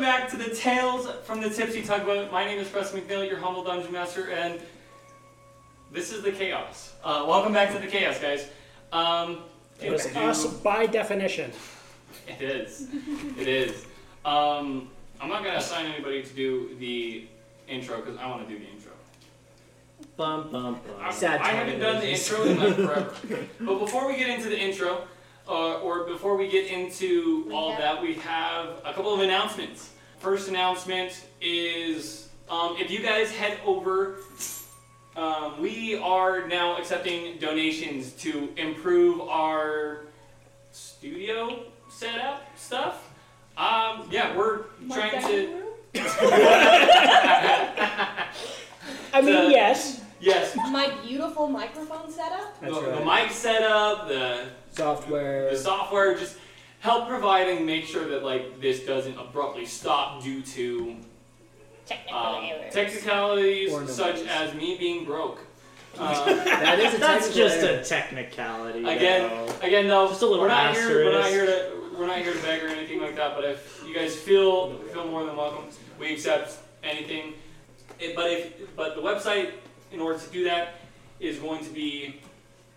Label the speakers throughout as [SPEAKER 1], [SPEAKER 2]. [SPEAKER 1] back to the Tales from the Tipsy Tugboat. My name is Russ McNeil, your humble dungeon master, and this is the chaos. Uh, welcome back to the chaos, guys. Um,
[SPEAKER 2] It was
[SPEAKER 1] do-
[SPEAKER 2] us by definition.
[SPEAKER 1] It is. It is. Um, I'm not gonna assign anybody to do the intro because I want to do the intro.
[SPEAKER 3] Bum, bum,
[SPEAKER 1] I,
[SPEAKER 3] bum.
[SPEAKER 1] I haven't done the intro in like forever. But before we get into the intro, uh, or before we get into
[SPEAKER 4] We
[SPEAKER 1] all
[SPEAKER 4] have-
[SPEAKER 1] that, we have a couple of announcements. First announcement is um, if you guys head over, um, we are now accepting donations to improve our studio setup stuff. Um, yeah, we're trying to.
[SPEAKER 2] I mean,
[SPEAKER 1] The-
[SPEAKER 2] yes.
[SPEAKER 1] Yes,
[SPEAKER 4] My beautiful microphone setup.
[SPEAKER 1] the, the mic setup, the
[SPEAKER 3] Software.
[SPEAKER 1] the software just help provide and make sure that like this doesn't abruptly stop due to
[SPEAKER 4] Technical
[SPEAKER 1] um,
[SPEAKER 4] errors.
[SPEAKER 1] technicalities
[SPEAKER 3] Or no
[SPEAKER 1] such
[SPEAKER 3] worries.
[SPEAKER 1] as me being broke. Uh,
[SPEAKER 3] That is a
[SPEAKER 5] That's
[SPEAKER 3] technical
[SPEAKER 5] just
[SPEAKER 3] error.
[SPEAKER 5] a technicality.
[SPEAKER 1] Again.
[SPEAKER 5] though.
[SPEAKER 1] again, though,
[SPEAKER 5] Just a little
[SPEAKER 1] we're not here. We're not
[SPEAKER 5] asterisk.
[SPEAKER 1] here to we're not here to beg or anything like that. But if you guys feel feel more than welcome, we accept anything. It- but if but the website in order to do that is going to be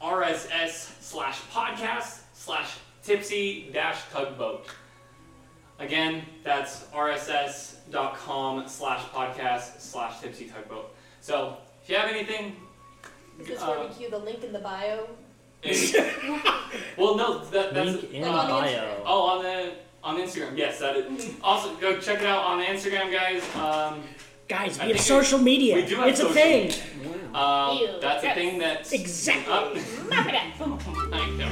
[SPEAKER 1] RSS slash podcast slash tipsy dash tugboat. Again, that's rss.com slash podcast slash tipsy tugboat. So if you have anything,
[SPEAKER 4] Is this where
[SPEAKER 1] uh,
[SPEAKER 4] we cue the link in the bio?
[SPEAKER 1] well, no, that, that's
[SPEAKER 5] Link in
[SPEAKER 4] Like on the
[SPEAKER 5] bio.
[SPEAKER 1] oh on the on Instagram. Yes, that is. Also, go check it out on the Instagram, guys. Um,
[SPEAKER 2] Guys,
[SPEAKER 1] I
[SPEAKER 2] we have
[SPEAKER 1] think
[SPEAKER 2] social media.
[SPEAKER 1] we do have
[SPEAKER 2] it's a
[SPEAKER 1] social
[SPEAKER 2] thing.
[SPEAKER 1] um,
[SPEAKER 4] Ew,
[SPEAKER 1] that's a
[SPEAKER 4] gross.
[SPEAKER 1] thing that's
[SPEAKER 2] Exactly.
[SPEAKER 1] up. Oh
[SPEAKER 4] Wrap it up.
[SPEAKER 1] I know.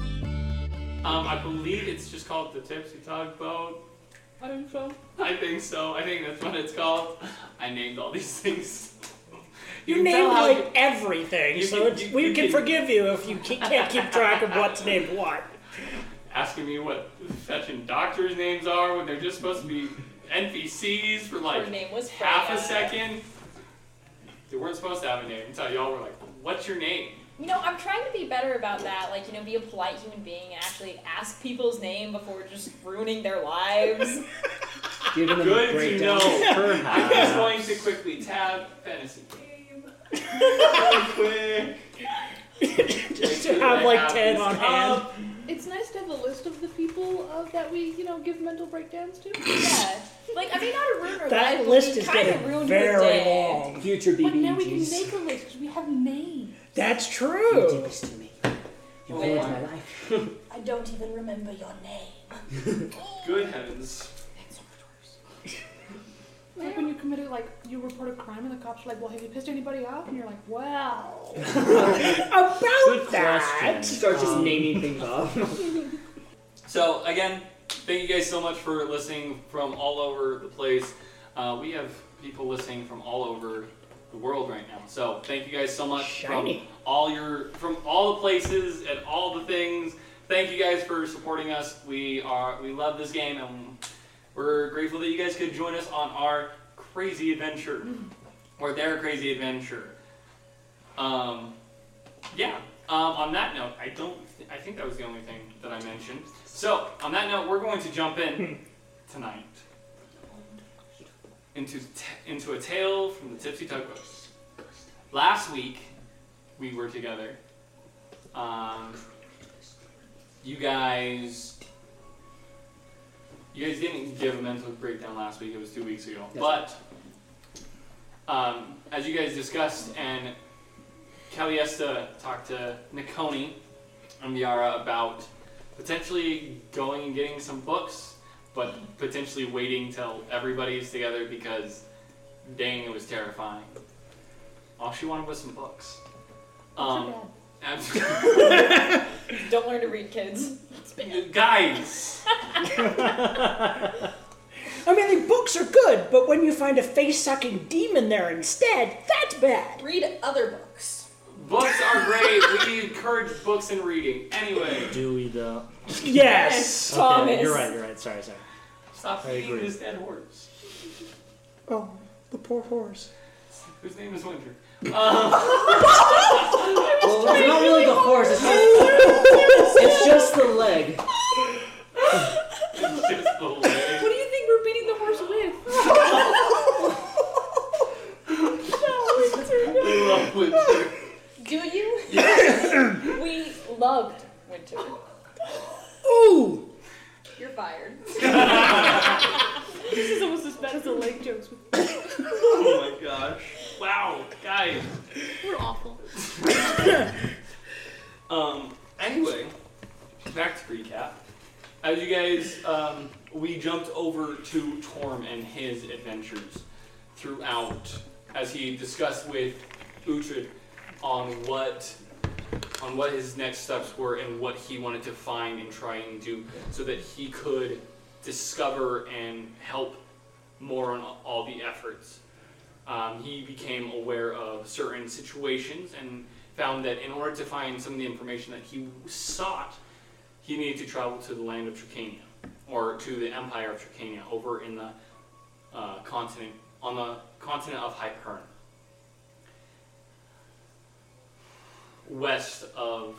[SPEAKER 1] Um, I believe it's just called the Tipsy Tugboat. I think so. I think so. I think that's what it's called. I named all these things.
[SPEAKER 2] You
[SPEAKER 1] can
[SPEAKER 2] name
[SPEAKER 1] tell how
[SPEAKER 2] like everything,
[SPEAKER 1] you
[SPEAKER 2] so
[SPEAKER 1] can-
[SPEAKER 2] it's,
[SPEAKER 1] you-
[SPEAKER 2] we
[SPEAKER 1] you
[SPEAKER 2] can,
[SPEAKER 1] can-
[SPEAKER 2] forgive you if you ke- can't keep track of what's named what.
[SPEAKER 1] asking me what fetching doctors' names are when they're just supposed to be NPCs for
[SPEAKER 4] Her
[SPEAKER 1] like
[SPEAKER 4] name was
[SPEAKER 1] half a
[SPEAKER 4] Freya.
[SPEAKER 1] second. They weren't supposed to have a name until y'all were like, "What's your name?"
[SPEAKER 4] You know, I'm trying to be better about that. Like, you know, be a polite human being and actually ask people's name before just ruining their lives.
[SPEAKER 3] Giving them
[SPEAKER 1] Good
[SPEAKER 3] a
[SPEAKER 1] to
[SPEAKER 3] breakdown.
[SPEAKER 1] know. I'm just
[SPEAKER 3] Perhaps.
[SPEAKER 1] going to quickly tab fantasy game. Real quick.
[SPEAKER 2] Just to have like 10 on hand.
[SPEAKER 6] Um, It's nice to have a list of the people uh, that we, you know, give mental breakdowns to.
[SPEAKER 4] yeah. Like, I mean, not a ruiner, but I
[SPEAKER 2] That list is
[SPEAKER 4] kind
[SPEAKER 2] getting
[SPEAKER 4] of ruined her
[SPEAKER 2] very
[SPEAKER 4] day.
[SPEAKER 7] Um,
[SPEAKER 2] long.
[SPEAKER 3] Future
[SPEAKER 6] But now we can
[SPEAKER 3] BBGs.
[SPEAKER 6] make a list because we have names.
[SPEAKER 2] That's
[SPEAKER 3] You did
[SPEAKER 2] true.
[SPEAKER 3] this to me. You ruined my life.
[SPEAKER 4] I don't even remember your name.
[SPEAKER 1] Good heavens.
[SPEAKER 6] It's like when you committed, like, you report a crime and the cops are like, well, have you pissed anybody off? And you're like, well.
[SPEAKER 2] About
[SPEAKER 5] Good
[SPEAKER 2] that.
[SPEAKER 5] question.
[SPEAKER 3] Start just
[SPEAKER 1] Um,
[SPEAKER 3] naming things off.
[SPEAKER 1] So again, thank you guys so much for listening from all over the place. Uh, we have people listening from all over the world right now. So thank you guys so much
[SPEAKER 2] Shiny.
[SPEAKER 1] from all your from all the places and all the things. Thank you guys for supporting us. We are we love this game and we're grateful that you guys could join us on our crazy adventure or their crazy adventure. Um, yeah. Um, on that note, I don't. Th- I think that was the only thing that I mentioned. So on that note, we're going to jump in tonight into t- into a tale from the Tipsy Tugboat. Last week, we were together. Um, you guys. You guys didn't give a mental breakdown last week. It was two weeks ago.
[SPEAKER 3] Yes.
[SPEAKER 1] But um, as you guys discussed and Caliesta talked to Nikoni and Yara about potentially going and getting some books, but potentially waiting till everybody's together because dang, it was terrifying. All she wanted was some books. Um, I'm-
[SPEAKER 4] Don't learn to read, kids. It's bad.
[SPEAKER 1] guys,
[SPEAKER 2] I mean, the books are good, but when you find a face sucking demon there instead, that's bad.
[SPEAKER 4] Read other books.
[SPEAKER 1] books are great. We need encourage books and reading. Anyway,
[SPEAKER 5] Dewey the.
[SPEAKER 2] Yes.
[SPEAKER 4] Thomas.
[SPEAKER 5] Okay, you're right. You're right. Sorry. Sorry.
[SPEAKER 1] stop
[SPEAKER 5] I
[SPEAKER 1] feeding
[SPEAKER 5] agree.
[SPEAKER 1] this dead horse,
[SPEAKER 2] Oh, the poor horse.
[SPEAKER 1] whose name is Winter. Um,
[SPEAKER 7] Well, it's not really the horse. It's just,
[SPEAKER 1] Oh
[SPEAKER 7] it's just the leg.
[SPEAKER 1] it's just the way.
[SPEAKER 6] What do you think we're beating the horse with?
[SPEAKER 1] We love Winter.
[SPEAKER 4] Do you? we loved Winter.
[SPEAKER 2] Ooh.
[SPEAKER 4] You're fired.
[SPEAKER 6] this is almost as bad as the leg jokes.
[SPEAKER 1] Oh my gosh! Wow, guys.
[SPEAKER 6] We're awful.
[SPEAKER 1] Um, anyway, back to recap. As you guys, um, we jumped over to Torm and his adventures throughout, as he discussed with Uhtred on what on what his next steps were and what he wanted to find and try and do, so that he could discover and help more on all the efforts. Um, he became aware of certain situations and found that in order to find some of the information that he sought, he needed to travel to the land of Tricania, or to the Empire of Tricania, over in the uh, continent on the continent of Hypern, west of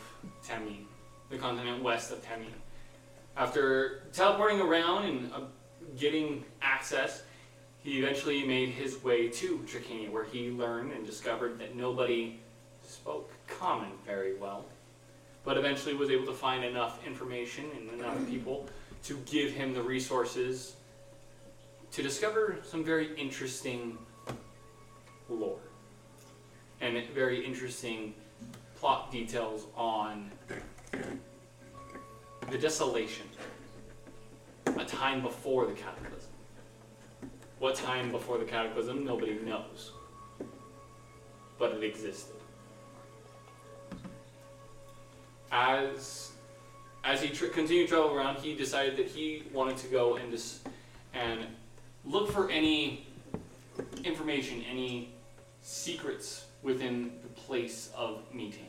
[SPEAKER 1] Tamine, the continent west of Tamine. After teleporting around and uh, getting access, he eventually made his way to Tricania, where he learned and discovered that nobody spoke common very well, but eventually was able to find enough information and enough people to give him the resources to discover some very interesting lore and very interesting plot details on the desolation, a time before the cataclysm. What time before the cataclysm? Nobody knows, but it existed as as he tr- continued to travel around, he decided that he wanted to go and dis- and look for any information, any secrets within the place of meeting.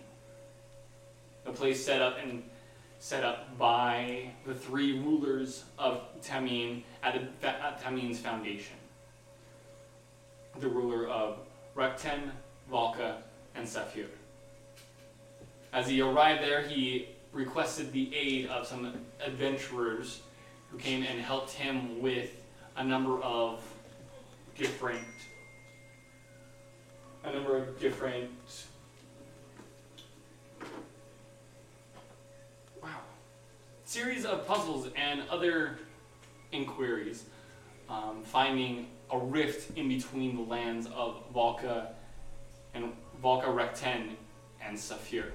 [SPEAKER 1] The place set up and set up by the three rulers of Tamin at, the, fa- at Tamin's foundation. The ruler of Rekten, Valka, and Saphir. As he arrived there, he requested the aid of some adventurers who came and helped him with a number of different a number of different wow series of puzzles and other inquiries um, finding a rift in between the lands of Volca and Volca Recten and Saphir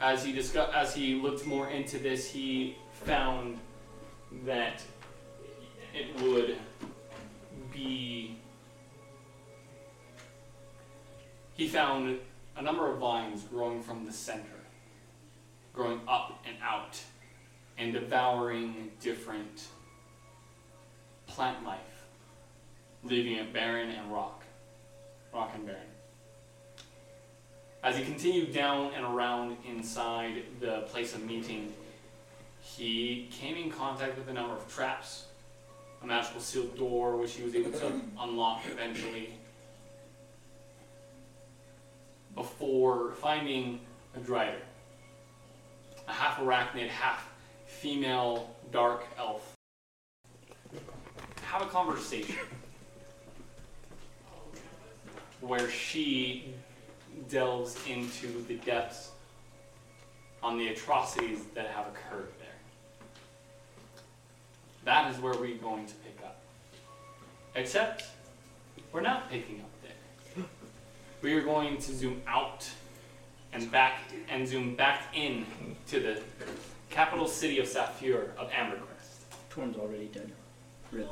[SPEAKER 1] as he discuss- as he looked more into this, he found that it would be he found a number of vines growing from the center, growing up and out, and devouring different plant life, leaving it barren and rock, rock and barren. As he continued down and around inside the place of meeting, he came in contact with a number of traps. A magical sealed door, which he was able to unlock eventually, before finding a drider. A half arachnid, half female dark elf. Have a conversation where she delves into the depths on the atrocities that have occurred there. That is where we're going to pick up. Except, we're not picking up there. We are going to zoom out and back and zoom back in to the capital city of Saphir of Ambercrest.
[SPEAKER 7] Torm's already dead. Rip.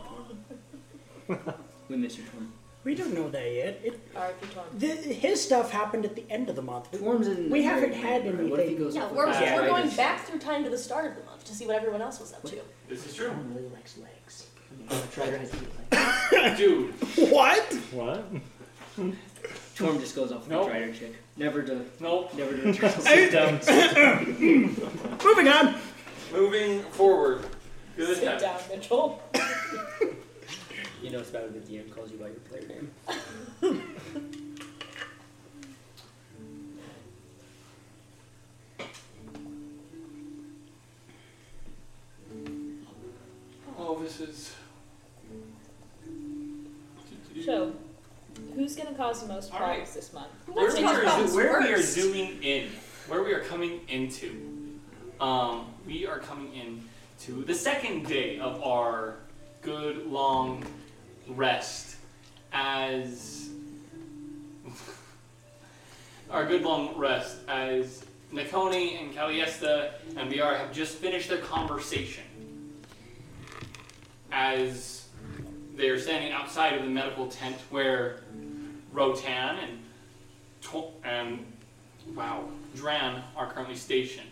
[SPEAKER 7] we miss you, Torm.
[SPEAKER 2] We don't know that yet. It,
[SPEAKER 4] R.I.P. Tom.
[SPEAKER 2] th his stuff happened at the end of the month.
[SPEAKER 7] Torm's in.
[SPEAKER 2] We
[SPEAKER 7] the
[SPEAKER 2] haven't
[SPEAKER 7] grave,
[SPEAKER 2] had
[SPEAKER 7] right? What if he
[SPEAKER 2] anything.
[SPEAKER 7] goes?
[SPEAKER 4] Yeah,
[SPEAKER 7] to
[SPEAKER 4] we're,
[SPEAKER 7] fucking
[SPEAKER 1] Yeah.
[SPEAKER 4] we're going
[SPEAKER 7] Vegas?
[SPEAKER 4] back through time to the start of the month to see what everyone else was up to.
[SPEAKER 1] This is true.
[SPEAKER 7] Torm really likes legs. I'm gonna try to-
[SPEAKER 1] Dude,
[SPEAKER 2] What?
[SPEAKER 5] What?
[SPEAKER 7] Storm just goes off the
[SPEAKER 1] Nope.
[SPEAKER 7] Drider chick. Never to,
[SPEAKER 1] Nope.
[SPEAKER 7] never to return. Sit down.
[SPEAKER 2] Moving on.
[SPEAKER 1] Moving forward. Good
[SPEAKER 4] Sit
[SPEAKER 1] attempt.
[SPEAKER 4] down, Mitchell.
[SPEAKER 7] You know it's better when the DM calls you by your player name.
[SPEAKER 1] Oh, this is.
[SPEAKER 4] So, who's gonna cause the most
[SPEAKER 1] All
[SPEAKER 4] problems
[SPEAKER 1] right.
[SPEAKER 4] this month?
[SPEAKER 1] where
[SPEAKER 4] Let's
[SPEAKER 1] we
[SPEAKER 4] make
[SPEAKER 1] are,
[SPEAKER 4] problems
[SPEAKER 1] where we are
[SPEAKER 4] first.
[SPEAKER 1] zooming in, where we are coming into, um, we are coming in to the second day of our good long rest, as our good long rest as Nakoni and Caliesta and VR have just finished their conversation. As they are standing outside of the medical tent where Rotan and Tw- and wow, Dran are currently stationed.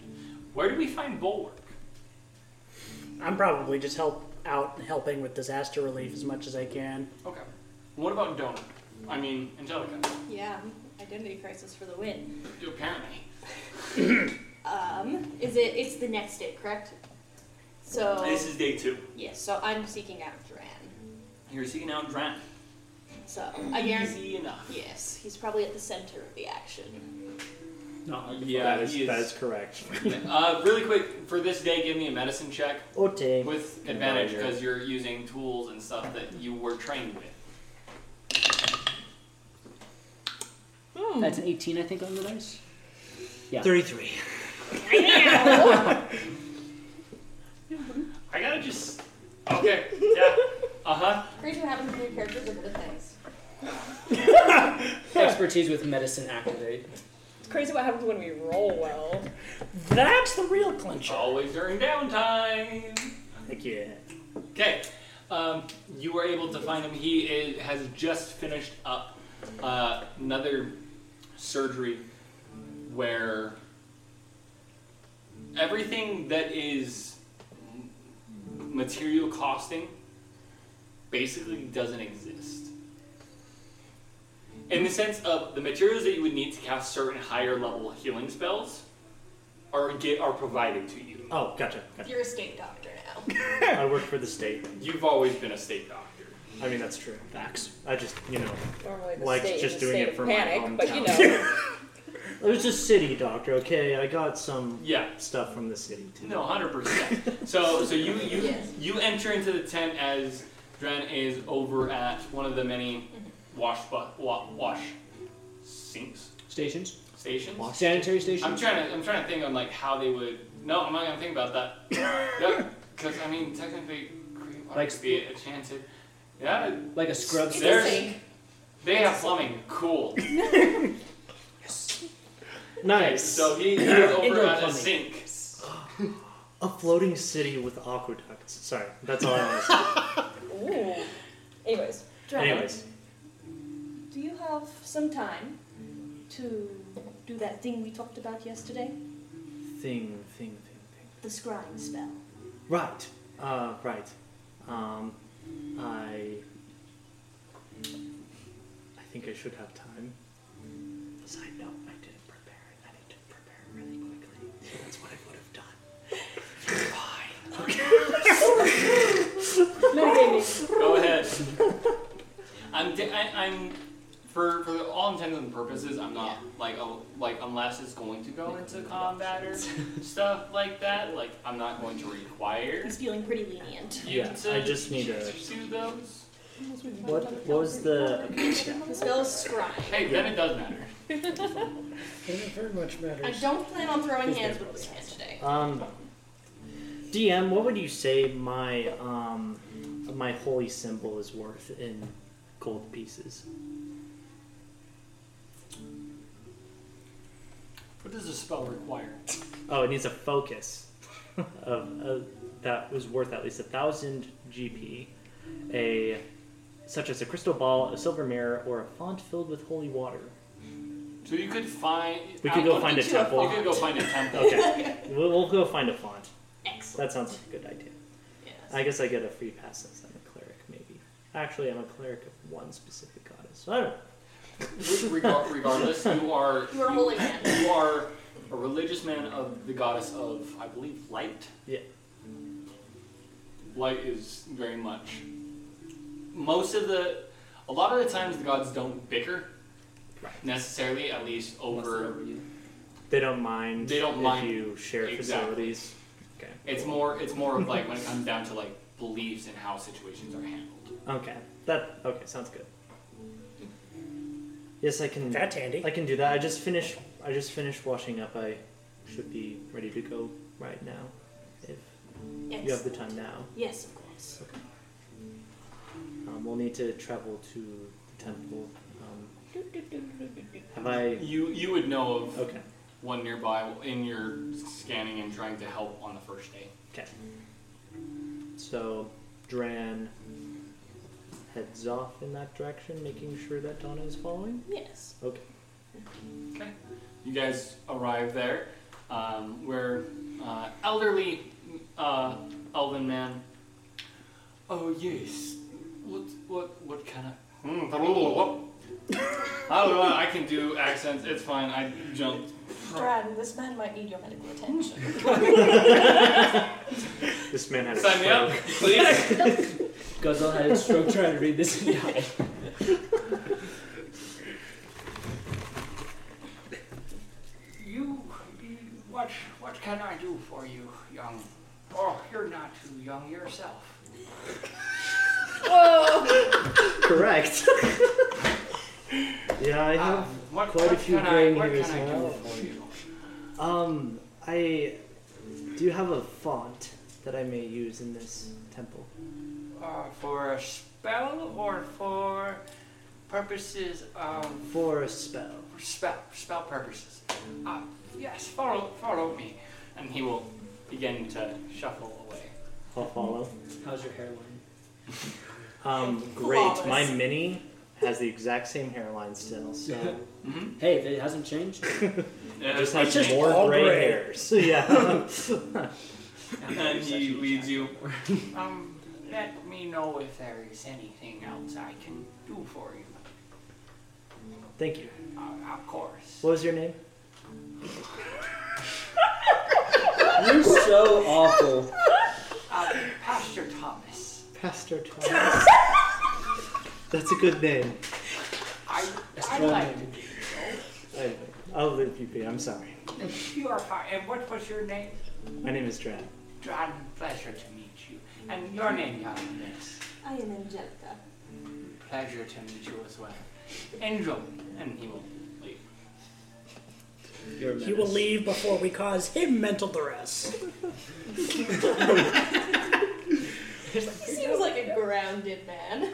[SPEAKER 1] Where do we find Bulwark?
[SPEAKER 2] I'm probably just help out helping with disaster relief as much as I can.
[SPEAKER 1] Okay. What about Donut? I mean, Angelica.
[SPEAKER 8] Yeah, identity crisis for the win.
[SPEAKER 1] Apparently.
[SPEAKER 8] Um, is it? It's the next day, correct? So
[SPEAKER 1] This is day two.
[SPEAKER 8] yes, so I'm seeking out Duran.
[SPEAKER 1] You're seeking out Dran.
[SPEAKER 8] So I guarantee.
[SPEAKER 1] Easy enough.
[SPEAKER 8] Yes, he's probably at the center of the action.
[SPEAKER 1] Uh, Yeah,
[SPEAKER 5] that, is,
[SPEAKER 1] he is.
[SPEAKER 5] that is correct.
[SPEAKER 1] Uh, really quick, for this day, give me a medicine check
[SPEAKER 7] Ote.
[SPEAKER 1] with advantage
[SPEAKER 5] Roger.
[SPEAKER 1] because you're using tools and stuff that you were trained with.
[SPEAKER 7] That's an 18, I think, on the dice. Yeah.
[SPEAKER 2] 33.
[SPEAKER 1] I gotta just. Okay. Yeah. Uh huh.
[SPEAKER 4] Here's what happens when your characters are good things.
[SPEAKER 7] Expertise with medicine activate.
[SPEAKER 4] It's crazy what happens when we roll well.
[SPEAKER 2] That's the real clincher.
[SPEAKER 1] Always during downtime.
[SPEAKER 2] Heck yeah.
[SPEAKER 1] Okay. Um, you were able to find him. He is, has just finished up uh, another surgery where everything that is m- material costing basically doesn't exist. In the sense of the materials that you would need to cast certain higher level healing spells are get, are provided to you.
[SPEAKER 5] Oh, gotcha. gotcha.
[SPEAKER 8] You're a state doctor now.
[SPEAKER 5] I work for the state.
[SPEAKER 1] You've always been a state doctor.
[SPEAKER 5] I mean, that's true.
[SPEAKER 2] Facts.
[SPEAKER 5] I just, you know,
[SPEAKER 4] Normally, the
[SPEAKER 5] Like,
[SPEAKER 4] state
[SPEAKER 5] just
[SPEAKER 4] is a
[SPEAKER 5] doing
[SPEAKER 4] state
[SPEAKER 5] it
[SPEAKER 4] of
[SPEAKER 5] for my
[SPEAKER 4] panic, but you
[SPEAKER 5] hometown.
[SPEAKER 4] know,
[SPEAKER 5] it was just city doctor. Okay, I got some
[SPEAKER 1] Yeah.
[SPEAKER 5] stuff from the city too.
[SPEAKER 1] No, hundred percent. So, so you you
[SPEAKER 8] Yes.
[SPEAKER 1] you enter into the tent as Dren is over at one of the many wash bu- wa- wash sinks
[SPEAKER 7] Stations.
[SPEAKER 1] stations.
[SPEAKER 7] Sanitary
[SPEAKER 1] I'm
[SPEAKER 7] stations.
[SPEAKER 1] trying to I'm trying to think on like how they would. No, I'm not gonna think about that. Because I mean, technically, create water
[SPEAKER 7] Like-
[SPEAKER 1] could be enchanted. Yeah,
[SPEAKER 7] like a scrub
[SPEAKER 8] It's
[SPEAKER 1] There's-
[SPEAKER 8] a sink.
[SPEAKER 1] they have plumbing. Cool. Okay,
[SPEAKER 5] Nice.
[SPEAKER 1] so he, he is over
[SPEAKER 7] Indoor
[SPEAKER 1] at a
[SPEAKER 7] plumbing.
[SPEAKER 1] sink.
[SPEAKER 5] a floating city with aqueducts. Sorry, that's all I want to
[SPEAKER 4] ooh. Anyways,
[SPEAKER 5] say. Anyways,
[SPEAKER 8] Do you have some time to do that thing we talked about yesterday?
[SPEAKER 5] thing, thing, thing, thing.
[SPEAKER 8] The scrying spell.
[SPEAKER 5] Right. Uh, right. Um, I. I think I should have time.
[SPEAKER 2] Side note, I didn't prepare it. I need to prepare it really quickly. That's what I would have done.
[SPEAKER 1] Go ahead. I'm, di- I, am for for all intents and purposes, I'm not like a, like unless it's going to go into combat or stuff like that. Like I'm not going to require
[SPEAKER 8] He's feeling pretty lenient.
[SPEAKER 1] you
[SPEAKER 5] Yeah,
[SPEAKER 1] to
[SPEAKER 5] I just need a-
[SPEAKER 1] do those.
[SPEAKER 5] What, what was the. Okay, yeah.
[SPEAKER 8] The spell is scrying.
[SPEAKER 1] Hey, then it does matter.
[SPEAKER 2] Doesn't very much matter.
[SPEAKER 8] I don't plan on throwing hands with this man today.
[SPEAKER 5] Um, DM, what would you say my um, my holy symbol is worth in gold pieces?
[SPEAKER 1] What does a spell require?
[SPEAKER 5] Oh, it needs a focus. of, uh, that was worth at least a thousand GP. A such as a crystal ball, a silver mirror, or a font filled with holy water.
[SPEAKER 1] So you could find.
[SPEAKER 5] We could go
[SPEAKER 1] I'll-
[SPEAKER 5] find a
[SPEAKER 8] get you a
[SPEAKER 5] temple.
[SPEAKER 1] You could go find a temple.
[SPEAKER 5] Okay, we'll, we'll go find a font.
[SPEAKER 8] Excellent.
[SPEAKER 5] That sounds like a good idea.
[SPEAKER 8] Yes.
[SPEAKER 5] I guess I get a free pass since I'm a cleric, maybe. Actually, I'm a cleric of one specific goddess. So I don't know.
[SPEAKER 1] Regar- regardless, you are
[SPEAKER 6] You are a holy man.
[SPEAKER 1] You are a religious man of the goddess of, I believe, light.
[SPEAKER 5] Yeah.
[SPEAKER 1] Light is very much. Most of the, a lot of the times the gods don't bicker
[SPEAKER 5] Right.
[SPEAKER 1] necessarily, at least over.
[SPEAKER 5] They don't mind.
[SPEAKER 1] They don't
[SPEAKER 5] if
[SPEAKER 1] mind.
[SPEAKER 5] you share
[SPEAKER 1] Exactly.
[SPEAKER 5] facilities. Okay.
[SPEAKER 1] It's more. It's more of like when it comes down to like beliefs and how situations are handled.
[SPEAKER 5] Okay. That okay. Sounds good. Yes, I can.
[SPEAKER 2] That's handy.
[SPEAKER 5] I can do that. I just finished. I just finished washing up. I should be ready to go right now. If you have the time now,
[SPEAKER 8] Yes, of course.
[SPEAKER 5] um, we'll need to travel to the temple. Um, have I?
[SPEAKER 1] You you would know of
[SPEAKER 5] Okay.
[SPEAKER 1] one nearby in your scanning and trying to help on the first day.
[SPEAKER 5] Okay. So, Dran heads off in that direction, making sure that Donna is following.
[SPEAKER 8] Yes.
[SPEAKER 5] Okay.
[SPEAKER 1] Okay. You guys arrive there, um, where uh, elderly uh, elven man. Oh yes. What what what can I? Hmm, what? I don't know. I can do accents. It's fine. I jumped.
[SPEAKER 6] Strad, this man might need your medical attention.
[SPEAKER 5] This man had a
[SPEAKER 1] Sign me up,
[SPEAKER 5] stroke.
[SPEAKER 1] please.
[SPEAKER 7] Guzzle had a stroke trying to read this in the eye.
[SPEAKER 4] You, what, what can I do for you, young? Oh, you're not too young yourself.
[SPEAKER 6] Whoa!
[SPEAKER 2] Oh.
[SPEAKER 5] Correct. yeah, I
[SPEAKER 4] Ah,
[SPEAKER 5] have.
[SPEAKER 4] what,
[SPEAKER 5] quite a
[SPEAKER 4] what
[SPEAKER 5] few
[SPEAKER 4] can
[SPEAKER 5] gray
[SPEAKER 4] I, what
[SPEAKER 5] hairs
[SPEAKER 4] can I do
[SPEAKER 5] now.
[SPEAKER 4] for you?
[SPEAKER 5] Um, I do you have a font that I may use in this temple.
[SPEAKER 4] Uh, for a spell or for purposes of
[SPEAKER 5] For a spell.
[SPEAKER 4] spell spell purposes? Uh, yes, follow follow me,
[SPEAKER 1] and he will begin to shuffle away.
[SPEAKER 5] I'll follow.
[SPEAKER 7] How's your hairline?
[SPEAKER 5] Um, great. My mini has the exact same hairline still, so
[SPEAKER 1] Mm-hmm.
[SPEAKER 7] Hey, if it hasn't changed,
[SPEAKER 5] I just
[SPEAKER 1] and
[SPEAKER 5] have more
[SPEAKER 2] all
[SPEAKER 5] gray,
[SPEAKER 2] gray.
[SPEAKER 5] hairs. Yeah.
[SPEAKER 1] then he leads you.
[SPEAKER 4] Um, let me know if there is anything else I can do for you.
[SPEAKER 5] Thank you.
[SPEAKER 4] Uh, of course.
[SPEAKER 5] What was your name?
[SPEAKER 7] you're so awful.
[SPEAKER 4] Uh, Pastor Thomas,
[SPEAKER 5] Pastor Thomas. That's a good name.
[SPEAKER 4] I I
[SPEAKER 7] one
[SPEAKER 4] like
[SPEAKER 7] name.
[SPEAKER 4] to do
[SPEAKER 5] I, I'll leave you be. I'm sorry.
[SPEAKER 4] so. You are fine. And what was your name?
[SPEAKER 5] My name is Dran.
[SPEAKER 4] John, pleasure to meet you. And your name, young miss.
[SPEAKER 8] I am Angelica.
[SPEAKER 4] Pleasure to meet you as well. Angel.
[SPEAKER 1] And he will leave.
[SPEAKER 7] You're a
[SPEAKER 2] He will
[SPEAKER 7] menace.
[SPEAKER 2] leave before we cause him mental duress.
[SPEAKER 8] He seems like a grounded man.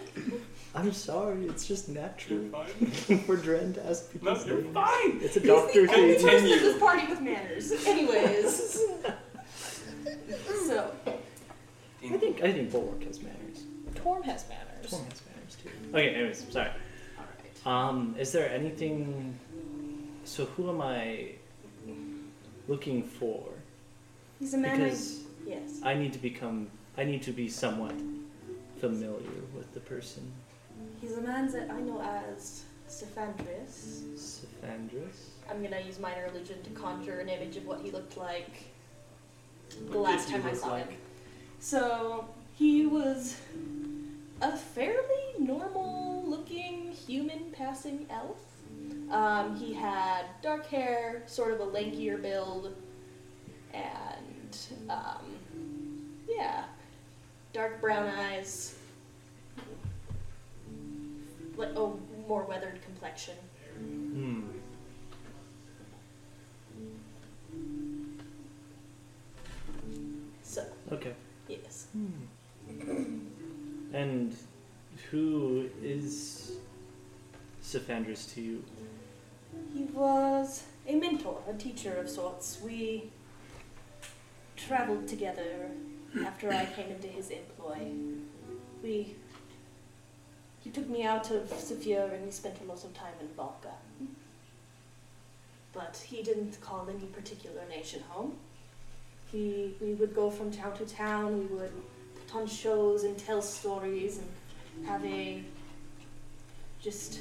[SPEAKER 5] I'm sorry. It's just natural for Dran to ask people.
[SPEAKER 1] No, you're fine.
[SPEAKER 5] It's a
[SPEAKER 8] He's
[SPEAKER 5] doctor
[SPEAKER 8] the only
[SPEAKER 5] thing.
[SPEAKER 8] person at
[SPEAKER 1] Continue.
[SPEAKER 8] this party with manners. Anyways. so,
[SPEAKER 5] I think I think bulwark has manners.
[SPEAKER 6] Torm has manners.
[SPEAKER 5] Torm has manners too. Okay. Anyways, sorry.
[SPEAKER 8] alright.
[SPEAKER 5] Um, is there anything? So who am I looking for?
[SPEAKER 8] He's a man
[SPEAKER 5] Because
[SPEAKER 8] I. Yes.
[SPEAKER 5] I need to become. I need to be somewhat familiar with the person.
[SPEAKER 8] He's a man that I know as Sephandris.
[SPEAKER 5] Sephandris.
[SPEAKER 8] I'm gonna use minor illusion to conjure an image of what he looked like the last time I saw him. So he was a fairly normal-looking human-passing elf. Um, he had dark hair, sort of a lankier build, and um, yeah, dark brown eyes, like a more weathered complexion.
[SPEAKER 5] Hmm.
[SPEAKER 8] So
[SPEAKER 5] Okay.
[SPEAKER 8] yes.
[SPEAKER 5] And who is Sephandris to you?
[SPEAKER 8] He was a mentor, a teacher of sorts. We traveled together after I came into his employ. We. He took me out of Sofia and we spent a lot of time in Volca. But he didn't call any particular nation home. He, we would go from town to town, we would put on shows and tell stories and have a just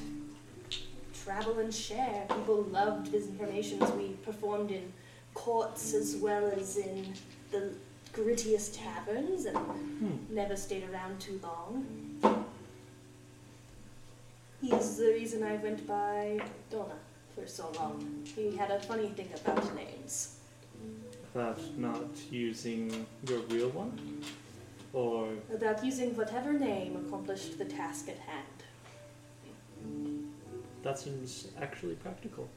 [SPEAKER 8] travel and share. People loved his informations. We performed in courts as well as in the grittiest taverns and never stayed around too long. He's the reason I went by Donna for so long. He had a funny thing about names.
[SPEAKER 5] About not using your real one? Or
[SPEAKER 8] About using whatever name accomplished the task at hand.
[SPEAKER 5] that seems actually practical.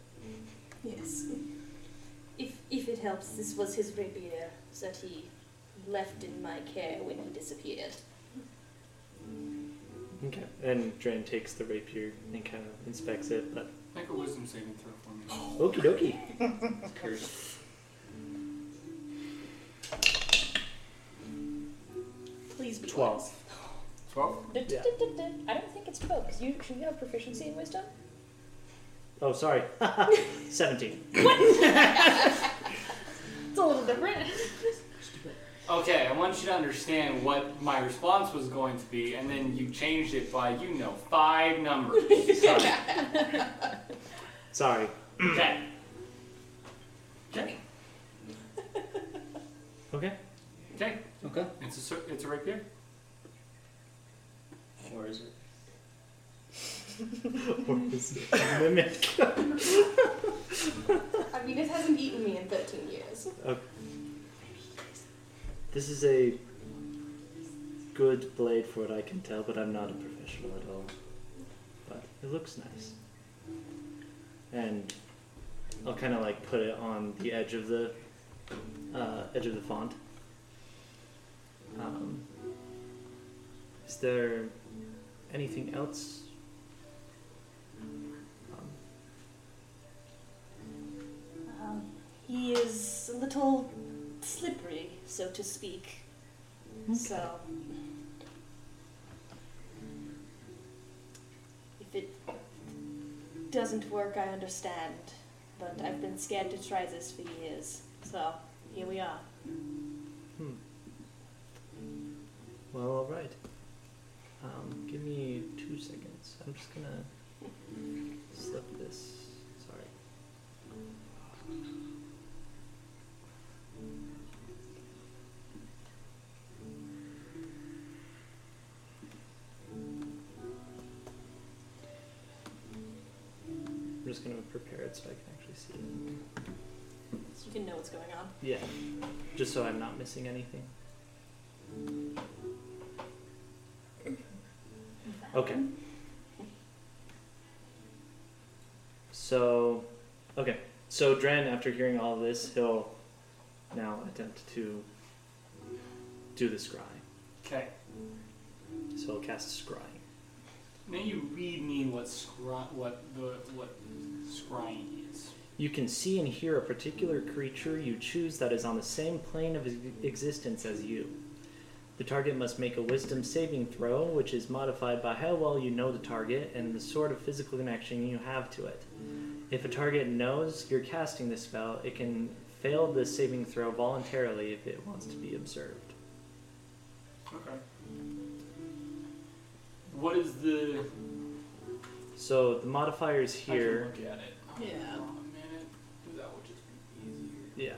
[SPEAKER 8] Yes. If, if it helps, this was his rapier that he left in my care when he disappeared.
[SPEAKER 5] Okay. And Dren takes the rapier and kind of inspects it, but
[SPEAKER 1] Make a wisdom saving throw for me.
[SPEAKER 5] okie dokie.
[SPEAKER 1] It's cursed.
[SPEAKER 8] Please be
[SPEAKER 5] Twelve.
[SPEAKER 8] wise.
[SPEAKER 1] Twelve.
[SPEAKER 4] I don't think it's twelve because you should you have proficiency in wisdom.
[SPEAKER 5] Oh, sorry. 17.
[SPEAKER 4] It's a little different.
[SPEAKER 1] Okay, I want you to understand what my response was going to be, and then you changed it by you know five numbers. Sorry.
[SPEAKER 5] Sorry.
[SPEAKER 1] okay. Okay.
[SPEAKER 5] Okay.
[SPEAKER 1] Okay.
[SPEAKER 7] Okay.
[SPEAKER 1] It's a cer- it's a rapier.
[SPEAKER 7] Where is it?
[SPEAKER 5] Or is it a mimic?
[SPEAKER 8] I mean, it hasn't eaten me in 13 years.
[SPEAKER 5] Oh, Uh, This is a good blade for what I can tell, but I'm not a professional at all. But it looks nice. And I'll kind of like put it on the edge of the uh, edge of the font. Um, is there anything else? Um,
[SPEAKER 8] Um, he is a little slippery, so to speak. So, if it doesn't work, I understand. But I've been scared to try this for years. So, here we are.
[SPEAKER 5] Well, all right. Um, give me two seconds. I'm just gonna slip this. Sorry. I'm just gonna prepare it so I can actually see it.
[SPEAKER 8] So you can know what's going on.
[SPEAKER 5] Yeah, just so I'm not missing anything. Okay. So, okay. So Dren, after hearing all this, he'll now attempt to do the scry.
[SPEAKER 1] Okay.
[SPEAKER 5] So he'll cast scry.
[SPEAKER 1] Now you read me what scry- what the what scrying is.
[SPEAKER 5] You can see and hear a particular creature you choose that is on the same plane of ex- existence as you. The target must make a wisdom saving throw, which is modified by how well you know the target and the sort of physical connection you have to it. If a target knows you're casting the spell, it can fail the saving throw voluntarily if it wants to be observed.
[SPEAKER 1] Okay. What is the
[SPEAKER 5] So the modifiers here.
[SPEAKER 1] I can look at it.
[SPEAKER 8] Yeah.
[SPEAKER 1] Hold on a minute. That would just be easier.
[SPEAKER 5] Yeah.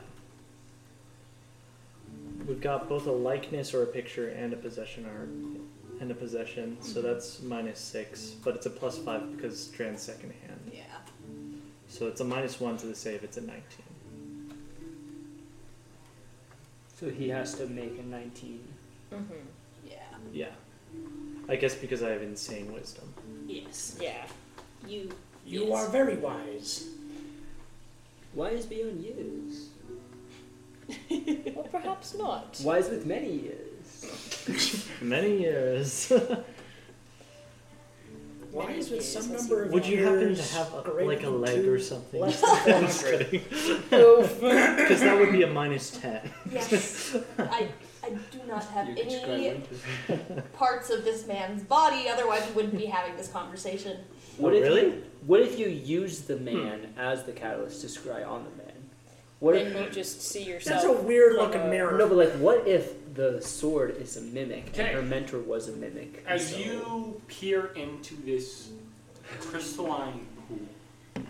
[SPEAKER 5] We've got both a likeness or a picture and a possession or and a possession,
[SPEAKER 8] Mm-hmm.
[SPEAKER 5] so that's minus six, but it's a plus five because trans second hand.
[SPEAKER 8] Yeah.
[SPEAKER 5] So it's a minus one to the save, it's a nineteen.
[SPEAKER 7] So he has to make a 19.
[SPEAKER 4] Mm-hmm.
[SPEAKER 8] Yeah.
[SPEAKER 5] Yeah. I guess because I have insane wisdom.
[SPEAKER 8] Yes.
[SPEAKER 4] Yeah.
[SPEAKER 8] You.
[SPEAKER 7] You
[SPEAKER 8] Yes.
[SPEAKER 7] are very wise. Wise beyond years.
[SPEAKER 4] Well, perhaps not.
[SPEAKER 7] Wise with many years.
[SPEAKER 5] Many years.
[SPEAKER 7] Wise
[SPEAKER 4] Many
[SPEAKER 7] with some
[SPEAKER 4] years, I
[SPEAKER 7] number of
[SPEAKER 5] Would you happen to
[SPEAKER 7] years
[SPEAKER 5] have a,
[SPEAKER 7] greater
[SPEAKER 5] like a
[SPEAKER 7] than
[SPEAKER 5] leg
[SPEAKER 7] two,
[SPEAKER 5] or something?
[SPEAKER 7] Less than 400.
[SPEAKER 5] Because that would be a minus ten.
[SPEAKER 8] Yes. I, I do not have
[SPEAKER 1] You could
[SPEAKER 8] any
[SPEAKER 1] scry winters.
[SPEAKER 8] parts of this man's body, otherwise, we wouldn't be having this conversation.
[SPEAKER 7] What
[SPEAKER 5] Oh,
[SPEAKER 7] if
[SPEAKER 5] really?
[SPEAKER 7] You, what if you use the man as the catalyst to scry on the man? What
[SPEAKER 4] Then
[SPEAKER 7] if?
[SPEAKER 4] you just see yourself.
[SPEAKER 7] That's a weird
[SPEAKER 4] from
[SPEAKER 7] looking
[SPEAKER 4] a-
[SPEAKER 7] mirror. No, but like, what if the sword is a mimic
[SPEAKER 1] Okay.
[SPEAKER 7] and her mentor was a mimic?
[SPEAKER 1] As
[SPEAKER 7] So-
[SPEAKER 1] you peer into this crystalline pool,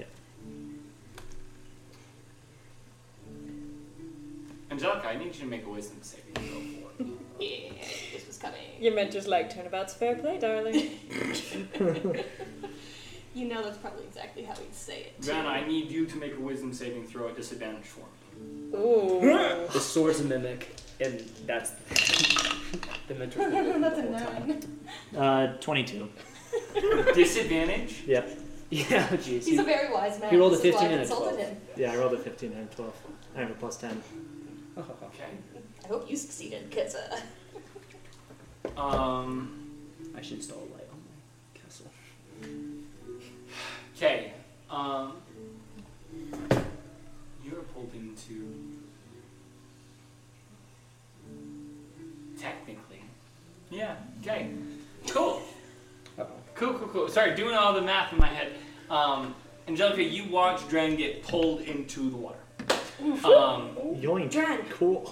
[SPEAKER 1] Angelica, I need you to make a wisdom saving throw for me.
[SPEAKER 8] Yeah, this was coming.
[SPEAKER 4] Your mentor's like, turnabout's fair play, darling.
[SPEAKER 8] You know that's probably exactly how he'd say it.
[SPEAKER 1] Brianna, I need you to make a wisdom saving throw at disadvantage for me.
[SPEAKER 4] Ooh.
[SPEAKER 7] The sword's a mimic, and that's the mentor.
[SPEAKER 8] that's a nine.
[SPEAKER 5] Uh, 22.
[SPEAKER 1] Disadvantage?
[SPEAKER 5] Yep.
[SPEAKER 7] Yeah, oh, jeez.
[SPEAKER 8] He's a very wise man.
[SPEAKER 7] He rolled a
[SPEAKER 8] This is why
[SPEAKER 7] 15
[SPEAKER 8] I
[SPEAKER 7] and a
[SPEAKER 8] consulted
[SPEAKER 7] 12.
[SPEAKER 8] him.
[SPEAKER 5] Yeah, I rolled a 15 and a 12. I have a plus 10.
[SPEAKER 1] Okay.
[SPEAKER 8] I hope you succeeded, because uh,
[SPEAKER 1] Um,
[SPEAKER 7] I should install a light on my castle.
[SPEAKER 1] okay. Um, you're pulled into. Technically. Yeah, okay. Cool. Cool, cool, cool. Sorry, doing all the math in my head. Um, Angelica, you watch Dren get pulled into the water. Um,
[SPEAKER 5] Yoink.
[SPEAKER 8] Dren.
[SPEAKER 5] Cool.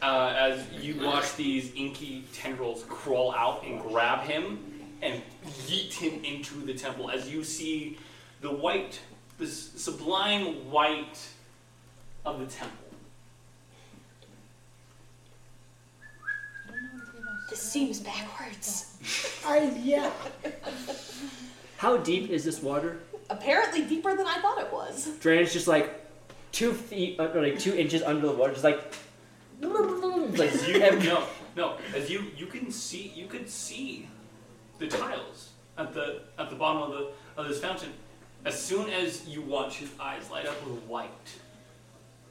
[SPEAKER 1] uh, as you watch these inky tendrils crawl out and grab him and yeet him into the temple as you see the white this sublime white of the temple
[SPEAKER 8] this seems backwards.
[SPEAKER 7] yeah. How deep is this water?
[SPEAKER 8] Apparently deeper than I thought it was.
[SPEAKER 7] Drainage just like two feet, uh, or like two inches under the water, just like.
[SPEAKER 1] as
[SPEAKER 7] like
[SPEAKER 1] you
[SPEAKER 7] every-
[SPEAKER 1] no no as you you can see you could see the tiles at the at the bottom of the of this fountain as soon as you watch his eyes light up with white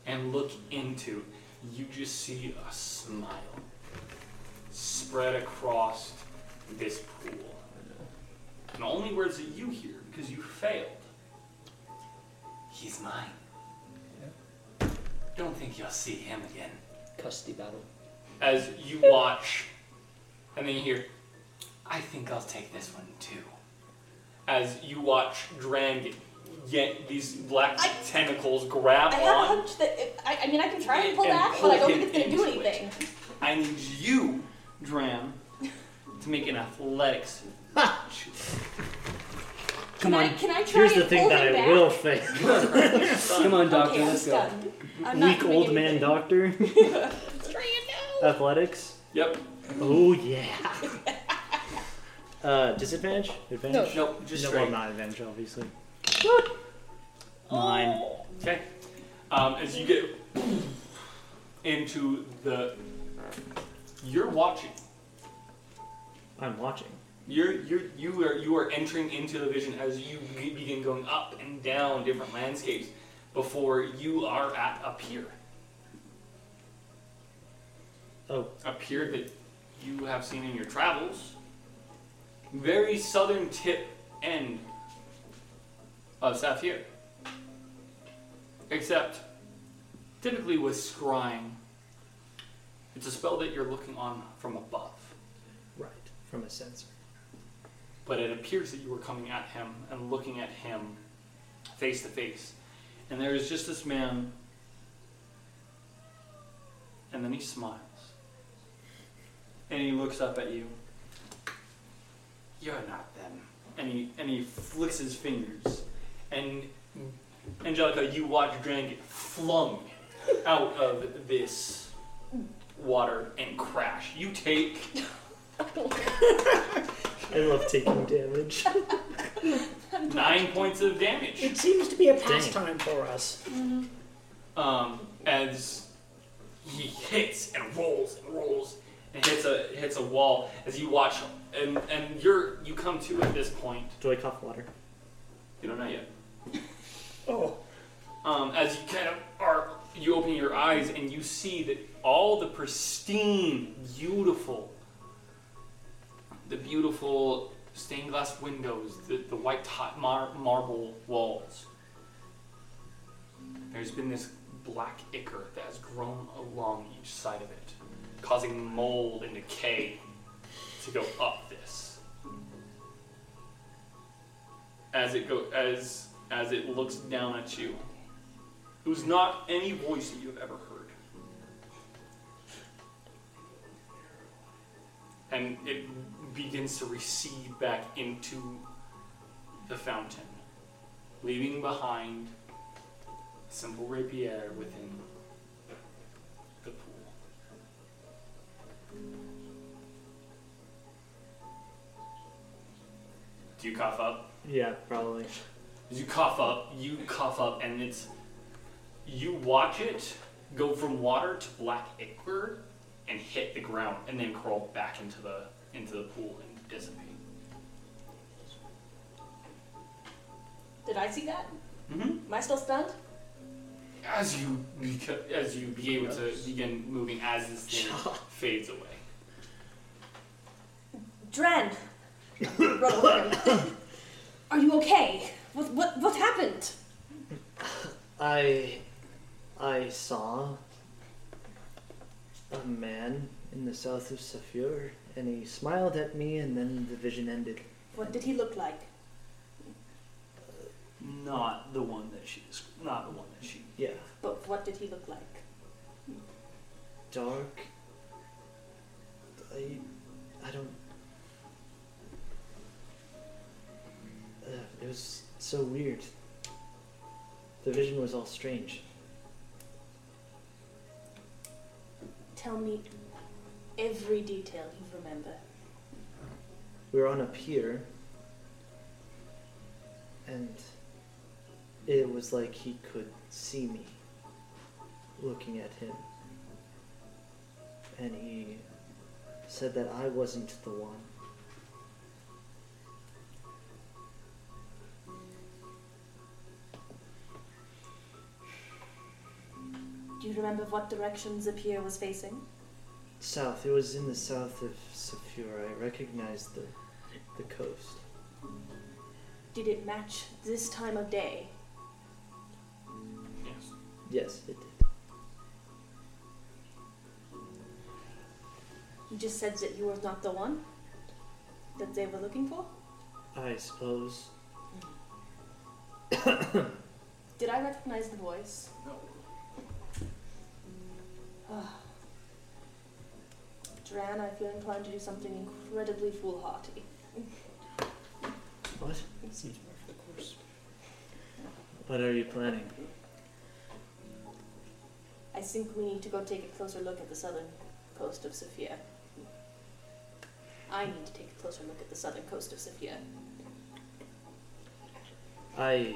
[SPEAKER 1] and look into you just see a smile spread across this pool and the only words that you hear because you failed he's mine don't think you'll see him again
[SPEAKER 7] Custody battle.
[SPEAKER 1] as you watch, and then you hear, I think I'll take this one too. As you watch Dran get, get these black
[SPEAKER 8] I-
[SPEAKER 1] tentacles grab
[SPEAKER 8] I have a
[SPEAKER 1] on,
[SPEAKER 8] hunch that if, I, I mean I can try and pull
[SPEAKER 1] And
[SPEAKER 8] that, but I
[SPEAKER 1] pull
[SPEAKER 8] don't think it's gonna
[SPEAKER 1] him
[SPEAKER 8] do
[SPEAKER 1] into it.
[SPEAKER 8] anything.
[SPEAKER 1] I need you, Dran, to make an athletics.
[SPEAKER 8] Come can I, can I try
[SPEAKER 5] Here's the
[SPEAKER 8] and
[SPEAKER 5] thing
[SPEAKER 8] pull
[SPEAKER 5] that I
[SPEAKER 8] him back?
[SPEAKER 5] will face.
[SPEAKER 7] Come on, doctor,
[SPEAKER 8] Okay, I'm
[SPEAKER 7] let's go.
[SPEAKER 8] stunned. I'm not
[SPEAKER 5] Weak
[SPEAKER 8] doing
[SPEAKER 5] old man
[SPEAKER 8] anything.
[SPEAKER 5] doctor. Athletics.
[SPEAKER 1] Yep.
[SPEAKER 5] Oh, yeah. uh, disadvantage? Advantage?
[SPEAKER 1] Nope. Just
[SPEAKER 5] No,
[SPEAKER 1] straight.
[SPEAKER 5] well, not advantage, obviously. Nine.
[SPEAKER 1] Okay. Um, as you get into the, you're watching.
[SPEAKER 5] I'm watching.
[SPEAKER 1] You're you're you are you are entering into the vision as you be- begin going up and down different landscapes before you are at a pier.
[SPEAKER 5] Oh.
[SPEAKER 1] A pier that you have seen in your travels. Very southern tip end of Saphir. Except typically with scrying, it's a spell that you're looking on from above
[SPEAKER 5] Right. From a sensor.
[SPEAKER 1] but it appears that you were coming at him and looking at him face to face. And there is just this man, and then he smiles. And he looks up at you. You're not them. And he, and he flicks his fingers. And Angelica, you watch Dran get flung out of this water and crash. You take
[SPEAKER 5] I love taking damage.
[SPEAKER 1] nine points of damage.
[SPEAKER 2] It seems to be a
[SPEAKER 5] pastime
[SPEAKER 2] pastime for us.
[SPEAKER 1] um, as he hits and rolls and rolls and hits a hits a wall as you watch him. And and you're you come to at this point.
[SPEAKER 5] Do I cough water?
[SPEAKER 1] You don't know yet.
[SPEAKER 2] Oh,
[SPEAKER 1] Um, as you kind of are you open your eyes and you see that all the pristine, beautiful, the beautiful stained glass windows, the, the white hot mar- marble walls. There's been this black ichor that has grown along each side of it, causing mold and decay to go up this. As it go as as it looks down at you, it was not any voice that you have ever heard. And it begins to recede back into the fountain, leaving behind simple rapier within the Do you cough up?
[SPEAKER 5] Yeah, probably.
[SPEAKER 1] You cough up, you cough up, and it's. You watch it go from water to black ichor and hit the ground and then crawl back into the into the pool and dissipate.
[SPEAKER 8] Did I see that?
[SPEAKER 1] Mm-hmm.
[SPEAKER 8] Am I still stunned?
[SPEAKER 1] As you beca- as you be able to begin moving as this thing fades away.
[SPEAKER 8] Dren! Run away. Are you okay? What, what, what happened?
[SPEAKER 5] I I saw a man in the south of Safir, and he smiled at me, and then the vision ended.
[SPEAKER 8] What did he look like?
[SPEAKER 7] Not the one that she is. Not the one that she.
[SPEAKER 5] Yeah,
[SPEAKER 8] But what did he look like?
[SPEAKER 5] dark. I I don't. Uh, it was so weird. The vision was all strange.
[SPEAKER 8] Tell me every detail you remember.
[SPEAKER 5] we were on a pier and it was like he could see me looking at him and he said that i wasn't the one
[SPEAKER 8] Do you remember what direction the pier was facing?
[SPEAKER 5] south it was in the south of Safira. i recognized the the coast
[SPEAKER 8] Did it match this time of day?
[SPEAKER 1] Yes.
[SPEAKER 5] yes it did
[SPEAKER 8] You just said that you were not the one that they were looking for?
[SPEAKER 5] i suppose
[SPEAKER 8] Did I recognize the voice?
[SPEAKER 9] No.
[SPEAKER 8] Ah. Dran, I feel inclined to do something incredibly foolhardy.
[SPEAKER 5] what
[SPEAKER 7] Seems more for the course.
[SPEAKER 5] what are you planning
[SPEAKER 8] I think we need to go take a closer look at the southern coast of Sofia. I need to take a closer look at the southern coast of Sofia.
[SPEAKER 5] I.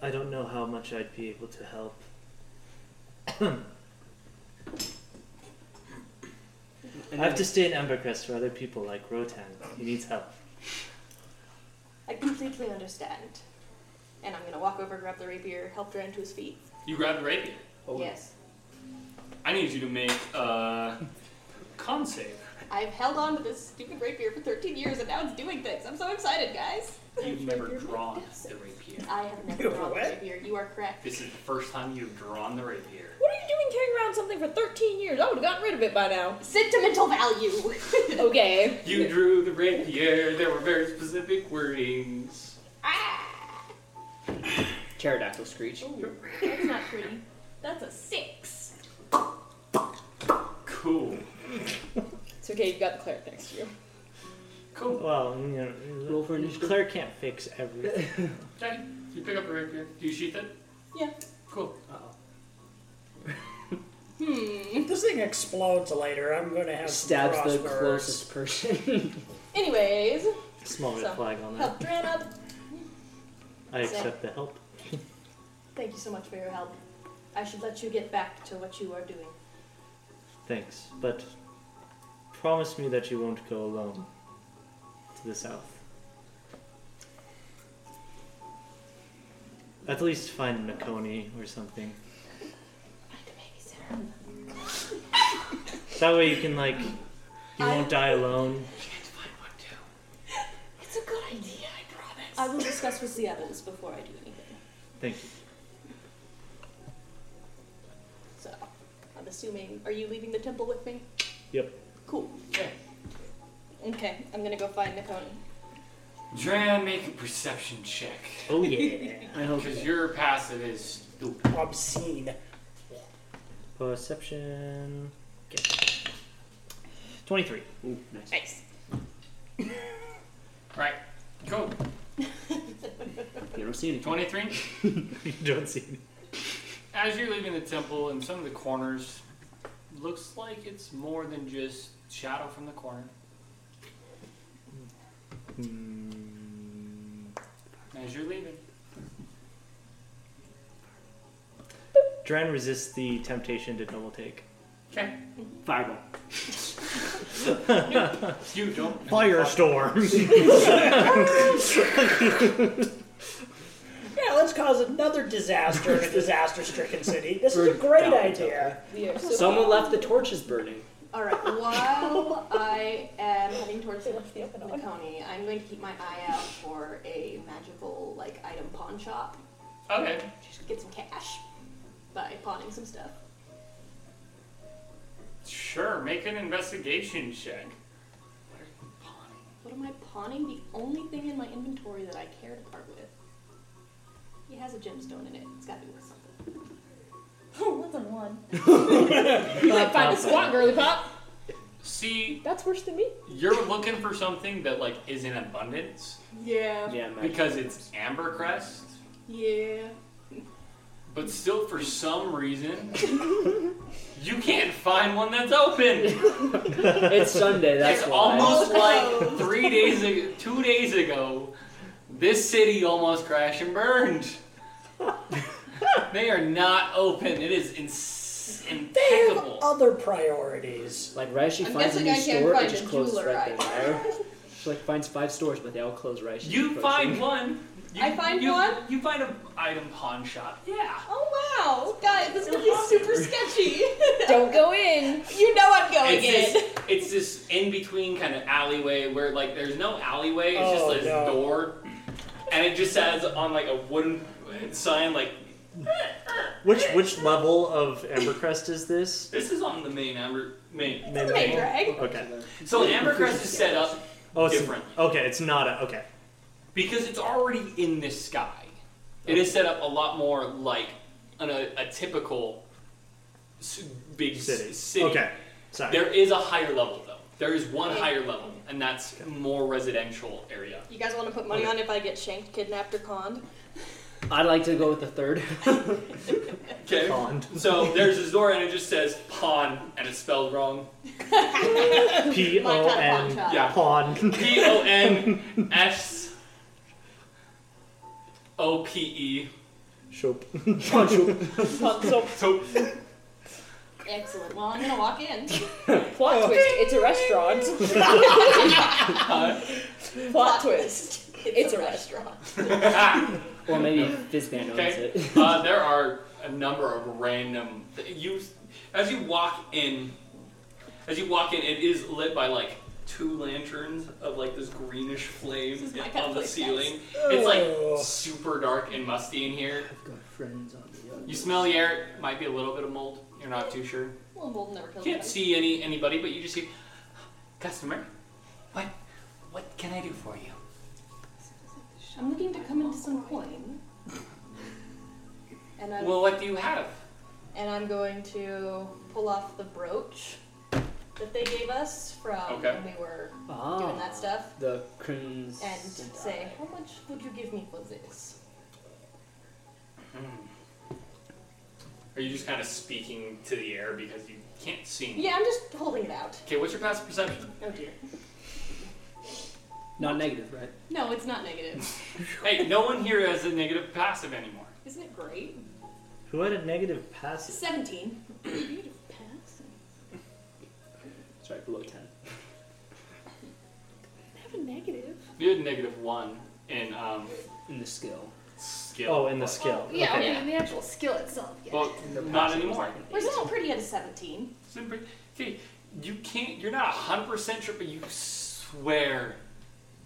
[SPEAKER 5] I don't know how much I'd be able to help. I have to stay in Embercrest for other people like Rotan. He needs help.
[SPEAKER 8] I completely understand. And I'm gonna walk over, grab the rapier, help Dran to his feet.
[SPEAKER 1] You grab the rapier.
[SPEAKER 8] yes.
[SPEAKER 1] I need you to make a con save.
[SPEAKER 8] I've held on to this stupid rapier for 13 years and now it's doing things. I'm so excited, guys!
[SPEAKER 1] You've never drawn the rapier.
[SPEAKER 8] I have never drawn the rapier. You are correct.
[SPEAKER 1] This is the first time you've drawn the rapier.
[SPEAKER 4] What are you doing carrying around something for 13 years? I would have gotten rid of it by now.
[SPEAKER 8] Sentimental value!
[SPEAKER 4] Okay.
[SPEAKER 1] You drew the rapier. There were very specific wordings.
[SPEAKER 7] Pterodactyl screech.
[SPEAKER 1] Oh,
[SPEAKER 4] That's not pretty. That's a six.
[SPEAKER 1] Cool.
[SPEAKER 4] It's okay, you've got the cleric next to you.
[SPEAKER 1] Cool.
[SPEAKER 5] Well, you know, Claire can't fix everything.
[SPEAKER 1] Daddy, you pick up the rapier. Do you sheath it?
[SPEAKER 8] Yeah.
[SPEAKER 1] Cool.
[SPEAKER 8] Hmm.
[SPEAKER 2] If this thing explodes later, I'm going to have some
[SPEAKER 7] Stabs the
[SPEAKER 2] crossbones.
[SPEAKER 7] closest person.
[SPEAKER 8] Anyways,
[SPEAKER 5] Small red
[SPEAKER 8] So,
[SPEAKER 5] flag on that.
[SPEAKER 8] help Dran up.
[SPEAKER 5] I accept the help.
[SPEAKER 8] Thank you so much for your help. I should let you get back to what you are doing.
[SPEAKER 5] Thanks, but promise me that you won't go alone to the south. At least find Nakoni or something. That way you can like you won't die alone.
[SPEAKER 8] It's a good idea, I promise. I will discuss with the others before I do anything.
[SPEAKER 5] Thank you.
[SPEAKER 8] So, I'm assuming. Are you leaving the temple with me?
[SPEAKER 5] Yep.
[SPEAKER 8] Cool.
[SPEAKER 1] Okay.
[SPEAKER 8] Okay, I'm gonna go find Nakoni.
[SPEAKER 1] Dran, make a perception check.
[SPEAKER 5] Oh yeah.
[SPEAKER 7] I hope.
[SPEAKER 1] Because your passive is stupid.
[SPEAKER 2] Obscene.
[SPEAKER 5] Perception. Get- Twenty-three.
[SPEAKER 7] Ooh, nice.
[SPEAKER 4] Nice.
[SPEAKER 1] Right. Cool.
[SPEAKER 7] You don't see anything.
[SPEAKER 1] 23.
[SPEAKER 5] you don't see me.
[SPEAKER 1] As you're leaving the temple, in some of the corners, looks like it's more than just shadow from the corner. Hmm. As you're leaving,
[SPEAKER 5] Dren resists the temptation to double take.
[SPEAKER 1] okay.
[SPEAKER 5] Fireball.
[SPEAKER 1] You don't.
[SPEAKER 2] Firestorm. yeah, let's cause another disaster in a disaster-stricken city. This is a great idea.
[SPEAKER 8] We are so
[SPEAKER 7] Someone left the torches burning.
[SPEAKER 8] All right. While I am heading towards the Laconi, I'm going to keep my eye out for a magical like item pawn shop.
[SPEAKER 1] Okay.
[SPEAKER 8] Just get some cash by pawning some stuff.
[SPEAKER 1] Sure. Make an investigation check.
[SPEAKER 8] What am I pawning? The only thing in my inventory that I care to part with. It has a gemstone in it. It's got to be worth something.
[SPEAKER 4] Oh, that's a one. you might find a squat, girly pop.
[SPEAKER 1] See,
[SPEAKER 4] That's worse than me.
[SPEAKER 1] you're looking for something that like is in abundance
[SPEAKER 8] Yeah.
[SPEAKER 7] Yeah, magic.
[SPEAKER 1] because it's amber crest,
[SPEAKER 8] Yeah.
[SPEAKER 1] but still for some reason you can't find one that's open.
[SPEAKER 7] it's Sunday. That's
[SPEAKER 1] it's
[SPEAKER 7] why.
[SPEAKER 1] almost
[SPEAKER 8] Oh, no.
[SPEAKER 1] like three days ago, two days ago, this city almost crashed and burned. they are not open. It is ins-
[SPEAKER 2] They have
[SPEAKER 1] impeccable.
[SPEAKER 2] other priorities.
[SPEAKER 7] Like right as she
[SPEAKER 8] I'm
[SPEAKER 7] finds a
[SPEAKER 8] guessing I can't
[SPEAKER 7] new store,
[SPEAKER 8] find
[SPEAKER 7] it just
[SPEAKER 8] a
[SPEAKER 7] closes
[SPEAKER 8] jeweler
[SPEAKER 7] right
[SPEAKER 8] either.
[SPEAKER 7] there. she like finds five stores, but they all close right. as she's
[SPEAKER 1] You find
[SPEAKER 7] approaching.
[SPEAKER 1] one. You,
[SPEAKER 8] I find
[SPEAKER 1] you-
[SPEAKER 8] one?
[SPEAKER 1] You find an item pawn shop. Yeah.
[SPEAKER 8] Oh wow, guys, this is gonna be super sketchy.
[SPEAKER 4] Don't go in.
[SPEAKER 8] you know I'm going
[SPEAKER 1] It's
[SPEAKER 8] in.
[SPEAKER 1] this, it's this in between kind of alleyway where like there's no alleyway. It's
[SPEAKER 2] Oh,
[SPEAKER 1] just this
[SPEAKER 2] no.
[SPEAKER 1] door, and it just says on like a wooden sign like
[SPEAKER 5] Which which level of Embercrest is this?
[SPEAKER 1] this is on the main amber main.
[SPEAKER 5] Main
[SPEAKER 8] Hey,
[SPEAKER 5] level?
[SPEAKER 8] Greg.
[SPEAKER 5] Okay.
[SPEAKER 1] So Ambercrest is set up
[SPEAKER 5] Oh, it's
[SPEAKER 1] differently.
[SPEAKER 5] okay. It's not a okay.
[SPEAKER 1] because it's already in the sky. It is set up a lot more like an, a, a typical s- big s-
[SPEAKER 5] City.
[SPEAKER 1] city.
[SPEAKER 5] Okay. Sorry.
[SPEAKER 1] There is a higher level though. There is one
[SPEAKER 8] Okay.
[SPEAKER 1] higher level, and that's more residential area.
[SPEAKER 8] You guys want to put money on if I get shanked, kidnapped, or conned?
[SPEAKER 7] I'd like to go with the third.
[SPEAKER 1] Okay.
[SPEAKER 5] Pond.
[SPEAKER 1] So there's this door, and it just says pawn, and it's spelled wrong.
[SPEAKER 5] P
[SPEAKER 8] My kind
[SPEAKER 5] O
[SPEAKER 8] of
[SPEAKER 5] N.
[SPEAKER 8] pawn
[SPEAKER 1] Yeah.
[SPEAKER 8] shop.
[SPEAKER 5] Pond.
[SPEAKER 1] P O N S O P E.
[SPEAKER 5] Shope.
[SPEAKER 1] So
[SPEAKER 8] Excellent. Well, I'm gonna walk in.
[SPEAKER 4] Plot twist.
[SPEAKER 8] Oh.
[SPEAKER 4] It's a restaurant.
[SPEAKER 1] uh,
[SPEAKER 4] Plot twist. It's a
[SPEAKER 8] restaurant.
[SPEAKER 7] or maybe Fizban owns
[SPEAKER 1] Okay.
[SPEAKER 7] it.
[SPEAKER 1] uh, there are a number of random you as you walk in as you walk in it is lit by like two lanterns of like this greenish flame
[SPEAKER 8] This is my
[SPEAKER 1] in-
[SPEAKER 8] kind
[SPEAKER 1] on
[SPEAKER 8] of
[SPEAKER 1] the
[SPEAKER 8] place,
[SPEAKER 1] ceiling it's
[SPEAKER 2] Oh.
[SPEAKER 1] like super dark and musty in here
[SPEAKER 7] I've got friends on the other.
[SPEAKER 1] you smell the air it might be a little bit of mold you're not too sure
[SPEAKER 8] Well, Bolden never
[SPEAKER 1] you
[SPEAKER 8] killed
[SPEAKER 1] can't
[SPEAKER 8] anybody.
[SPEAKER 1] see any anybody but you just see customer what what can i do for you
[SPEAKER 8] I'm looking to come into some coin. And I'm,
[SPEAKER 1] well what do you have
[SPEAKER 8] and I'm going to pull off the brooch that they gave us from
[SPEAKER 1] Okay.
[SPEAKER 8] when we were
[SPEAKER 7] Ah.
[SPEAKER 8] doing that stuff
[SPEAKER 7] The Crimson.
[SPEAKER 8] and
[SPEAKER 6] Ah.
[SPEAKER 8] say, How much would you give me for this?
[SPEAKER 7] Hmm.
[SPEAKER 1] are you just kind of speaking to the air because you can't see me?
[SPEAKER 8] Yeah, I'm just holding it out.
[SPEAKER 1] okay what's your passive perception
[SPEAKER 8] Oh dear.
[SPEAKER 7] Not negative, right?
[SPEAKER 8] No, it's not negative.
[SPEAKER 1] Hey, no one here has a negative passive anymore.
[SPEAKER 8] Isn't it great?
[SPEAKER 5] Who had a negative passive?
[SPEAKER 8] 17.
[SPEAKER 7] It's right below ten.
[SPEAKER 6] I have a negative.
[SPEAKER 1] You had negative one in um,
[SPEAKER 7] In the skill.
[SPEAKER 1] skill.
[SPEAKER 5] Oh, in the skill.
[SPEAKER 6] Oh, yeah, okay.
[SPEAKER 1] Okay.
[SPEAKER 6] The actual skill itself. Yeah.
[SPEAKER 1] Well, not anymore.
[SPEAKER 8] We're still pretty at a 17.
[SPEAKER 1] Simply, okay, you can't. You're not hundred percent sure, but you swear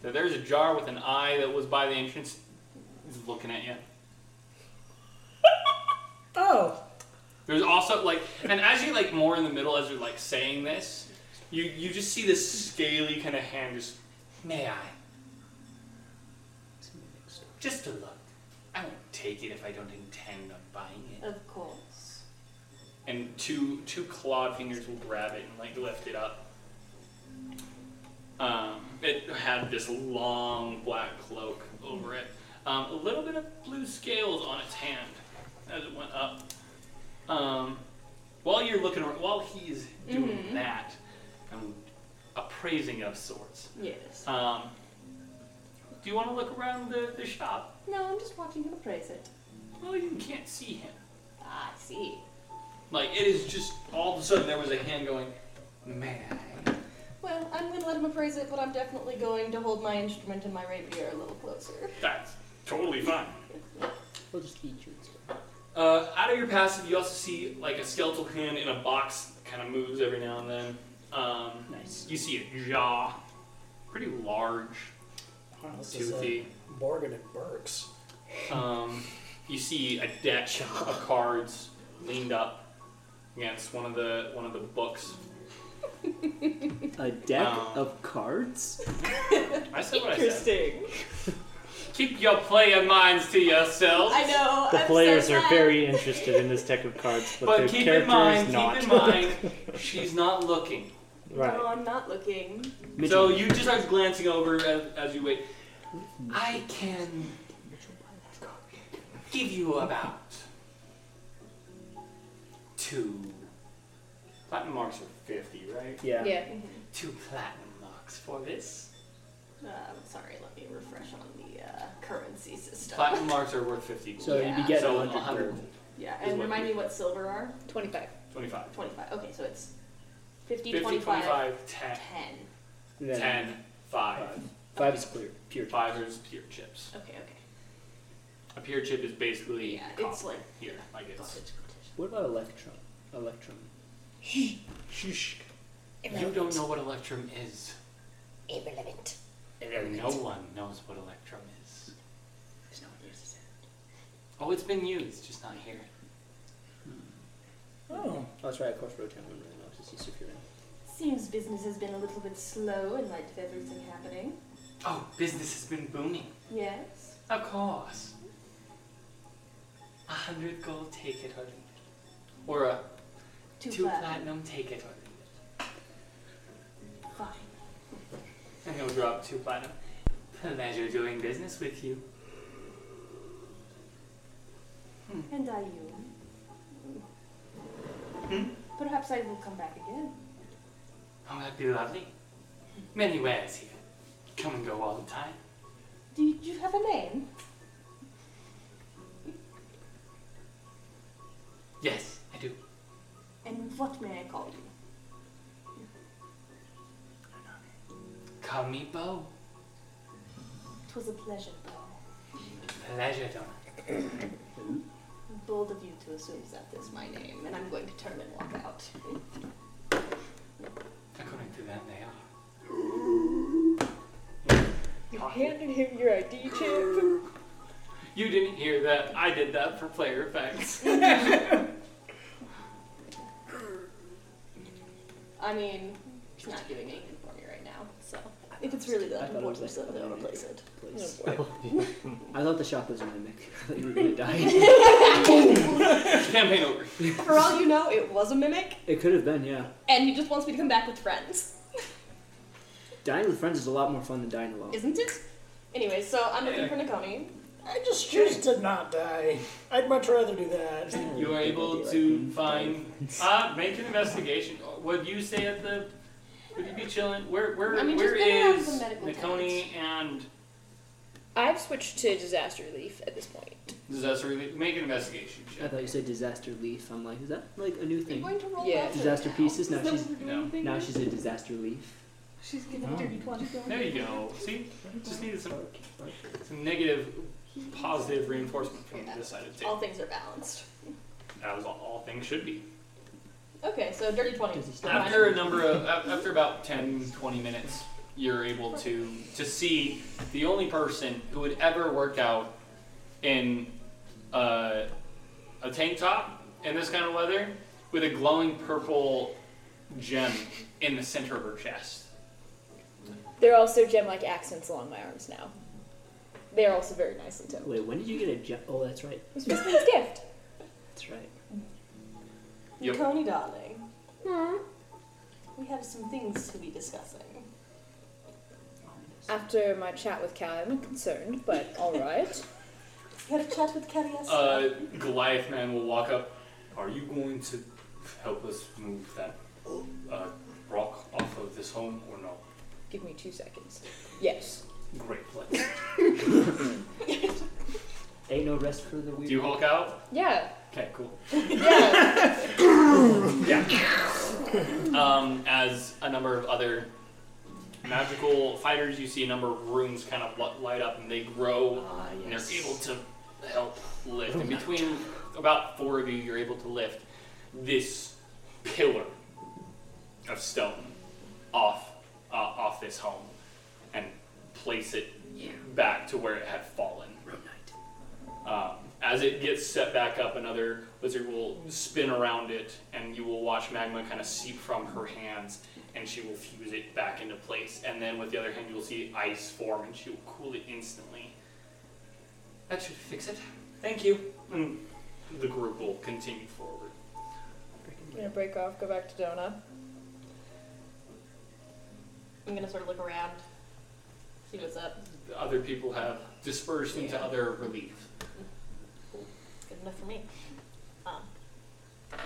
[SPEAKER 1] that there's a jar with an eye that was by the entrance, is looking at you.
[SPEAKER 2] Oh,
[SPEAKER 1] There's also like, and as you're like more in the middle, as you're like saying this, you you just see this scaly kind of hand just, may I? Just a look. I won't take it if I don't intend on buying it.
[SPEAKER 8] Of course.
[SPEAKER 1] And two two clawed fingers will grab it and like lift it up. Um, it had this long black cloak over it. Um, a little bit of blue scales on its hand as it went up.
[SPEAKER 6] Mm-hmm.
[SPEAKER 1] Um, while you're looking, ar- while he's doing that, um, appraising of sorts.
[SPEAKER 8] Yes.
[SPEAKER 1] Um, do you want to look around the, the shop?
[SPEAKER 8] No, I'm just watching him appraise it.
[SPEAKER 1] Well, you can't see him.
[SPEAKER 8] Ah, I see.
[SPEAKER 1] Like, it is just all of a sudden there was a hand going, man.
[SPEAKER 8] Well, I'm gonna let him appraise it, but I'm definitely going to hold my instrument and my rapier a little closer.
[SPEAKER 1] That's totally fine.
[SPEAKER 7] We'll just eat you instead.
[SPEAKER 1] Uh, out of your passive, you also see like a skeletal hand in a box that kind of moves every now and then. Um,
[SPEAKER 2] Nice.
[SPEAKER 1] You see a jaw, pretty large,
[SPEAKER 2] Wow, this is, uh,
[SPEAKER 1] toothy.
[SPEAKER 10] Morgan and Burks.
[SPEAKER 1] Um, you see a deck of cards leaned up against one of the one of the books.
[SPEAKER 7] A deck
[SPEAKER 1] Um,
[SPEAKER 7] of cards?
[SPEAKER 1] I said what I said. Keep your player minds to yourselves.
[SPEAKER 8] I know.
[SPEAKER 5] The
[SPEAKER 8] Oh, I'm
[SPEAKER 5] players
[SPEAKER 8] so
[SPEAKER 5] are
[SPEAKER 8] sad.
[SPEAKER 5] very interested in this deck of cards, but,
[SPEAKER 1] But
[SPEAKER 5] their
[SPEAKER 1] keep
[SPEAKER 5] character
[SPEAKER 1] in mind,
[SPEAKER 5] is not.
[SPEAKER 1] keep in mind, she's not looking.
[SPEAKER 8] No,
[SPEAKER 5] right.
[SPEAKER 8] Oh, I'm not looking.
[SPEAKER 7] Mitchell,
[SPEAKER 1] So you just are glancing over as, as you wait. I can give you about two platinum marks are fifty, right?
[SPEAKER 7] yeah.
[SPEAKER 8] Mm-hmm.
[SPEAKER 1] Two platinum marks for this.
[SPEAKER 8] Um, sorry, let me refresh on the uh, currency system.
[SPEAKER 1] Platinum marks are worth fifty.
[SPEAKER 7] So
[SPEAKER 8] Yeah.
[SPEAKER 7] you'd be getting
[SPEAKER 1] So,
[SPEAKER 7] 100
[SPEAKER 1] 100.
[SPEAKER 7] gold.
[SPEAKER 8] Yeah,
[SPEAKER 1] Is
[SPEAKER 8] and
[SPEAKER 1] what
[SPEAKER 8] remind
[SPEAKER 1] you-
[SPEAKER 8] me what silver are?
[SPEAKER 4] 25.
[SPEAKER 1] Twenty-five.
[SPEAKER 8] 25. Okay, so it's 50,
[SPEAKER 1] 50,
[SPEAKER 8] 25,
[SPEAKER 1] 25, 10,
[SPEAKER 8] 10.
[SPEAKER 7] And then
[SPEAKER 1] 10, 5.
[SPEAKER 7] Five is clear. Pure.
[SPEAKER 1] Five is pure chips.
[SPEAKER 8] Okay, okay.
[SPEAKER 1] A pure chip is basically
[SPEAKER 8] Yeah,
[SPEAKER 1] copper
[SPEAKER 8] it's like
[SPEAKER 1] here, like it's.
[SPEAKER 8] cottage, cottage.
[SPEAKER 7] What about electrum? Electrum. Shh.
[SPEAKER 1] You don't know what electrum is.
[SPEAKER 4] Irrelevant.
[SPEAKER 1] No one knows what electrum is.
[SPEAKER 8] There's no one uses it.
[SPEAKER 1] Oh, it's been used, just not here.
[SPEAKER 2] Oh,
[SPEAKER 7] Oh, that's right. Of course, Rotan wouldn't really know since he's superior.
[SPEAKER 8] Seems business has been a little bit slow in light of everything happening.
[SPEAKER 1] Oh, business has been booming.
[SPEAKER 8] Yes.
[SPEAKER 1] Of course. A hundred gold, take it or leave it. Or a
[SPEAKER 8] Two,
[SPEAKER 1] two
[SPEAKER 8] flat.
[SPEAKER 1] platinum, take it or leave
[SPEAKER 8] Fine.
[SPEAKER 1] it. And he'll drop two platinum. Pleasure doing business with you. Hmm.
[SPEAKER 8] And are you? Perhaps I will come back again.
[SPEAKER 1] Oh, that'd be lovely. Many wares here. Come and go all the time.
[SPEAKER 8] Do you, do you have a name?
[SPEAKER 1] Yes, I do.
[SPEAKER 8] And what may I call you?
[SPEAKER 1] Call me Bo.
[SPEAKER 8] Twas a pleasure, Bo.
[SPEAKER 1] Pleasure, Donna.
[SPEAKER 8] Bold of you to assume that is my name, and I'm going to turn and walk out.
[SPEAKER 1] According to them, they
[SPEAKER 4] You
[SPEAKER 1] are.
[SPEAKER 4] handed him your ID chip.
[SPEAKER 1] You didn't hear that. I did that for player effects.
[SPEAKER 8] I mean, she's not giving anything for me right now, so. If it's really
[SPEAKER 7] I
[SPEAKER 8] that
[SPEAKER 7] thought it
[SPEAKER 8] important,
[SPEAKER 7] was
[SPEAKER 8] so
[SPEAKER 7] like a
[SPEAKER 8] they'll
[SPEAKER 7] mimic.
[SPEAKER 8] replace it.
[SPEAKER 7] Please. I thought the shop was a mimic. I thought you were gonna die.
[SPEAKER 1] Campaign over.
[SPEAKER 8] For all you know, it was a mimic,
[SPEAKER 7] It could have been, yeah.
[SPEAKER 8] and he just wants me to come back with friends,
[SPEAKER 7] Dying with friends is a lot more fun than dying alone.
[SPEAKER 8] isn't it? Anyway, so I'm looking for Nakoni.
[SPEAKER 2] I just choose to not die. I'd much rather do that.
[SPEAKER 1] You are able to find. Uh, make an investigation. Would you stay at the? Would you be chilling? Where where
[SPEAKER 8] I mean,
[SPEAKER 1] where
[SPEAKER 8] just get out of
[SPEAKER 1] is
[SPEAKER 8] the medical
[SPEAKER 1] Nakoni and
[SPEAKER 4] I've switched to disaster relief at this point.
[SPEAKER 1] disaster relief? Make an investigation
[SPEAKER 7] I
[SPEAKER 1] check.
[SPEAKER 7] thought you said disaster leaf. I'm like, is that like a new
[SPEAKER 8] Are you
[SPEAKER 7] thing?
[SPEAKER 8] going to roll
[SPEAKER 4] Yeah.
[SPEAKER 8] out
[SPEAKER 7] Disaster
[SPEAKER 8] now?
[SPEAKER 7] pieces. Now
[SPEAKER 6] Is that
[SPEAKER 7] she's
[SPEAKER 6] what we're doing
[SPEAKER 1] no.
[SPEAKER 6] thing
[SPEAKER 7] now
[SPEAKER 6] now?
[SPEAKER 7] she's a disaster leaf.
[SPEAKER 6] She's giving dirty twenties. going
[SPEAKER 1] There you go. See, just needed some some negative, positive reinforcement from this side of the
[SPEAKER 8] All
[SPEAKER 1] table.
[SPEAKER 8] things are balanced.
[SPEAKER 1] That was all, all things should be.
[SPEAKER 8] Okay, so dirty twenty.
[SPEAKER 7] Does he still
[SPEAKER 8] Remind
[SPEAKER 1] After a number of af- after about 10, 20 minutes, you're able to to see the only person who would ever work out in uh, a tank top in this kind of weather with a glowing purple gem in the center of her chest.
[SPEAKER 4] There are also gem-like accents along my arms now. They are also very nicely toned.
[SPEAKER 7] Wait, when did you get a gem? Oh, that's right.
[SPEAKER 4] It was Crispin's gift.
[SPEAKER 7] That's right.
[SPEAKER 1] Yep.
[SPEAKER 8] Coney, darling. We have some things to be discussing.
[SPEAKER 4] After my chat with Cal, I'm concerned, but all right.
[SPEAKER 8] You had a chat with Kelly
[SPEAKER 1] Uh, Goliath man will walk up. Are you going to help us move that uh,
[SPEAKER 4] rock off of this home or no?
[SPEAKER 11] Give me two seconds. Yes.
[SPEAKER 4] Great place.
[SPEAKER 7] Ain't no rest for the weak.
[SPEAKER 4] Do you Hulk out?
[SPEAKER 11] Yeah.
[SPEAKER 4] Okay, cool.
[SPEAKER 1] yeah. Um, as a number of other magical fighters, you see a number of rooms kind of li- light up and they grow, and they're able to help lift. And between about four of you, you're able to lift this pillar of stone off uh, off this home and place it back to where it had fallen. Um, as it gets set back up, another lizard will spin around it, and you will watch magma kind of seep from her hands, and she will fuse it back into place. And then with the other hand, you will see ice form, and she will cool it instantly. That should fix it. Thank you. And the group will continue forward.
[SPEAKER 11] I'm gonna break off, go back to Donut.
[SPEAKER 8] I'm gonna sort of look around, see what's up.
[SPEAKER 1] The other people have dispersed into other relief.
[SPEAKER 8] Good enough for me. Um,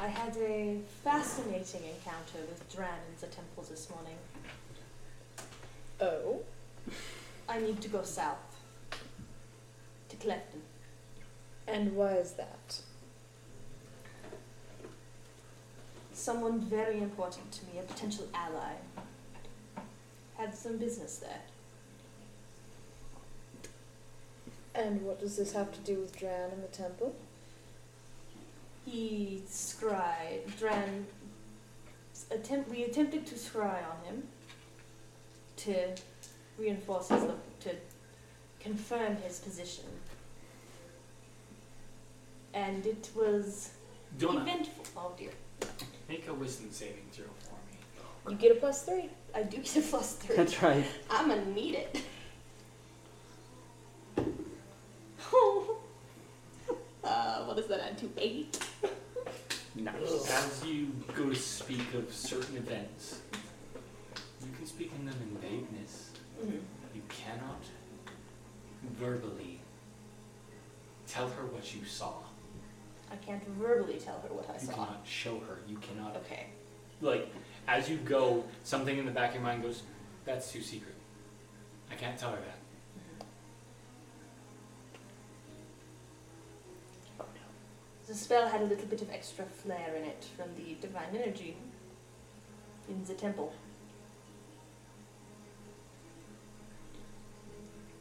[SPEAKER 8] I had a fascinating encounter with Dran in the temple this morning.
[SPEAKER 11] Oh.
[SPEAKER 8] I need to go south to Clefton.
[SPEAKER 11] And why is that?
[SPEAKER 8] Someone very important to me, a potential ally, had some business there.
[SPEAKER 11] And what does this have to do with Dran and the temple?
[SPEAKER 8] He scried. Dran. Attempt, we attempted to scry on him to reinforce his. lo- to confirm his position. And it was.
[SPEAKER 4] Donna.
[SPEAKER 8] eventful. Oh dear.
[SPEAKER 4] Make a wisdom saving throw for me.
[SPEAKER 11] You get a plus three.
[SPEAKER 8] I do get a plus three.
[SPEAKER 7] That's right.
[SPEAKER 8] I'm gonna need it. uh, what does that add to? Eight?
[SPEAKER 4] As you go to speak of certain events, you can speak in them in vagueness.
[SPEAKER 8] Mhm.
[SPEAKER 4] You cannot verbally tell her what you saw.
[SPEAKER 8] I can't verbally tell her what I
[SPEAKER 4] You
[SPEAKER 8] saw.
[SPEAKER 4] cannot show her. You cannot.
[SPEAKER 8] Okay.
[SPEAKER 4] Like, as you go, something in the back of your mind goes, that's too secret. I can't tell her that.
[SPEAKER 8] The spell had a little bit of extra flair in it from the divine energy in the temple.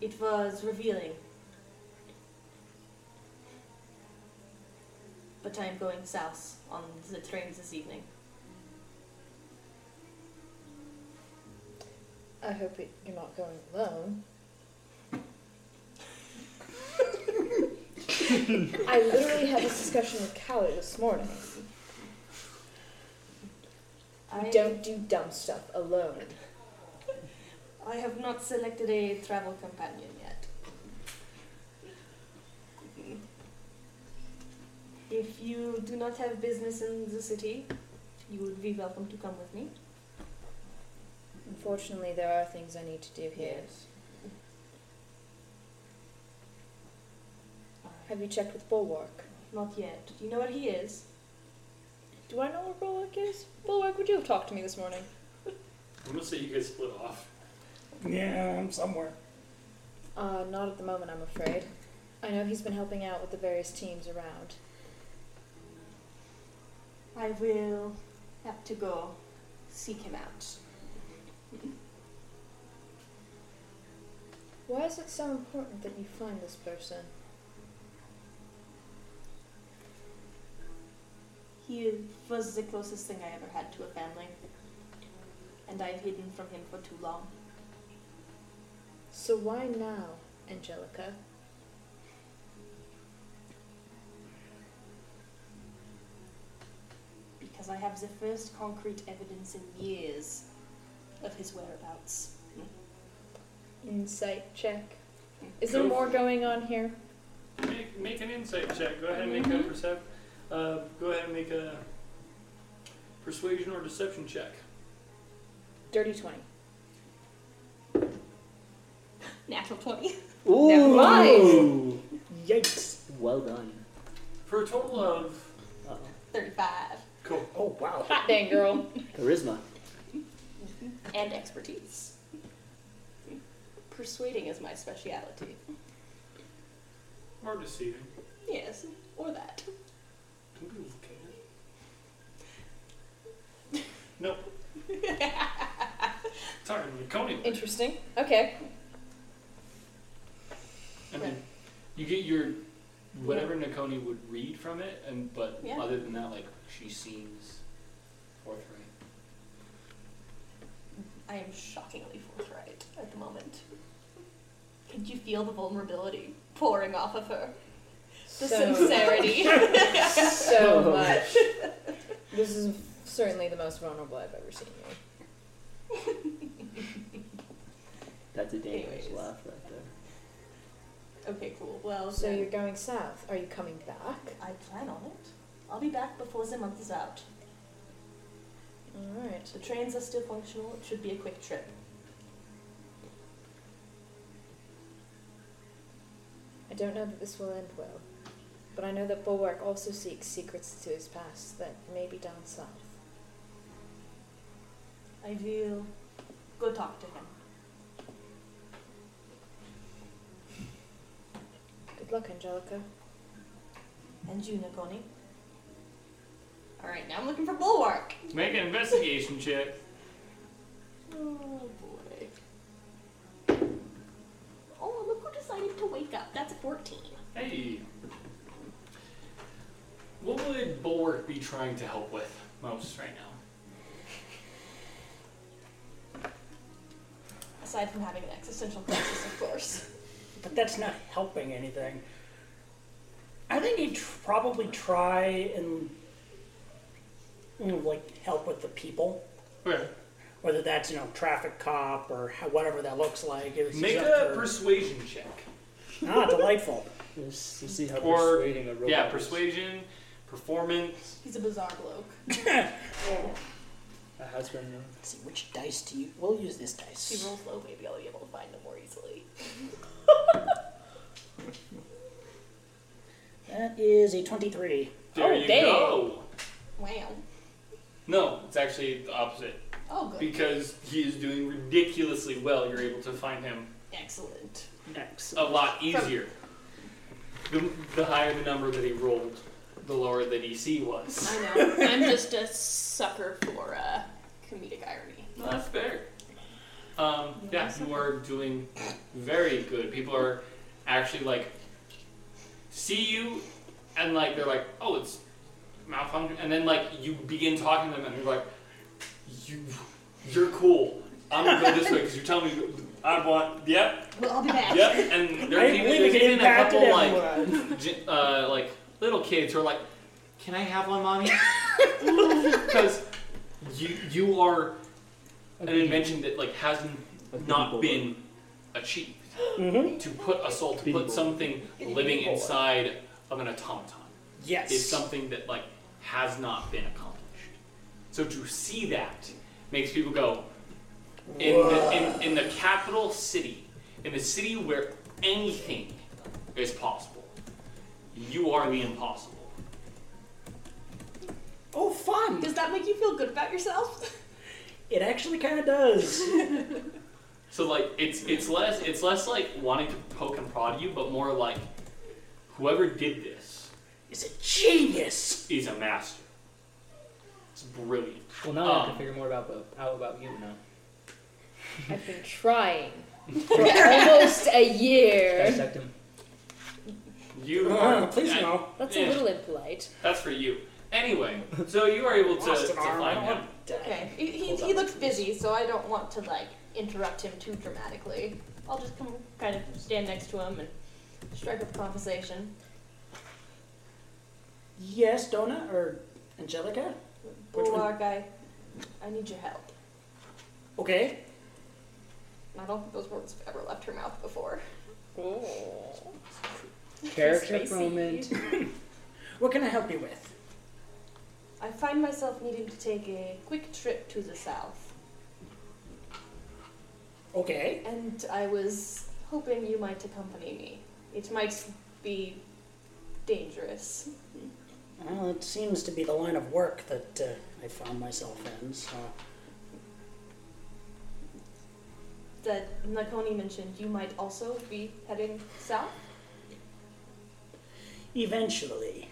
[SPEAKER 8] It was revealing. But I am going south on the trains this evening.
[SPEAKER 11] I hope it, you're not going alone. I literally had this discussion with Callie this morning.
[SPEAKER 8] I-
[SPEAKER 11] I don't do dumb stuff alone.
[SPEAKER 8] I have not selected a travel companion yet. If you do not have business in the city, you would be welcome to come with me.
[SPEAKER 11] Unfortunately, there are things I need to do here. Have you checked with Bulwark?
[SPEAKER 8] Not yet. Do you know where he is?
[SPEAKER 11] Do I know where Bulwark is? Bulwark, would you have talked to me this morning?
[SPEAKER 1] I'm gonna say you guys split off.
[SPEAKER 12] Yeah, I'm somewhere.
[SPEAKER 11] Uh, not at the moment, I'm afraid. I know he's been helping out with the various teams around.
[SPEAKER 8] I will have to go seek him out.
[SPEAKER 11] Why is it so important that you find this person?
[SPEAKER 8] He was the closest thing I ever had to a family, and I've hidden from him for too long.
[SPEAKER 11] So why now, Angelica?
[SPEAKER 8] because I have the first concrete evidence in years of his whereabouts.
[SPEAKER 11] Insight check. Is there more going on here?
[SPEAKER 1] Make, make an insight check. Go ahead and make a percep- uh, Go ahead and make a persuasion or deception check.
[SPEAKER 11] Dirty 20.
[SPEAKER 8] Natural 20.
[SPEAKER 7] Ooh.
[SPEAKER 11] Never mind.
[SPEAKER 12] Yikes.
[SPEAKER 7] Well done.
[SPEAKER 1] For a total of
[SPEAKER 8] 35.
[SPEAKER 1] cool.
[SPEAKER 12] Oh wow.
[SPEAKER 11] Hot dang, girl.
[SPEAKER 7] Charisma.
[SPEAKER 8] and expertise. Persuading is my speciality.
[SPEAKER 1] Or deceiving.
[SPEAKER 8] Yes, or that.
[SPEAKER 1] Don't be looking. Sorry, I'm Coney.
[SPEAKER 13] Interesting. Okay.
[SPEAKER 1] And then you get your whatever Nakoni would read from it, and but
[SPEAKER 8] Yeah.
[SPEAKER 1] other than that, like she seems forthright.
[SPEAKER 8] I am shockingly forthright at the moment. Could you feel the vulnerability pouring off of her? The
[SPEAKER 13] So-
[SPEAKER 8] sincerity. Oh.
[SPEAKER 13] so much. This is certainly the most vulnerable I've ever seen you.
[SPEAKER 7] That's a dangerous
[SPEAKER 8] Anyways.
[SPEAKER 7] laugh right there.
[SPEAKER 8] Okay, cool. Well,
[SPEAKER 13] So
[SPEAKER 8] then
[SPEAKER 13] you're going south. Are you coming back?
[SPEAKER 8] I plan on it. I'll be back before the month is out.
[SPEAKER 13] All right.
[SPEAKER 8] The trains are still functional. It should be a quick trip.
[SPEAKER 13] I don't know that this will end well, but I know that Bulwark also seeks secrets to his past that may be down south.
[SPEAKER 8] I will go talk to him.
[SPEAKER 13] Good luck, Angelica.
[SPEAKER 8] And you, Nakoni. All right, now I'm looking for Bulwark.
[SPEAKER 1] Make an investigation check.
[SPEAKER 8] Oh boy. Oh, look who decided to wake up. That's a 14.
[SPEAKER 1] Hey, what would Bulwark be trying to help with most right now?
[SPEAKER 8] Aside from having an existential crisis, of course.
[SPEAKER 2] But that's not helping anything. I think he'd tr- probably try and you know, like help with the people,
[SPEAKER 1] Okay.
[SPEAKER 2] whether that's you know traffic cop or how, whatever that looks like. It's
[SPEAKER 1] Make
[SPEAKER 2] just
[SPEAKER 1] a
[SPEAKER 2] for-
[SPEAKER 1] persuasion check.
[SPEAKER 2] ah delightful.
[SPEAKER 7] Let's, let's see how
[SPEAKER 1] Or-
[SPEAKER 7] persuading a robot
[SPEAKER 1] Yeah,
[SPEAKER 7] is.
[SPEAKER 1] persuasion, performance.
[SPEAKER 8] He's a bizarre bloke.
[SPEAKER 7] A husband. uh,
[SPEAKER 2] Let's see which dice do you? We'll use this
[SPEAKER 8] If he
[SPEAKER 2] dice.
[SPEAKER 8] rolls low, maybe I'll be able to find him more easily.
[SPEAKER 2] That is a twenty-three.
[SPEAKER 1] There
[SPEAKER 13] Oh,
[SPEAKER 1] you
[SPEAKER 13] dang.
[SPEAKER 1] go.
[SPEAKER 8] Wow.
[SPEAKER 1] No, it's actually the opposite.
[SPEAKER 8] Oh, good.
[SPEAKER 1] Because he is doing ridiculously well, you're able to find him
[SPEAKER 8] Excellent.
[SPEAKER 2] Next.
[SPEAKER 1] a lot easier. The, the higher the number that he rolled, the lower the DC was.
[SPEAKER 8] I know. I'm just a sucker for uh, comedic irony.
[SPEAKER 1] No, that's fair. Um, yeah, you are doing very good. People are actually like see you and like they're like, oh, it's malfunction, and then like you begin talking to them and they're like, you, you're cool. I'm gonna go this way because you're telling me I want. Yep,
[SPEAKER 8] Well, I'll be back.
[SPEAKER 1] yep. And
[SPEAKER 2] I
[SPEAKER 1] there's
[SPEAKER 2] didn't
[SPEAKER 1] even,
[SPEAKER 2] believe it
[SPEAKER 1] there's
[SPEAKER 2] it
[SPEAKER 1] even a
[SPEAKER 2] impacted
[SPEAKER 1] couple like
[SPEAKER 2] everyone.
[SPEAKER 1] j- uh, like little kids who are like, "Can I have one, mommy?" Because you you are an invention that like hasn't not been achieved.
[SPEAKER 2] Mhm.
[SPEAKER 1] To put a soul, to
[SPEAKER 7] Being
[SPEAKER 1] put
[SPEAKER 7] bold.
[SPEAKER 1] something living inside of an automaton
[SPEAKER 2] Yes.
[SPEAKER 1] is something that like has not been accomplished. So to see that makes people go in the, in, in the capital city, in the city where anything is possible. You are the impossible.
[SPEAKER 2] Oh, fun!
[SPEAKER 8] Does that make you feel good about yourself?
[SPEAKER 2] It actually kind of does.
[SPEAKER 1] So like it's it's less it's less like wanting to poke and prod you, but more like whoever did this
[SPEAKER 2] It's a genius.
[SPEAKER 1] is a master. It's brilliant.
[SPEAKER 14] Well, now I have
[SPEAKER 1] Um,
[SPEAKER 14] to figure more about out about you now.
[SPEAKER 13] I've been trying for almost a year.
[SPEAKER 14] Dissect him.
[SPEAKER 1] You
[SPEAKER 2] Oh,
[SPEAKER 1] are
[SPEAKER 2] please
[SPEAKER 1] I-
[SPEAKER 2] no.
[SPEAKER 13] That's
[SPEAKER 1] Yeah.
[SPEAKER 13] a little impolite.
[SPEAKER 1] That's for you. Anyway, so you are able to,
[SPEAKER 2] Lost
[SPEAKER 1] to
[SPEAKER 2] an arm,
[SPEAKER 1] find
[SPEAKER 2] I
[SPEAKER 1] him.
[SPEAKER 2] don't
[SPEAKER 8] Okay. He, he, he looks busy, so I don't want to like interrupt him too dramatically. I'll just come kind of stand next to him and strike up a conversation.
[SPEAKER 2] Yes, Donna or Angelica. Which one?
[SPEAKER 8] Bulwark, I, I need your help.
[SPEAKER 2] Okay.
[SPEAKER 8] And I don't think those words have ever left her mouth before.
[SPEAKER 7] Character
[SPEAKER 13] Spacey.
[SPEAKER 7] moment.
[SPEAKER 2] What can I help you with?
[SPEAKER 8] I find myself needing to take a quick trip to the south,
[SPEAKER 2] Okay.
[SPEAKER 8] and I was hoping you might accompany me. It might be dangerous.
[SPEAKER 2] Well, it seems to be the line of work that uh, I found myself in, so.
[SPEAKER 8] that Nakoni mentioned, you might also be heading south.
[SPEAKER 2] Eventually.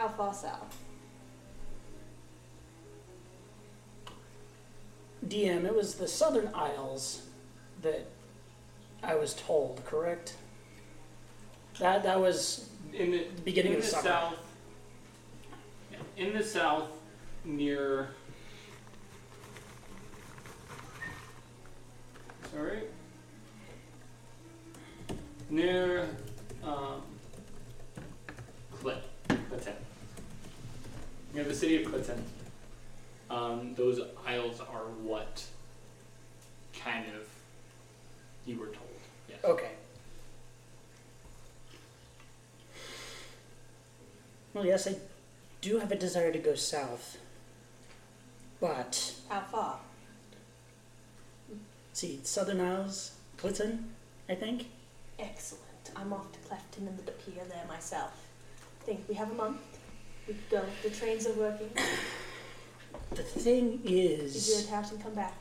[SPEAKER 8] How far south?
[SPEAKER 2] DM, it was the Southern Isles that I was told, correct? That that was
[SPEAKER 1] in the
[SPEAKER 2] beginning
[SPEAKER 1] in
[SPEAKER 2] of
[SPEAKER 1] the
[SPEAKER 2] summer.
[SPEAKER 1] south. In the south, near. Sorry. Near. Um, Clit. Cliton. Near the city of Cliton. Um, those isles are what kind of you were told. Yes.
[SPEAKER 2] Okay. Well, yes, I do have a desire to go south, but
[SPEAKER 8] How far?
[SPEAKER 2] see, Southern Isles, Clinton, I think.
[SPEAKER 8] Excellent. I'm off to Clefton and the pier there myself. think we have a month. We could go. The trains are working.
[SPEAKER 2] The thing
[SPEAKER 8] You
[SPEAKER 2] is,
[SPEAKER 8] do it out and come back.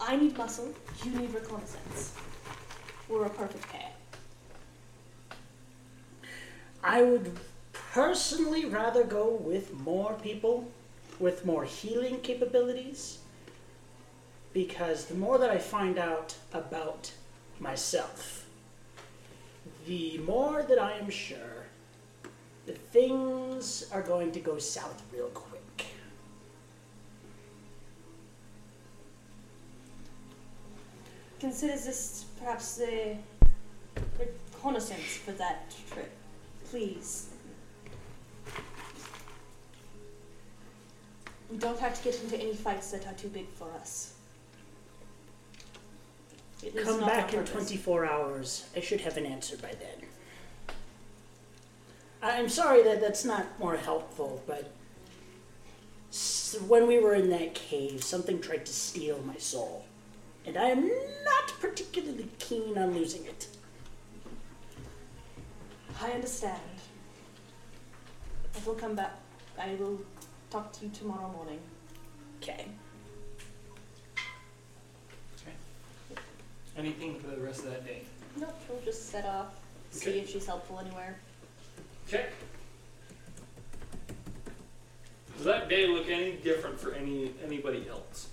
[SPEAKER 8] I need muscle. You need reconnaissance. We're a perfect pair.
[SPEAKER 2] I would personally rather go with more people, with more healing capabilities, because the more that I find out about myself, the more that I am sure that things are going to go south real quick.
[SPEAKER 8] Consider this perhaps the reconnaissance for that trip, please. We don't have to get into any fights that are too big for us. At least
[SPEAKER 2] Come
[SPEAKER 8] not
[SPEAKER 2] back
[SPEAKER 8] on
[SPEAKER 2] in
[SPEAKER 8] purpose.
[SPEAKER 2] 24 hours. I should have an answer by then. I- I'm sorry that that's not more helpful, but s- when we were in that cave, something tried to steal my soul. And I am not particularly keen on losing it.
[SPEAKER 8] I understand. I will come back. I will talk to you tomorrow morning.
[SPEAKER 2] Okay.
[SPEAKER 1] Anything for the rest of that day?
[SPEAKER 8] Nope, we'll just set off, see
[SPEAKER 1] Okay.
[SPEAKER 8] if she's helpful anywhere.
[SPEAKER 1] Okay. Does that day look any different for any anybody else?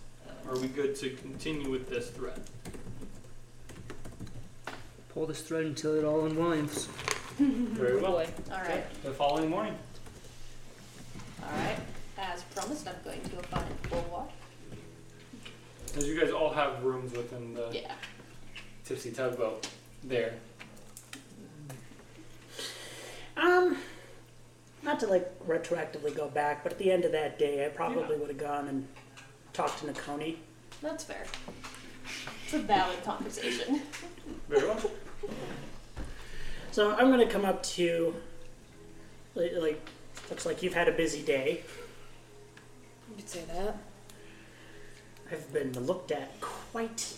[SPEAKER 1] Are we good to continue with this threat?
[SPEAKER 7] Pull this thread until it all unwinds.
[SPEAKER 1] Very well.
[SPEAKER 8] All right.
[SPEAKER 1] The following morning.
[SPEAKER 8] All right. As promised, I'm going to go find Bulwark.
[SPEAKER 1] Because you guys all have rooms within the
[SPEAKER 8] Yeah.
[SPEAKER 1] Tipsy Tugboat there.
[SPEAKER 2] Um, not to like retroactively go back, but at the end of that day, I probably would have gone and talked to Nakoni.
[SPEAKER 8] That's fair. It's a valid conversation.
[SPEAKER 1] Very well.
[SPEAKER 2] So I'm gonna come up to, like, like, looks like you've had a busy day.
[SPEAKER 11] You could say that.
[SPEAKER 2] I've been looked at quite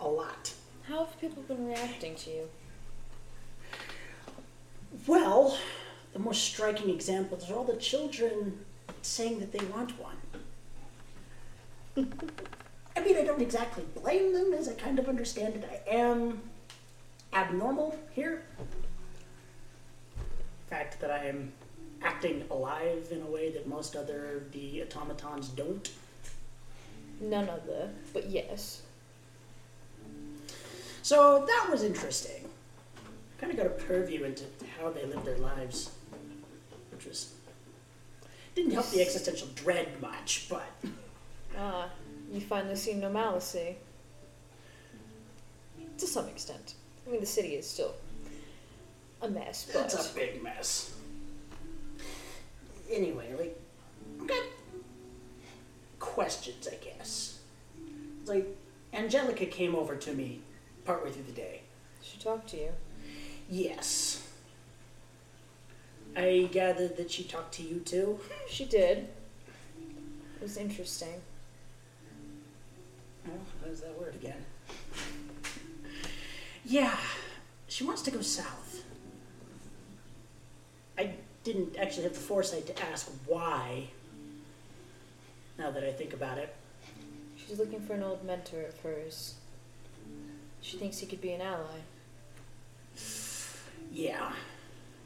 [SPEAKER 2] a lot.
[SPEAKER 11] How have people been reacting to you?
[SPEAKER 2] Well, the most striking examples are all the children saying that they want one. I mean, I don't exactly blame them, as I kind of understand it. I am abnormal here. Fact that I am acting alive in a way that most other of the automatons don't.
[SPEAKER 11] None other, but yes.
[SPEAKER 2] So that was interesting. Kind of got a purview into how they live their lives, which was didn't help the existential dread much, but
[SPEAKER 11] Ah, you finally see normalcy. To some extent. I mean, the city is still a mess, but.
[SPEAKER 2] it's a big mess. Anyway, like, got questions, I guess. Like, Angelica came over to me partway through the day.
[SPEAKER 11] She talked to you.
[SPEAKER 2] Yes. I gathered that she talked to you too.
[SPEAKER 11] She did. It was interesting.
[SPEAKER 2] Oh, what is that word again? Yeah, she wants to go south. I didn't actually have the foresight to ask why, now that I think about it.
[SPEAKER 11] She's looking for an old mentor of hers. She thinks he could be an ally.
[SPEAKER 2] Yeah.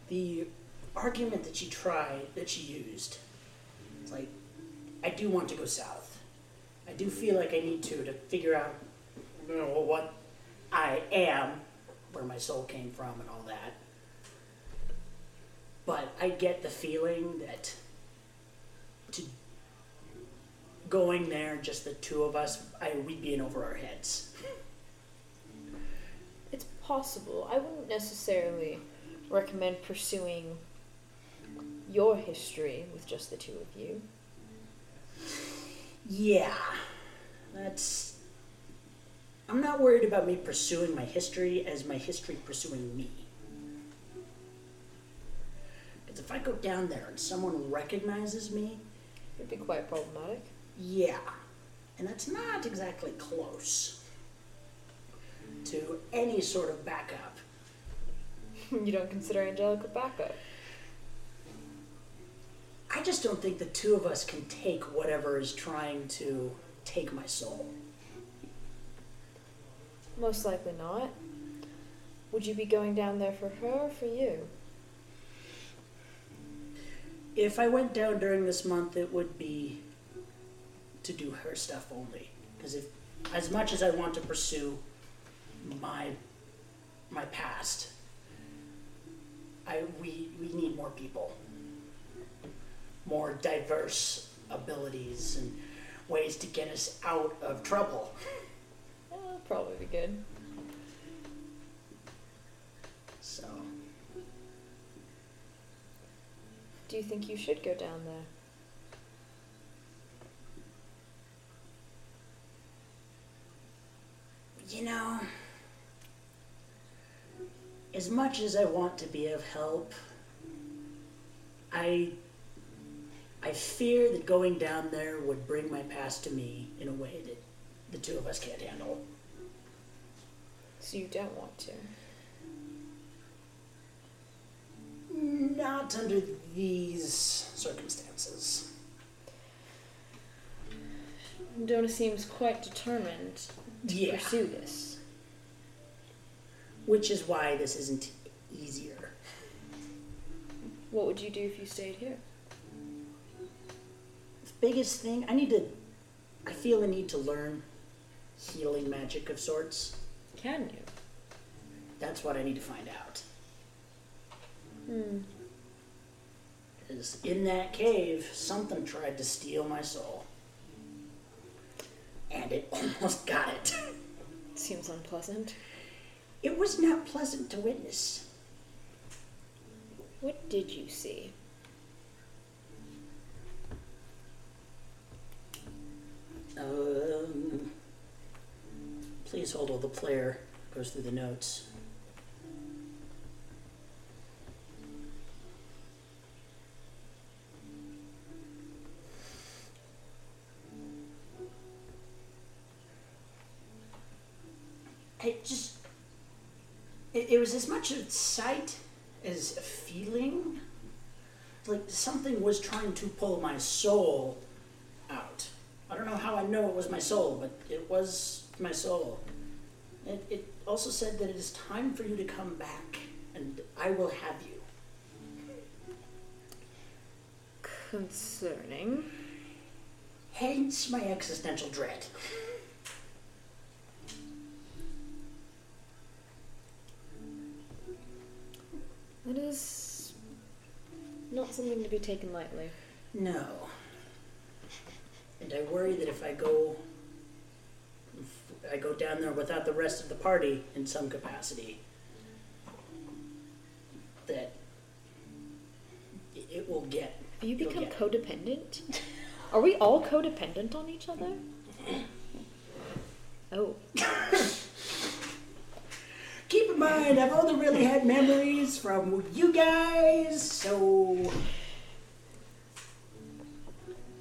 [SPEAKER 2] The argument that she tried, that she used, it's like, I do want to go south. I do feel like I need to to figure out you know, what I am, where my soul came from, and all that. But I get the feeling that to going there, just the two of us, I, we'd be in over our heads.
[SPEAKER 11] It's possible. I wouldn't necessarily recommend pursuing your history with just the two of you.
[SPEAKER 2] Yeah. That's. I'm not worried about me pursuing my history as my history pursuing me. Because if I go down there and someone recognizes me.
[SPEAKER 11] It'd be quite problematic.
[SPEAKER 2] Yeah. And that's not exactly close to any sort of backup.
[SPEAKER 11] you don't consider Angelica backup.
[SPEAKER 2] I just don't think the two of us can take whatever is trying to take my soul.
[SPEAKER 11] Most likely not. Would you be going down there for her or for you?
[SPEAKER 2] If I went down during this month, it would be to do her stuff only. Because if, as much as I want to pursue my my past, I we we need more people, more diverse abilities and ways to get us out of trouble.
[SPEAKER 11] That'll probably be good.
[SPEAKER 2] So,
[SPEAKER 11] Do you think you should go down there?
[SPEAKER 2] you know, as much as I want to be of help, I I fear that going down there would bring my past to me in a way that the two of us can't handle.
[SPEAKER 11] So you don't want to.
[SPEAKER 2] Not under these circumstances.
[SPEAKER 11] Dona seems quite determined to
[SPEAKER 2] Yeah.
[SPEAKER 11] pursue this.
[SPEAKER 2] Which is why this isn't easier.
[SPEAKER 11] What would you do if you stayed here?
[SPEAKER 2] The biggest thing, I need to, I feel a need to learn healing magic of sorts.
[SPEAKER 11] Can you?
[SPEAKER 2] That's what I need to find out.
[SPEAKER 11] Hmm.
[SPEAKER 2] Is in that cave, something tried to steal my soul. And it almost got it.
[SPEAKER 11] Seems unpleasant.
[SPEAKER 2] It was not pleasant to witness.
[SPEAKER 11] What did you see?
[SPEAKER 2] Um, please hold while the player goes through the notes. It just. It, it was as much a sight as a feeling. Like something was trying to pull my soul out. I don't know how I know it was my soul, but it was my soul. It, it also said that it is time for you to come back, and I will have you.
[SPEAKER 11] Concerning.
[SPEAKER 2] Hence my existential dread.
[SPEAKER 11] That is not something to be taken lightly.
[SPEAKER 2] No. And I worry that if I go, if I go down there without the rest of the party in some capacity, that it- it will get.
[SPEAKER 11] Have you
[SPEAKER 2] it'll
[SPEAKER 11] become
[SPEAKER 2] get-
[SPEAKER 11] codependent? Are we all codependent on each other? Oh.
[SPEAKER 2] Keep in mind, I've only really had memories from you guys, so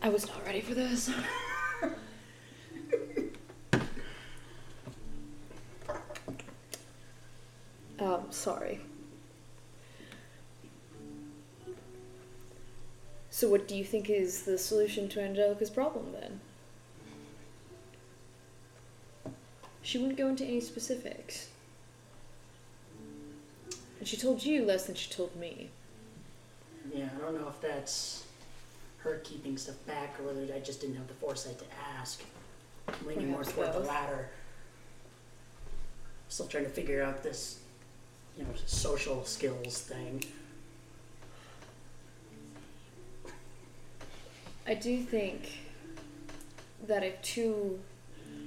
[SPEAKER 11] I was not ready for this. um, sorry. So, what do you think is the solution to Angelica's problem then? She wouldn't go into any specifics. And she told you less than she told me.
[SPEAKER 2] Yeah, I don't know if that's her keeping stuff back or whether I just didn't have the foresight to ask. I'm leaning more
[SPEAKER 11] Perhaps
[SPEAKER 2] toward the
[SPEAKER 11] both.
[SPEAKER 2] latter. Still trying to figure out this, you know, social skills thing.
[SPEAKER 11] I do think that if two,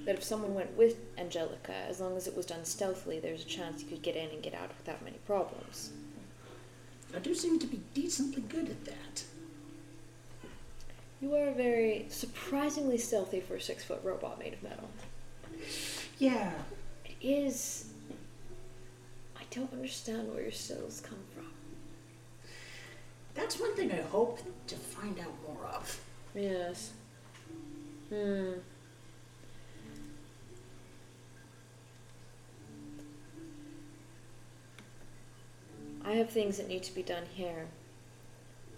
[SPEAKER 11] that if someone went with Angelica, as long as it was done stealthily, there's a chance you could get in and get out without many problems.
[SPEAKER 2] I do seem to be decently good at that.
[SPEAKER 11] You are very surprisingly stealthy for a six foot robot made of metal.
[SPEAKER 2] Yeah.
[SPEAKER 11] It is. I don't understand where your stealths come from.
[SPEAKER 2] That's one thing I hope to find out more of.
[SPEAKER 11] Yes. Hmm. I have things that need to be done here.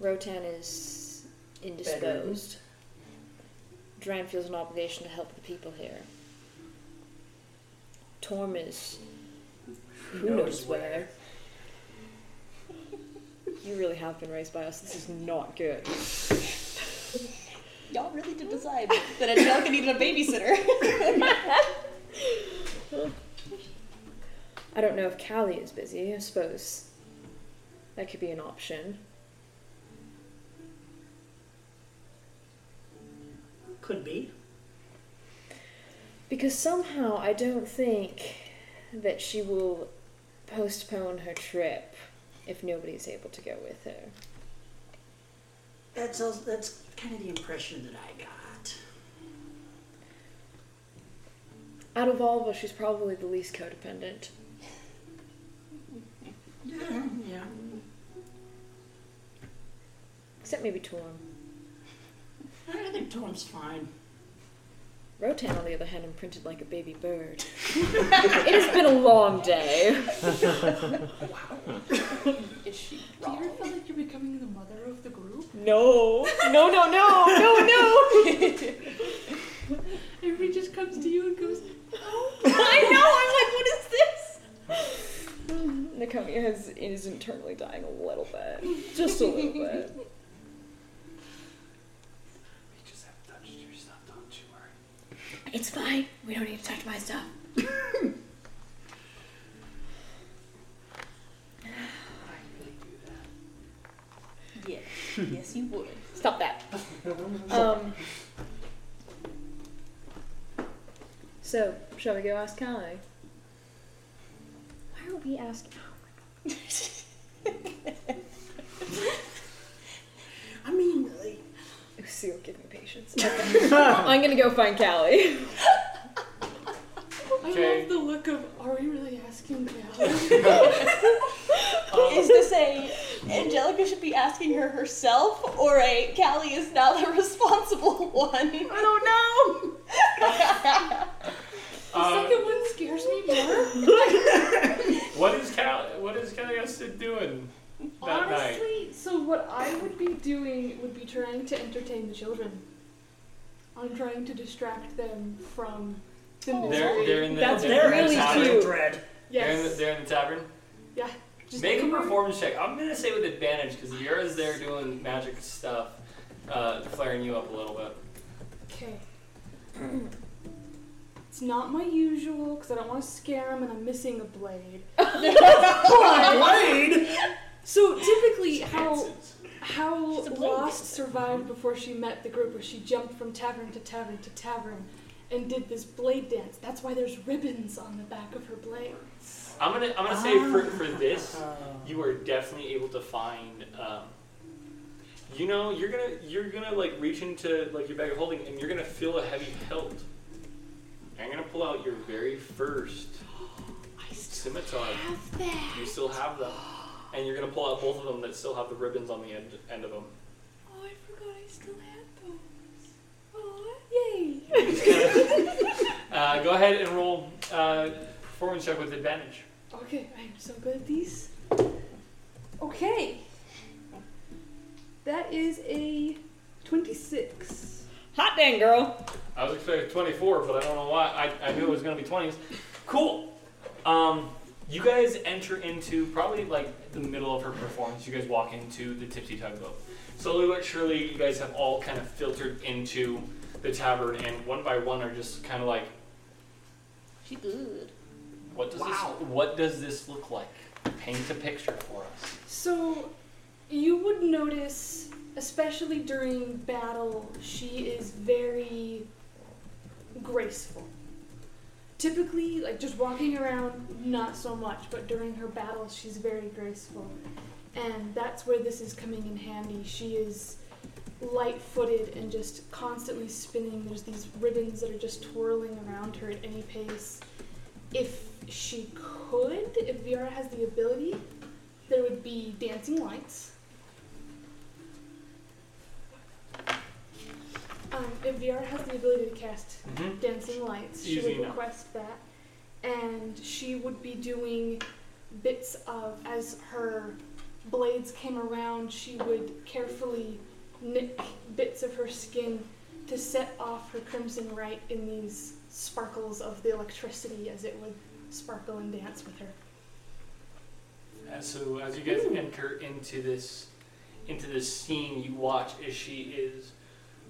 [SPEAKER 11] Rotan is indisposed. Dran feels an obligation to help the people here. Torm is who knows, where. you really have been raised by us. This is not good.
[SPEAKER 8] Y'all really did decide that Angelica needed a babysitter.
[SPEAKER 11] I don't know if Callie is busy. I suppose that could be an option.
[SPEAKER 2] Could be.
[SPEAKER 11] Because somehow I don't think that she will postpone her trip if nobody's able to go with her.
[SPEAKER 2] That's also, that's kind of the impression that I got.
[SPEAKER 11] Out of all of us, she's probably the least codependent.
[SPEAKER 2] Yeah, yeah.
[SPEAKER 11] Except maybe Torm.
[SPEAKER 2] I think Torm's fine.
[SPEAKER 11] Rotan, on the other hand, imprinted like a baby bird. it has been a long day.
[SPEAKER 6] Is she? Do you ever feel like you're becoming the mother of the group?
[SPEAKER 11] No. No, no, no, no, no.
[SPEAKER 6] Everybody just comes to you and goes,
[SPEAKER 11] I know. I'm like, what is this? Nakomi has is internally dying a little bit, just a little bit.
[SPEAKER 15] We just haven't touched your stuff, don't you worry.
[SPEAKER 11] It's fine. We don't need to touch my stuff.
[SPEAKER 8] yeah. Yes, you would.
[SPEAKER 11] Stop that. Um. So, shall we go ask Callie? Why are we asking?
[SPEAKER 2] I mean, like,
[SPEAKER 11] Lucille, give me patience. I'm gonna go find Callie.
[SPEAKER 6] I love the look of, are we really asking
[SPEAKER 1] Uh,
[SPEAKER 6] Cal?
[SPEAKER 8] Is this a Angelica should be asking her herself, or a Callie is now the responsible one? I don't know.
[SPEAKER 6] The second one scares me more.
[SPEAKER 1] What is Cal? What is Calliasta doing that night?
[SPEAKER 6] Honestly, so what I would be doing would be trying to entertain the children. I'm trying to distract them from the misery.
[SPEAKER 1] They're, they're in the
[SPEAKER 6] That's
[SPEAKER 1] they're in
[SPEAKER 6] really
[SPEAKER 1] the tavern.
[SPEAKER 6] cute.
[SPEAKER 1] They're, in the,
[SPEAKER 6] Yes.
[SPEAKER 1] they're in the tavern.
[SPEAKER 6] Yeah. Just
[SPEAKER 1] Make a
[SPEAKER 6] anywhere-
[SPEAKER 1] performance check. I'm gonna say with advantage because Yura's there doing magic stuff, uh, flaring you up a little bit.
[SPEAKER 6] Okay. It's not my usual because I don't want to scare them, and I'm missing a blade.
[SPEAKER 15] Blade?
[SPEAKER 6] So typically, how how Lost survived before she met the group, where she jumped from tavern to tavern to tavern, and did this blade dance. That's why there's ribbons on the back of her blades.
[SPEAKER 1] I'm gonna I'm gonna say for, for this, you are definitely able to find. Um, you know, you're gonna you're gonna like reach into like your bag of holding, and you're gonna feel a heavy hilt. I'm gonna pull out your very first scimitar. You still have them, and you're gonna pull out both of them that still have the ribbons on the end end of them.
[SPEAKER 6] Oh, I forgot I still had those. Oh, yay!
[SPEAKER 1] Uh, go ahead and roll uh, performance check with advantage.
[SPEAKER 6] Okay, I am so good at these. Okay. That is a 26.
[SPEAKER 13] Hot dang, girl.
[SPEAKER 1] I was expecting 24, but I don't know why. I, I knew it was going to be 20s. Cool. Um, you guys enter into probably like the middle of her performance. You guys walk into the Tipsy Tugboat. Slowly but surely, you guys have all kind of filtered into the tavern, and one by one are just kind of like,
[SPEAKER 13] She good.
[SPEAKER 1] what does this what does this look like? Paint a picture for us.
[SPEAKER 6] So, you would notice, especially during battle, she is very graceful. Typically, like just walking around, not so much, but during her battles, she's very graceful. And that's where this is coming in handy. She is light footed and just constantly spinning. There's these ribbons that are just twirling around her at any pace. If she could, if Viara has the ability, there would be dancing lights. Um, if VR has the ability to cast
[SPEAKER 1] Mhm.
[SPEAKER 6] dancing lights, she
[SPEAKER 1] Easy
[SPEAKER 6] would
[SPEAKER 1] enough.
[SPEAKER 6] request that, and she would be doing bits of as her blades came around, she would carefully nick bits of her skin to set off her crimson right in these sparkles of the electricity as it would sparkle and dance with her.
[SPEAKER 1] Uh, so as you guys enter into this into this scene, you watch as she is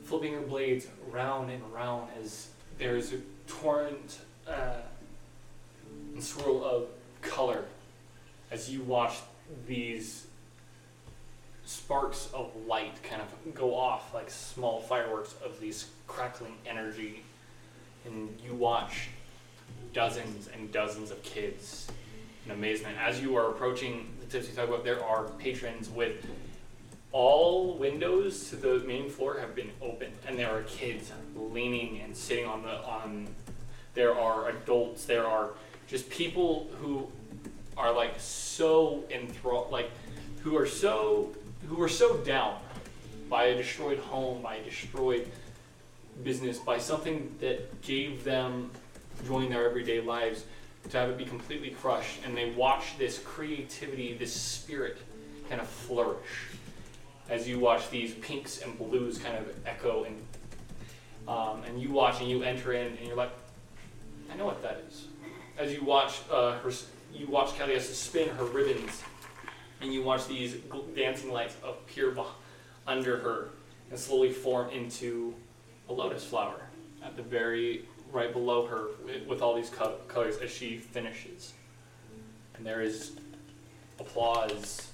[SPEAKER 1] flipping her blades round and round as there's a torrent uh, and swirl of color as you watch these sparks of light kind of go off like small fireworks of these crackling energy and you watch dozens and dozens of kids in amazement. As you are approaching the Tipsy Tugboat, there are patrons with all windows to the main floor have been open, and there are kids leaning and sitting on the on. There are adults. There are just people who are like so enthralled, like who are so who are so down by a destroyed home, by a destroyed business, by something that gave them joy in their everyday lives, to have it be completely crushed, and they watch this creativity, this spirit kind of flourish as you watch these pinks and blues kind of echo and um, and you watch and you enter in and you're like, I know what that is. As you watch uh, her, s- you watch Kelly spin her ribbons, and you watch these gl- dancing lights appear beh- under her and slowly form into a lotus flower at the very right below her with, with all these co- colors as she finishes. And there is applause.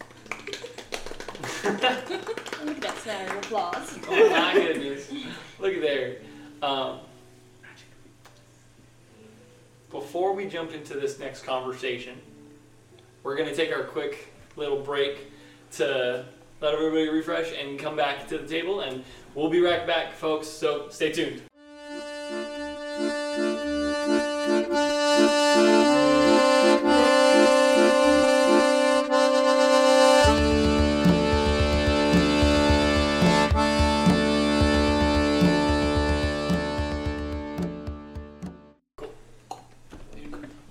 [SPEAKER 13] Look at that sound of applause.
[SPEAKER 1] Oh my goodness. Look at there. Um, before we jump into this next conversation, we're going to take our quick little break to let everybody refresh and come back to the table, and we'll be right back, folks, so stay tuned.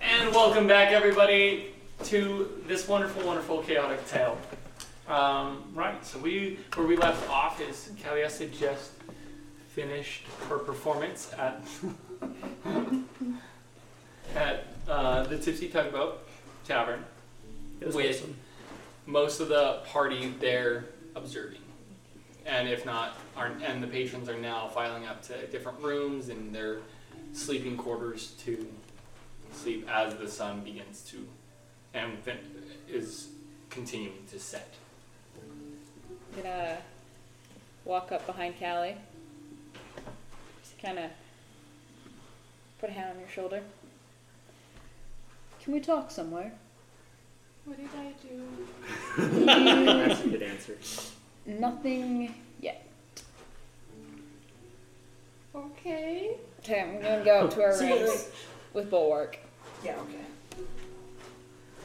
[SPEAKER 1] And welcome back, everybody, to this wonderful, wonderful chaotic tale. Um, right, so we where we left off is Caliesta just finished her performance at at uh, the Tipsy Tugboat Tavern with most of the party there observing, and if not, are, and the patrons are now filing up to different rooms and their sleeping quarters to sleep as the sun begins to and fin- is continuing to set.
[SPEAKER 13] I'm gonna walk up behind Callie. Just kind of put a hand on your shoulder. Can we talk somewhere?
[SPEAKER 6] What did I do?
[SPEAKER 5] That's a good answer.
[SPEAKER 13] Nothing yet.
[SPEAKER 6] Okay.
[SPEAKER 13] Okay, I'm gonna go up to our
[SPEAKER 2] See what
[SPEAKER 13] ranks with Bulwark.
[SPEAKER 2] Yeah, okay.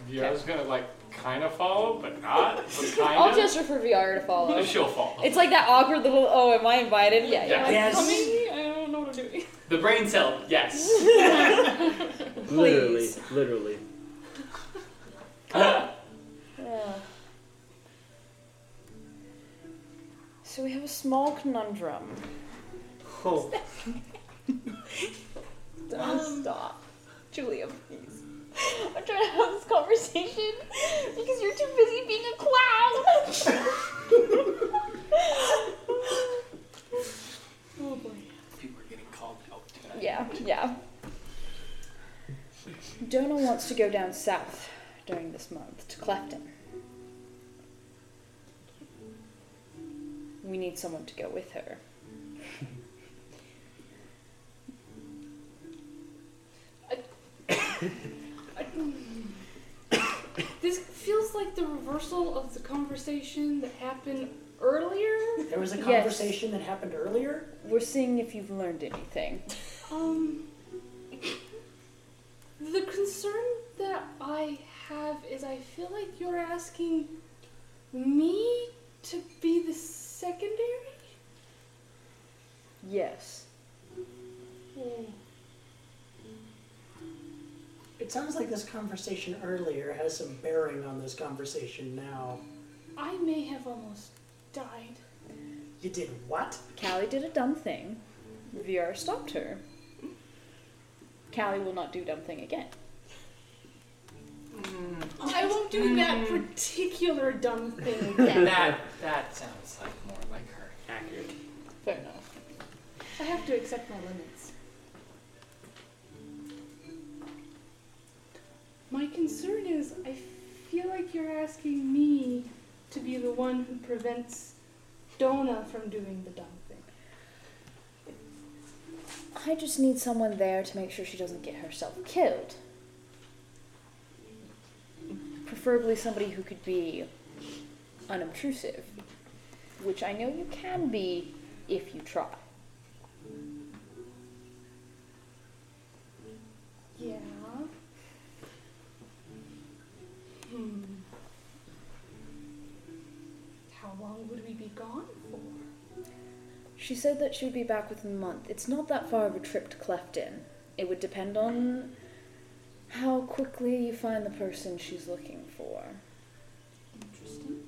[SPEAKER 1] Yeah, I was gonna like kind of follow, but not. But kind
[SPEAKER 13] I'll
[SPEAKER 1] of.
[SPEAKER 13] gesture for VR to follow.
[SPEAKER 1] She'll follow.
[SPEAKER 13] It's like that awkward little, oh, am I invited? Yeah, yeah.
[SPEAKER 1] Yeah.
[SPEAKER 13] I'm
[SPEAKER 1] Yes.
[SPEAKER 13] coming. I don't know what I'm doing.
[SPEAKER 1] The brain cell, yes.
[SPEAKER 7] Literally, literally.
[SPEAKER 1] Mm.
[SPEAKER 11] Ugh. So we have a small conundrum.
[SPEAKER 2] Cool.
[SPEAKER 11] Don't stop. Julia, please. I'm trying to have this conversation because you're too busy being a clown.
[SPEAKER 6] Oh boy.
[SPEAKER 4] People are getting called out tonight.
[SPEAKER 11] yeah, yeah. Dona wants to go down south during this month to Clapton. We need someone to go with her.
[SPEAKER 6] This feels like the reversal of the conversation that happened earlier.
[SPEAKER 2] There was a
[SPEAKER 11] Yes.
[SPEAKER 2] conversation that happened earlier.
[SPEAKER 11] We're seeing if you've learned anything.
[SPEAKER 6] Um, the concern that I have is I feel like you're asking me to be the secondary.
[SPEAKER 11] Yes.
[SPEAKER 6] Hmm.
[SPEAKER 2] It sounds like this conversation earlier has some bearing on this conversation now.
[SPEAKER 6] I may have almost died.
[SPEAKER 2] You did what?
[SPEAKER 11] Callie did a dumb thing. VR stopped her. Callie will not do dumb thing again.
[SPEAKER 6] I won't do that particular dumb thing.
[SPEAKER 16] That that sounds like more like her.
[SPEAKER 1] Accurate.
[SPEAKER 11] Fair enough.
[SPEAKER 6] I have to accept my limits. My concern is I feel like you're asking me to be the one who prevents Donna from doing the dumb thing.
[SPEAKER 11] I just need someone there to make sure she doesn't get herself killed. Preferably somebody who could be unobtrusive, which I know you can be if you try.
[SPEAKER 6] Yeah. Hmm. How long would we be gone for?
[SPEAKER 11] She said that she would be back within a month. It's not that far of a trip to Clefton. It would depend on how quickly you find the person she's looking for.
[SPEAKER 6] Interesting.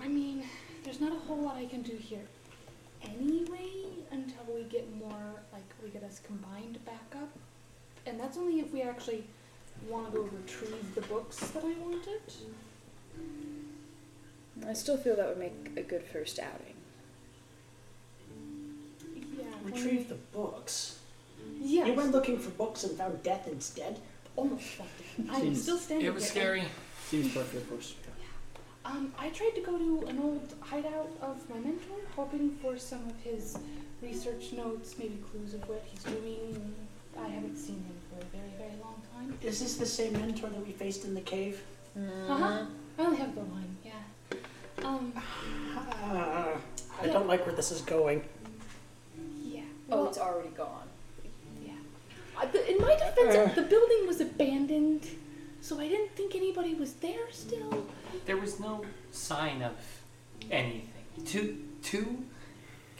[SPEAKER 6] I mean, there's not a whole lot I can do here anyway until we get more, like, we get us combined back up. And that's only if we actually want to go retrieve the books that I wanted.
[SPEAKER 11] I still feel that would make a good first outing.
[SPEAKER 6] Yeah. when
[SPEAKER 2] Retrieve the books.
[SPEAKER 6] we- Yeah.
[SPEAKER 2] You went looking for books and found death instead. Oh my fucking!
[SPEAKER 6] I'm
[SPEAKER 7] Seems-
[SPEAKER 6] still standing
[SPEAKER 16] It was
[SPEAKER 6] here.
[SPEAKER 16] scary.
[SPEAKER 7] Seems perfect, of course.
[SPEAKER 6] Um, I tried to go to an old hideout of my mentor, hoping for some of his research notes, maybe clues of what he's doing. I haven't seen him for a very, very long time.
[SPEAKER 2] Is this the same mentor that we faced in the cave?
[SPEAKER 6] Uh-huh. I only have the one, yeah. Um,
[SPEAKER 2] Ah, I don't like where this is going.
[SPEAKER 6] yeah.
[SPEAKER 11] Oh,
[SPEAKER 6] Well,
[SPEAKER 11] it's already gone.
[SPEAKER 6] yeah. I, the, in my defense, the building was abandoned, so I didn't think anybody was there still.
[SPEAKER 1] There was no sign of anything. To to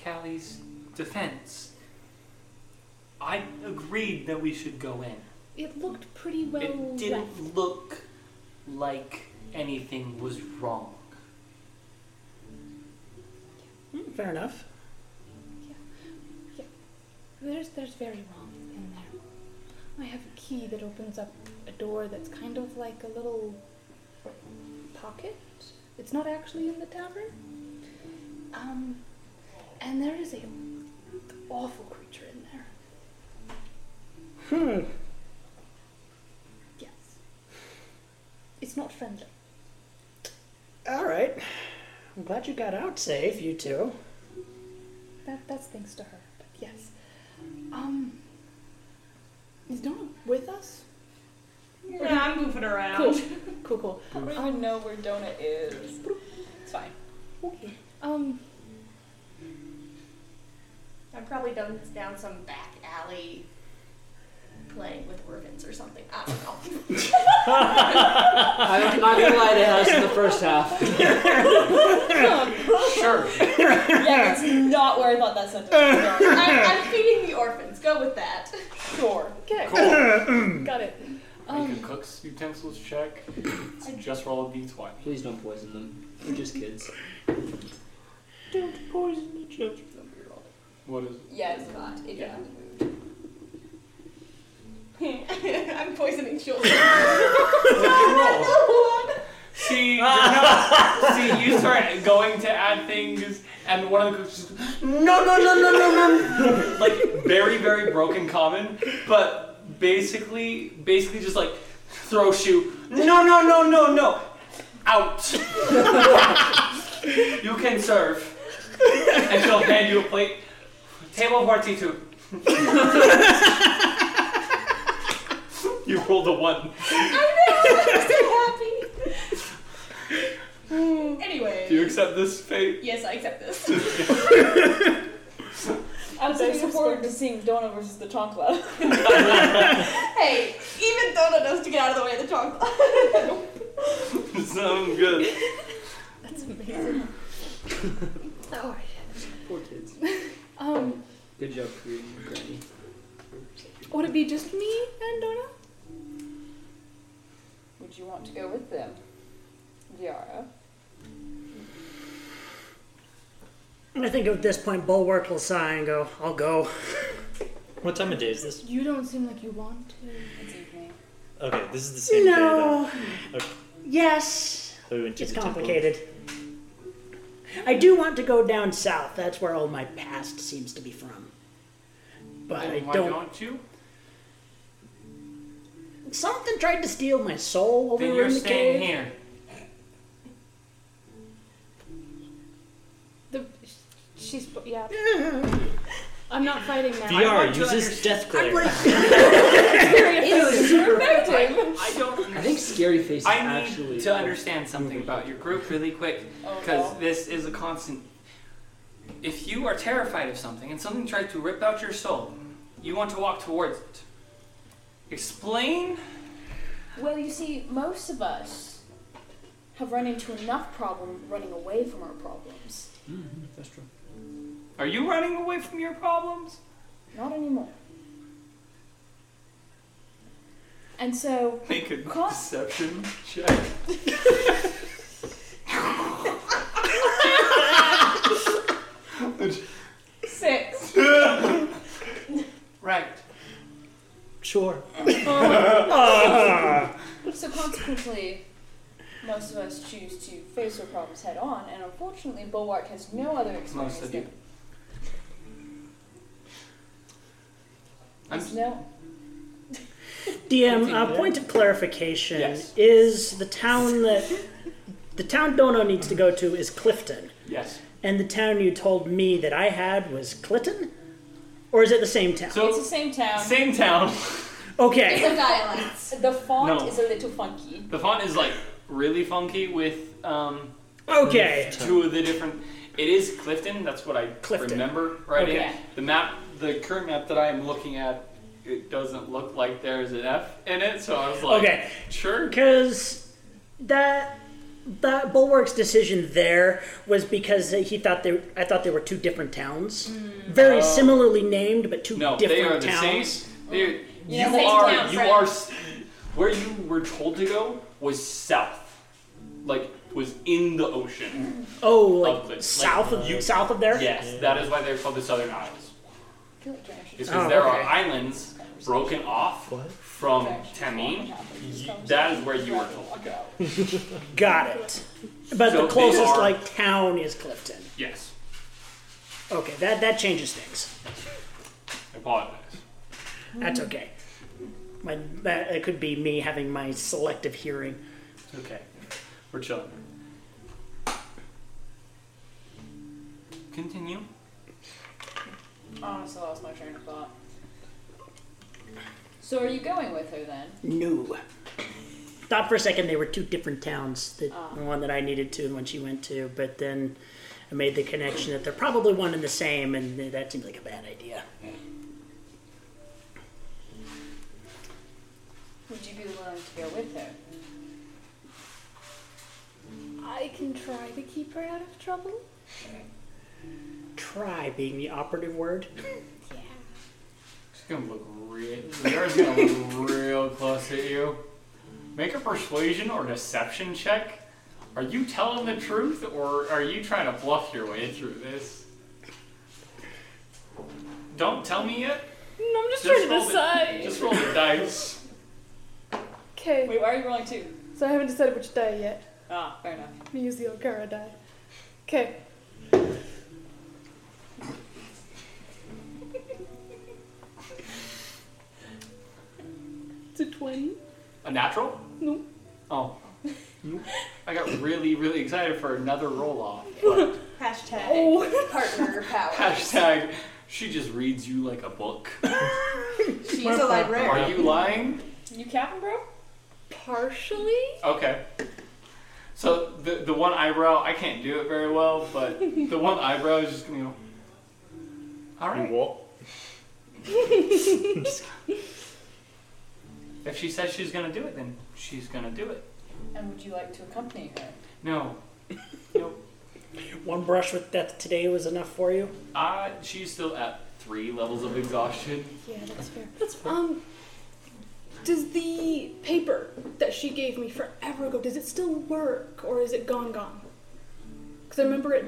[SPEAKER 1] Callie's defense, I agreed that we should go in.
[SPEAKER 6] It looked pretty well
[SPEAKER 1] It
[SPEAKER 6] left.
[SPEAKER 1] didn't look like anything was wrong.
[SPEAKER 2] Fair enough.
[SPEAKER 6] There's there's very wrong in there. I have a key that opens up a door that's kind of like a little pocket. It's not actually in the tavern. Um, and there is a awful creature in there.
[SPEAKER 2] Hmm.
[SPEAKER 6] Yes. It's not friendly.
[SPEAKER 2] All right. I'm glad you got out safe, you two.
[SPEAKER 6] That that's thanks to her. But yes. Um. Is Donna with us?
[SPEAKER 8] Yeah, I'm goofing around.
[SPEAKER 6] Cool. Cool. Cool. Um,
[SPEAKER 11] I don't even know where Dona is. It's fine.
[SPEAKER 6] Okay. Um.
[SPEAKER 8] I'm probably down, down some back alley playing with organs or something. I don't know.
[SPEAKER 7] I'm not gonna lie to us in the first half.
[SPEAKER 1] Sure.
[SPEAKER 8] yeah, that's not where I thought that sentence was going. I'm, I'm feeding the orphans. Go with that.
[SPEAKER 11] Sure.
[SPEAKER 6] Okay. Got it. Um.
[SPEAKER 1] Make a cook's utensils check. Just roll a d20.
[SPEAKER 7] Please don't poison them. We're just kids.
[SPEAKER 5] Don't poison the children.
[SPEAKER 1] What is it?
[SPEAKER 4] Yeah, it's not. It yeah. I'm poisoning children.
[SPEAKER 1] See, you're not- see, you start going to add things, and one of the cooks just, no, no, no, no, no, no. like very, very broken common, but basically, basically just like throw shoe, no, no, no, no, no, out. you can serve, and she'll hand you a plate. Table for T two. You rolled a one.
[SPEAKER 4] I know. I'm so happy. anyway.
[SPEAKER 1] Do you accept this fate?
[SPEAKER 4] Yes, I accept this.
[SPEAKER 11] I'm so looking forward to seeing Donna versus the Chonkla.
[SPEAKER 4] hey, even Donna knows to get out of the way of the chocolate.
[SPEAKER 1] Sounds good.
[SPEAKER 4] That's amazing. oh,
[SPEAKER 7] Poor kids.
[SPEAKER 6] Um,
[SPEAKER 7] Good job creating your granny.
[SPEAKER 6] would it be just me and Donna?
[SPEAKER 11] Would you want to go with them, Yara?
[SPEAKER 2] I think at this point, Bulwark will sigh and go, I'll go.
[SPEAKER 5] What time of day is this?
[SPEAKER 6] You don't seem like you want to.
[SPEAKER 11] It's evening.
[SPEAKER 5] Okay, this is the same
[SPEAKER 2] No.
[SPEAKER 5] day that, okay,
[SPEAKER 2] Yes,
[SPEAKER 5] that we went to
[SPEAKER 2] it's
[SPEAKER 5] the temple.
[SPEAKER 2] complicated. I do want to go down south. That's where all my past seems to be from. But I
[SPEAKER 1] Why
[SPEAKER 2] don't.
[SPEAKER 1] don't you?
[SPEAKER 2] Something tried to steal my soul while we
[SPEAKER 1] Then
[SPEAKER 2] were
[SPEAKER 1] you're
[SPEAKER 2] in the
[SPEAKER 1] staying
[SPEAKER 2] cave.
[SPEAKER 1] here.
[SPEAKER 6] The she's yeah. I'm not fighting that.
[SPEAKER 5] VR uses death glare.
[SPEAKER 1] I don't.
[SPEAKER 7] I think scary face is
[SPEAKER 1] I need
[SPEAKER 7] actually.
[SPEAKER 1] to understand something about your group really quick, because this is a constant. If you are terrified of something and something tries to rip out your soul, you want to walk towards it. Explain.
[SPEAKER 11] Well, you see, most of us have run into enough problem running away from our problems.
[SPEAKER 7] Mm-hmm, That's true.
[SPEAKER 1] Are you running away from your problems?
[SPEAKER 11] Not anymore. And so,
[SPEAKER 1] Make a
[SPEAKER 11] Caught.
[SPEAKER 1] deception check.
[SPEAKER 4] Six.
[SPEAKER 1] Right.
[SPEAKER 2] Sure. Ah.
[SPEAKER 11] so consequently, most of us choose to face our problems head on, and unfortunately, Bulwark has no other experience.
[SPEAKER 1] Most of you.
[SPEAKER 11] than-
[SPEAKER 1] I'm
[SPEAKER 11] has no.
[SPEAKER 2] DM, uh, point of clarification
[SPEAKER 1] Yes.
[SPEAKER 2] is the town that the town Dono needs to go to is Clifton,
[SPEAKER 1] Yes.
[SPEAKER 2] and the town you told me that I had was Clifton, or is it the same town?
[SPEAKER 1] So-
[SPEAKER 11] it's the same town.
[SPEAKER 1] Same town.
[SPEAKER 2] okay,
[SPEAKER 4] Different dialects.
[SPEAKER 11] the font
[SPEAKER 1] No.
[SPEAKER 11] is a little funky.
[SPEAKER 1] The font is like really funky with um,
[SPEAKER 2] okay,
[SPEAKER 1] two of the different. It is Clifton. That's what I
[SPEAKER 2] Clifton.
[SPEAKER 1] remember. Right.
[SPEAKER 2] Okay.
[SPEAKER 1] in. The map, the current map that I am looking at, it doesn't look like there's an F in it. So I was like,
[SPEAKER 2] okay,
[SPEAKER 1] sure.
[SPEAKER 2] because that that Bulwark's decision there was because he thought they I thought they were two different towns, very
[SPEAKER 1] Oh.
[SPEAKER 2] similarly named but two
[SPEAKER 1] No,
[SPEAKER 2] different
[SPEAKER 1] they are the
[SPEAKER 2] towns.
[SPEAKER 1] same. They're,
[SPEAKER 4] Yeah,
[SPEAKER 1] you
[SPEAKER 4] same
[SPEAKER 1] are.
[SPEAKER 4] town,
[SPEAKER 1] you
[SPEAKER 4] friend.
[SPEAKER 1] are. s- Where you were told to go was south. Like was in the ocean.
[SPEAKER 2] Oh,
[SPEAKER 1] Of
[SPEAKER 2] like
[SPEAKER 1] the- like,
[SPEAKER 2] south of
[SPEAKER 1] you-
[SPEAKER 2] south of there.
[SPEAKER 1] Yes, that is why they're called the Southern Isles.
[SPEAKER 11] I feel like Josh
[SPEAKER 1] It's because
[SPEAKER 2] Oh,
[SPEAKER 1] there are
[SPEAKER 2] okay.
[SPEAKER 1] islands broken off from Tamin. You- That is where you were told to go.
[SPEAKER 2] Got it. But
[SPEAKER 1] So
[SPEAKER 2] the
[SPEAKER 1] they
[SPEAKER 2] closest
[SPEAKER 1] are-
[SPEAKER 2] like town is Clifton.
[SPEAKER 1] Yes.
[SPEAKER 2] Okay, that that changes things.
[SPEAKER 1] I apologize.
[SPEAKER 2] That's okay. My, that it could be me having my selective hearing.
[SPEAKER 1] Okay. We're chilling. Continue.
[SPEAKER 11] honestly lost my train of thought. So are you going with her then?
[SPEAKER 2] No. Thought for a second they were two different towns. The,
[SPEAKER 1] Ah.
[SPEAKER 2] the one that I needed to and one she went to, but then I made the connection that they're probably one and the same, and that seems like a bad idea.
[SPEAKER 11] Would you be willing to go with her?
[SPEAKER 6] I can try to keep her out of trouble.
[SPEAKER 2] Try being the operative word.
[SPEAKER 1] She's gonna look real. Zara's gonna look real close at you. Make a persuasion or deception check. Are you telling the truth, or are you trying to bluff your way through this? Don't tell me yet.
[SPEAKER 4] No, I'm just, trying
[SPEAKER 1] roll
[SPEAKER 4] to
[SPEAKER 1] the-
[SPEAKER 4] decide.
[SPEAKER 1] just roll the dice.
[SPEAKER 6] Okay.
[SPEAKER 4] Wait, why are you rolling two?
[SPEAKER 6] So I haven't decided which die yet.
[SPEAKER 4] Ah, fair enough.
[SPEAKER 6] I'm gonna use the Okara die. Okay. it's a 20.
[SPEAKER 1] A natural?
[SPEAKER 6] No.
[SPEAKER 1] Oh. I got really, really excited for another roll off.
[SPEAKER 4] Hashtag
[SPEAKER 6] Oh.
[SPEAKER 4] partner power.
[SPEAKER 1] Hashtag, she just reads you like a book.
[SPEAKER 4] She's a librarian.
[SPEAKER 1] Are you lying?
[SPEAKER 4] You capping, bro?
[SPEAKER 6] Partially?
[SPEAKER 1] Okay. So the the one eyebrow, I can't do it very well, but the one eyebrow is just gonna go. All right. If she says she's gonna do it, then she's gonna do it.
[SPEAKER 4] and would you like to accompany her?
[SPEAKER 1] No,
[SPEAKER 2] One brush with death today was enough for you.
[SPEAKER 1] I. She's still at three levels of exhaustion.
[SPEAKER 6] Yeah, that's fair. That's um. Does the paper that she gave me forever ago does it still work or is it gone gone? Because I remember it,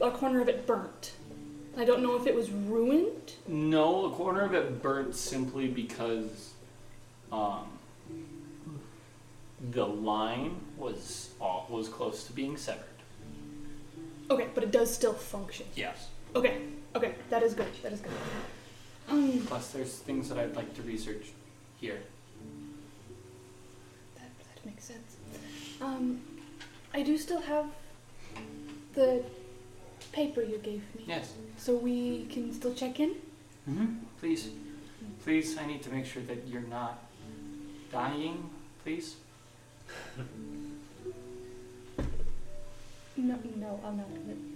[SPEAKER 6] a corner of it burnt. I don't know if it was ruined.
[SPEAKER 1] No, a corner of it burnt simply because, um, the line was all, was close to being severed.
[SPEAKER 6] Okay, but it does still function.
[SPEAKER 1] Yes.
[SPEAKER 6] Okay, okay, that is good. That is good. Um,
[SPEAKER 1] Plus, there's things that I'd like to research here.
[SPEAKER 6] that, that makes sense. Um, I do still have the paper you gave me.
[SPEAKER 1] Yes.
[SPEAKER 6] So we can still check in.
[SPEAKER 1] Mm-hmm. Please, please, I need to make sure that you're not dying. Please.
[SPEAKER 6] No, no, I'm not. gonna-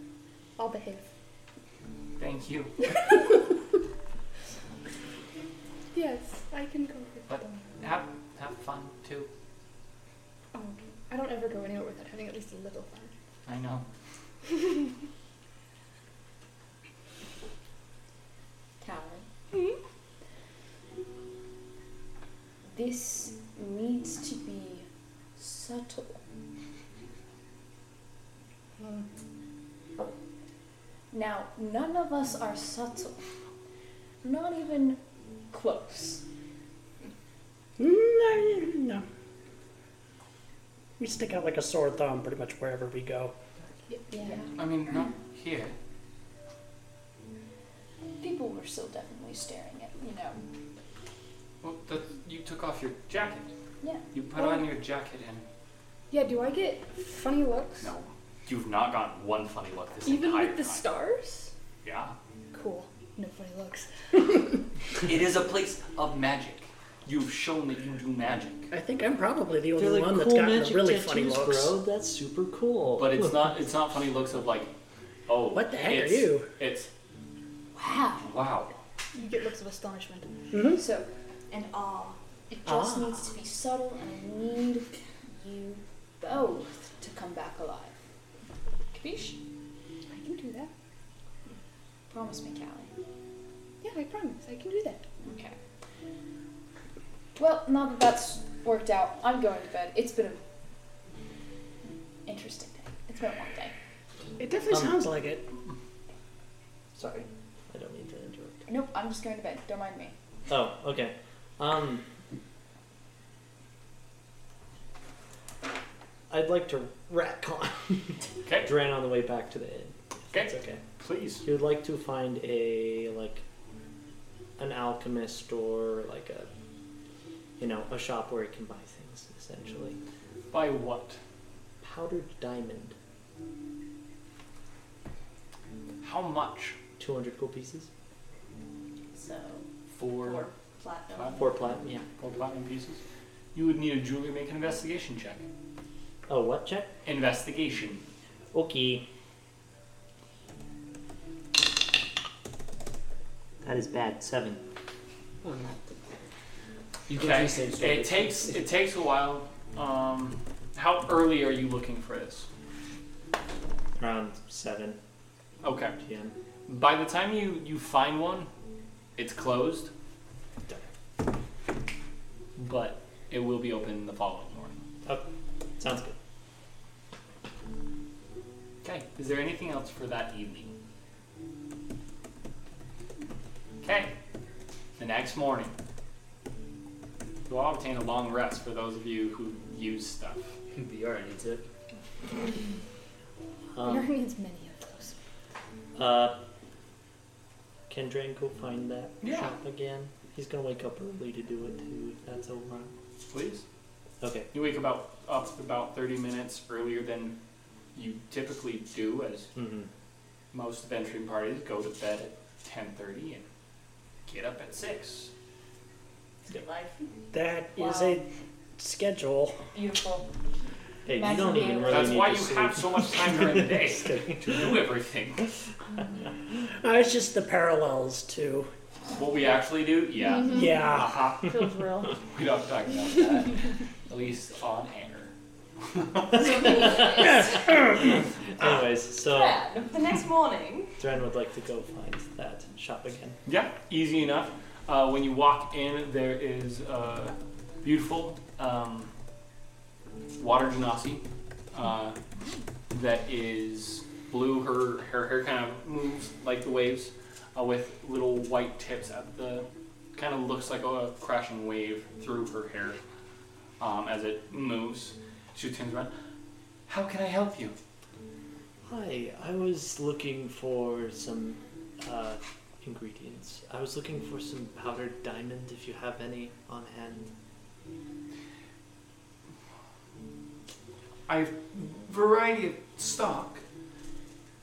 [SPEAKER 6] I'll behave.
[SPEAKER 1] Thank you.
[SPEAKER 6] Yes, I can go with
[SPEAKER 1] But-
[SPEAKER 6] them.
[SPEAKER 1] Have have fun too.
[SPEAKER 6] Oh, I don't ever go anywhere without having at least a little fun.
[SPEAKER 1] I know.
[SPEAKER 17] Tower.
[SPEAKER 11] Hmm?
[SPEAKER 17] This needs to be subtle.
[SPEAKER 11] Hmm. Now, none of us are subtle. Not even close.
[SPEAKER 2] No, Mm, no. We stick out like a sore thumb pretty much wherever we go.
[SPEAKER 11] Yeah.
[SPEAKER 1] I mean, not here.
[SPEAKER 11] People were still definitely staring at, you know.
[SPEAKER 1] Well, that, you took off your jacket.
[SPEAKER 11] Yeah.
[SPEAKER 1] You put
[SPEAKER 6] Oh.
[SPEAKER 1] on your jacket and
[SPEAKER 6] Yeah, do I get funny looks?
[SPEAKER 1] no, you've not gotten one funny look this
[SPEAKER 6] Even
[SPEAKER 1] entire
[SPEAKER 6] with the
[SPEAKER 1] time.
[SPEAKER 6] stars?
[SPEAKER 1] yeah.
[SPEAKER 6] Cool. No funny looks.
[SPEAKER 1] It is a place of magic. You've shown that you do magic,
[SPEAKER 2] I think I'm probably the only
[SPEAKER 5] They're like
[SPEAKER 2] one that's
[SPEAKER 5] cool
[SPEAKER 2] gotten the
[SPEAKER 5] magic
[SPEAKER 2] really
[SPEAKER 5] tattoos,
[SPEAKER 2] funny looks.
[SPEAKER 5] bro. That's super cool.
[SPEAKER 1] but it's
[SPEAKER 5] Look.
[SPEAKER 1] not. It's not funny looks of like, oh,
[SPEAKER 2] What the heck are
[SPEAKER 1] it's,
[SPEAKER 2] you?
[SPEAKER 1] It's
[SPEAKER 4] Wow.
[SPEAKER 1] wow.
[SPEAKER 6] You get looks of astonishment.
[SPEAKER 11] So, uh,
[SPEAKER 4] And awe.
[SPEAKER 11] it just needs to be subtle, and I need you both to come back alive.
[SPEAKER 4] Capiche?
[SPEAKER 6] I can do that.
[SPEAKER 11] Promise me, Callie.
[SPEAKER 6] Yeah, I promise. I can do that.
[SPEAKER 4] Okay.
[SPEAKER 11] Well, now that that's worked out, I'm going to bed. It's been an interesting day. It's been a long day.
[SPEAKER 2] It definitely
[SPEAKER 5] Um,
[SPEAKER 2] sounds like it.
[SPEAKER 5] Sorry, I don't mean to interrupt.
[SPEAKER 11] Nope, I'm just going to bed. Don't mind me.
[SPEAKER 5] Oh, okay. Um, I'd like to retcon
[SPEAKER 1] Okay,
[SPEAKER 5] Dran on the way back to the inn.
[SPEAKER 1] okay,
[SPEAKER 5] It's okay.
[SPEAKER 1] please.
[SPEAKER 5] He would like to find a like an alchemist or like a you know a shop where he can buy things essentially.
[SPEAKER 1] By what?
[SPEAKER 5] Powdered diamond,
[SPEAKER 1] How much?
[SPEAKER 5] two hundred gold pieces,
[SPEAKER 4] So,
[SPEAKER 1] For
[SPEAKER 4] four platinum.
[SPEAKER 1] Platinum?
[SPEAKER 5] four platinum. Yeah.
[SPEAKER 1] Four platinum pieces. You would need a jeweler to make an investigation check.
[SPEAKER 5] Oh, what check?
[SPEAKER 1] Investigation.
[SPEAKER 5] Okay. That is bad. Seven.
[SPEAKER 7] You can
[SPEAKER 1] Okay.
[SPEAKER 7] do same story.
[SPEAKER 1] It takes it takes a while. Um, how early are you looking for this?
[SPEAKER 5] Around seven
[SPEAKER 1] Okay.
[SPEAKER 5] p.m.
[SPEAKER 1] By the time you you find one, it's closed, but it will be open the following morning.
[SPEAKER 5] Oh, sounds good.
[SPEAKER 1] Okay. Is there anything else for that evening? Okay. The next morning, you'll all obtain a long rest for those of you who use stuff.
[SPEAKER 7] Biara needs it.
[SPEAKER 5] Um,
[SPEAKER 4] needs many of those.
[SPEAKER 5] uh, can Drain go find that
[SPEAKER 1] Yeah.
[SPEAKER 5] shop again? He's gonna wake up early to do it too, if that's over.
[SPEAKER 1] Please.
[SPEAKER 5] Okay.
[SPEAKER 1] You wake about up about 30 minutes earlier than you typically do, as
[SPEAKER 5] Mm-hmm.
[SPEAKER 1] most adventuring parties go to bed at 10:30 and get up at six.
[SPEAKER 8] Good life.
[SPEAKER 2] That is
[SPEAKER 8] Wow.
[SPEAKER 2] a schedule.
[SPEAKER 8] Beautiful.
[SPEAKER 5] Hey, you
[SPEAKER 8] That's
[SPEAKER 5] don't even
[SPEAKER 8] okay.
[SPEAKER 5] really
[SPEAKER 1] That's
[SPEAKER 5] need
[SPEAKER 1] why
[SPEAKER 5] to
[SPEAKER 1] you
[SPEAKER 5] sleep.
[SPEAKER 1] have so much time during the day
[SPEAKER 5] Just
[SPEAKER 1] to
[SPEAKER 5] kidding.
[SPEAKER 1] do everything.
[SPEAKER 2] Uh, it's just the parallels to
[SPEAKER 1] What we actually do? Yeah.
[SPEAKER 2] yeah.
[SPEAKER 1] Uh-huh.
[SPEAKER 4] Mm-hmm. Feels real.
[SPEAKER 1] We don't talk about that. At least on air.
[SPEAKER 5] Anyways, so
[SPEAKER 8] Ah. Fred, the next morning.
[SPEAKER 5] Dren would like to go find that shop again.
[SPEAKER 1] Yeah, easy enough. Uh, when you walk in, there is uh, beautiful um, water genasi uh, that is blue. Her her hair kind of moves like the waves, uh, with little white tips at the. Kind of looks like a crashing wave through her hair um, as it moves. She turns around. How can I help you?
[SPEAKER 5] Hi, I was looking for some uh, ingredients. I was looking for some powdered diamond if you have any on hand.
[SPEAKER 1] I have variety of stock.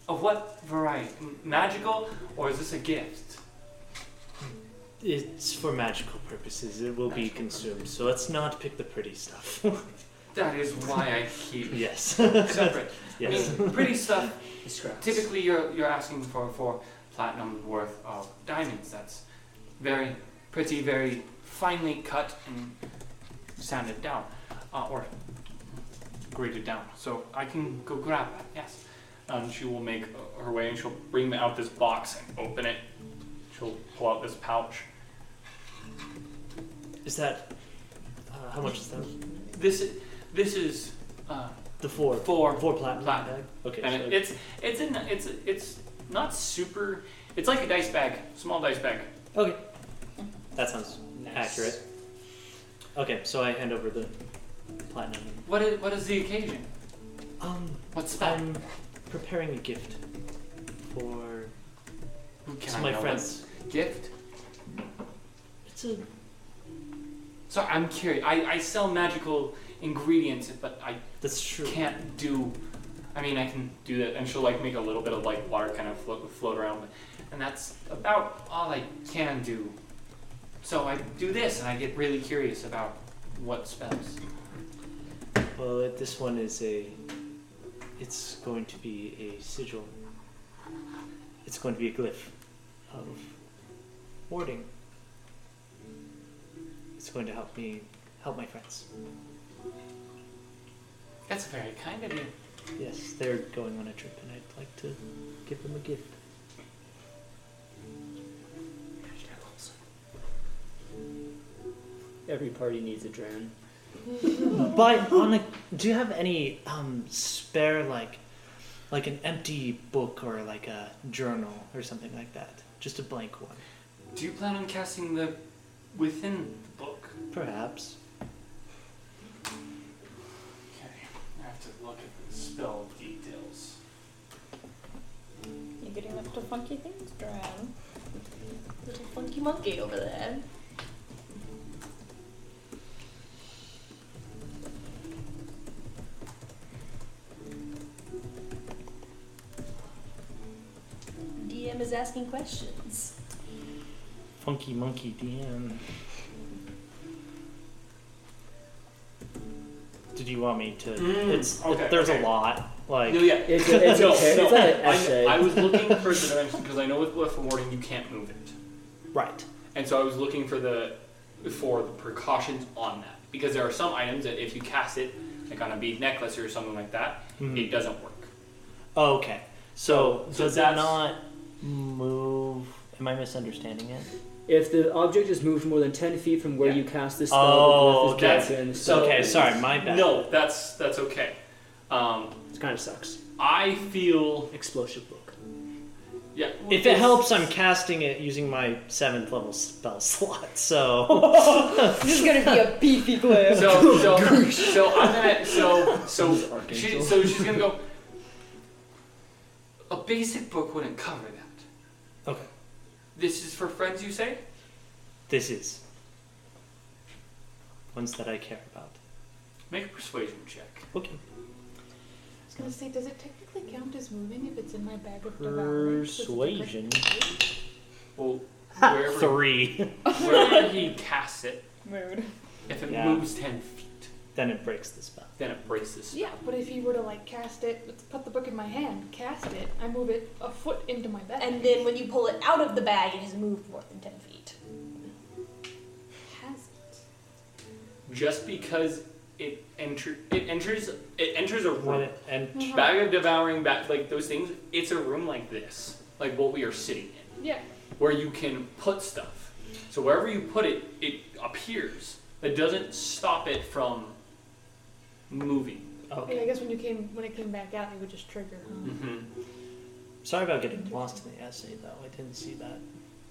[SPEAKER 1] Of what variety? M- Magical, or is this a gift?
[SPEAKER 5] It's for magical purposes. It will be
[SPEAKER 1] Magical
[SPEAKER 5] consumed, so let's not pick the pretty stuff.
[SPEAKER 1] That is why I keep
[SPEAKER 5] yes.
[SPEAKER 1] separate.
[SPEAKER 5] yes.
[SPEAKER 1] I mean, pretty stuff.
[SPEAKER 7] Scraps.
[SPEAKER 1] Typically, you're you're asking for for platinum worth of diamonds. That's very pretty, very finely cut and sanded down, uh, or grated down. So I can go grab that. Yes. And she will make uh, her way, and she'll bring out this box and open it. She'll pull out this pouch.
[SPEAKER 5] Is that. Uh, how much is that?
[SPEAKER 1] This is this is uh,
[SPEAKER 5] The four.
[SPEAKER 1] Four.
[SPEAKER 5] Four platinum.
[SPEAKER 1] Platinum.
[SPEAKER 5] bag? Okay.
[SPEAKER 1] and
[SPEAKER 5] so
[SPEAKER 1] it, it's it's in it's it's not super. It's like a dice bag, small dice bag.
[SPEAKER 5] Okay. That sounds accurate. Okay, so I hand over the platinum.
[SPEAKER 1] What is what is the occasion?
[SPEAKER 5] Um,
[SPEAKER 1] What's that?
[SPEAKER 5] I'm preparing a gift for
[SPEAKER 1] Can
[SPEAKER 5] to
[SPEAKER 1] I
[SPEAKER 5] my
[SPEAKER 1] know
[SPEAKER 5] friends.
[SPEAKER 1] what Gift.
[SPEAKER 5] It's a
[SPEAKER 1] So I'm curious. I, I sell magical ingredients, but I
[SPEAKER 5] that's true.
[SPEAKER 1] can't do. I mean, I can do that, and she'll like make a little bit of like water kind of float, float around, and that's about all I can do. So I do this, and I get really curious about what spells.
[SPEAKER 5] Well, it- this one is a. It's going to be a sigil. It's going to be a glyph of warding. It's going to help me help my friends.
[SPEAKER 1] That's very kind of you.
[SPEAKER 5] Yes, they're going on a trip, and I'd like to give them a gift.
[SPEAKER 7] Every party needs a drone.
[SPEAKER 5] But on a, do you have any um, spare like, like an empty book or like a journal or something like that? Just a blank one,
[SPEAKER 1] Do you plan on casting the within the book?
[SPEAKER 5] perhaps.
[SPEAKER 1] Okay, I have to look at the spell details.
[SPEAKER 4] You getting up to funky things, Dram?
[SPEAKER 8] Little funky monkey over there. DM is asking questions.
[SPEAKER 5] Funky Monkey DM. Did you want me to?
[SPEAKER 1] Mm,
[SPEAKER 5] it's
[SPEAKER 1] okay,
[SPEAKER 5] there's
[SPEAKER 1] okay.
[SPEAKER 5] a lot. Like
[SPEAKER 1] No, yeah,
[SPEAKER 7] It's, a, it's
[SPEAKER 1] no,
[SPEAKER 7] okay.
[SPEAKER 1] no.
[SPEAKER 7] It's not an
[SPEAKER 1] I-
[SPEAKER 7] essay.
[SPEAKER 1] I, was looking for the dimension because I know with Glyph Warning you can't move it,
[SPEAKER 5] right.
[SPEAKER 1] and so I was looking for the for the precautions on that because there are some items that if you cast it like on a bead necklace or something like that, it
[SPEAKER 5] Mhm.
[SPEAKER 1] doesn't work.
[SPEAKER 5] Oh, okay. So,
[SPEAKER 1] Oh, So
[SPEAKER 5] does
[SPEAKER 1] that's-
[SPEAKER 5] it not move? Am I misunderstanding it?
[SPEAKER 7] If the object is moved more than 10 feet from where you cast the spell,
[SPEAKER 5] Oh,
[SPEAKER 7] the glyph is
[SPEAKER 5] okay.
[SPEAKER 7] broken.
[SPEAKER 1] So-
[SPEAKER 5] okay, sorry, my bad.
[SPEAKER 1] No, that's that's okay. Um,
[SPEAKER 18] it kind of sucks.
[SPEAKER 1] I feel
[SPEAKER 18] explosive book.
[SPEAKER 1] Yeah.
[SPEAKER 5] If it helps, I'm casting it using my seventh level spell slot. So
[SPEAKER 7] this is gonna be a beefy glaive.
[SPEAKER 1] So, so, so I'm gonna so so she, so she's gonna go. A basic book wouldn't cover that.
[SPEAKER 5] Okay.
[SPEAKER 1] This is for friends, you say?
[SPEAKER 5] this is ones that I care about.
[SPEAKER 1] Make a persuasion check.
[SPEAKER 5] Okay.
[SPEAKER 6] I was gonna say, does it technically count as moving if it's in my bag of devour?
[SPEAKER 5] Persuasion.
[SPEAKER 1] Well, wherever,
[SPEAKER 5] Three.
[SPEAKER 1] wherever he casts it,
[SPEAKER 7] Mood.
[SPEAKER 1] if it
[SPEAKER 5] Yeah.
[SPEAKER 1] moves ten feet,
[SPEAKER 5] then it breaks the spell.
[SPEAKER 1] then it braces.
[SPEAKER 6] Yeah, but if you were to like cast it, let's put the book in my hand, cast it, I move it a foot into my bag.
[SPEAKER 8] And then when you pull it out of the bag, it has moved more than 10 feet.
[SPEAKER 6] Has
[SPEAKER 1] Just because it enter it enters it enters a
[SPEAKER 5] When
[SPEAKER 1] room.
[SPEAKER 5] it and
[SPEAKER 6] Mhm.
[SPEAKER 1] Bag of devouring back like those things. It's a room like this, like what we are sitting in.
[SPEAKER 6] Yeah.
[SPEAKER 1] where you can put stuff. So wherever you put it, it appears. It doesn't stop it from moving.
[SPEAKER 6] And I
[SPEAKER 5] okay.
[SPEAKER 6] guess when you came when it came back out, it would just trigger. Huh?
[SPEAKER 1] Mm-hmm.
[SPEAKER 5] Sorry about getting lost in the essay though. I didn't see that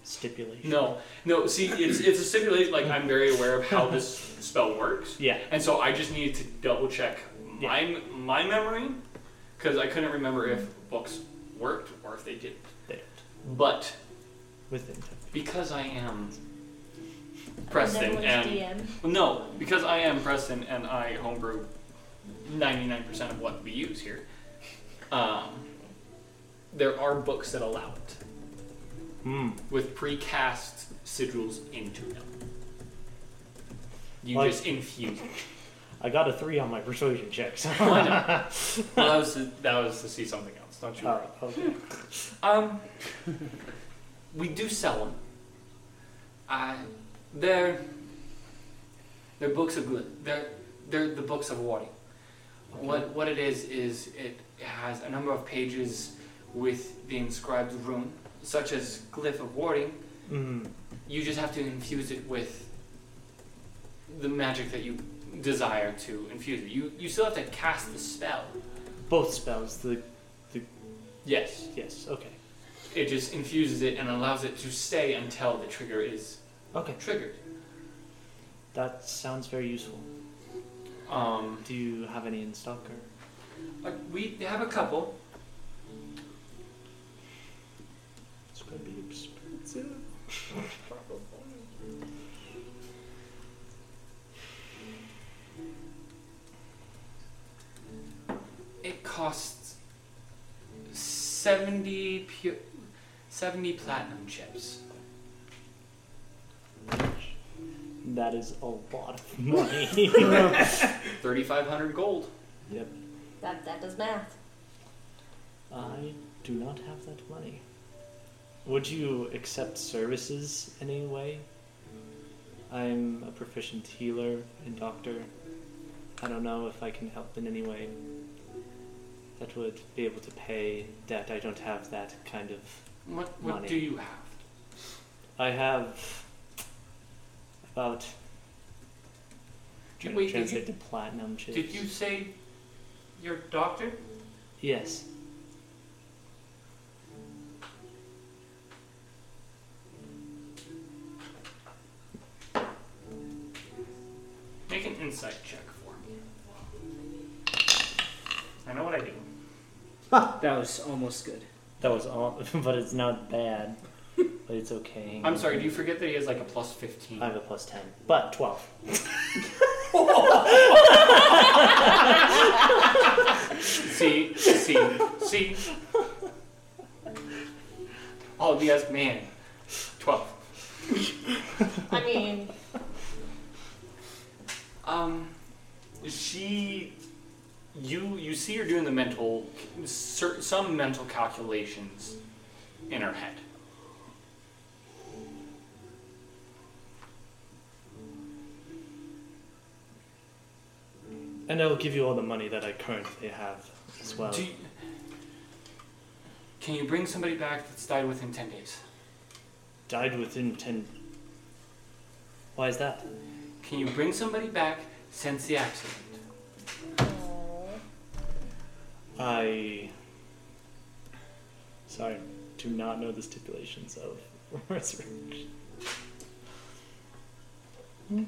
[SPEAKER 5] stipulation.
[SPEAKER 1] No, no. See, it's it's a stipulation. Like I'm very aware of how this spell works,
[SPEAKER 5] Yeah.
[SPEAKER 1] and so I just needed to double check my my memory because I couldn't remember if books worked or if they didn't.
[SPEAKER 5] They don't.
[SPEAKER 1] But
[SPEAKER 5] Within.
[SPEAKER 1] because I am Preston
[SPEAKER 8] Everyone's
[SPEAKER 1] and
[SPEAKER 8] DM.
[SPEAKER 1] Well, no, because I am Preston and I homebrew 99% of what we use here. Um, there are books that allow it
[SPEAKER 5] Hmm.
[SPEAKER 1] with precast sigils into them. You
[SPEAKER 5] Like-
[SPEAKER 1] just infuse it.
[SPEAKER 5] I got a three on my persuasion check. So.
[SPEAKER 1] Why not? Well, that, was to, that was to see something else, don't you worry.
[SPEAKER 5] Oh, okay.
[SPEAKER 1] Um, we do sell them. I, they're, they're books of good. They're, they're the books of warning. What what it is is it has a number of pages with the inscribed rune, such as glyph of warding.
[SPEAKER 5] Mm.
[SPEAKER 1] You just have to infuse it with the magic that you desire to infuse it. You you still have to cast the spell.
[SPEAKER 5] Both spells. The
[SPEAKER 1] Yes.
[SPEAKER 5] yes. Okay.
[SPEAKER 1] It just infuses it and allows it to stay until the trigger is
[SPEAKER 5] Okay.
[SPEAKER 1] triggered.
[SPEAKER 5] That sounds very useful.
[SPEAKER 1] Um,
[SPEAKER 5] Do you have any in stock or?
[SPEAKER 1] uh, we have a couple.
[SPEAKER 5] It's gonna be expensive.
[SPEAKER 1] It costs 70, pu- 70 platinum chips.
[SPEAKER 5] That is a lot of money.
[SPEAKER 1] 3,500 gold.
[SPEAKER 5] yep.
[SPEAKER 8] That, that does math.
[SPEAKER 5] I do not have that money. Would you accept services in any way? I'm a proficient healer and doctor. I don't know if I can help in any way that would be able to pay debt. I don't have that kind of.
[SPEAKER 1] What, what
[SPEAKER 5] Money.
[SPEAKER 1] do you have?
[SPEAKER 5] I have about. trying
[SPEAKER 1] Do you,
[SPEAKER 5] to
[SPEAKER 1] wait, did you,
[SPEAKER 5] translate to platinum chips.
[SPEAKER 1] did you say your doctor?
[SPEAKER 5] Yes.
[SPEAKER 1] Make an insight check for me. I know what I do.
[SPEAKER 19] That was almost good.
[SPEAKER 5] That was all, but it's not bad. But it's okay.
[SPEAKER 1] I'm sorry, do you forget that he has like a plus 15?
[SPEAKER 5] I have a plus ten, but twelve.
[SPEAKER 1] See, see, see. All of you guys, man. 12.
[SPEAKER 8] I mean,
[SPEAKER 1] Um, she, you, you see her doing the mental, cer- some mental calculations in her head.
[SPEAKER 5] And I will give you all the money that I currently have as well.
[SPEAKER 1] Do you, can you bring somebody back that's died within 10 days?
[SPEAKER 5] Died within ten. Why is that?
[SPEAKER 1] Can you bring somebody back since the accident?
[SPEAKER 8] aw.
[SPEAKER 5] I. Sorry, do not know the stipulations of resurrection.
[SPEAKER 4] Hmm.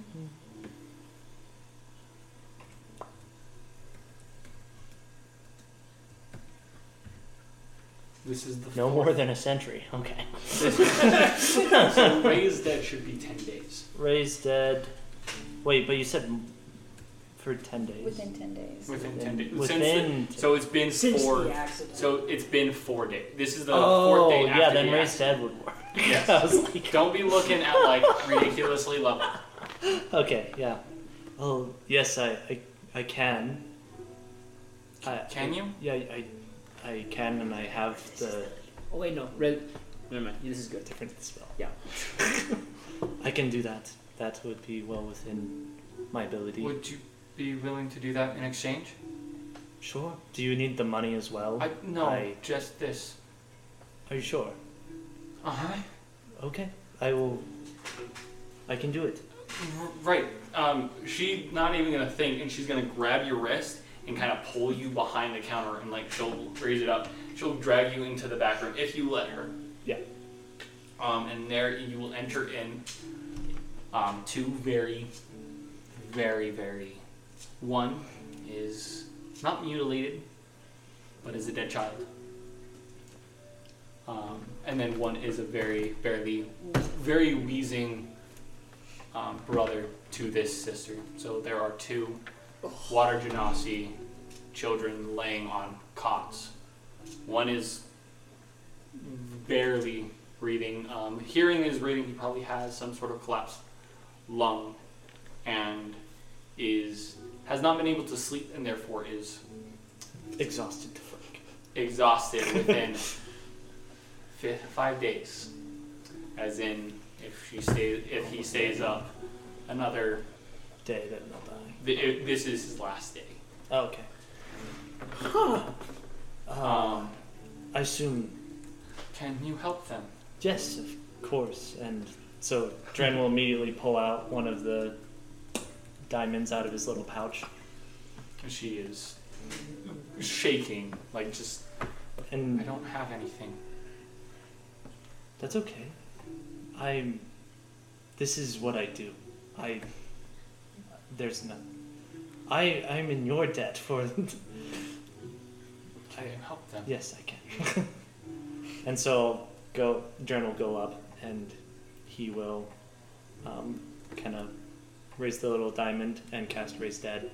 [SPEAKER 1] This is the
[SPEAKER 5] No more than a century. Okay.
[SPEAKER 1] so raised dead should be ten days.
[SPEAKER 5] Raised dead. Wait, but you said m- for ten days.
[SPEAKER 13] Within 10 days.
[SPEAKER 1] Within ten days.
[SPEAKER 5] Within-
[SPEAKER 1] Since the- so it's been
[SPEAKER 5] Since the
[SPEAKER 1] four.
[SPEAKER 5] accident.
[SPEAKER 1] So it's been four days. This is the
[SPEAKER 5] oh,
[SPEAKER 1] fourth day.
[SPEAKER 5] yeah,
[SPEAKER 1] after
[SPEAKER 5] then
[SPEAKER 1] the
[SPEAKER 5] raised
[SPEAKER 1] accident.
[SPEAKER 5] dead would work.
[SPEAKER 1] Yes.
[SPEAKER 5] I was like,
[SPEAKER 1] Don't be looking at like ridiculously level.
[SPEAKER 5] okay, yeah. Oh, yes, I, I, I can. I,
[SPEAKER 1] Can you?
[SPEAKER 5] Yeah, I, I can, and I have the.
[SPEAKER 7] Oh wait, no. Red. Never mind. This is good.
[SPEAKER 5] Different spell.
[SPEAKER 7] Yeah.
[SPEAKER 5] I can do that. That would be well within my ability.
[SPEAKER 1] Would you be willing to do that in exchange?
[SPEAKER 5] Sure. Do you need the money as well?
[SPEAKER 1] I no,
[SPEAKER 5] I-
[SPEAKER 1] just this.
[SPEAKER 5] are you sure?
[SPEAKER 1] Uh huh.
[SPEAKER 5] Okay. I will. I can do it.
[SPEAKER 1] Right. Um, she's not even gonna think, and she's gonna grab your wrist and kind of pull you behind the counter, and like she'll raise it up. She'll drag you into the back room if you let her.
[SPEAKER 5] Yeah.
[SPEAKER 1] Um, and there you will enter in. Um, two very, very, very. One is not mutilated, but is a dead child. Um, and then one is a very, barely, very wheezing um, brother to this sister. So there are two water genasi children laying on cots. One is barely breathing. Um, hearing is breathing. He probably has some sort of collapsed lung, and is has not been able to sleep, and therefore is
[SPEAKER 5] Exhausted to fuck.
[SPEAKER 1] exhausted within fi five days. As in, if she stays, if he stays up another,
[SPEAKER 5] Day that will die.
[SPEAKER 1] th- it, this is his last day.
[SPEAKER 5] Okay. Huh. Um, I assume
[SPEAKER 1] Can you help them?
[SPEAKER 5] yes, of course. And so Dren will immediately pull out one of the diamonds out of his little pouch,
[SPEAKER 1] She is shaking, like just. I
[SPEAKER 5] and
[SPEAKER 1] don't have anything.
[SPEAKER 5] that's okay. I'm. This is what I do. I. There's no. I I'm in your debt for.
[SPEAKER 1] Can you help them?
[SPEAKER 5] yes, I can. and so go. Dren will go up, and he will, um, kind of raise the little diamond and cast raise dead.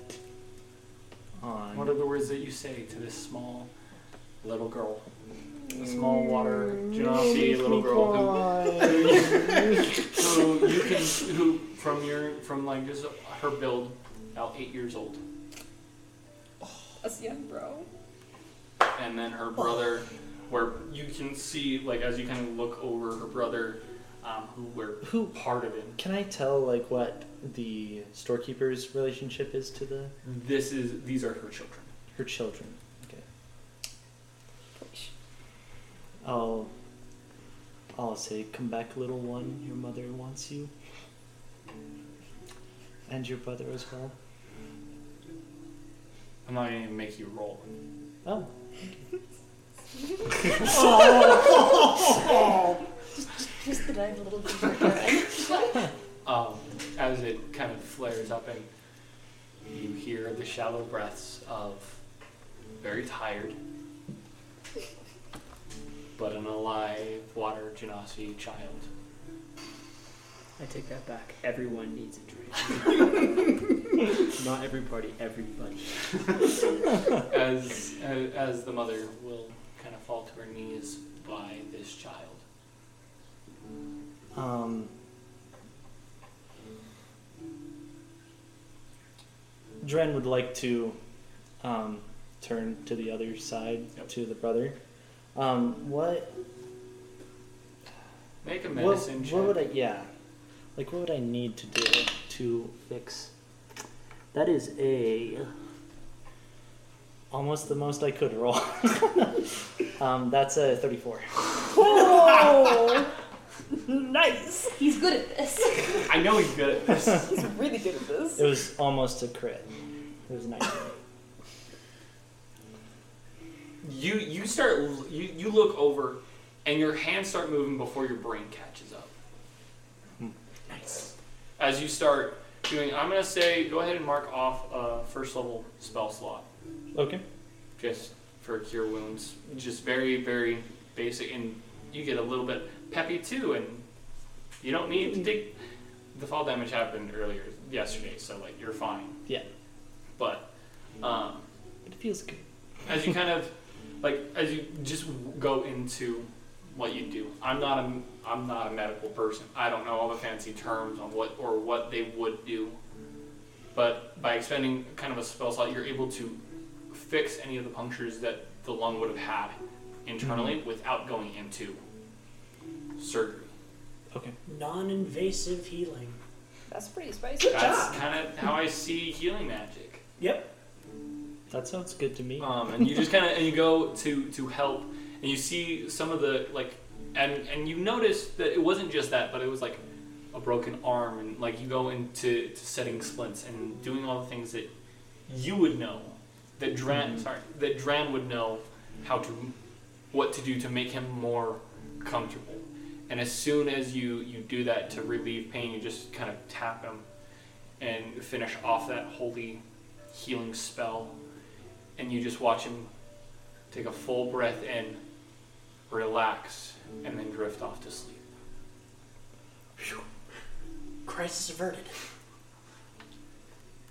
[SPEAKER 5] On
[SPEAKER 1] What are the words that you say to this small little girl? The small water genasi little girl who, who you can who from your from like just her build about eight years old,
[SPEAKER 8] Us young bro.
[SPEAKER 1] and then her brother, where you can see like as you kind of look over her brother, um, who were
[SPEAKER 5] Who-
[SPEAKER 1] part of it.
[SPEAKER 5] Can I tell like what the storekeeper's relationship is to the
[SPEAKER 1] This is these are her children.
[SPEAKER 5] her children? Okay. I'll I'll say, come back, little one. Your mother wants you, and your brother as well.
[SPEAKER 1] I'm not gonna even make you roll.
[SPEAKER 5] Oh,
[SPEAKER 8] Twist the dive a little deeper.
[SPEAKER 1] um, as it kind of flares up and you hear the shallow breaths of very tired but an alive water genasi child
[SPEAKER 7] I take that back. Everyone needs a drink. Not every party, everybody.
[SPEAKER 1] as as, as the mother will kind of fall to her knees by this child
[SPEAKER 5] um. Dren would like to um, turn to the other side
[SPEAKER 1] Yep.
[SPEAKER 5] to the brother. Um, what
[SPEAKER 1] make a
[SPEAKER 5] What,
[SPEAKER 1] medicine check
[SPEAKER 5] what would I? Yeah, like what would I need to do to fix? That is a almost the most I could roll. um, that's a thirty-four.
[SPEAKER 8] oh,
[SPEAKER 5] Nice.
[SPEAKER 8] he's good at this.
[SPEAKER 1] I know he's good at this
[SPEAKER 8] He's really good at this.
[SPEAKER 5] It was almost a crit. It was nice.
[SPEAKER 1] you you start you, you look over and your hands start moving before your brain catches up
[SPEAKER 14] Nice.
[SPEAKER 1] as you start doing i'm going to say go ahead and mark off a first level spell slot
[SPEAKER 5] Okay.
[SPEAKER 1] just for cure wounds just very very basic and you get a little bit peppy too and you don't need to dig the fall damage happened earlier yesterday so like you're fine
[SPEAKER 5] Yeah.
[SPEAKER 1] but um,
[SPEAKER 5] But it feels good.
[SPEAKER 1] as you kind of like as you just go into what you do i'm not a i'm not a medical person i don't know all the fancy terms on what or what they would do but by expending kind of a spell slot you're able to fix any of the punctures that the lung would have had internally
[SPEAKER 5] Mm-hmm.
[SPEAKER 1] without going into surgery
[SPEAKER 5] Okay.
[SPEAKER 15] Non-invasive healing.
[SPEAKER 11] That's pretty spicy.
[SPEAKER 1] that's kind of how i see healing magic
[SPEAKER 15] Yep.
[SPEAKER 5] That sounds good to me.
[SPEAKER 1] Um, and you just kind of and you go to to help, and you see some of the like, and and you notice that it wasn't just that, but it was like a broken arm, and like you go into to setting splints and doing all the things that you would know that Dran sorry that Dran would know how to what to do to make him more comfortable. And as soon as you you do that to relieve pain, you just kind of tap him and finish off that holy healing spell and you just watch him take a full breath in, relax, and then drift off to sleep.
[SPEAKER 15] Crisis averted.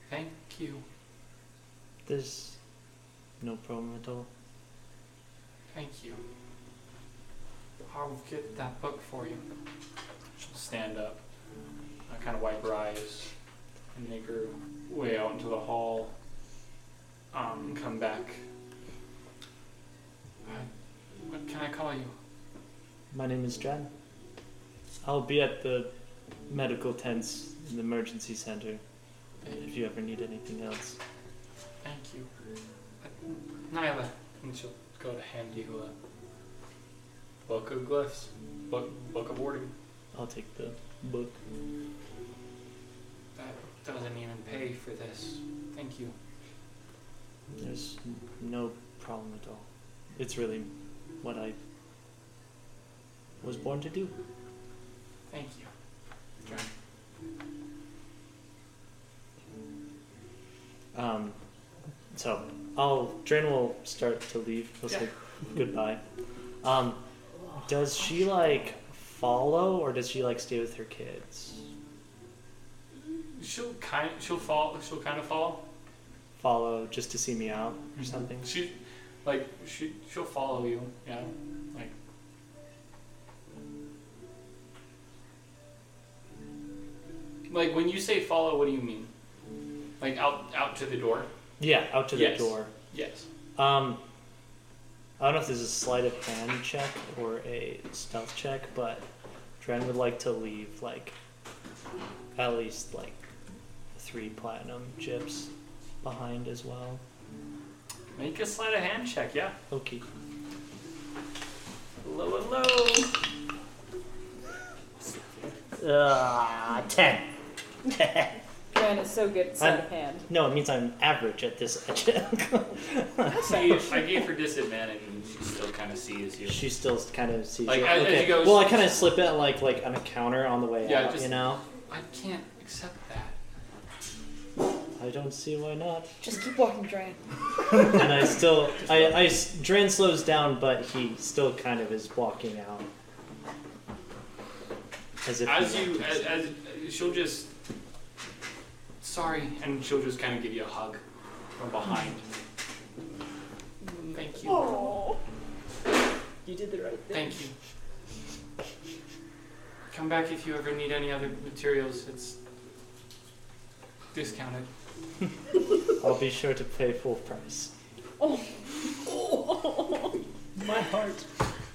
[SPEAKER 1] Thank you.
[SPEAKER 5] There's no problem at all.
[SPEAKER 1] Thank you. I'll get that book for you. She'll stand up. I kind of wipe her eyes and make her way out into the hall. Um, and come back. Uh, What can I call you?
[SPEAKER 5] My name is Dran. I'll be at the medical tents in the emergency center if you ever need anything else.
[SPEAKER 1] Thank you. Uh, Nyla. And she'll go to hand you a book of glyphs, book, book of warding.
[SPEAKER 5] I'll take the book.
[SPEAKER 1] That doesn't even pay for this. Thank you.
[SPEAKER 5] There's no problem at all. It's really what I was born to do.
[SPEAKER 1] Thank you. John.
[SPEAKER 5] Um, so I'll Dren will start to leave. He'll say goodbye. Um, does she like follow or does she like stay with her kids?
[SPEAKER 1] She'll kind she'll fall she'll kind of fall.
[SPEAKER 5] Follow just to see me out
[SPEAKER 1] Mm-hmm.
[SPEAKER 5] or something?
[SPEAKER 1] She like she she'll follow you. Yeah. Like Like when you say follow, what do you mean? Like out out to the door?
[SPEAKER 5] Yeah, out to the
[SPEAKER 1] Yes.
[SPEAKER 5] door.
[SPEAKER 1] Yes.
[SPEAKER 5] Um, I don't know if this is a sleight of hand check or a stealth check, but Dren would like to leave like at least like three platinum chips behind as well.
[SPEAKER 1] Make a sleight of hand check, yeah.
[SPEAKER 5] Okay.
[SPEAKER 1] Hello, hello.
[SPEAKER 5] Uh, ten.
[SPEAKER 4] Man, it's so good. It's out of hand.
[SPEAKER 5] No, it means I'm average at this check.
[SPEAKER 1] See, I gave her disadvantage and she still kind of sees you.
[SPEAKER 5] she still kind of sees.
[SPEAKER 1] Like,
[SPEAKER 5] you.
[SPEAKER 1] as- as
[SPEAKER 5] okay.
[SPEAKER 1] you go-
[SPEAKER 5] well, I kind of slip it like like on a counter on the way
[SPEAKER 1] Yeah,
[SPEAKER 5] out.
[SPEAKER 1] just-
[SPEAKER 5] You know,
[SPEAKER 1] I can't accept that.
[SPEAKER 5] I don't see why not.
[SPEAKER 11] Just keep walking, Dran.
[SPEAKER 5] and I still, I, I s- Dran slows down, but he still kind of is walking out. As if he
[SPEAKER 1] As you,
[SPEAKER 5] wants
[SPEAKER 1] as,
[SPEAKER 5] to.
[SPEAKER 1] as she'll just, sorry, and she'll just kind of give you a hug from behind. Thank you.
[SPEAKER 4] You did the right thing.
[SPEAKER 1] Thank you. Come back if you ever need any other materials. It's discounted.
[SPEAKER 5] I'll be sure to pay full price.
[SPEAKER 7] My heart.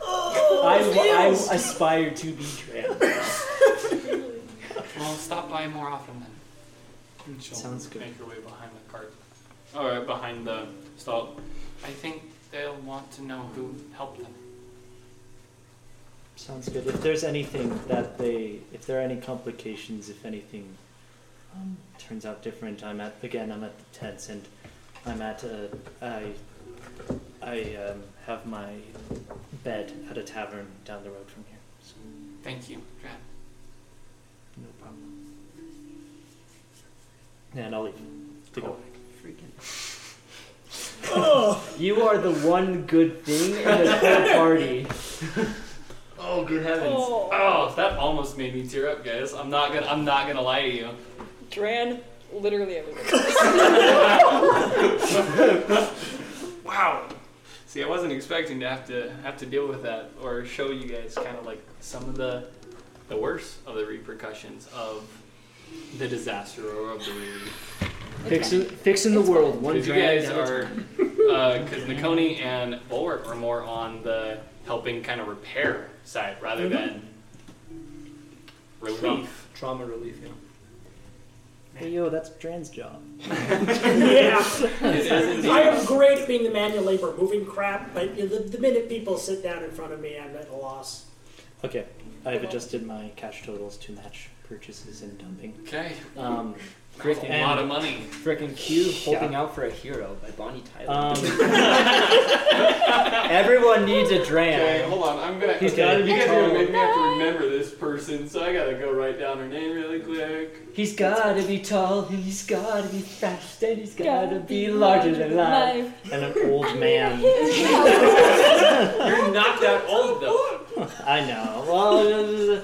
[SPEAKER 1] Oh,
[SPEAKER 7] I, I aspire to be Dran.
[SPEAKER 1] Well, stop by more often then. And she'll
[SPEAKER 5] Sounds good.
[SPEAKER 1] Make her way behind the cart, or behind the stall. I think they'll want to know who helped them.
[SPEAKER 5] Sounds good. If there's anything that they, if there are any complications, if anything um, turns out different, I'm at again. I'm at the tents, and I'm at a, a I um, have my bed at a tavern down the road from here. So.
[SPEAKER 1] Thank you, Drat.
[SPEAKER 5] No problem. And I'll leave to go. Oh!
[SPEAKER 7] You are the one good thing in this whole party.
[SPEAKER 1] Oh, good heavens!
[SPEAKER 4] Oh.
[SPEAKER 1] Oh. that almost made me tear up, guys. I'm not gonna. I'm not gonna lie to you.
[SPEAKER 4] Dran, literally everywhere.
[SPEAKER 1] Wow. See, I wasn't expecting to have to have to deal with that or show you guys kind of like some of the the worst of the repercussions of the disaster or of the rear.
[SPEAKER 7] Fixing, fixing the world one
[SPEAKER 1] Because you
[SPEAKER 7] drag
[SPEAKER 1] guys
[SPEAKER 7] at a
[SPEAKER 1] are,
[SPEAKER 7] time.
[SPEAKER 1] because Nakoni and Bulwark are more on the helping kind of repair side rather
[SPEAKER 7] Mhm.
[SPEAKER 1] than relief.
[SPEAKER 7] Trauma relief, yeah.
[SPEAKER 5] Hey, yo, that's Dran's job.
[SPEAKER 2] yeah.
[SPEAKER 1] It is indeed.
[SPEAKER 2] I am great at being the manual labor, moving crap, but the, the minute people sit down in front of me, I'm at a loss.
[SPEAKER 5] Okay, I've adjusted my cash totals to match purchases and dumping.
[SPEAKER 1] Okay.
[SPEAKER 5] Um,
[SPEAKER 7] That's a
[SPEAKER 5] and-
[SPEAKER 7] lot of
[SPEAKER 1] money.
[SPEAKER 7] Frickin' Q holding
[SPEAKER 5] Yeah.
[SPEAKER 7] out for a hero by Bonnie Tyler.
[SPEAKER 5] Um,
[SPEAKER 7] Everyone needs a dram.
[SPEAKER 1] Okay, hold on. I'm gonna.
[SPEAKER 7] He's
[SPEAKER 1] okay,
[SPEAKER 7] gotta be
[SPEAKER 1] you guys are
[SPEAKER 7] tall.
[SPEAKER 1] gonna make me have to remember this person, so I gotta go write down her name really quick.
[SPEAKER 7] He's gotta be tall, and he's gotta be fast, and he's gotta, be larger than life.
[SPEAKER 5] And an old man.
[SPEAKER 1] You're not that old though.
[SPEAKER 5] I know. Well, uh,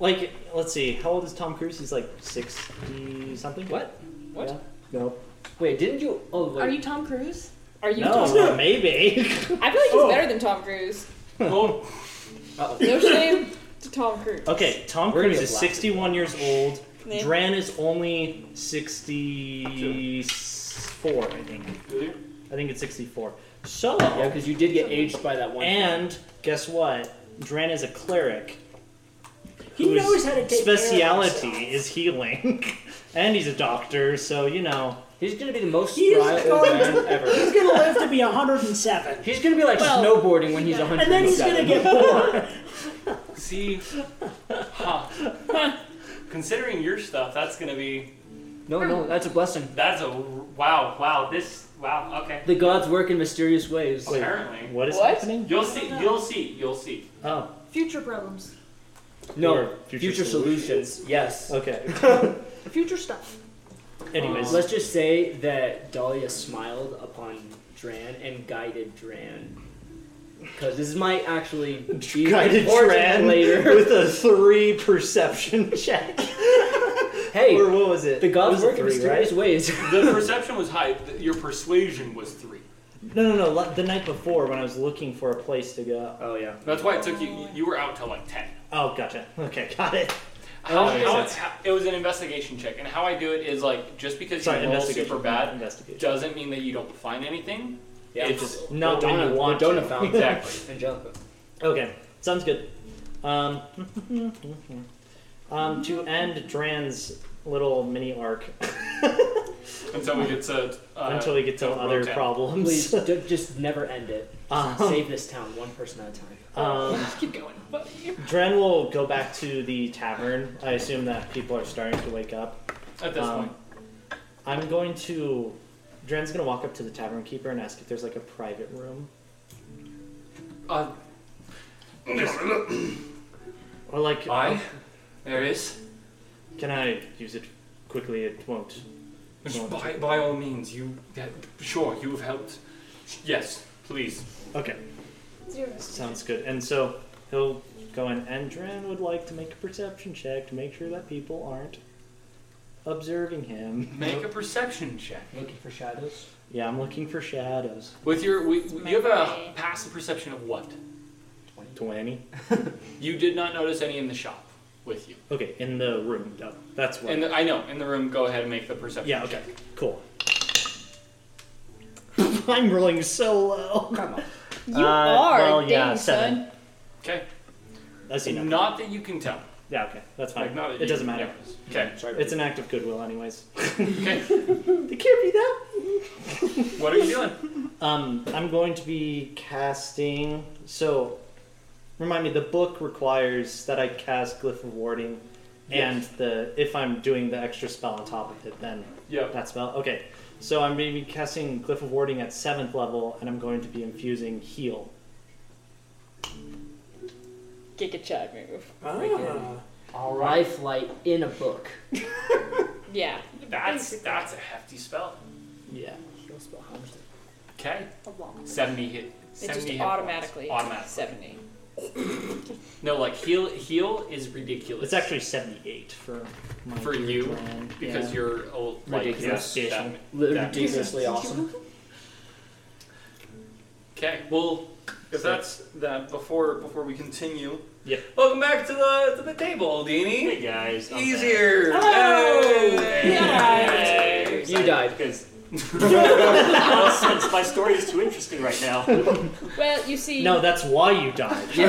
[SPEAKER 5] like, let's see. How old is Tom Cruise? He's like sixty something.
[SPEAKER 7] What? What?
[SPEAKER 5] No.
[SPEAKER 7] Wait, didn't you? Oh, wait.
[SPEAKER 4] Are you Tom Cruise? Are you
[SPEAKER 5] no. Oh.
[SPEAKER 4] Tom Cruise?
[SPEAKER 5] maybe.
[SPEAKER 4] I feel like he's better than Tom Cruise.
[SPEAKER 1] Oh.
[SPEAKER 4] No shame to Tom Cruise.
[SPEAKER 5] Okay, Tom
[SPEAKER 7] We're
[SPEAKER 5] Cruise
[SPEAKER 7] gonna
[SPEAKER 5] is
[SPEAKER 7] blast
[SPEAKER 5] 61 years old.
[SPEAKER 4] Yeah.
[SPEAKER 5] Dran is only 64, I think. I think it's 64. So,
[SPEAKER 7] Yeah, because you did get aged by that one.
[SPEAKER 5] and guess what? Dran is a cleric.
[SPEAKER 2] He
[SPEAKER 5] whose
[SPEAKER 2] knows how to take care of himself.
[SPEAKER 5] speciality is healing. and he's a doctor, so you know.
[SPEAKER 7] He's gonna be the most
[SPEAKER 2] He is
[SPEAKER 7] spry old
[SPEAKER 2] going
[SPEAKER 7] man
[SPEAKER 2] to-
[SPEAKER 7] ever.
[SPEAKER 2] He's going to live to be 107.
[SPEAKER 7] He's gonna be like
[SPEAKER 2] Well,
[SPEAKER 7] snowboarding when he's
[SPEAKER 2] And then he's going to
[SPEAKER 7] 107.
[SPEAKER 2] get bored.
[SPEAKER 1] See, huh. Considering your stuff, that's gonna be.
[SPEAKER 7] no, no, that's a blessing.
[SPEAKER 1] That's a wow, wow. This wow. Okay.
[SPEAKER 7] The gods work in mysterious ways.
[SPEAKER 1] Apparently,
[SPEAKER 5] What is
[SPEAKER 4] What?
[SPEAKER 5] happening?
[SPEAKER 1] you'll see. You'll see. You'll see.
[SPEAKER 5] Oh,
[SPEAKER 6] Future problems.
[SPEAKER 7] no,
[SPEAKER 5] Or
[SPEAKER 7] future,
[SPEAKER 5] future
[SPEAKER 7] solutions. Yes.
[SPEAKER 5] okay.
[SPEAKER 6] Future stuff.
[SPEAKER 5] Anyways,
[SPEAKER 7] Let's just say that Dahlia smiled upon Dran and guided Dran. Because this might actually be
[SPEAKER 5] guided
[SPEAKER 7] important
[SPEAKER 5] Dran
[SPEAKER 7] later.
[SPEAKER 5] with a three perception check.
[SPEAKER 7] hey,
[SPEAKER 5] Or what was it?
[SPEAKER 7] the
[SPEAKER 5] It
[SPEAKER 7] gods
[SPEAKER 5] was a
[SPEAKER 7] work in
[SPEAKER 5] three,
[SPEAKER 7] mysterious ways.
[SPEAKER 1] The perception was high. th- Your persuasion was three.
[SPEAKER 5] No, no, no. la- The night before, when I was looking for a place to go.
[SPEAKER 7] oh yeah.
[SPEAKER 1] That's why it took you. You were out till like ten.
[SPEAKER 5] Oh, gotcha. Okay, got it.
[SPEAKER 1] How,
[SPEAKER 5] that makes
[SPEAKER 1] how-
[SPEAKER 5] sense.
[SPEAKER 1] how- it was an investigation check, and how I do it is like just because you
[SPEAKER 5] Sorry,
[SPEAKER 1] roll
[SPEAKER 5] investigation.
[SPEAKER 1] super bad
[SPEAKER 5] Investigation.
[SPEAKER 1] doesn't mean that you don't find anything.
[SPEAKER 7] Yeah.
[SPEAKER 1] It just
[SPEAKER 5] Not
[SPEAKER 1] when
[SPEAKER 5] when
[SPEAKER 1] you
[SPEAKER 5] you
[SPEAKER 1] want
[SPEAKER 7] Dona
[SPEAKER 1] to.
[SPEAKER 7] found
[SPEAKER 1] Exactly.
[SPEAKER 7] Angelica.
[SPEAKER 5] Okay, sounds good. Um, um, to end Dran's little mini arc
[SPEAKER 1] Until we get to uh,
[SPEAKER 5] until we get to
[SPEAKER 1] uh,
[SPEAKER 5] other
[SPEAKER 1] Rotan.
[SPEAKER 5] problems.
[SPEAKER 7] Please, d- just never end it.
[SPEAKER 5] Um,
[SPEAKER 7] Save this town one person at a time.
[SPEAKER 5] um,
[SPEAKER 6] Keep going. But
[SPEAKER 5] Dren will go back to the tavern. I assume that people are starting to wake up.
[SPEAKER 1] at this
[SPEAKER 5] Um,
[SPEAKER 1] point.
[SPEAKER 5] I'm going to. Dren's gonna walk up to the tavern keeper and ask if there's like a private room
[SPEAKER 1] Uh,
[SPEAKER 5] or like. uh,
[SPEAKER 1] I. There is.
[SPEAKER 5] Can I use it quickly? It won't. Don't.
[SPEAKER 1] By, by all means, you. that- Sure, you have helped. Yes, please.
[SPEAKER 5] Okay,
[SPEAKER 6] Zero.
[SPEAKER 5] sounds good. And so he'll go in, and Dren would like to make a perception check to make sure that people aren't observing him.
[SPEAKER 1] Make a perception check.
[SPEAKER 7] Looking for shadows.
[SPEAKER 5] Yeah, I'm looking for shadows.
[SPEAKER 1] With your, we, you have a passive perception of what?
[SPEAKER 5] Twenty.
[SPEAKER 1] You did not notice any in the shop with you.
[SPEAKER 5] Okay, in the room. though. That's what.
[SPEAKER 1] In the, I know. In the room, go ahead and make the perception.
[SPEAKER 5] yeah. Okay.
[SPEAKER 1] check.
[SPEAKER 5] Cool. I'm rolling so low.
[SPEAKER 7] Come on.
[SPEAKER 4] You
[SPEAKER 5] Uh,
[SPEAKER 4] are,
[SPEAKER 5] well,
[SPEAKER 4] dang,
[SPEAKER 5] yeah,
[SPEAKER 4] son.
[SPEAKER 5] seven.
[SPEAKER 1] Okay.
[SPEAKER 5] I see. nothing.
[SPEAKER 1] Not that you can tell.
[SPEAKER 5] Yeah, okay, that's fine.
[SPEAKER 1] Like, not that
[SPEAKER 5] it
[SPEAKER 1] you
[SPEAKER 5] doesn't
[SPEAKER 1] can
[SPEAKER 5] matter.
[SPEAKER 1] notice. Okay.
[SPEAKER 7] Sorry.
[SPEAKER 5] It's an act of goodwill, anyways.
[SPEAKER 1] Okay.
[SPEAKER 5] They can't be that.
[SPEAKER 1] What are you doing?
[SPEAKER 5] Um, I'm going to be casting. So, remind me, the book requires that I cast Glyph of Warding, and the if I'm doing the extra spell on top of it, then
[SPEAKER 1] Yep.
[SPEAKER 5] that spell. Okay, So I'm going to be casting Glyph of Warding at seventh level, and I'm going to be infusing Heal.
[SPEAKER 4] Giga move.
[SPEAKER 5] Ah.
[SPEAKER 7] Freaking Lifelight in a book.
[SPEAKER 4] Yeah.
[SPEAKER 1] That's that's a hefty spell.
[SPEAKER 7] Yeah.
[SPEAKER 1] Okay.
[SPEAKER 4] A long.
[SPEAKER 1] Seventy hit.
[SPEAKER 4] It
[SPEAKER 1] 70
[SPEAKER 4] just
[SPEAKER 1] hit
[SPEAKER 4] automatically.
[SPEAKER 1] points. Automatic.
[SPEAKER 4] Seventy.
[SPEAKER 1] No, like heal heal is ridiculous.
[SPEAKER 5] It's actually 78 for my
[SPEAKER 1] for you
[SPEAKER 5] Grand,
[SPEAKER 1] because
[SPEAKER 5] yeah.
[SPEAKER 1] you're old, like
[SPEAKER 5] Ridiculous.
[SPEAKER 1] yeah,
[SPEAKER 5] Li-
[SPEAKER 1] that- that makes
[SPEAKER 7] ridiculously
[SPEAKER 1] sense.
[SPEAKER 7] awesome.
[SPEAKER 1] Okay, well, if that's that, before before we continue,
[SPEAKER 5] Yep.
[SPEAKER 1] welcome back to the to the table, Deanie.
[SPEAKER 5] Hey guys, I'm
[SPEAKER 1] easier.
[SPEAKER 5] back.
[SPEAKER 1] Hey.
[SPEAKER 7] You died.
[SPEAKER 20] Because Well, since my story is too interesting right now.
[SPEAKER 4] Well, you see,
[SPEAKER 5] No, that's why you died.
[SPEAKER 7] You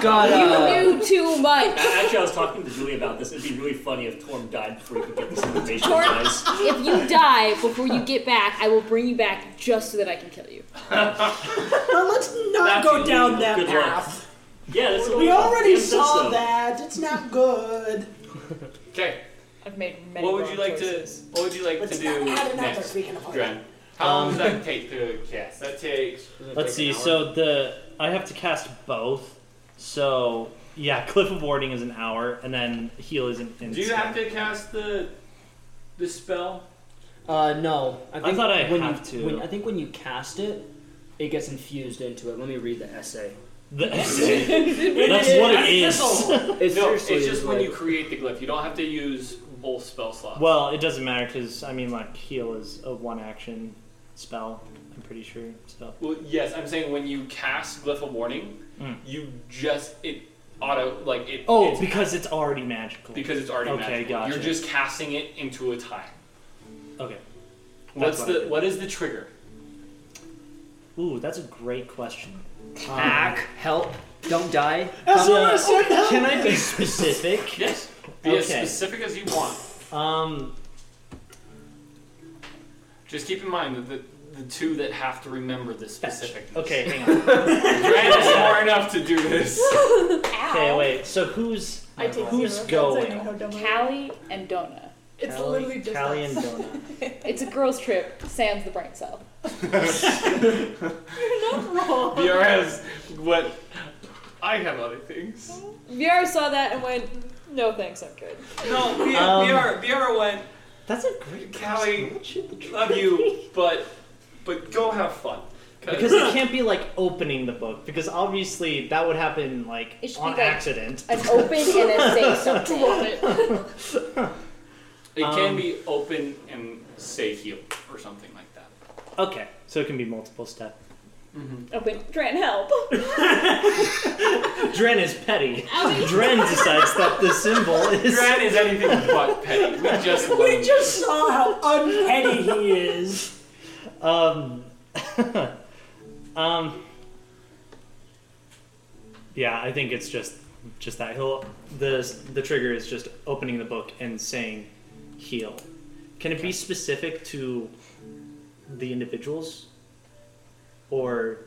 [SPEAKER 7] got uh,
[SPEAKER 4] you knew too much.
[SPEAKER 20] Actually, I was talking to Julie about this. It'd be really funny if Torm died before he could get this information,
[SPEAKER 4] Torm,
[SPEAKER 20] guys.
[SPEAKER 4] if you die before you get back, I will bring you back just so that I can kill you.
[SPEAKER 2] Now let's not
[SPEAKER 20] That's
[SPEAKER 2] go down
[SPEAKER 20] illegal.
[SPEAKER 2] that
[SPEAKER 20] Good luck.
[SPEAKER 2] path.
[SPEAKER 20] Yeah, that's what
[SPEAKER 2] we already
[SPEAKER 20] Sam said
[SPEAKER 2] saw
[SPEAKER 20] so.
[SPEAKER 2] that. It's not good.
[SPEAKER 1] Okay,
[SPEAKER 4] I've made many
[SPEAKER 1] what would
[SPEAKER 4] wrong
[SPEAKER 1] you like
[SPEAKER 4] choices.
[SPEAKER 1] to what would you like to do
[SPEAKER 2] add another
[SPEAKER 1] next,
[SPEAKER 2] speaking of-
[SPEAKER 1] Dren? How long
[SPEAKER 5] Um,
[SPEAKER 1] does that take to cast? That takes. does it
[SPEAKER 5] Let's
[SPEAKER 1] take
[SPEAKER 5] see.
[SPEAKER 1] an hour?
[SPEAKER 5] So the I have to cast both. So yeah, Cliff of Warding is an hour, and then Heal isn't.
[SPEAKER 1] do you have to cast the the spell?
[SPEAKER 7] uh no. I, think
[SPEAKER 5] thought I
[SPEAKER 7] when
[SPEAKER 5] have
[SPEAKER 7] you,
[SPEAKER 5] to.
[SPEAKER 7] When, I think when you cast it, it gets infused into it. Let me read the essay.
[SPEAKER 5] The essay. That's what it is.
[SPEAKER 7] It's
[SPEAKER 1] no, it's
[SPEAKER 7] seriously
[SPEAKER 1] just when
[SPEAKER 7] like-
[SPEAKER 1] you create the glyph. You don't have to use both spell slots.
[SPEAKER 5] Well, it doesn't matter because I mean, like Heal is a one action spell. I'm pretty sure. So
[SPEAKER 1] Well, yes, I'm saying when you cast Glyph of Warning,
[SPEAKER 5] Mm.
[SPEAKER 1] you just it auto like it.
[SPEAKER 5] oh,
[SPEAKER 1] it's,
[SPEAKER 5] because it's already magical.
[SPEAKER 1] because it's already
[SPEAKER 5] okay,
[SPEAKER 1] magical.
[SPEAKER 5] Gotcha.
[SPEAKER 1] You're just casting it into a time.
[SPEAKER 5] okay.
[SPEAKER 1] What's
[SPEAKER 5] That's what I
[SPEAKER 1] the
[SPEAKER 5] did.
[SPEAKER 1] what is the trigger?
[SPEAKER 5] Ooh, that's a great question. Um,
[SPEAKER 7] Hack, help, don't die.
[SPEAKER 5] That's
[SPEAKER 7] Come
[SPEAKER 5] what I
[SPEAKER 7] on.
[SPEAKER 5] said, help.
[SPEAKER 7] Can I be specific?
[SPEAKER 1] Yes. Be as
[SPEAKER 5] Okay.
[SPEAKER 1] specific as you want.
[SPEAKER 5] Um,
[SPEAKER 1] Just keep in mind that the, the two that have to remember the specific.
[SPEAKER 5] okay, hang on.
[SPEAKER 1] Grant is smart enough to do this.
[SPEAKER 5] Okay, wait. So who's
[SPEAKER 4] I take
[SPEAKER 5] who's
[SPEAKER 4] zero.
[SPEAKER 5] going?
[SPEAKER 4] Callie and Donna.
[SPEAKER 6] It's
[SPEAKER 5] Callie-
[SPEAKER 6] literally just
[SPEAKER 5] Callie and
[SPEAKER 6] us.
[SPEAKER 5] Donna.
[SPEAKER 4] It's a girls' trip. Sam's the brain cell.
[SPEAKER 1] BRS, what? I have other things.
[SPEAKER 4] VR saw that and went, "No thanks, I'm good."
[SPEAKER 1] No, BR,
[SPEAKER 5] Um,
[SPEAKER 1] BR, BR went.
[SPEAKER 5] That's a great
[SPEAKER 1] Callie, love you, but but go have fun. 'Cause-
[SPEAKER 5] Because it can't be like opening the book because obviously that would happen like
[SPEAKER 4] It should
[SPEAKER 5] on
[SPEAKER 4] be, like,
[SPEAKER 5] accident.
[SPEAKER 4] An open and a safe something.
[SPEAKER 1] it can
[SPEAKER 5] um,
[SPEAKER 1] be open and say heal or something like that.
[SPEAKER 5] Okay, so it can be multiple step.
[SPEAKER 4] Open. Dran, help.
[SPEAKER 5] Dren is petty.
[SPEAKER 4] Owie.
[SPEAKER 5] Dren decides that the symbol is.
[SPEAKER 1] Dren is anything but petty. We just
[SPEAKER 2] We
[SPEAKER 1] learned.
[SPEAKER 2] just saw how unpetty he is.
[SPEAKER 5] Um. um. Yeah, I think it's just just that he'll the the trigger is just opening the book and saying heal. Can it be specific to the individuals or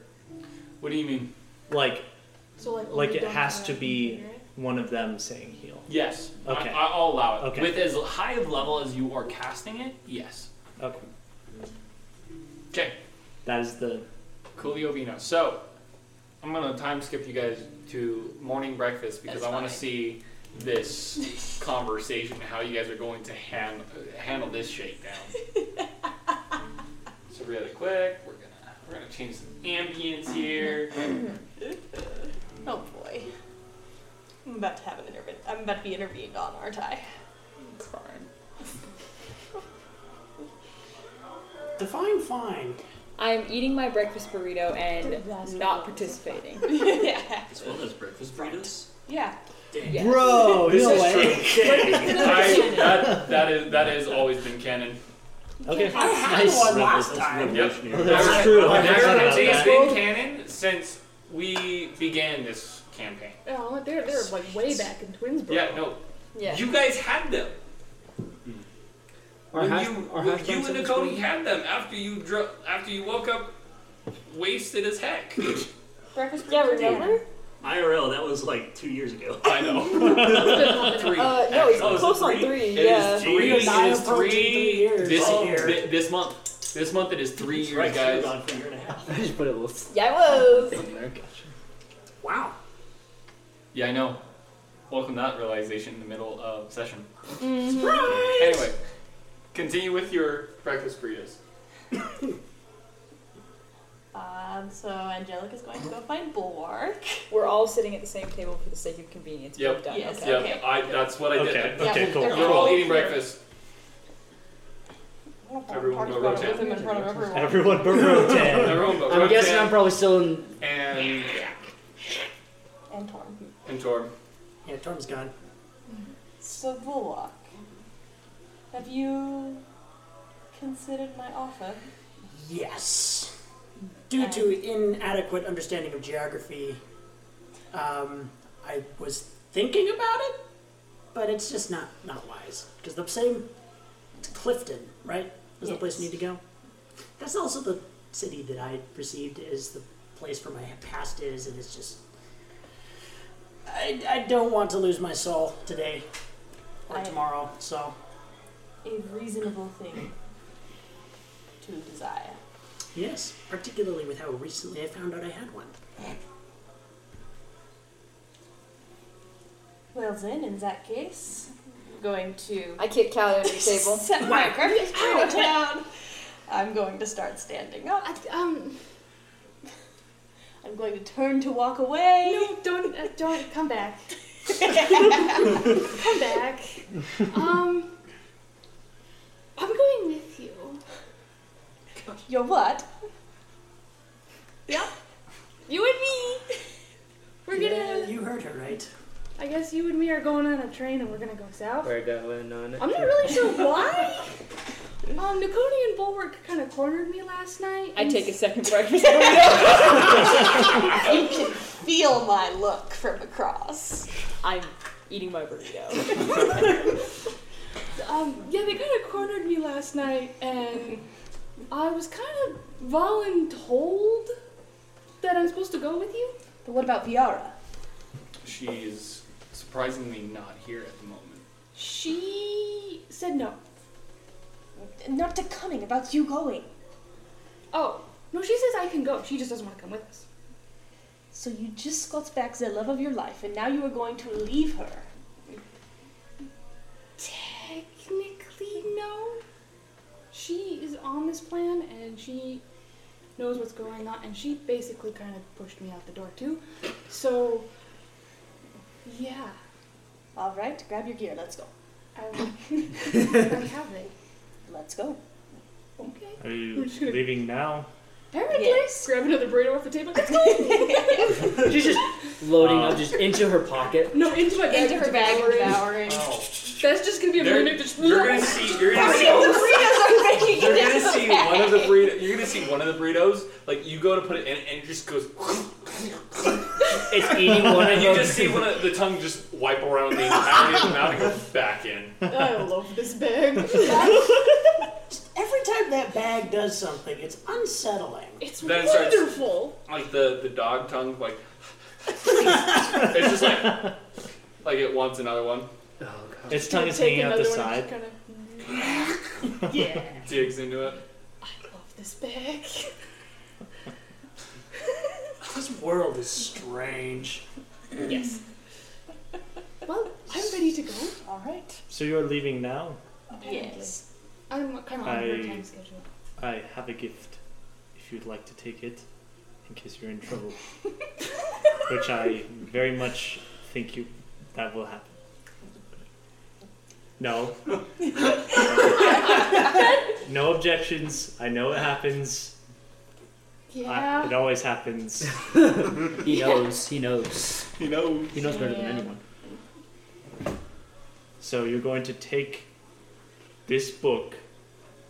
[SPEAKER 1] What do you mean?
[SPEAKER 5] like
[SPEAKER 6] So like,
[SPEAKER 5] like
[SPEAKER 6] only
[SPEAKER 5] it
[SPEAKER 6] Donna
[SPEAKER 5] has
[SPEAKER 6] and
[SPEAKER 5] to
[SPEAKER 6] I can
[SPEAKER 5] be
[SPEAKER 6] figure it.
[SPEAKER 5] one of them saying heal?
[SPEAKER 1] Yes.
[SPEAKER 5] Okay.
[SPEAKER 1] I, I'll allow it.
[SPEAKER 5] Okay.
[SPEAKER 1] With as high of level as you are casting it, yes.
[SPEAKER 5] Okay,
[SPEAKER 1] Okay.
[SPEAKER 5] that is the
[SPEAKER 1] Coolio Vino. So, I'm gonna time skip you guys to morning breakfast because
[SPEAKER 4] That's
[SPEAKER 1] I want to
[SPEAKER 4] fine.
[SPEAKER 1] see this conversation, how you guys are going to hand, handle this shakedown. so really quick, we're gonna we're gonna change some ambience here.
[SPEAKER 8] Oh boy. I'm about to have an interview. I'm about to be interviewed on, aren't I?
[SPEAKER 2] Define fine.
[SPEAKER 4] I'm eating my breakfast burrito and
[SPEAKER 6] That's
[SPEAKER 4] not
[SPEAKER 6] what
[SPEAKER 4] participating.
[SPEAKER 8] yeah.
[SPEAKER 20] As well as breakfast burritos.
[SPEAKER 8] Yeah.
[SPEAKER 4] Yes.
[SPEAKER 5] bro.
[SPEAKER 1] This
[SPEAKER 5] no
[SPEAKER 1] is
[SPEAKER 5] way.
[SPEAKER 1] true. I, that, that is that has always been canon.
[SPEAKER 5] Okay,
[SPEAKER 2] I had
[SPEAKER 5] nice.
[SPEAKER 2] one
[SPEAKER 20] Revo-
[SPEAKER 2] last
[SPEAKER 20] that's
[SPEAKER 2] time.
[SPEAKER 20] revolutionary.
[SPEAKER 5] That's true. I forgot
[SPEAKER 1] There
[SPEAKER 5] about
[SPEAKER 1] has
[SPEAKER 5] that.
[SPEAKER 1] been canon since we began this campaign.
[SPEAKER 6] Oh, they're they're like way back in Twinsburg.
[SPEAKER 1] Yeah, no,
[SPEAKER 4] Yeah.
[SPEAKER 1] You guys had them.
[SPEAKER 7] Our
[SPEAKER 1] When
[SPEAKER 7] hash-
[SPEAKER 1] you,
[SPEAKER 7] our
[SPEAKER 1] when
[SPEAKER 7] hash
[SPEAKER 1] you
[SPEAKER 7] browns
[SPEAKER 1] and
[SPEAKER 7] are
[SPEAKER 1] Nakoni
[SPEAKER 7] good.
[SPEAKER 1] had them after you dro- after you woke up wasted as heck.
[SPEAKER 8] Breakfast
[SPEAKER 4] yeah,
[SPEAKER 8] burrito.
[SPEAKER 4] remember?
[SPEAKER 3] IRL, that was like two years ago.
[SPEAKER 1] I know.
[SPEAKER 3] three.
[SPEAKER 4] Uh, no, Uh, it's
[SPEAKER 3] actually.
[SPEAKER 4] close on three. yeah.
[SPEAKER 1] It is three. It
[SPEAKER 4] Nigh
[SPEAKER 1] is
[SPEAKER 4] approaching
[SPEAKER 1] three
[SPEAKER 4] years.
[SPEAKER 1] This,
[SPEAKER 4] Oh.
[SPEAKER 1] thi- this month. This month it is three years,
[SPEAKER 3] right,
[SPEAKER 1] guys.
[SPEAKER 3] she was on for a year and a half. I just put a little
[SPEAKER 4] Yeah, it was.
[SPEAKER 1] Wow. Yeah, I know. Welcome to that realization in the middle of session.
[SPEAKER 4] Mhm. Surprise!
[SPEAKER 1] Anyway, continue with your breakfast burritos.
[SPEAKER 8] Um, so Angelica's going to go find Bulwark.
[SPEAKER 4] We're all sitting at the same table for the sake of convenience.
[SPEAKER 1] Yep.
[SPEAKER 4] We've done-
[SPEAKER 8] Yes,
[SPEAKER 4] Okay.
[SPEAKER 1] Yep. I, that's what I did.
[SPEAKER 5] Okay,
[SPEAKER 1] I-
[SPEAKER 5] okay, Yeah, cool. they're
[SPEAKER 1] You're all
[SPEAKER 5] all
[SPEAKER 1] eating
[SPEAKER 5] here.
[SPEAKER 1] breakfast. Everyone go rotate.
[SPEAKER 5] Everyone but Rotan.
[SPEAKER 1] Everyone but
[SPEAKER 7] I'm guessing
[SPEAKER 1] Rotan.
[SPEAKER 7] I'm probably still in.
[SPEAKER 1] And
[SPEAKER 8] And Torm.
[SPEAKER 1] and Torm.
[SPEAKER 2] Yeah, Torm's gone.
[SPEAKER 8] So Bulwark, have you considered my offer?
[SPEAKER 2] Yes. Due to inadequate understanding of geography, um, I was thinking about it, but it's just not not wise because the same it's Clifton, right? Is the place you need to go. That's also the city that I perceived as the place where my past is, and it's just I, I don't want to lose my soul today or
[SPEAKER 8] I-
[SPEAKER 2] tomorrow, so
[SPEAKER 8] A reasonable thing to desire.
[SPEAKER 2] yes, particularly with how recently I found out I had one.
[SPEAKER 8] Well then, in that case, I'm going to.
[SPEAKER 11] I kick Callie under the table.
[SPEAKER 8] Set my breakfast burrito down. I'm going to start standing up.
[SPEAKER 6] um.
[SPEAKER 8] I'm going to turn to walk away.
[SPEAKER 6] No, don't, uh, don't come back. come back. Um, I'm going with you.
[SPEAKER 8] You're what?
[SPEAKER 6] Yeah. You and me. We're gonna.
[SPEAKER 2] you heard her, right?
[SPEAKER 6] I guess you and me are going on a train and we're gonna go south.
[SPEAKER 7] We're going on. a
[SPEAKER 6] I'm not
[SPEAKER 7] trip.
[SPEAKER 6] really sure why. Um, Nakoni and Bulwark kind of cornered me last night.
[SPEAKER 11] I
[SPEAKER 6] and-
[SPEAKER 11] take a second breakfast burrito.
[SPEAKER 8] you can feel my look from across.
[SPEAKER 11] I'm eating my burrito.
[SPEAKER 6] Um, yeah, they kind of cornered me last night, and I was kind of voluntold that I'm supposed to go with you.
[SPEAKER 8] But what about Viara?
[SPEAKER 1] She's surprisingly not here at the moment.
[SPEAKER 6] She said no.
[SPEAKER 8] Not to coming, about you going.
[SPEAKER 6] Oh, no, she says I can go. She just doesn't want to come with us.
[SPEAKER 8] So you just got back the love of your life, and now you are going to leave her.
[SPEAKER 6] Technically, no. She is on this plan, and she knows what's going on, and she basically kind of pushed me out the door, too. So, yeah.
[SPEAKER 8] All right, grab your gear. Let's go.
[SPEAKER 6] I, I have it.
[SPEAKER 8] Let's go.
[SPEAKER 6] Okay.
[SPEAKER 5] Are you leaving now?
[SPEAKER 6] Apparently, grab another burrito off the table. Let's go.
[SPEAKER 7] She's just loading
[SPEAKER 1] Uh,
[SPEAKER 7] up just into her pocket.
[SPEAKER 6] no, into my bag.
[SPEAKER 11] Into her bag, devouring.
[SPEAKER 6] That's just gonna be a
[SPEAKER 1] They're-
[SPEAKER 6] minute. Just
[SPEAKER 1] You're gonna see. You're gonna see.
[SPEAKER 6] Burritos, burritos, I'm making
[SPEAKER 1] You're
[SPEAKER 6] it
[SPEAKER 1] gonna
[SPEAKER 6] into
[SPEAKER 1] see
[SPEAKER 6] the
[SPEAKER 1] one of the burrito. You're gonna see one of the burritos. Like you go to put it in, and it just goes.
[SPEAKER 7] It's eating one
[SPEAKER 1] and
[SPEAKER 7] of
[SPEAKER 1] you
[SPEAKER 7] those.
[SPEAKER 1] just see one of the tongue just wipe around the entirety of the mouth and go back in.
[SPEAKER 6] I love this bag.
[SPEAKER 2] Every time that bag does something, it's unsettling.
[SPEAKER 6] It's
[SPEAKER 1] Then it starts- Like the the dog tongue, like it's just like like it wants another one.
[SPEAKER 2] Oh,
[SPEAKER 5] Its tongue is hanging out the side.
[SPEAKER 6] yeah.
[SPEAKER 1] Digs into it.
[SPEAKER 6] Love this bag.
[SPEAKER 2] This world is strange.
[SPEAKER 6] Yes. Well, I'm ready to go.
[SPEAKER 8] All right.
[SPEAKER 5] So you're leaving now?
[SPEAKER 6] Yes. I'm kind of on her
[SPEAKER 5] I,
[SPEAKER 6] time schedule.
[SPEAKER 5] I have a gift. If you'd like to take it, in case you're in trouble, which I very much think you that will happen. No. no objections. I know it happens. I,
[SPEAKER 6] Yeah.
[SPEAKER 5] it always happens.
[SPEAKER 7] He knows. He knows.
[SPEAKER 1] He knows.
[SPEAKER 7] He knows better than
[SPEAKER 6] Yeah.
[SPEAKER 7] anyone.
[SPEAKER 5] So you're going to take this book,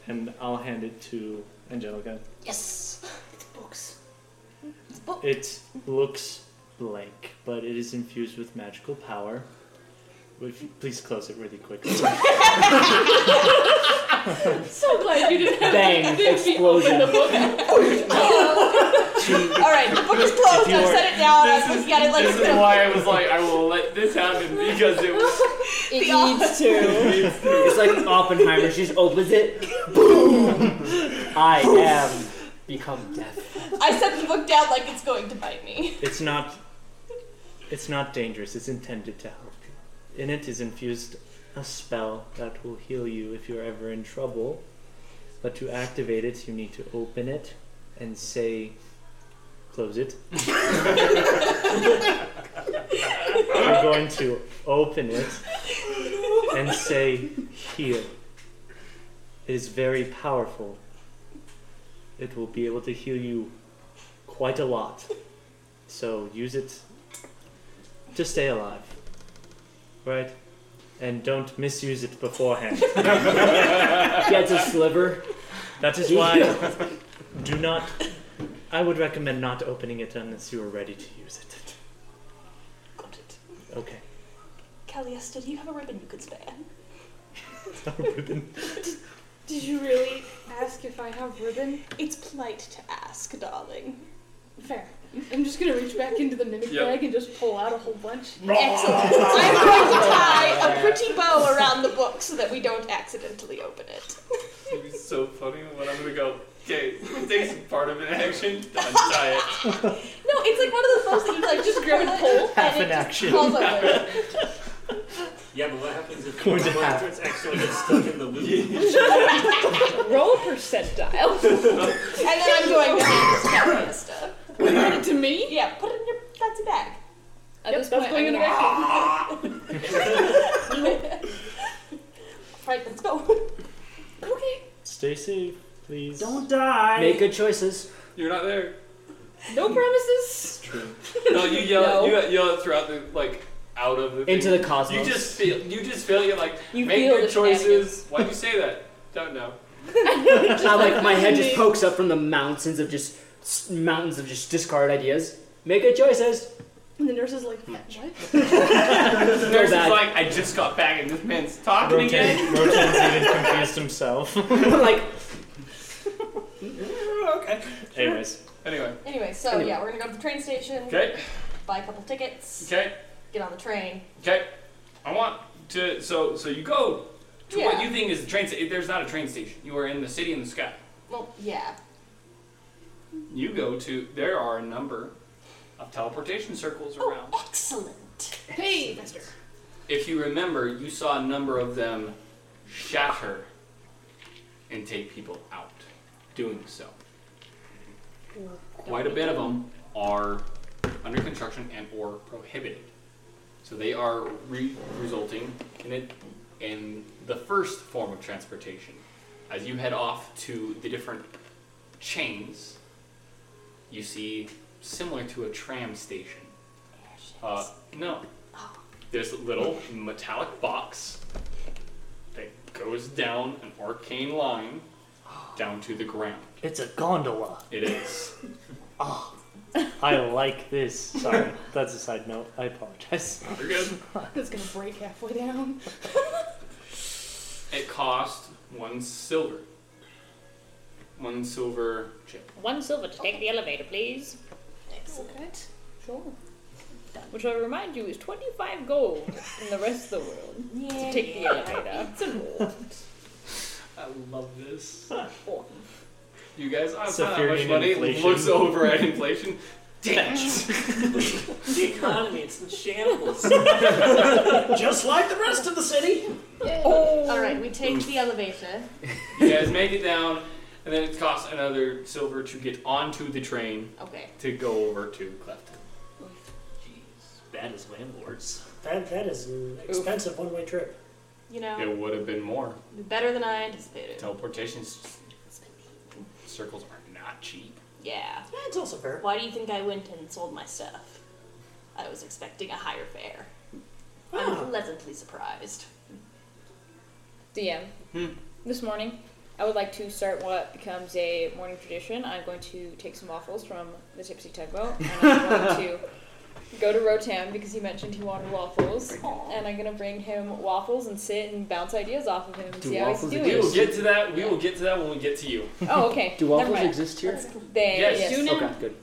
[SPEAKER 5] and I'll hand it to Angelica.
[SPEAKER 8] Yes. It's books.
[SPEAKER 5] It looks blank, but it is infused with magical power. If you- please close it really quickly.
[SPEAKER 6] so glad you didn't have
[SPEAKER 5] Bang,
[SPEAKER 6] didn't be open
[SPEAKER 5] explosion.
[SPEAKER 6] the book.
[SPEAKER 4] All right, the book is closed. I set it down. I
[SPEAKER 1] This
[SPEAKER 4] just
[SPEAKER 1] is,
[SPEAKER 4] got it like
[SPEAKER 1] this is why I was like, I will let this happen because it was.
[SPEAKER 4] It
[SPEAKER 7] needs to. it's like Oppenheimer. She just opens it. Boom. I am become death.
[SPEAKER 8] I set the book down like it's going to bite me.
[SPEAKER 5] It's not. It's not dangerous. It's intended to help you. In it is infused a spell that will heal you if you're ever in trouble. But to activate it, you need to open it and say, "Close it." you're going to open it and say, "Heal." It is very powerful. It will be able to heal you quite a lot. So use it to stay alive. Right? And don't misuse it beforehand.
[SPEAKER 7] Gets a sliver.
[SPEAKER 5] That is why do not I would recommend not opening it unless you are ready to use it.
[SPEAKER 8] Got it.
[SPEAKER 5] Okay.
[SPEAKER 8] Calliesta, do you have a ribbon you could spare?
[SPEAKER 5] Ribbon.
[SPEAKER 6] Did you really ask if I have ribbon?
[SPEAKER 8] It's polite to ask, darling.
[SPEAKER 6] Fair. I'm just gonna reach back into the mimic
[SPEAKER 8] Yep.
[SPEAKER 6] bag and just pull out a whole bunch.
[SPEAKER 8] Excellent. I'm going to tie a pretty bow around the book so that we don't accidentally open it.
[SPEAKER 1] It'd be so funny when I'm gonna go. Okay, takes part of an action, untie it.
[SPEAKER 8] No, it's like one of those bows that you like just grab and pull,
[SPEAKER 5] Half
[SPEAKER 8] and
[SPEAKER 5] an
[SPEAKER 8] it
[SPEAKER 5] action.
[SPEAKER 8] just falls over.
[SPEAKER 3] Yeah, but what happens if
[SPEAKER 5] Going
[SPEAKER 3] going
[SPEAKER 5] to
[SPEAKER 3] to
[SPEAKER 5] half.
[SPEAKER 3] it's actually gets stuck in the loop?
[SPEAKER 4] Roll percentile.
[SPEAKER 8] And then I'm going to hand this Calliesta.
[SPEAKER 6] Hand it to me?
[SPEAKER 8] Yeah, put it in your fancy bag.
[SPEAKER 6] At this point, going in the back.
[SPEAKER 8] Right, let's go.
[SPEAKER 6] okay.
[SPEAKER 5] Stay safe, please.
[SPEAKER 21] Don't die.
[SPEAKER 7] Make good choices.
[SPEAKER 1] You're not there.
[SPEAKER 6] No promises.
[SPEAKER 5] True.
[SPEAKER 1] No, you yell.
[SPEAKER 6] No.
[SPEAKER 1] You yell it throughout the like out of the thing.
[SPEAKER 7] Into the cosmos.
[SPEAKER 1] You just feel. You just feel. You're like
[SPEAKER 7] You
[SPEAKER 1] make
[SPEAKER 7] feel
[SPEAKER 1] good
[SPEAKER 7] the
[SPEAKER 1] choices. Why'd you say that? Don't know.
[SPEAKER 7] I like my head just pokes up from the mountains of just s- mountains of just discarded ideas. Make good choices.
[SPEAKER 6] And the nurse is like, what?
[SPEAKER 1] the nurse is
[SPEAKER 7] bad.
[SPEAKER 1] like, I just got back and this man's talking again.
[SPEAKER 5] Rotan's even confused himself.
[SPEAKER 7] like
[SPEAKER 8] okay.
[SPEAKER 5] Anyways.
[SPEAKER 1] Anyway.
[SPEAKER 8] Anyway, so
[SPEAKER 1] Anyway.
[SPEAKER 8] yeah, we're gonna go to the train station.
[SPEAKER 1] Okay.
[SPEAKER 8] Buy a couple tickets.
[SPEAKER 1] Okay.
[SPEAKER 8] Get on the train.
[SPEAKER 1] Okay. I want to. So so you go to what
[SPEAKER 8] Yeah.
[SPEAKER 1] you think is the train. Sta- there's not a train station. You are in the city in the sky.
[SPEAKER 8] Well, yeah.
[SPEAKER 1] You go to. There are a number of teleportation circles
[SPEAKER 7] Oh,
[SPEAKER 1] around.
[SPEAKER 8] Excellent.
[SPEAKER 6] Hey, mister.
[SPEAKER 1] If you remember, you saw a number of them shatter and take people out doing so. Quite a bit of them are under construction and or prohibited. So they are re- resulting in it in the first form of transportation. As you head off to the different chains, you see similar to a tram station. Uh, no, this little metallic box that goes down an arcane line down to the ground.
[SPEAKER 5] It's a gondola.
[SPEAKER 1] It is.
[SPEAKER 5] Ah, I like this. Sorry, that's a side note. I apologize.
[SPEAKER 1] You're good.
[SPEAKER 6] It's gonna break halfway down.
[SPEAKER 1] It cost one silver. One silver chip.
[SPEAKER 11] One silver to take the elevator, please.
[SPEAKER 8] Excellent. Sure.
[SPEAKER 11] Which I remind you is 25 gold in the rest of the world
[SPEAKER 8] Yeah.
[SPEAKER 11] to take the elevator.
[SPEAKER 8] It's an orb.
[SPEAKER 1] I love this. You guys, I
[SPEAKER 5] It's
[SPEAKER 1] don't
[SPEAKER 5] a
[SPEAKER 1] know how much
[SPEAKER 5] fearing
[SPEAKER 1] money
[SPEAKER 5] inflation.
[SPEAKER 1] looks over at inflation. Damn it.
[SPEAKER 3] the economy, it's in shambles.
[SPEAKER 21] Just like the rest of the city.
[SPEAKER 11] Oh.
[SPEAKER 8] All right, we take the elevator.
[SPEAKER 1] You guys make it down, and then it costs another silver to get onto the train
[SPEAKER 8] Okay.
[SPEAKER 1] to go over to Clefton.
[SPEAKER 3] Bad as landlords.
[SPEAKER 21] That that is an expensive one way trip.
[SPEAKER 8] You know,
[SPEAKER 1] It would have been more.
[SPEAKER 8] better than I anticipated.
[SPEAKER 1] Teleportation s- circles are not cheap.
[SPEAKER 8] Yeah.
[SPEAKER 21] It's also fair.
[SPEAKER 8] Why do you think I went and sold my stuff? I was expecting a higher fare.
[SPEAKER 21] Ah.
[SPEAKER 8] I'm pleasantly surprised.
[SPEAKER 11] DM.
[SPEAKER 1] Hmm.
[SPEAKER 11] This morning, I would like to start what becomes a morning tradition. I'm going to take some waffles from the Tipsy Tugboat, and I'm going to go to Rotan because he mentioned he wanted waffles, and I'm going to bring him waffles and sit and bounce ideas off of him and
[SPEAKER 7] Do
[SPEAKER 11] see how he's
[SPEAKER 7] waffles
[SPEAKER 11] doing.
[SPEAKER 1] We will get to that. We will get to that when we get to you.
[SPEAKER 11] Oh, okay.
[SPEAKER 7] Do
[SPEAKER 11] Never
[SPEAKER 7] waffles
[SPEAKER 11] mind.
[SPEAKER 7] exist here?
[SPEAKER 11] They
[SPEAKER 1] Yes.
[SPEAKER 7] Okay, good.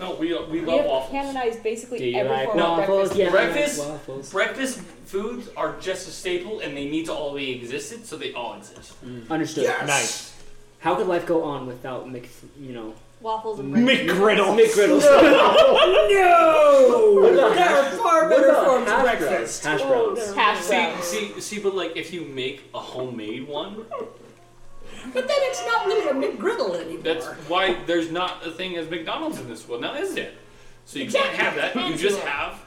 [SPEAKER 1] No, we, uh,
[SPEAKER 4] We
[SPEAKER 1] we love
[SPEAKER 4] have
[SPEAKER 1] waffles.
[SPEAKER 4] canonized basically every form of breakfast.
[SPEAKER 1] breakfast, breakfast foods are just a staple, and they need to already existed, so they all exist.
[SPEAKER 7] Understood. Nice. How could life go on without Mc, you know,
[SPEAKER 8] Waffles and bread.
[SPEAKER 7] McGriddle? McGriddles.
[SPEAKER 1] No!
[SPEAKER 7] There are
[SPEAKER 1] far
[SPEAKER 7] better forms of breakfast. Hash browns.
[SPEAKER 4] Hash browns.
[SPEAKER 1] See, see, see, but like if you make a homemade one,
[SPEAKER 22] But then it's not really a McGriddle anymore.
[SPEAKER 1] that's why there's not a thing as McDonald's in this world now, is it? So you can't have that. You just have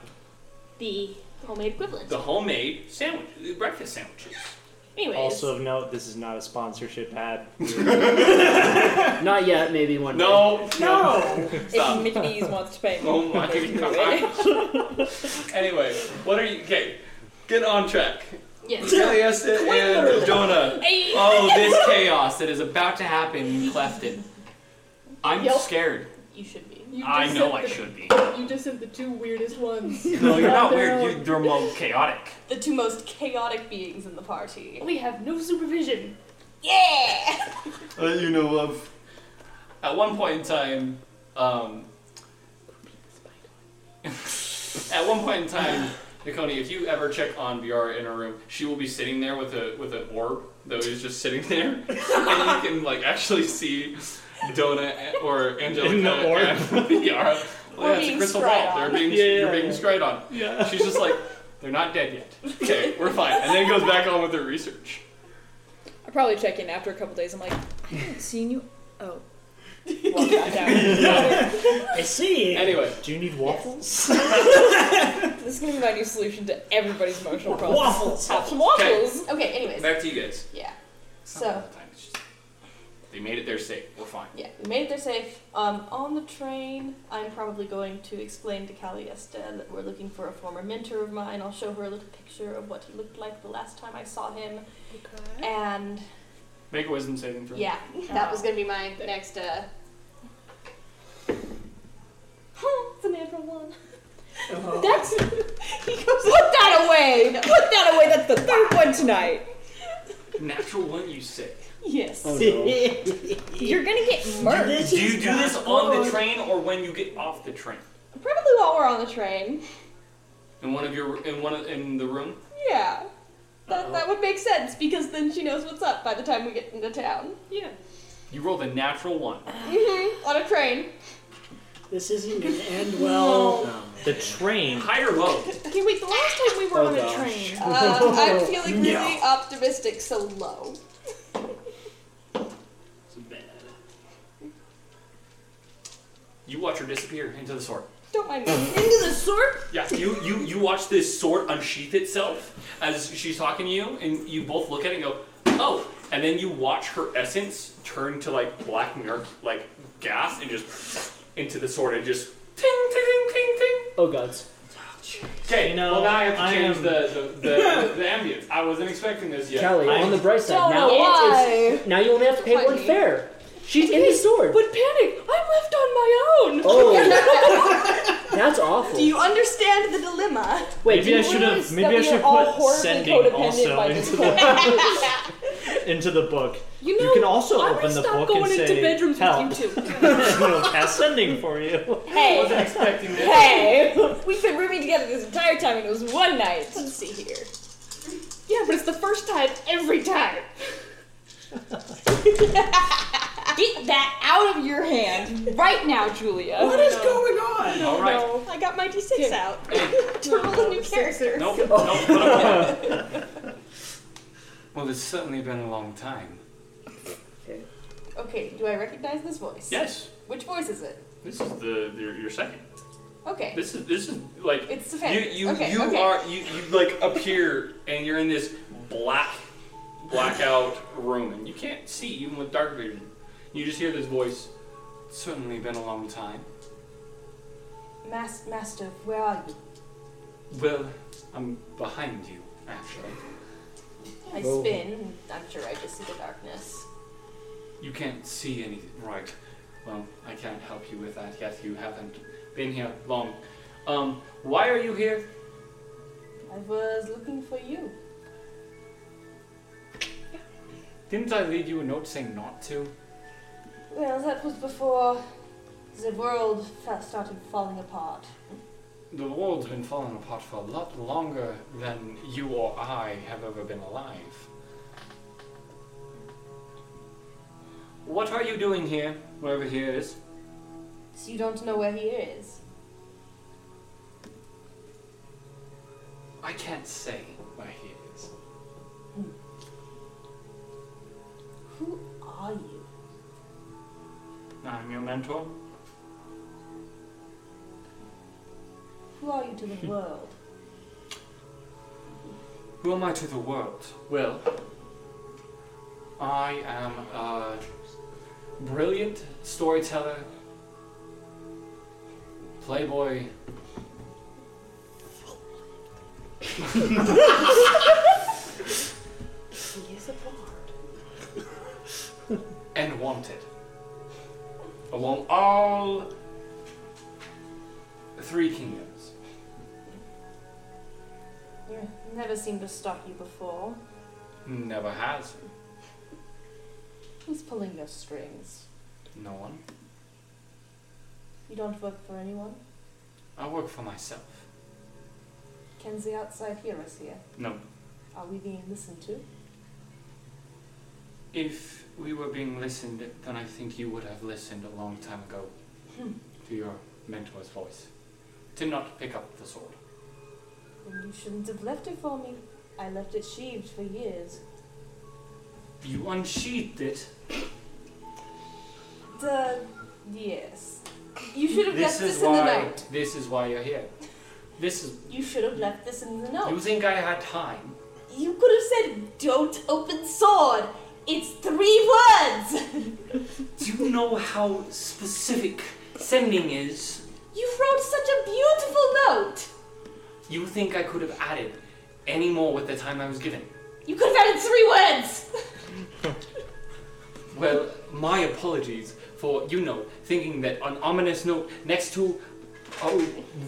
[SPEAKER 8] The homemade equivalent.
[SPEAKER 1] the homemade sandwich, the breakfast sandwiches.
[SPEAKER 8] Anyways.
[SPEAKER 5] Also of note, this is not a sponsorship ad.
[SPEAKER 7] Not yet, maybe one
[SPEAKER 1] No,
[SPEAKER 7] day.
[SPEAKER 1] no.
[SPEAKER 4] If Mickey's wants to pay me.
[SPEAKER 1] Oh my god. anyway, what are you? Okay, get on track.
[SPEAKER 4] Yes.
[SPEAKER 1] Eliasta and Jonah.
[SPEAKER 4] Hey.
[SPEAKER 1] Oh, this chaos that is about to happen in Clefton. I'm
[SPEAKER 6] Yep.
[SPEAKER 1] scared.
[SPEAKER 8] You should be.
[SPEAKER 6] You
[SPEAKER 1] I
[SPEAKER 6] just
[SPEAKER 1] know
[SPEAKER 6] said
[SPEAKER 1] I
[SPEAKER 6] the-
[SPEAKER 1] should be.
[SPEAKER 6] You just said the two weirdest ones.
[SPEAKER 1] No, you're not weird. You're the remote chaotic.
[SPEAKER 8] The two most chaotic beings in the party.
[SPEAKER 6] We have no supervision.
[SPEAKER 8] Yeah!
[SPEAKER 23] That you know of.
[SPEAKER 1] At one point in time, um, at one point in time, Nikoni, if you ever check on Viara in her room, she will be sitting there with a with an orb that is just sitting there, and you can like actually see Dona or Angelica
[SPEAKER 5] In the orb?
[SPEAKER 1] and Viara.
[SPEAKER 5] We're
[SPEAKER 1] Well, yeah, it's
[SPEAKER 5] being
[SPEAKER 1] a crystal
[SPEAKER 5] scryed
[SPEAKER 1] ball.
[SPEAKER 5] on.
[SPEAKER 1] They're being
[SPEAKER 5] Yeah, yeah,
[SPEAKER 1] you're being
[SPEAKER 5] yeah.
[SPEAKER 1] scryed on.
[SPEAKER 5] Yeah.
[SPEAKER 1] She's just like they're not dead yet. Okay, we're fine. And then goes back on with her research.
[SPEAKER 4] I probably check in after a couple days. I'm like, I haven't seen you. Oh. Walk back down.
[SPEAKER 1] I
[SPEAKER 22] see.
[SPEAKER 1] Anyway,
[SPEAKER 5] do you need waffles?
[SPEAKER 4] This is gonna be my new solution to everybody's emotional problems.
[SPEAKER 22] Waffles.
[SPEAKER 4] Have some waffles.
[SPEAKER 8] Okay, anyways.
[SPEAKER 1] Back to you guys.
[SPEAKER 8] Yeah. So,
[SPEAKER 1] They made it. They're safe. We're fine.
[SPEAKER 8] yeah, we made it there safe. Um, on the train, I'm probably going to explain to Caliesta that we're looking for a former mentor of mine. I'll show her a little picture of what he looked like the last time I saw him.
[SPEAKER 6] Okay.
[SPEAKER 8] And
[SPEAKER 1] Make a wisdom saving throw.
[SPEAKER 8] yeah, that was gonna be my next. uh... it's a natural one.
[SPEAKER 4] That's. He goes, Put that away! Put that away! That's the third one tonight!
[SPEAKER 1] Natural one, you say.
[SPEAKER 8] Yes.
[SPEAKER 1] Oh,
[SPEAKER 4] You're gonna get murked.
[SPEAKER 1] do you do this on the train or when you get off the train?
[SPEAKER 8] Probably while we're on the train.
[SPEAKER 1] In one of your in one of, in the room?
[SPEAKER 8] Yeah. That, that would make sense because then she knows what's up by the time we get into town. Yeah.
[SPEAKER 1] You roll the natural one.
[SPEAKER 8] hmm On a train.
[SPEAKER 22] This isn't gonna end well.
[SPEAKER 5] The train.
[SPEAKER 1] High or low?
[SPEAKER 8] Okay, wait, the last time we were
[SPEAKER 5] Oh,
[SPEAKER 8] on a
[SPEAKER 5] gosh.
[SPEAKER 8] train. Uh, I'm feeling really optimistic, so low.
[SPEAKER 1] You watch her disappear into the sword.
[SPEAKER 8] Don't mind me. Into the sword?
[SPEAKER 1] Yeah, you, you you watch this sword unsheath itself as she's talking to you, and you both look at it and go, oh. And then you watch her essence turn to like black mirror, like gas, and just into the sword and just ting ting ting ting ting.
[SPEAKER 7] Oh gods.
[SPEAKER 1] Okay,
[SPEAKER 7] You know,
[SPEAKER 1] well now I have to
[SPEAKER 7] I
[SPEAKER 1] change
[SPEAKER 7] am-
[SPEAKER 1] the, the, the, the ambience. I wasn't expecting this yet.
[SPEAKER 7] Kelly,
[SPEAKER 1] I-
[SPEAKER 7] on the bright side,
[SPEAKER 1] Don't
[SPEAKER 7] now it's, it's now you only have to pay one
[SPEAKER 1] Funny.
[SPEAKER 7] fare. She's in the sword.
[SPEAKER 8] But panic! I'm left on my own!
[SPEAKER 7] Oh. That's awful.
[SPEAKER 8] Do you understand the dilemma?
[SPEAKER 5] Wait, Maybe do you I should have- realize maybe that I we should are all put horribly sending codependent also by this into the- into the book.
[SPEAKER 4] You know,
[SPEAKER 5] can also
[SPEAKER 4] I'm
[SPEAKER 5] open
[SPEAKER 4] gonna
[SPEAKER 5] the
[SPEAKER 4] stop
[SPEAKER 5] book
[SPEAKER 4] going
[SPEAKER 5] and
[SPEAKER 4] into
[SPEAKER 5] say,
[SPEAKER 4] bedrooms with
[SPEAKER 5] "Help."
[SPEAKER 4] you two.
[SPEAKER 5] It'll cast sending for you.
[SPEAKER 4] Hey.
[SPEAKER 5] wasn't expecting this.
[SPEAKER 4] Hey! We've been rooming together this entire time and it was one night.
[SPEAKER 8] Let's see here.
[SPEAKER 4] Yeah, but it's the first time every time. Get that out of your hand right now, Julia.
[SPEAKER 8] What is
[SPEAKER 22] going on?
[SPEAKER 1] All right.
[SPEAKER 8] I got my d6 out. to roll a new character.
[SPEAKER 1] Nope, nope, but I'm kidding. Well, it's certainly been a long time.
[SPEAKER 8] Okay, do I recognize this voice?
[SPEAKER 1] Yes.
[SPEAKER 8] Which voice is it?
[SPEAKER 1] This is the your, your second.
[SPEAKER 8] Okay.
[SPEAKER 1] This is this is like
[SPEAKER 8] It's the fan.
[SPEAKER 1] you you
[SPEAKER 8] Okay,
[SPEAKER 1] you
[SPEAKER 8] okay.
[SPEAKER 1] are you, you like appear and you're in this black blackout room and you can't see even with dark vision. You just hear this voice. It's certainly been a long time.
[SPEAKER 8] Mas- Master, where are you?
[SPEAKER 1] Well, I'm behind you actually.
[SPEAKER 8] I
[SPEAKER 1] Oh.
[SPEAKER 8] spin. I'm sure I just see the darkness.
[SPEAKER 1] You can't see anything. Right. Well, I can't help you with that yet. You haven't been here long. Um, why are you here?
[SPEAKER 8] I was looking for you.
[SPEAKER 1] Didn't I leave you a note saying not to?
[SPEAKER 8] Well, that was before The world fa- started falling apart.
[SPEAKER 1] The world's been falling apart for a lot longer than you or I have ever been alive. What are you doing here, wherever here is?
[SPEAKER 8] So you don't know where he is.
[SPEAKER 1] I can't say where he is. Hmm.
[SPEAKER 8] Who are you?
[SPEAKER 1] I'm your mentor.
[SPEAKER 8] Who are you to the world?
[SPEAKER 1] Who am I to the world? Well, I am a brilliant storyteller, playboy.
[SPEAKER 8] He is a bard.
[SPEAKER 1] and wanted. Along all three kingdoms.
[SPEAKER 8] Yeah, Never seemed to stop you before.
[SPEAKER 1] Never has.
[SPEAKER 8] Who's pulling your strings?
[SPEAKER 1] No one.
[SPEAKER 8] You don't work for anyone?
[SPEAKER 1] I work for myself.
[SPEAKER 8] Can the outside hear us here?
[SPEAKER 1] No.
[SPEAKER 8] Are we being listened to?
[SPEAKER 1] If we were being listened, then I think you would have listened a long time ago
[SPEAKER 8] Hmm.
[SPEAKER 1] to your mentor's voice. To not pick up the sword.
[SPEAKER 8] Then you shouldn't have left it for me. I left it sheathed for years.
[SPEAKER 1] You unsheathed it.
[SPEAKER 8] Duh, yes. You should have
[SPEAKER 1] this
[SPEAKER 8] left
[SPEAKER 1] is
[SPEAKER 8] this in
[SPEAKER 1] why.
[SPEAKER 8] the night.
[SPEAKER 1] This is why you're here. This is.
[SPEAKER 8] You should have left this in the note.
[SPEAKER 1] You think I had time?
[SPEAKER 8] You could have said, "Don't open sword." It's three words.
[SPEAKER 1] Do you know how specific sending is?
[SPEAKER 8] you wrote such a beautiful note.
[SPEAKER 1] You think I could have added any more with the time I was given?
[SPEAKER 8] You could have added three words.
[SPEAKER 1] Well, my apologies for, you know, thinking that an ominous note next to a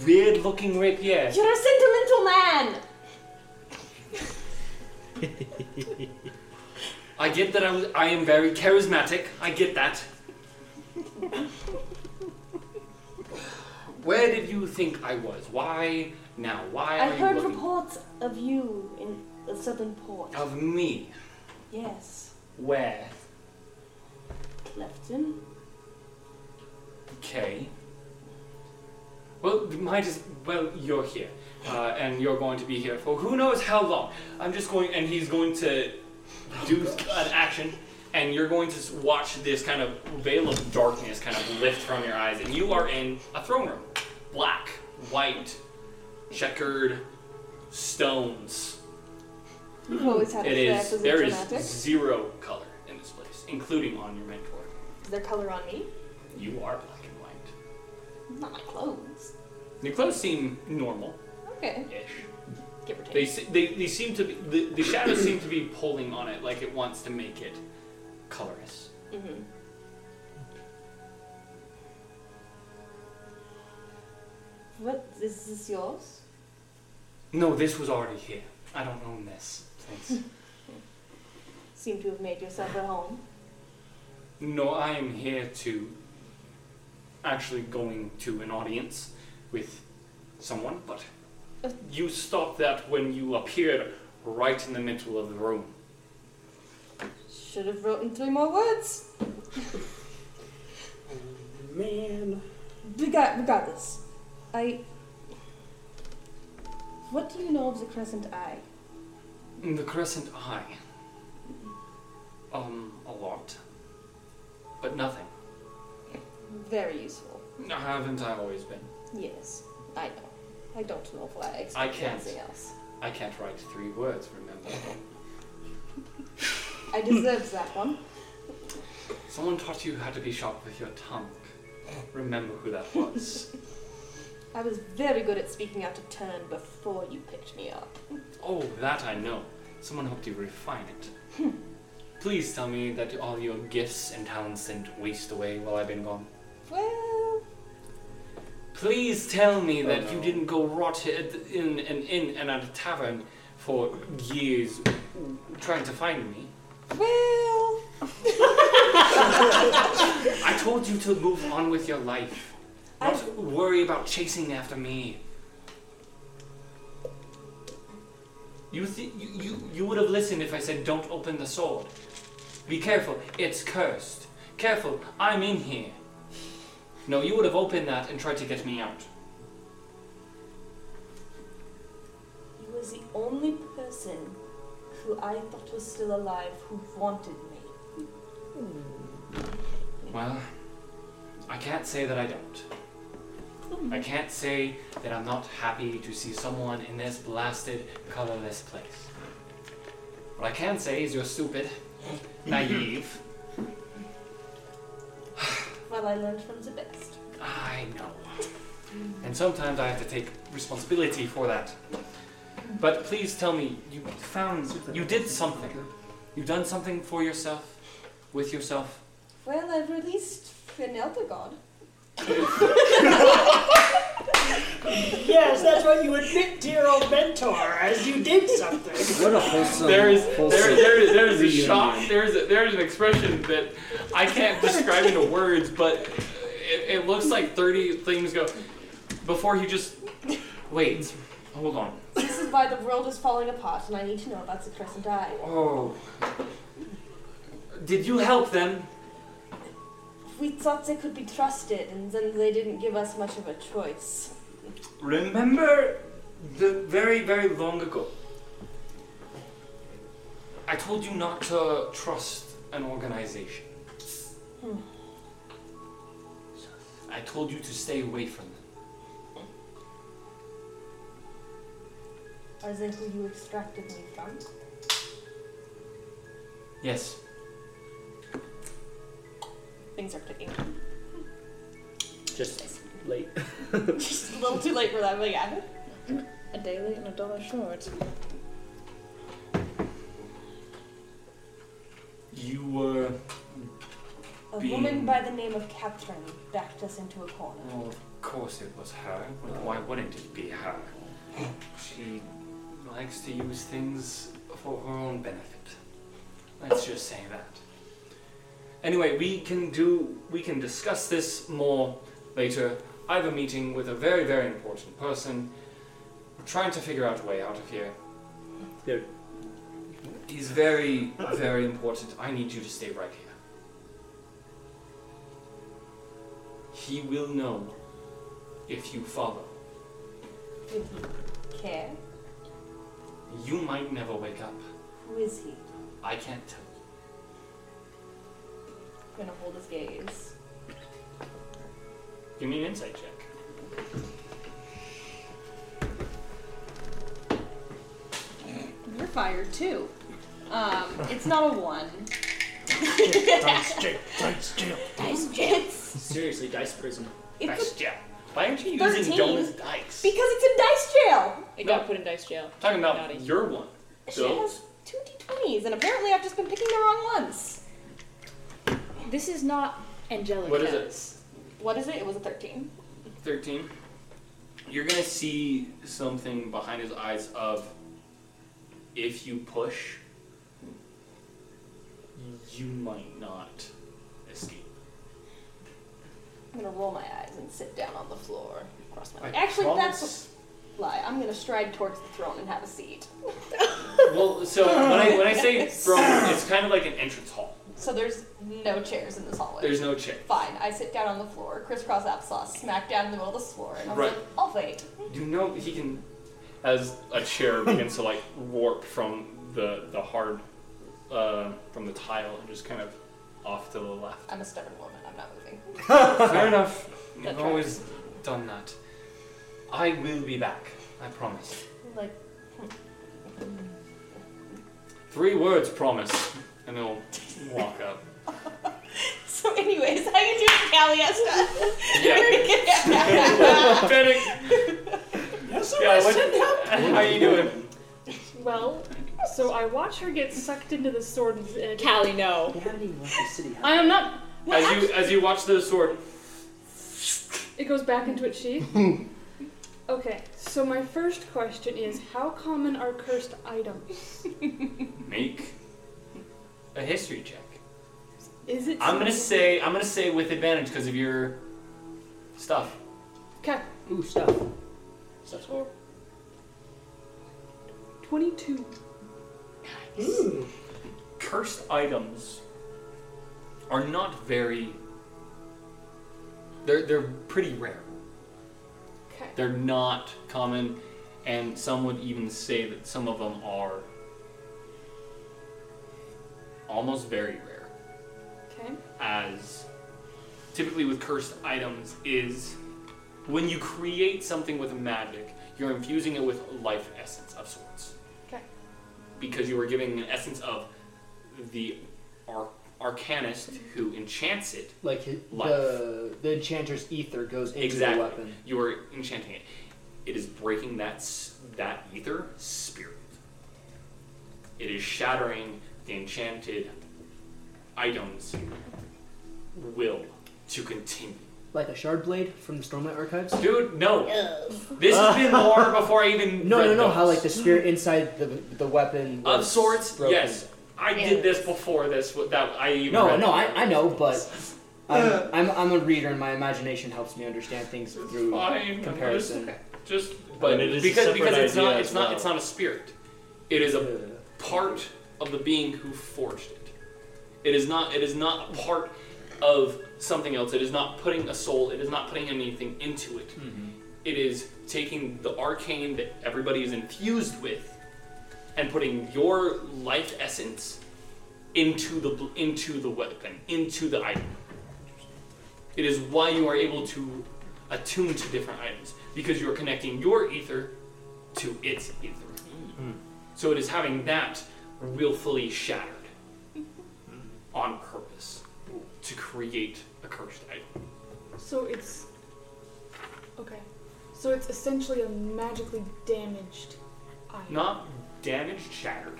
[SPEAKER 1] weird looking rapier.
[SPEAKER 8] You're a sentimental man.
[SPEAKER 1] I get that I, was, I am very charismatic. I get that. Where did you think I was? Why now? Why
[SPEAKER 8] I
[SPEAKER 1] are
[SPEAKER 8] heard
[SPEAKER 1] you looking
[SPEAKER 8] reports of you in a southern port.
[SPEAKER 1] of me?
[SPEAKER 8] Yes,
[SPEAKER 1] Where?
[SPEAKER 8] Clefton.
[SPEAKER 1] Okay. Well, might as well you're here, uh, and you're going to be here for who knows how long. I'm just going, and he's going to do an action, and you're going to s- watch this kind of veil of darkness kind of lift from your eyes, and you are in a throne room, black, white, checkered stones.
[SPEAKER 8] You've always had a
[SPEAKER 1] Hmm.
[SPEAKER 8] flair
[SPEAKER 1] It is.
[SPEAKER 8] for the
[SPEAKER 1] there is
[SPEAKER 8] dramatic.
[SPEAKER 1] zero color in this place, including on your mentor.
[SPEAKER 8] Is there color on me?
[SPEAKER 1] You are black and white.
[SPEAKER 8] Not my clothes.
[SPEAKER 1] Your clothes seem normal.
[SPEAKER 8] Okay. Give or
[SPEAKER 1] They,
[SPEAKER 8] take.
[SPEAKER 1] se- they, they seem to be, the, the shadows seem to be pulling on it like it wants to make it colorless.
[SPEAKER 4] Mm-hmm.
[SPEAKER 8] hmm What is this yours?
[SPEAKER 1] No, this was already here. I don't own this. Thanks.
[SPEAKER 8] Seem to have made yourself at home.
[SPEAKER 1] no, I am here to actually going to an audience with someone, but you stopped that when you appeared right in the middle of the room.
[SPEAKER 8] Should have written three more words.
[SPEAKER 15] Man.
[SPEAKER 8] Rega- regardless, I. What do you know of the Crescent Eye?
[SPEAKER 1] The Crescent Eye. Um, a lot. But nothing.
[SPEAKER 8] Very useful.
[SPEAKER 1] Haven't I always been?
[SPEAKER 8] Yes, I know. I don't know why I expect
[SPEAKER 1] I can't.
[SPEAKER 8] anything else.
[SPEAKER 1] I can't write three words, remember?
[SPEAKER 8] I deserve that one.
[SPEAKER 1] Someone taught you how to be sharp with your tongue. Remember who that was.
[SPEAKER 8] I was very good at speaking out of turn before you picked me up.
[SPEAKER 1] oh, that I know. Someone helped you refine it. Please tell me that all your gifts and talents didn't waste away while I've been gone.
[SPEAKER 8] Well,
[SPEAKER 1] Please tell me that you didn't go rot at the- in an inn and at a tavern for years trying to find me.
[SPEAKER 8] well.
[SPEAKER 1] I told told you to move on with your life. Not
[SPEAKER 8] I-
[SPEAKER 1] worry about chasing after me. You, th- you, you, you would have listened if I said, don't open the sword. Be careful, it's cursed. Careful, I'm in here. No, you would have opened that and tried to get me out.
[SPEAKER 8] He was the only person who I thought was still alive who wanted me.
[SPEAKER 1] Hmm. Well, I can't say that I don't. I can't say that I'm not happy to see someone in this blasted, colorless place. What I can say is you're stupid, naive.
[SPEAKER 8] Well, I learned from the best.
[SPEAKER 1] I know. And sometimes I have to take responsibility for that. But please tell me, you found, you did something. You've done something for yourself, with yourself.
[SPEAKER 8] Well, I released an elder god.
[SPEAKER 15] Yes, that's what you admit to your old mentor as you did something.
[SPEAKER 7] What a wholesome.
[SPEAKER 1] There is there,
[SPEAKER 7] wholesome
[SPEAKER 1] there is there is a
[SPEAKER 7] reunion.
[SPEAKER 1] shock. There is a, there is an expression that I can't describe into words, but it, it looks like thirty things go before he just wait. Hold on.
[SPEAKER 8] This is why the world is falling apart, and I need to know about the crescent eye.
[SPEAKER 1] Oh, did you help them?
[SPEAKER 8] We thought they could be trusted, and then they didn't give us much of a choice.
[SPEAKER 1] Remember the very very long ago. I told you not to trust an organization.
[SPEAKER 8] Hmm.
[SPEAKER 1] I told you to stay away from them.
[SPEAKER 8] Are they who you extracted me from?
[SPEAKER 1] Yes.
[SPEAKER 8] Things are clicking.
[SPEAKER 7] Just late.
[SPEAKER 8] Just a little too late for that, but yeah.
[SPEAKER 11] A day late and a dollar short.
[SPEAKER 1] You were.
[SPEAKER 8] A
[SPEAKER 1] being-
[SPEAKER 8] woman by the name of Catherine backed us into a corner.
[SPEAKER 1] Well, of course it was her. Well, Why wouldn't it be her? She likes to use things for her own benefit. Let's just say that. Anyway, we can do. We can discuss this more later. I have a meeting with a very, very important person. We're trying to figure out a way out of here.
[SPEAKER 7] There.
[SPEAKER 1] He's very, very important. I need you to stay right here. He will know if you follow.
[SPEAKER 8] Did he care?
[SPEAKER 1] You might never wake up.
[SPEAKER 8] Who is he?
[SPEAKER 1] I can't tell.
[SPEAKER 8] I'm gonna hold his gaze.
[SPEAKER 1] Give me an insight check.
[SPEAKER 24] You're fired too. Um, it's not a one.
[SPEAKER 7] Dice jail. Dice jail.
[SPEAKER 24] Dice jets.
[SPEAKER 7] Seriously, dice prison.
[SPEAKER 24] It's Dice
[SPEAKER 1] jail. Why aren't you
[SPEAKER 24] 13.
[SPEAKER 1] using Dolan's dice?
[SPEAKER 24] Because it's in dice jail.
[SPEAKER 11] It
[SPEAKER 1] No.
[SPEAKER 11] got put in dice jail.
[SPEAKER 1] Talking about your one.
[SPEAKER 8] She has two d20s, and apparently I've just been picking the wrong ones.
[SPEAKER 11] This is not angelic.
[SPEAKER 1] What is it?
[SPEAKER 8] What is it? It was a 13.
[SPEAKER 1] 13. You're gonna see something behind his eyes of if you push, you might not escape.
[SPEAKER 8] I'm gonna roll my eyes and sit down on the floor. Cross my
[SPEAKER 1] I
[SPEAKER 8] legs. Actually,
[SPEAKER 1] promise.
[SPEAKER 8] that's a lie. I'm gonna stride towards the throne and have a seat.
[SPEAKER 1] Well, so when I, when I say throne, it's kind of like an entrance hall.
[SPEAKER 8] So there's no chairs in this hallway.
[SPEAKER 1] There's no chair.
[SPEAKER 8] Fine. I sit down on the floor, crisscross applesauce, smack down in the middle of the floor, and I'm
[SPEAKER 1] Right.
[SPEAKER 8] like, I'll wait.
[SPEAKER 1] Do you know he can, as a chair begins to like warp from the the hard, uh, from the tile and just kind of off to the left.
[SPEAKER 8] I'm a stubborn woman. I'm not moving.
[SPEAKER 1] Fair enough.
[SPEAKER 8] That
[SPEAKER 1] You've
[SPEAKER 8] tracks.
[SPEAKER 1] always done that. I will be back. I promise.
[SPEAKER 8] I'm like,
[SPEAKER 1] Three words, promise, and they'll walk up.
[SPEAKER 8] so anyways, how you doing, Caliesta?
[SPEAKER 1] Panic. Yeah, what- How you doing?
[SPEAKER 6] Well, so I watch her get sucked into the sword and. and
[SPEAKER 11] Callie, no.
[SPEAKER 6] You haven't even left the city. I am not. Well,
[SPEAKER 1] As you as you watch the sword,
[SPEAKER 6] It goes back into its sheath. okay, so my first question is how common are cursed items?
[SPEAKER 1] make a history check.
[SPEAKER 6] Is it?
[SPEAKER 1] I'm gonna say I'm gonna say with advantage because of your stuff.
[SPEAKER 6] Okay.
[SPEAKER 15] Ooh, stuff.
[SPEAKER 1] Stuff score.
[SPEAKER 6] Twenty-two.
[SPEAKER 1] Ooh. Cursed items are not very. They're they're pretty rare.
[SPEAKER 6] Okay.
[SPEAKER 1] They're not common, and some would even say that some of them are almost very rare.
[SPEAKER 6] Okay.
[SPEAKER 1] As typically with cursed items is when you create something with magic, you're infusing it with life essence of sorts.
[SPEAKER 6] Okay.
[SPEAKER 1] Because you are giving an essence of the arc arcanist who enchants it.
[SPEAKER 7] Like hi-
[SPEAKER 1] Life.
[SPEAKER 7] the the enchanter's ether goes into
[SPEAKER 1] exactly.
[SPEAKER 7] the weapon.
[SPEAKER 1] You are enchanting it. It is breaking that s- that ether spirit. It is shattering the enchanted item's will to continue.
[SPEAKER 7] Like a shard blade from the Stormlight Archives.
[SPEAKER 1] Dude, no. This has been lore before I even.
[SPEAKER 7] No,
[SPEAKER 1] read
[SPEAKER 7] no, no.
[SPEAKER 1] those.
[SPEAKER 7] How like the spirit inside the the weapon
[SPEAKER 1] of
[SPEAKER 7] was
[SPEAKER 1] sorts.
[SPEAKER 7] broken.
[SPEAKER 1] Yes, I did this before this. with- That I even
[SPEAKER 7] No,
[SPEAKER 1] read
[SPEAKER 7] no,
[SPEAKER 1] it.
[SPEAKER 7] I, I know, but I'm, I'm, I'm a reader, and my imagination helps me understand things through
[SPEAKER 1] fine,
[SPEAKER 7] comparison.
[SPEAKER 1] Just but
[SPEAKER 14] And it is a
[SPEAKER 1] because
[SPEAKER 14] separate
[SPEAKER 1] because it's not
[SPEAKER 14] idea
[SPEAKER 1] it's
[SPEAKER 14] as
[SPEAKER 1] not
[SPEAKER 14] well.
[SPEAKER 1] it's not a spirit. It is a part of the being who forged it. It is not it is not a part of something else. It is not putting a soul. It is not putting anything into it.
[SPEAKER 14] Mm-hmm.
[SPEAKER 1] It is taking the arcane that everybody is infused with and putting your life essence into the bl- into the weapon, into the item. It is why you are able to attune to different items because you are connecting your ether to its ether. So it is having that willfully shattered on purpose to create a cursed item.
[SPEAKER 6] So it's okay. So it's essentially a magically damaged eye.
[SPEAKER 1] Not damaged, shattered.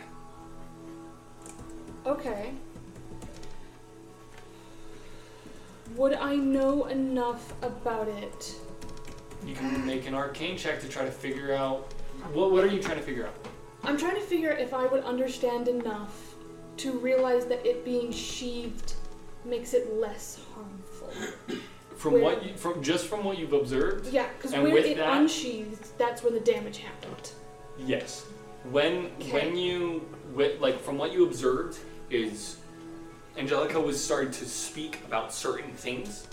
[SPEAKER 6] Okay. Would I know enough about it?
[SPEAKER 1] You can make an arcane check to try to figure out what what are you trying to figure out?
[SPEAKER 6] I'm trying to figure out if I would understand enough to realize that it being sheathed makes it less harmful.
[SPEAKER 1] From
[SPEAKER 6] Where-
[SPEAKER 1] what you, from just from what you've observed?
[SPEAKER 6] Yeah, because
[SPEAKER 1] And
[SPEAKER 6] when
[SPEAKER 1] with
[SPEAKER 6] it
[SPEAKER 1] that-
[SPEAKER 6] unsheathed, that's when the damage happened.
[SPEAKER 1] Yes. When when you wh- like from what you observed is Angelica was starting to speak about certain things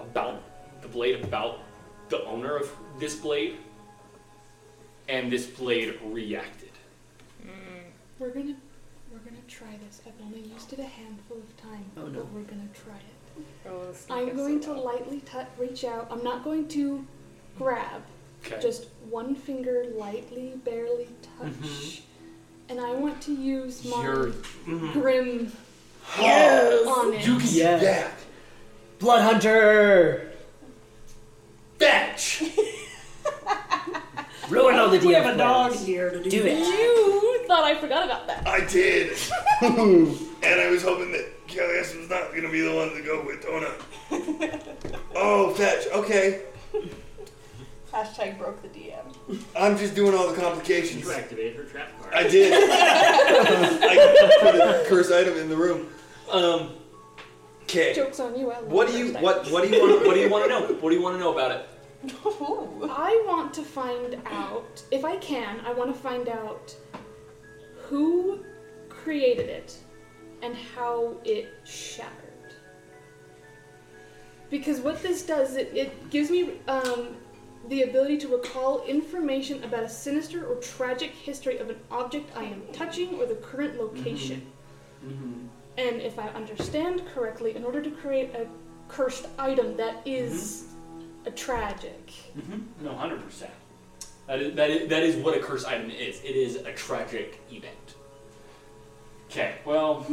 [SPEAKER 1] about the blade, about the owner of this blade, and this blade reacted.
[SPEAKER 6] We're gonna we're gonna try this. I've only used it a handful of times,
[SPEAKER 1] Oh, no.
[SPEAKER 6] but we're gonna try it.
[SPEAKER 4] Oh,
[SPEAKER 6] I'm going to lightly tou reach out. I'm not going to grab.
[SPEAKER 1] 'Kay.
[SPEAKER 6] Just one finger lightly, barely touch. And I want to use my
[SPEAKER 1] You're- mhm.
[SPEAKER 2] Mm-hmm.
[SPEAKER 6] grim
[SPEAKER 7] Yes!
[SPEAKER 6] on it.
[SPEAKER 7] You can- Yes. Blood Hunter!
[SPEAKER 1] Fetch!
[SPEAKER 7] Ruin all the DM
[SPEAKER 15] We have a dog
[SPEAKER 7] plans.
[SPEAKER 15] here to do,
[SPEAKER 7] Do
[SPEAKER 15] that.
[SPEAKER 24] You thought I forgot about that.
[SPEAKER 25] I did. and I was hoping that Callias was not going to be the one to go with Ona. oh, fetch. Okay.
[SPEAKER 8] Hashtag broke the DM.
[SPEAKER 25] I'm just doing all the complications.
[SPEAKER 20] You activated her trap card.
[SPEAKER 25] I did. I put a curse item in the room.
[SPEAKER 1] Um.
[SPEAKER 25] Okay.
[SPEAKER 6] Joke's on you, I love
[SPEAKER 1] What do you what what do you want what do you want to know? What do you want to know about it?
[SPEAKER 6] I want to find out, if I can, I want to find out who created it and how it shattered. Because what this does, it, it gives me um, the ability to recall information about a sinister or tragic history of an object I am touching or the current location.
[SPEAKER 7] Mm-hmm.
[SPEAKER 6] And if I understand correctly, in order to create a cursed item that is a tragic.
[SPEAKER 1] Mm-hmm. No, hundred percent. That is, that is that is what a curse item is. It is a tragic event. Okay. Well.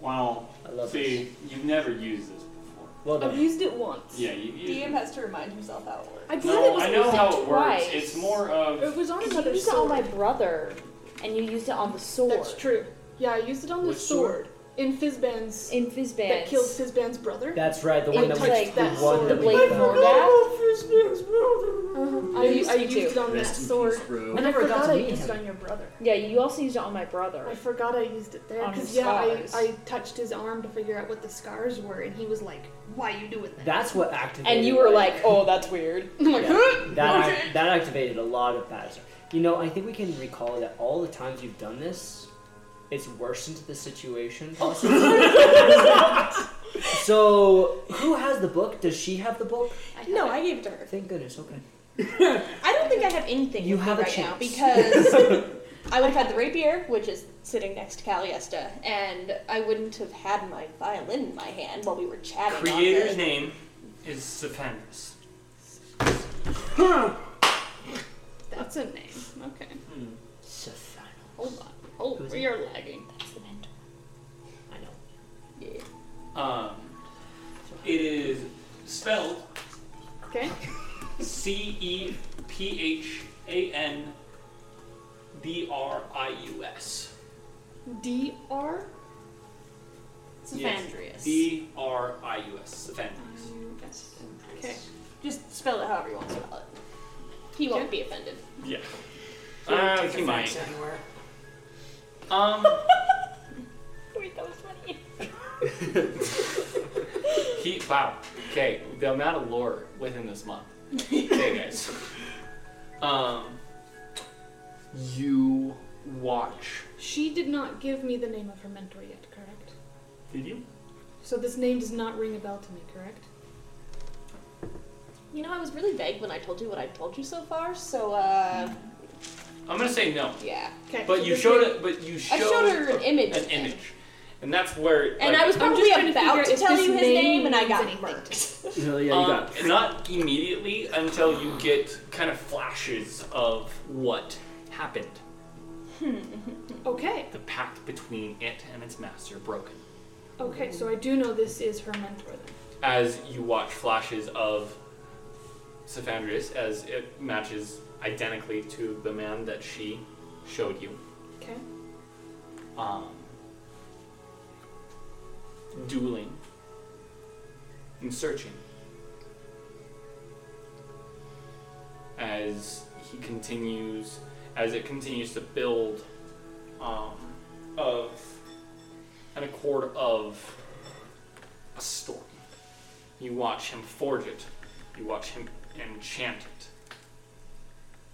[SPEAKER 1] wow. I
[SPEAKER 7] love
[SPEAKER 1] See, you've never used this before.
[SPEAKER 7] Well
[SPEAKER 8] I've used it once.
[SPEAKER 1] Yeah. You, you,
[SPEAKER 8] DM has to remind himself how it works.
[SPEAKER 24] I believe it
[SPEAKER 1] no,
[SPEAKER 24] was
[SPEAKER 1] I know
[SPEAKER 24] used
[SPEAKER 1] how
[SPEAKER 24] it
[SPEAKER 1] it
[SPEAKER 24] twice.
[SPEAKER 1] works. It's more of.
[SPEAKER 6] It was on
[SPEAKER 24] Because
[SPEAKER 6] another
[SPEAKER 24] you used it on
[SPEAKER 6] sword.
[SPEAKER 24] my brother, and you used it on the sword.
[SPEAKER 6] That's true. Yeah, I used it on the
[SPEAKER 1] Which
[SPEAKER 6] sword.
[SPEAKER 1] sword?
[SPEAKER 6] in Fizban's
[SPEAKER 11] in Fizban
[SPEAKER 6] that kills Fizban's brother.
[SPEAKER 7] That's right, the one that
[SPEAKER 6] It's
[SPEAKER 7] we
[SPEAKER 6] like
[SPEAKER 7] the
[SPEAKER 6] that
[SPEAKER 7] one
[SPEAKER 6] sword.
[SPEAKER 7] that we
[SPEAKER 6] I
[SPEAKER 7] found.
[SPEAKER 6] forgot about Fizban's brother. Uh-huh. I,
[SPEAKER 11] I used
[SPEAKER 6] I
[SPEAKER 11] to
[SPEAKER 6] used it on
[SPEAKER 7] Rest
[SPEAKER 6] that
[SPEAKER 7] in
[SPEAKER 6] sword.
[SPEAKER 7] peace, bro.
[SPEAKER 6] And I
[SPEAKER 11] I forgot
[SPEAKER 6] forgot
[SPEAKER 11] to
[SPEAKER 6] I
[SPEAKER 11] meet
[SPEAKER 6] used it
[SPEAKER 11] him.
[SPEAKER 6] on your brother.
[SPEAKER 11] Yeah, you also used it on my brother.
[SPEAKER 6] I forgot I used it there
[SPEAKER 11] On
[SPEAKER 6] because
[SPEAKER 11] his
[SPEAKER 6] yeah, I,
[SPEAKER 11] scars.
[SPEAKER 6] I touched his arm to figure out what the scars were, and he was like, "Why you doing that?"
[SPEAKER 7] That's what activated.
[SPEAKER 6] And you were like,
[SPEAKER 11] "Oh, that's weird."
[SPEAKER 6] I'm like,
[SPEAKER 7] Yeah.
[SPEAKER 6] "Huh?"
[SPEAKER 7] That
[SPEAKER 6] Okay.
[SPEAKER 7] ac- that activated a lot of patterns. You know, I think we can recall that all the times you've done this, it's worsened the situation. so, who has the book? Does she have the book?
[SPEAKER 24] No, I gave it to her.
[SPEAKER 7] Thank goodness. Okay.
[SPEAKER 24] I don't think I have anything
[SPEAKER 7] You
[SPEAKER 24] with
[SPEAKER 7] have a
[SPEAKER 24] me right now
[SPEAKER 7] chance.
[SPEAKER 24] because I would have had the rapier, which is sitting next to Caliesta, and I wouldn't have had my violin in my hand while we were chatting. on
[SPEAKER 1] Creator's
[SPEAKER 24] the-
[SPEAKER 1] name is Sephandris.
[SPEAKER 6] That's a name. Okay. Hold on.
[SPEAKER 1] Who
[SPEAKER 4] Oh,
[SPEAKER 6] Hold.
[SPEAKER 1] is
[SPEAKER 6] We
[SPEAKER 1] it?
[SPEAKER 6] are lagging. That's
[SPEAKER 24] the mentor.
[SPEAKER 7] I know.
[SPEAKER 24] Yeah.
[SPEAKER 1] Um, it is spelled
[SPEAKER 6] Okay.
[SPEAKER 1] C E P H A N D R I U S.
[SPEAKER 6] D R.
[SPEAKER 24] Sephandrius.
[SPEAKER 1] D R I U S. Sephandrius.
[SPEAKER 24] Okay. Just spell it however you want to spell it. He won't be offended.
[SPEAKER 1] Yeah.
[SPEAKER 24] So don't
[SPEAKER 1] Uh,
[SPEAKER 24] take
[SPEAKER 1] he
[SPEAKER 24] offense
[SPEAKER 1] might. Um,
[SPEAKER 24] Wait, that was funny.
[SPEAKER 1] he, wow. Okay, the amount of lore within this month. Okay, guys. Um, you watch.
[SPEAKER 6] She did not give me the name of her mentor yet, correct?
[SPEAKER 1] Did you?
[SPEAKER 6] So this name does not ring a bell to me, correct?
[SPEAKER 24] You know, I was really vague when I told you what I told you so far, so, uh.
[SPEAKER 1] I'm gonna say no.
[SPEAKER 24] Yeah. Okay.
[SPEAKER 1] But you showed it. But you
[SPEAKER 24] I
[SPEAKER 1] showed.
[SPEAKER 24] showed her an image
[SPEAKER 1] An
[SPEAKER 24] then.
[SPEAKER 1] image, and that's where.
[SPEAKER 24] And
[SPEAKER 1] like,
[SPEAKER 24] I was
[SPEAKER 6] I'm
[SPEAKER 24] probably
[SPEAKER 6] just trying to
[SPEAKER 24] about
[SPEAKER 6] figure
[SPEAKER 24] to,
[SPEAKER 6] if
[SPEAKER 24] tell
[SPEAKER 6] this
[SPEAKER 24] you his name,
[SPEAKER 6] name
[SPEAKER 24] and I
[SPEAKER 6] means
[SPEAKER 24] got
[SPEAKER 6] anything.
[SPEAKER 24] murked.
[SPEAKER 7] No, yeah, you
[SPEAKER 1] Um,
[SPEAKER 7] got.
[SPEAKER 1] not immediately until you get kind of flashes of what happened.
[SPEAKER 6] Okay.
[SPEAKER 1] The pact between it and its master broken.
[SPEAKER 6] Okay, so I do know this is her mentor then.
[SPEAKER 1] As you watch flashes of Sephandrius, as it matches identically to the man that she showed you.
[SPEAKER 6] Okay.
[SPEAKER 1] um, dueling and searching as he continues as it continues to build um, of an accord of a story you watch him forge it you watch him enchant it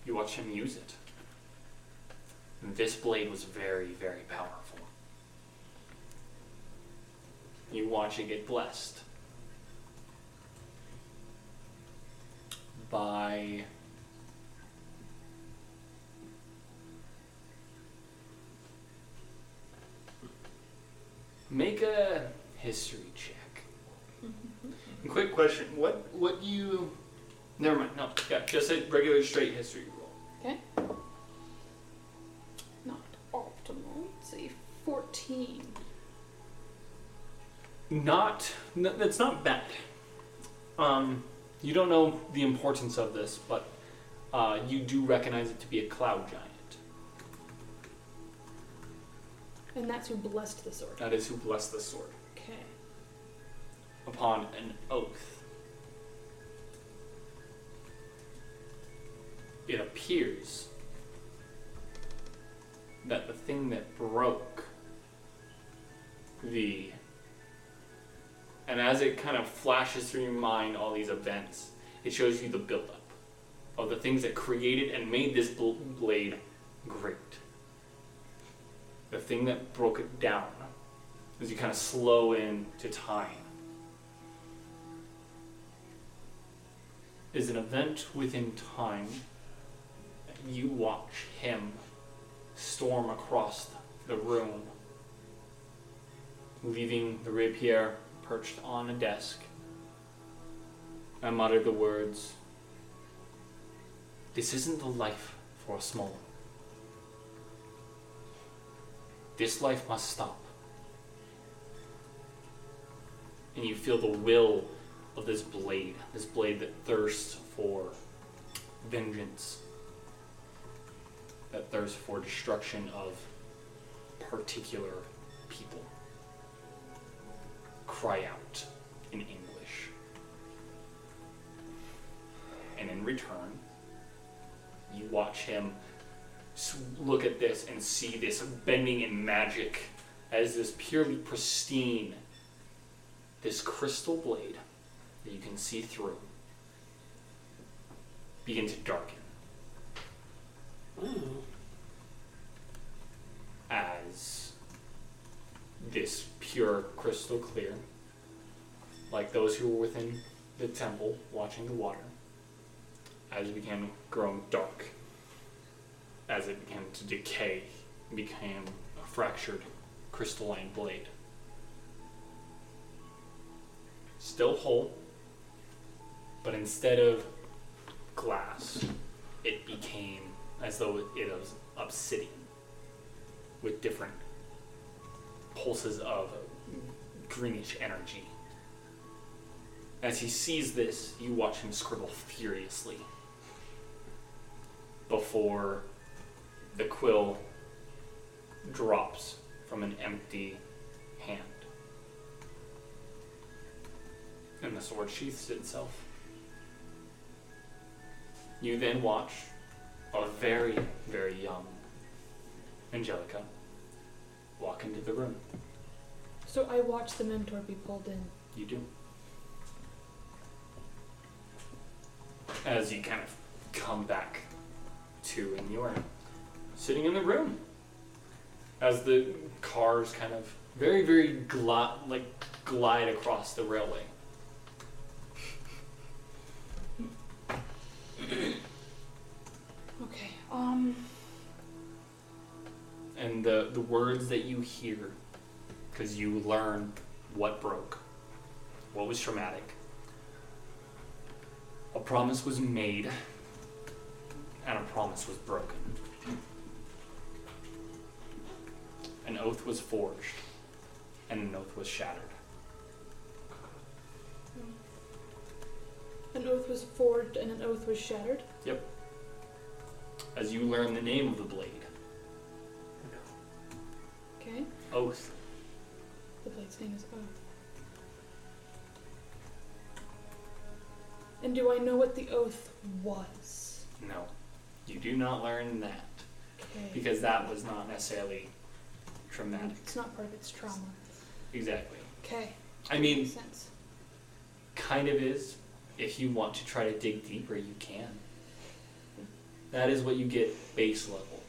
[SPEAKER 1] you watch him use it this blade was very, very powerful. You watch it get blessed by make a history check.
[SPEAKER 6] Mm-hmm.
[SPEAKER 1] And Quick question: What what do you? Never mind. No, yeah, just a regular straight history roll.
[SPEAKER 6] Okay. Not optimal. Let's see, 14.
[SPEAKER 1] not n- it's not bad um, you don't know the importance of this but uh, you do recognize it to be a cloud giant
[SPEAKER 6] And that's who blessed the sword.
[SPEAKER 1] that is who blessed the sword
[SPEAKER 6] Okay.
[SPEAKER 1] upon an oath it appears that the thing that broke the and as it kind of flashes through your mind all these events it shows you the buildup of the things that created and made this bl- blade great the thing that broke it down as you kind of slow in to time is an event within time that you watch him storm across the room leaving the rapier perched on a desk. I muttered the words This isn't the life for a small one. This life must stop. And you feel the will of this blade, this blade that thirsts for vengeance, that thirsts for destruction of particular people. cry out in English. And in return, you watch him s- look at this and see this bending in magic as this purely pristine, this crystal blade that you can see through begin to darken. Mm-hmm. As this pure, crystal clear, like those who were within the temple watching the water, as it began growing dark, as it began to decay, became a fractured crystalline blade. Still whole, but instead of glass, it became as though it- it was obsidian with different pulses of greenish energy. As he sees this, you watch him scribble furiously before the quill drops from an empty hand. And the sword sheaths itself. You then watch a very, very young Angelica walk into the room.
[SPEAKER 6] So I watched the mentor be pulled in.
[SPEAKER 1] You do. As you kind of come back to, and you are sitting in the room. As the cars kind of very, very gli- like glide across the railway.
[SPEAKER 6] Okay. Um.
[SPEAKER 1] and the, the words that you hear because you learn what broke, what was traumatic. A promise was made, and a promise was broken. An oath was forged, and an oath was shattered.
[SPEAKER 6] An oath was forged and an oath was shattered.
[SPEAKER 1] Yep. As you learn the name of the blade,
[SPEAKER 6] Okay.
[SPEAKER 1] Oath.
[SPEAKER 6] The blade's name is Oath. And do I know what the oath was?
[SPEAKER 1] No, you do not learn that
[SPEAKER 6] Okay.
[SPEAKER 1] because that was not necessarily traumatic.
[SPEAKER 6] It's not part of its trauma.
[SPEAKER 1] Exactly.
[SPEAKER 6] Okay.
[SPEAKER 1] I mean,
[SPEAKER 6] Makes sense.
[SPEAKER 1] kind of is. If you want to try to dig deeper, you can. That is what you get base level.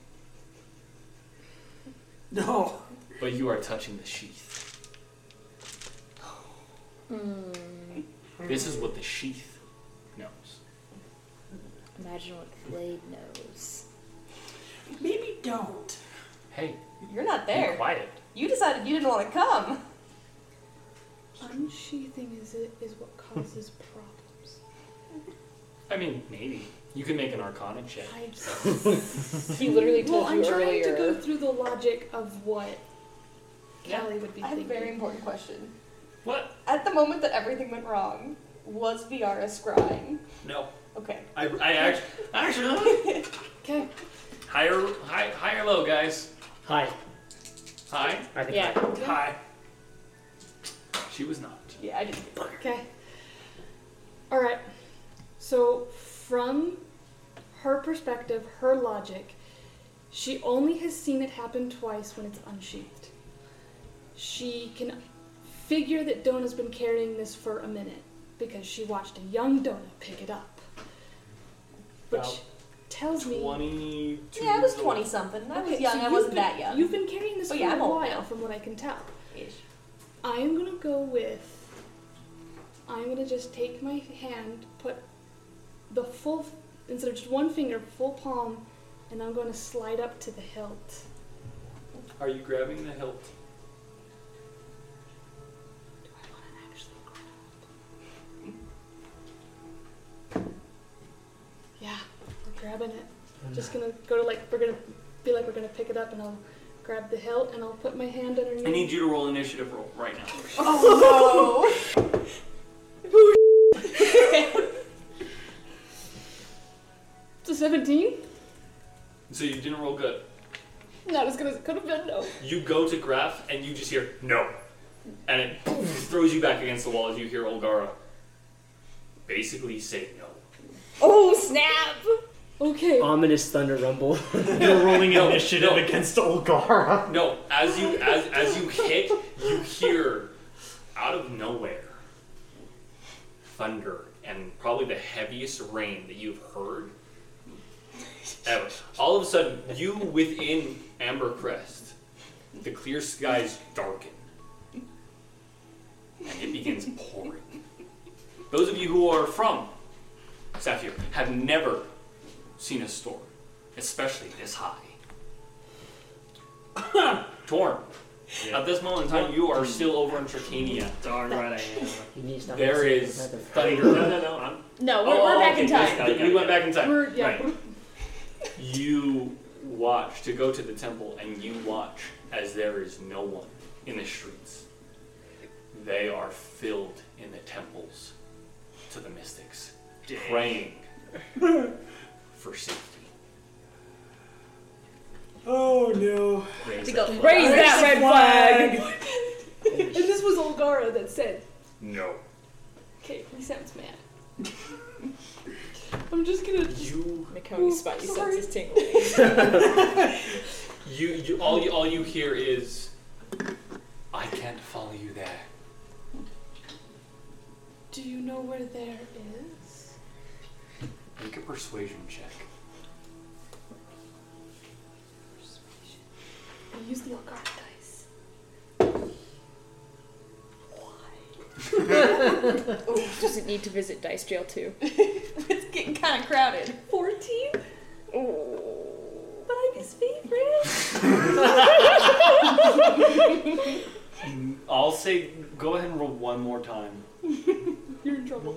[SPEAKER 15] No.
[SPEAKER 1] But you are touching the sheath. This is what the sheath knows.
[SPEAKER 11] Imagine what the blade knows.
[SPEAKER 15] Maybe don't.
[SPEAKER 1] Hey.
[SPEAKER 8] You're not there.
[SPEAKER 1] Be quiet.
[SPEAKER 8] You decided you didn't want to come.
[SPEAKER 6] Unsheathing is it is what causes problems.
[SPEAKER 1] I mean, maybe. You can make an arcana check.
[SPEAKER 6] I
[SPEAKER 1] he
[SPEAKER 6] well, I'm trying to go through the logic of what Callie would be
[SPEAKER 24] I have a
[SPEAKER 6] thinking.
[SPEAKER 24] very important question.
[SPEAKER 1] What?
[SPEAKER 24] At the moment that everything went wrong, was VR a scrying?
[SPEAKER 1] No.
[SPEAKER 24] Okay.
[SPEAKER 1] I, I actually, actually,
[SPEAKER 6] Okay.
[SPEAKER 1] higher, high, high or low, guys.
[SPEAKER 7] Hi.
[SPEAKER 1] Hi.
[SPEAKER 7] I think
[SPEAKER 1] Hi.
[SPEAKER 7] Yeah. hi.
[SPEAKER 1] She was not.
[SPEAKER 24] Yeah, I didn't.
[SPEAKER 6] Okay. All right. So from her perspective, her logic, she only has seen it happen twice when it's unsheathed. She can figure that Dona's been carrying this for a minute because she watched a young Dona pick it up. Which
[SPEAKER 1] About
[SPEAKER 6] tells me
[SPEAKER 1] Twenty-two.
[SPEAKER 24] Yeah, I was 20 something. I was
[SPEAKER 6] Okay,
[SPEAKER 24] young.
[SPEAKER 6] so
[SPEAKER 24] I
[SPEAKER 6] you've
[SPEAKER 24] wasn't
[SPEAKER 6] been-
[SPEAKER 24] that young.
[SPEAKER 6] You've been carrying this
[SPEAKER 24] But
[SPEAKER 6] for
[SPEAKER 24] yeah,
[SPEAKER 6] a
[SPEAKER 24] I'm old
[SPEAKER 6] while,
[SPEAKER 24] now.
[SPEAKER 6] from what I can tell.
[SPEAKER 24] Ish.
[SPEAKER 6] I am gonna go with. I'm gonna just take my hand, put the full, instead of just one finger, full palm, and I'm gonna slide up to the hilt.
[SPEAKER 1] Are you grabbing the hilt?
[SPEAKER 6] Yeah, we're grabbing it. Just gonna go to like we're gonna be like we're gonna pick it up, and I'll grab the hilt, and I'll put my hand underneath.
[SPEAKER 1] I need you to roll initiative roll right now.
[SPEAKER 6] Oh no! it's a seventeen.
[SPEAKER 1] So you didn't roll good.
[SPEAKER 6] Not as good as it could have been. No.
[SPEAKER 1] You go to grab and you just hear no. and it throws you back against the wall as you hear Olgara basically say no.
[SPEAKER 4] Oh snap! Okay.
[SPEAKER 7] Ominous thunder rumble.
[SPEAKER 14] You're rolling initiative against Olgara.
[SPEAKER 1] No, as you as as you hit, you hear out of nowhere thunder and probably the heaviest rain that you've heard. Ever. All of a sudden, you within Amber Crest, the clear skies darken, and it begins pouring. Those of you who are from Sapphire have never seen a storm, especially this high. Torn. At this moment in time, you are still over in Tritania.
[SPEAKER 7] Darn right I am.
[SPEAKER 1] There is thunder. No, no, no. I'm...
[SPEAKER 4] No, we're-
[SPEAKER 3] Oh,
[SPEAKER 1] Oh,
[SPEAKER 4] we're back in time.
[SPEAKER 1] We went back in time.
[SPEAKER 6] We're- yeah,
[SPEAKER 1] Right. You watch to go to the temple, and you watch as there is no one in the streets. They are filled in the temples to the mystics, praying for safety.
[SPEAKER 15] Oh no.
[SPEAKER 1] Raise
[SPEAKER 4] To
[SPEAKER 1] that
[SPEAKER 4] go-
[SPEAKER 1] flag.
[SPEAKER 4] raise that red flag.
[SPEAKER 6] and this was Olgara that said,
[SPEAKER 1] No.
[SPEAKER 6] okay, he sounds mad. I'm just gonna.
[SPEAKER 1] You.
[SPEAKER 4] Macone's spidey
[SPEAKER 6] sorry.
[SPEAKER 4] sense is tingling.
[SPEAKER 1] You, you, all you, all you hear is, I can't follow you there.
[SPEAKER 6] Do you know where there is?
[SPEAKER 1] Make a persuasion check.
[SPEAKER 6] I use the Olgara dice.
[SPEAKER 7] Oh,
[SPEAKER 4] Does it need to visit Dice Jail too?
[SPEAKER 24] it's getting kind of crowded.
[SPEAKER 6] 14?
[SPEAKER 8] Oh.
[SPEAKER 6] But I'm his
[SPEAKER 24] favorite.
[SPEAKER 1] I'll say, go ahead and roll one more time.
[SPEAKER 6] You're in trouble.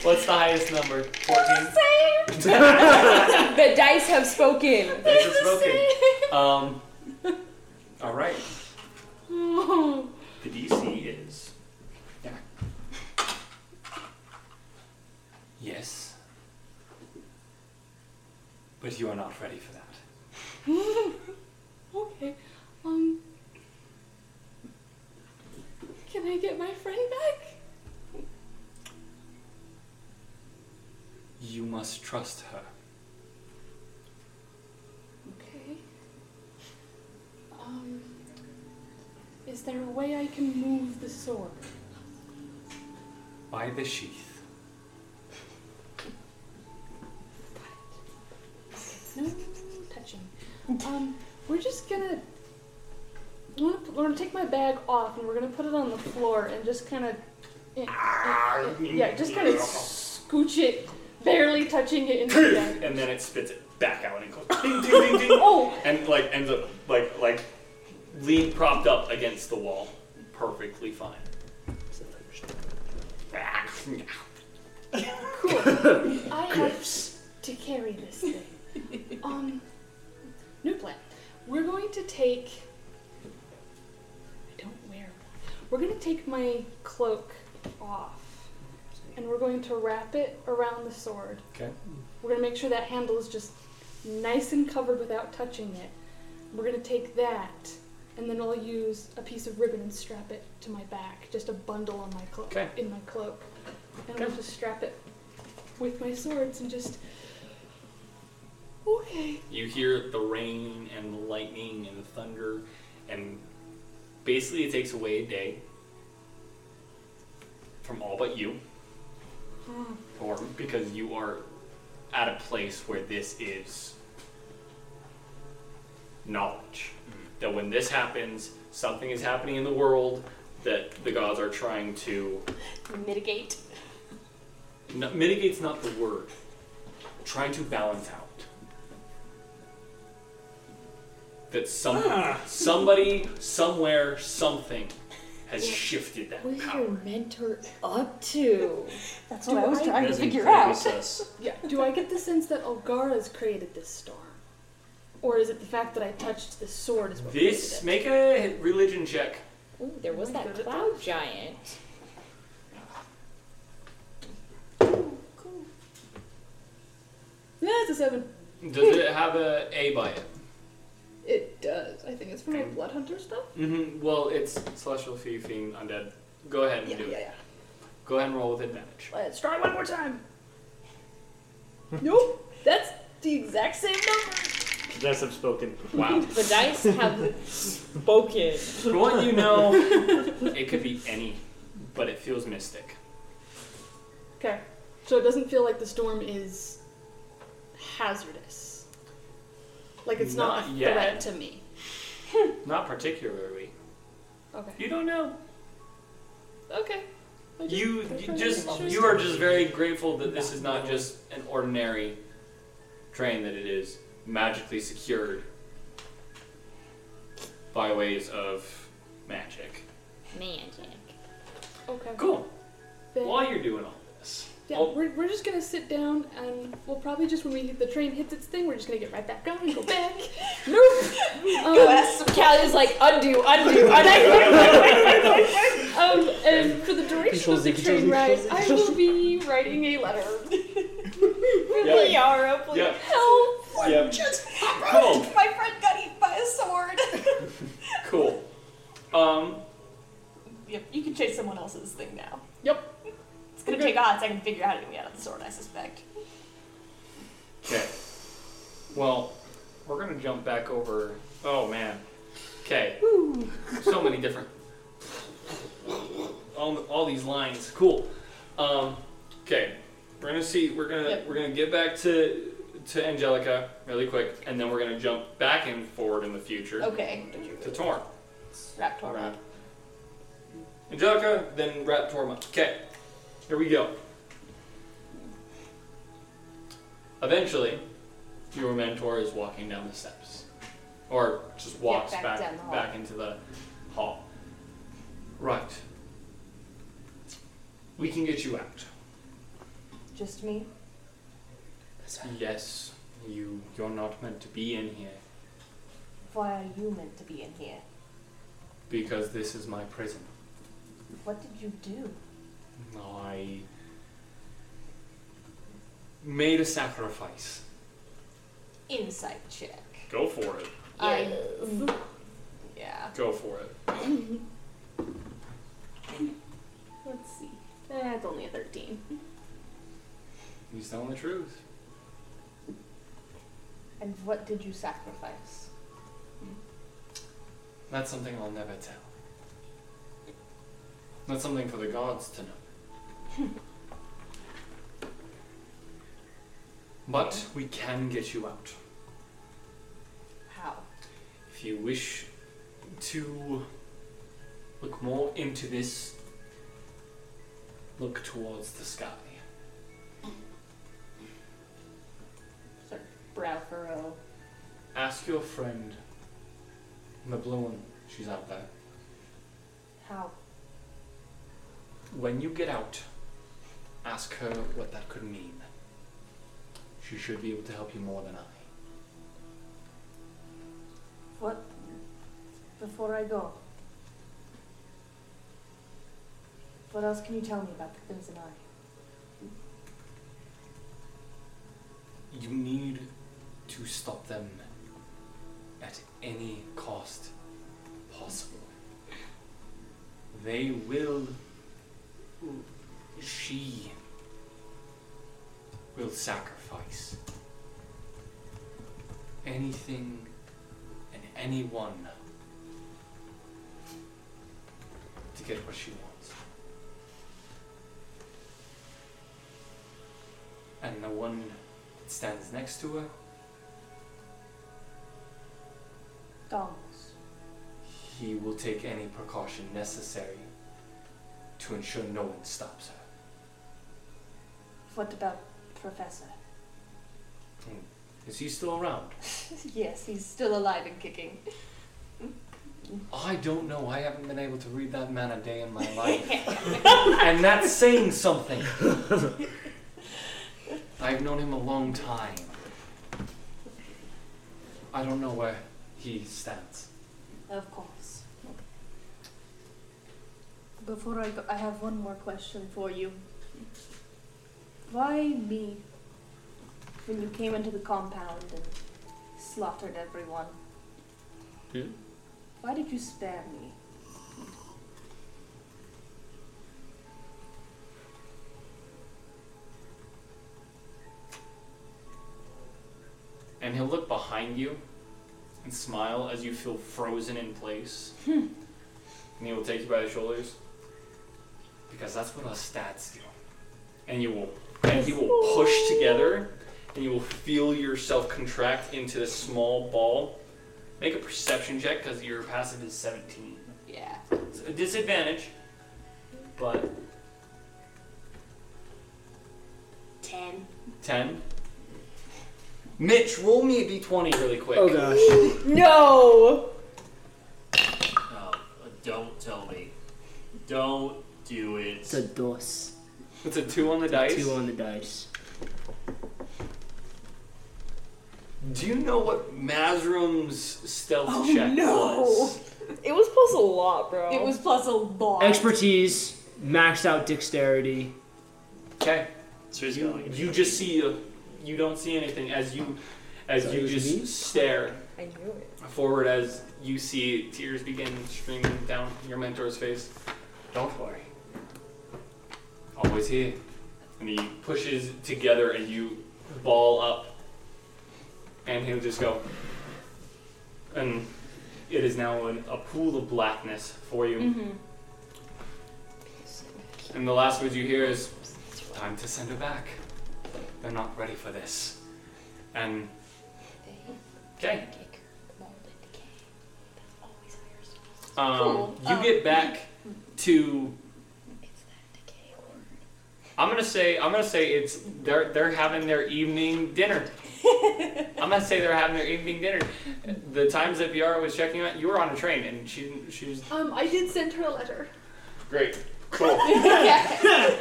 [SPEAKER 1] What's the highest number? 14?
[SPEAKER 4] the dice have spoken.
[SPEAKER 1] This is broken. Um, all right. The DC is. Yes. But you are not ready for that.
[SPEAKER 6] okay. Um. Can I get my friend back?
[SPEAKER 1] You must trust her.
[SPEAKER 6] Okay. Um. Is there a way I can move the sword?
[SPEAKER 1] By the sheath.
[SPEAKER 6] No touching. Um, we're just gonna. I'm gonna, I'm gonna take my bag off and we're gonna put it on the floor and just kind of. Yeah, just kind of scooch it, barely touching it into the bag.
[SPEAKER 1] and then it spits it back out and goes ding ding ding ding. oh. And like ends up like like lean propped up against the wall, perfectly fine.
[SPEAKER 6] I have to carry this thing. um, new plan. We're going to take. I don't wear one. We're going to take my cloak off, and we're going to wrap it around the sword.
[SPEAKER 1] Okay.
[SPEAKER 6] We're going to make sure that handle is just nice and covered without touching it. We're going to take that, and then I'll use a piece of ribbon and strap it to my back, just a bundle on my cloak,
[SPEAKER 1] Okay.
[SPEAKER 6] in my cloak, and I'll just strap it with my swords and just. Okay.
[SPEAKER 1] You hear the rain and the lightning and the thunder, and basically it takes away a day from all but you, or because you are at a place where this is knowledge. That when this happens, something is happening in the world that the gods are trying to
[SPEAKER 24] Mitigate.
[SPEAKER 1] no, mitigate's not the word. Trying to balance out. That some somebody, somewhere, something has shifted that.
[SPEAKER 4] Where's your mentor up to?
[SPEAKER 24] That's
[SPEAKER 6] what I was trying to Doesn't
[SPEAKER 1] figure out.
[SPEAKER 6] Yeah. Do I get the sense that Olgara's created this storm? Or is it the fact that I touched the sword is what
[SPEAKER 1] This make a religion check.
[SPEAKER 4] Ooh, there was that cloud giant.
[SPEAKER 6] created it? Yeah, it's a seven.
[SPEAKER 1] Does it have a A by it?
[SPEAKER 6] It does. I think it's for my blood hunter stuff.
[SPEAKER 1] Mm-hmm. Well, it's celestial fee fiend undead. Go ahead and
[SPEAKER 6] Yeah,
[SPEAKER 1] do
[SPEAKER 6] yeah,
[SPEAKER 1] it.
[SPEAKER 6] yeah.
[SPEAKER 1] Go ahead and roll with advantage.
[SPEAKER 6] Let's try one more time.
[SPEAKER 1] Hmm.
[SPEAKER 6] nope. That's the exact same number.
[SPEAKER 26] The dice have spoken.
[SPEAKER 1] Wow.
[SPEAKER 4] The dice have spoken.
[SPEAKER 1] For what you know, it could be any, but it feels mystic.
[SPEAKER 6] Okay. So it doesn't feel like the storm is hazardous. Like it's not,
[SPEAKER 1] Not
[SPEAKER 6] a
[SPEAKER 1] yet.
[SPEAKER 6] threat to me.
[SPEAKER 1] Not particularly.
[SPEAKER 6] Okay.
[SPEAKER 1] You don't know.
[SPEAKER 6] Okay. I just-
[SPEAKER 1] You,
[SPEAKER 6] that's
[SPEAKER 1] you
[SPEAKER 6] fine.
[SPEAKER 1] just
[SPEAKER 6] Sure.
[SPEAKER 1] you are just very grateful that this is not just an ordinary train that it is magically secured by ways of magic.
[SPEAKER 4] Magic.
[SPEAKER 6] Okay.
[SPEAKER 1] Cool.
[SPEAKER 6] Then-
[SPEAKER 1] While you're doing all this,
[SPEAKER 6] Yeah, we're, we're just gonna sit down and we'll probably just when we hit the train hits its thing, we're just gonna get right back on and go back. nope.
[SPEAKER 4] Go ask some Cal is like, undo, undo, undo.
[SPEAKER 6] Um, and for the duration of the train ride, I will be writing a letter.
[SPEAKER 1] Yep.
[SPEAKER 8] Liara, please
[SPEAKER 1] Yep.
[SPEAKER 8] help! What
[SPEAKER 1] Yep.
[SPEAKER 8] just happened? My friend got eaten by a sword.
[SPEAKER 1] cool. Um,
[SPEAKER 8] yep, you can change someone else's thing now.
[SPEAKER 6] Yep.
[SPEAKER 8] It's gonna take odds. I can figure out how to get out of the sword, I suspect.
[SPEAKER 1] Okay. Well, we're gonna jump back over. Oh man. Okay. So many different. All, all these lines. Cool. Um, okay. We're gonna see. We're gonna
[SPEAKER 6] Yep.
[SPEAKER 1] we're gonna get back to to Angelica really quick, and then we're gonna jump back and forward in the future.
[SPEAKER 8] Okay.
[SPEAKER 1] To Torm.
[SPEAKER 8] Wrap Torm
[SPEAKER 1] Wrap. Angelica, then wrap Torm up. Okay. Here we go. Eventually, your mentor is walking down the steps, or just walks
[SPEAKER 8] back
[SPEAKER 1] back
[SPEAKER 8] down the hall.
[SPEAKER 1] back into the hall. Right. We can get you out.
[SPEAKER 8] Just me.
[SPEAKER 1] Yes, you. You're not meant to be in here
[SPEAKER 8] Why are you meant to be in here?
[SPEAKER 1] because this is my prison.
[SPEAKER 8] What did you do?
[SPEAKER 1] I made a sacrifice.
[SPEAKER 8] Insight check.
[SPEAKER 1] Go for it.
[SPEAKER 8] I. Yeah.
[SPEAKER 1] Go for it.
[SPEAKER 8] Let's see. That's only a 13.
[SPEAKER 1] He's telling the truth.
[SPEAKER 8] And what did you sacrifice?
[SPEAKER 1] That's something I'll never tell. That's something for the gods to know. but we can get you out.
[SPEAKER 8] How?
[SPEAKER 1] If you wish to look more into this, look towards the sky.
[SPEAKER 8] Sir, brow furrow.
[SPEAKER 1] Ask your friend, the blue one, she's out there.
[SPEAKER 8] How?
[SPEAKER 1] When you get out, ask her what that could mean. She should be able to help you more than I.
[SPEAKER 8] What? Before I go. What else can you tell me about the Crimson Eye?
[SPEAKER 1] You need to stop them at any cost possible. They will. She will sacrifice anything and anyone to get what she wants. And the one that stands next to her,
[SPEAKER 8] Dongs.
[SPEAKER 1] he will take any precaution necessary to ensure no one stops her.
[SPEAKER 8] What about Professor?
[SPEAKER 1] Hmm. Is he still around?
[SPEAKER 8] yes, he's still alive and kicking.
[SPEAKER 1] I don't know. I haven't been able to read that man a day in my life. and that's saying something. I've known him a long time. I don't know where he stands.
[SPEAKER 8] Of course. Before I go, I have one more question for you. Why me? When you came into the compound and slaughtered everyone,
[SPEAKER 24] Why did you spare me?
[SPEAKER 1] And he'll look behind you and smile as you feel frozen in place.
[SPEAKER 24] Hmm.
[SPEAKER 1] And he will take you by the shoulders. Because that's what our stats do. And you will and he will push together and you will feel yourself contract into this small ball. Make a perception check because your passive is 17.
[SPEAKER 24] Yeah.
[SPEAKER 1] It's a disadvantage, but
[SPEAKER 24] Ten.
[SPEAKER 1] 10. Mitch, roll me a d20 really quick.
[SPEAKER 20] Oh, gosh.
[SPEAKER 24] no!
[SPEAKER 20] Oh, don't tell me. Don't do it. It's a dos.
[SPEAKER 1] It's a two on the dice.
[SPEAKER 20] Two on the dice.
[SPEAKER 1] Do you know what Mazrum's stealth
[SPEAKER 24] Oh,
[SPEAKER 1] check
[SPEAKER 24] no.
[SPEAKER 1] was?
[SPEAKER 4] It was plus a lot, bro.
[SPEAKER 24] It was plus a lot.
[SPEAKER 7] Expertise, maxed out dexterity.
[SPEAKER 1] Okay.
[SPEAKER 7] So he's
[SPEAKER 1] You, you just see, a, you don't see anything as you, as
[SPEAKER 7] Is that
[SPEAKER 1] you
[SPEAKER 7] what you
[SPEAKER 1] just
[SPEAKER 7] mean?
[SPEAKER 1] stare
[SPEAKER 4] I knew it.
[SPEAKER 1] forward as you see tears begin streaming down your mentor's face. Don't worry. Always here. And he pushes together and you ball up. And he'll just go. And it is now an, a pool of blackness for you.
[SPEAKER 4] Mm-hmm.
[SPEAKER 1] And the last words you hear is, time to send her back. They're not ready for this. And. Okay. Um,
[SPEAKER 24] Cool.
[SPEAKER 1] You
[SPEAKER 24] Um,
[SPEAKER 1] get back to. I'm gonna say I'm gonna say it's they're they're having their evening dinner. I'm gonna say they're having their evening dinner. The times that VR was checking out, you were on a train and she she was
[SPEAKER 6] Um, I did send her a letter.
[SPEAKER 1] great. Cool.
[SPEAKER 6] Yeah.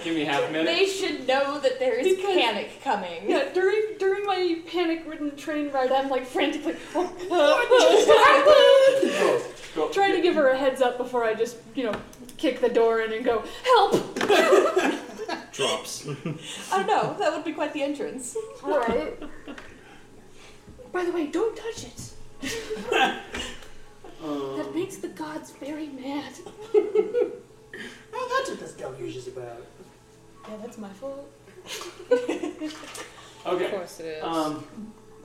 [SPEAKER 1] Give me half a minute.
[SPEAKER 24] They should know that there is
[SPEAKER 6] Because-
[SPEAKER 24] panic coming.
[SPEAKER 6] Yeah, during during my panic-ridden train ride, I'm like frantically trying to give her a heads up before I just you know kick the door in and go help.
[SPEAKER 7] Drops.
[SPEAKER 24] I know, that would be quite the entrance.
[SPEAKER 6] Right. By the way, don't touch it.
[SPEAKER 1] Uh,
[SPEAKER 2] Oh,
[SPEAKER 6] That makes the gods very mad.
[SPEAKER 15] Oh, that's what this deluge is about.
[SPEAKER 6] Yeah, that's my fault.
[SPEAKER 1] Okay.
[SPEAKER 4] Of course it is.
[SPEAKER 1] Um,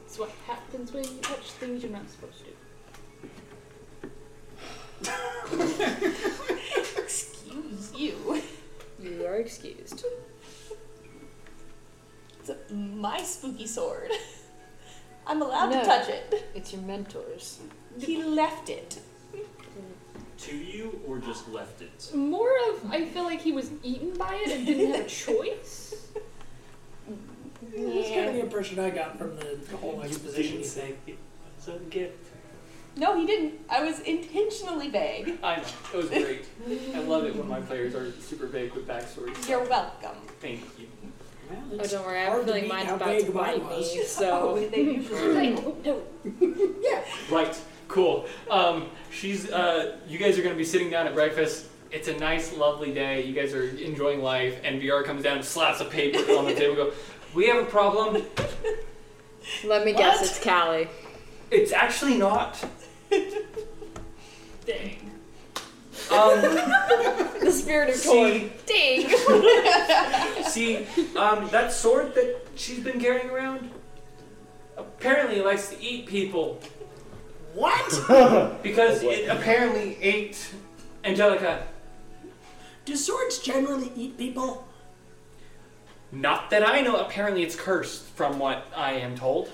[SPEAKER 6] It's what happens when you touch things you're not supposed to.
[SPEAKER 24] Excuse you.
[SPEAKER 4] You are excused.
[SPEAKER 24] It's my spooky sword. I'm allowed
[SPEAKER 4] No.
[SPEAKER 24] to touch it.
[SPEAKER 4] It's your mentors.
[SPEAKER 24] He left it.
[SPEAKER 20] To you or just left it?
[SPEAKER 6] More of, I feel like he was eaten by it and didn't have a choice.
[SPEAKER 15] That's kind of the impression I got from the, the whole exposition thing.
[SPEAKER 14] It's a gift.
[SPEAKER 24] No, he didn't. I was intentionally vague.
[SPEAKER 1] I know. It was great. I love it when my players are super vague with backstories.
[SPEAKER 24] You're welcome.
[SPEAKER 1] Thank you.
[SPEAKER 4] Oh, don't worry, I
[SPEAKER 15] Hard
[SPEAKER 4] have a
[SPEAKER 15] to
[SPEAKER 4] feeling
[SPEAKER 15] beat
[SPEAKER 4] mine's
[SPEAKER 15] how
[SPEAKER 4] about
[SPEAKER 15] big
[SPEAKER 4] to
[SPEAKER 15] mine
[SPEAKER 4] bite
[SPEAKER 15] was.
[SPEAKER 4] me, so.
[SPEAKER 24] Oh, they usually
[SPEAKER 6] oh, no.
[SPEAKER 1] Right. Cool. Um, she's. Uh, you guys are going to be sitting down at breakfast. It's a nice, lovely day. You guys are enjoying life, and VR comes down and slaps a paper on the table. and Go. We have a problem.
[SPEAKER 4] Let me guess, it's Callie.
[SPEAKER 1] It's actually not. Um,
[SPEAKER 4] The spirit of
[SPEAKER 1] See?
[SPEAKER 4] corn. Ding!
[SPEAKER 1] see, um, that sword that she's been carrying around. Apparently, it likes to eat people
[SPEAKER 15] What?
[SPEAKER 1] because it apparently ate Angelica.
[SPEAKER 15] Do swords generally eat people?
[SPEAKER 1] Not that I know. Apparently, it's cursed, from what I am told.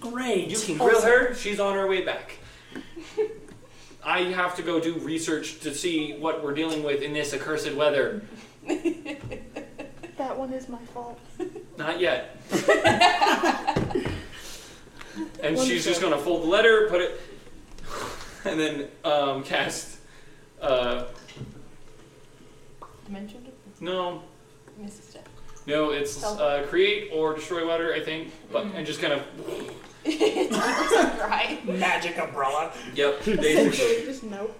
[SPEAKER 15] Great.
[SPEAKER 1] You
[SPEAKER 2] Oh,
[SPEAKER 1] can grill her. She's on her way back. I have to go do research to see what we're dealing with in this accursed weather.
[SPEAKER 6] That one is my fault.
[SPEAKER 1] Not yet. and she's just gonna fold the letter, put it, and then um, cast. Uh,
[SPEAKER 24] Dimension
[SPEAKER 1] no,
[SPEAKER 24] Mrs. Steph.
[SPEAKER 1] no, it's uh, create or destroy water, I think. But and just kind of
[SPEAKER 24] right.
[SPEAKER 15] Magic umbrella.
[SPEAKER 1] yep. Basically.
[SPEAKER 6] Essentially, just nope.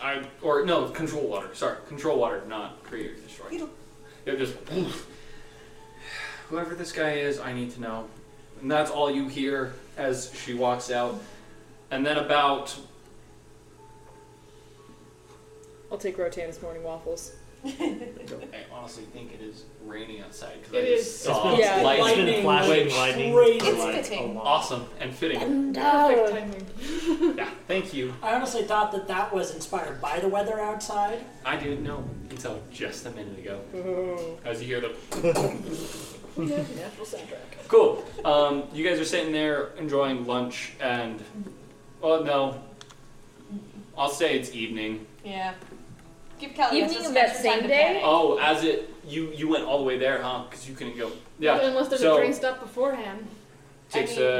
[SPEAKER 1] I or no, control water. Sorry, control water, not create or destroy.
[SPEAKER 24] It'll-
[SPEAKER 1] They're just whoever this guy is, I need to know. And that's all you hear as she walks out. And then about
[SPEAKER 4] I'll take Rotan's morning waffles.
[SPEAKER 1] I honestly think it is raining outside because
[SPEAKER 4] It
[SPEAKER 1] I
[SPEAKER 4] is.
[SPEAKER 1] just saw
[SPEAKER 4] It's been- yeah,
[SPEAKER 1] lightning,
[SPEAKER 4] it's been flashing
[SPEAKER 1] which-
[SPEAKER 4] lightning for, It's like,
[SPEAKER 15] fitting. a lot.
[SPEAKER 1] awesome and fitting. yeah, thank you.
[SPEAKER 15] I honestly thought that that was inspired by the weather outside.
[SPEAKER 1] I didn't know until just a minute ago.
[SPEAKER 15] Oh.
[SPEAKER 1] As you hear the
[SPEAKER 4] Mm-hmm. Natural soundtrack.
[SPEAKER 1] cool. Um, you guys are sitting there enjoying lunch, and well, no, I'll say it's evening.
[SPEAKER 8] Yeah. Give Callie
[SPEAKER 4] Evening
[SPEAKER 8] some
[SPEAKER 4] of that
[SPEAKER 8] extra
[SPEAKER 4] same
[SPEAKER 8] time to
[SPEAKER 4] day?
[SPEAKER 8] panic.
[SPEAKER 1] Oh, as it you you went all the way there, huh? Because you couldn't go. Yeah.
[SPEAKER 6] Unless there's
[SPEAKER 1] so
[SPEAKER 6] a train stop beforehand.
[SPEAKER 1] takes
[SPEAKER 6] I mean,
[SPEAKER 1] a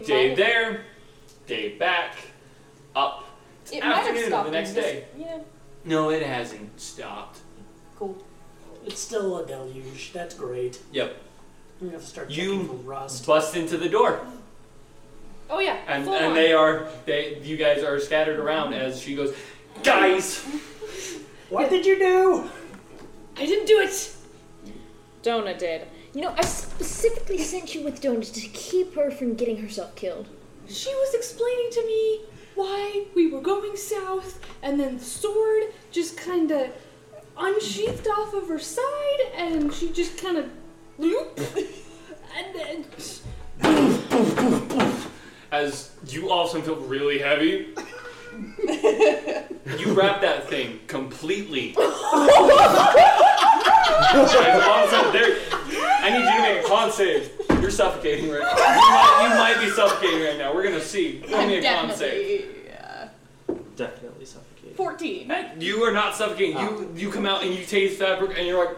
[SPEAKER 6] it
[SPEAKER 1] day
[SPEAKER 6] might-
[SPEAKER 1] there, day back, up. It's
[SPEAKER 8] It might have
[SPEAKER 1] afternoon
[SPEAKER 8] stopped
[SPEAKER 1] the next
[SPEAKER 8] and just-
[SPEAKER 1] day.
[SPEAKER 8] Yeah.
[SPEAKER 1] No, it hasn't stopped.
[SPEAKER 15] Cool. It's still a deluge. That's great.
[SPEAKER 1] Yep.
[SPEAKER 15] I'm gonna have to start
[SPEAKER 1] You
[SPEAKER 15] checking for rust.
[SPEAKER 1] bust into the door.
[SPEAKER 6] Oh yeah.
[SPEAKER 1] And
[SPEAKER 6] full on.
[SPEAKER 1] and they are they you guys are scattered around as she goes, guys.
[SPEAKER 15] What did you do?
[SPEAKER 4] I didn't do it. Dona did.
[SPEAKER 11] You know, I specifically sent you with Dona to keep her from getting herself killed.
[SPEAKER 6] She was explaining to me why we were going south, and then the sword just kind of unsheathed off of her side, and she just kind of loop, and then
[SPEAKER 1] As you also feel really heavy. you wrap that thing completely. Guys, all of a sudden, there- I need you to make a con save. You're suffocating right now. You might, you might be suffocating right now. We're gonna see. Give me a con save.
[SPEAKER 8] Definitely. Yeah.
[SPEAKER 5] Definitely suffocate.
[SPEAKER 8] 14.
[SPEAKER 1] You are not suffocating. You you come out and you taste fabric and you're like,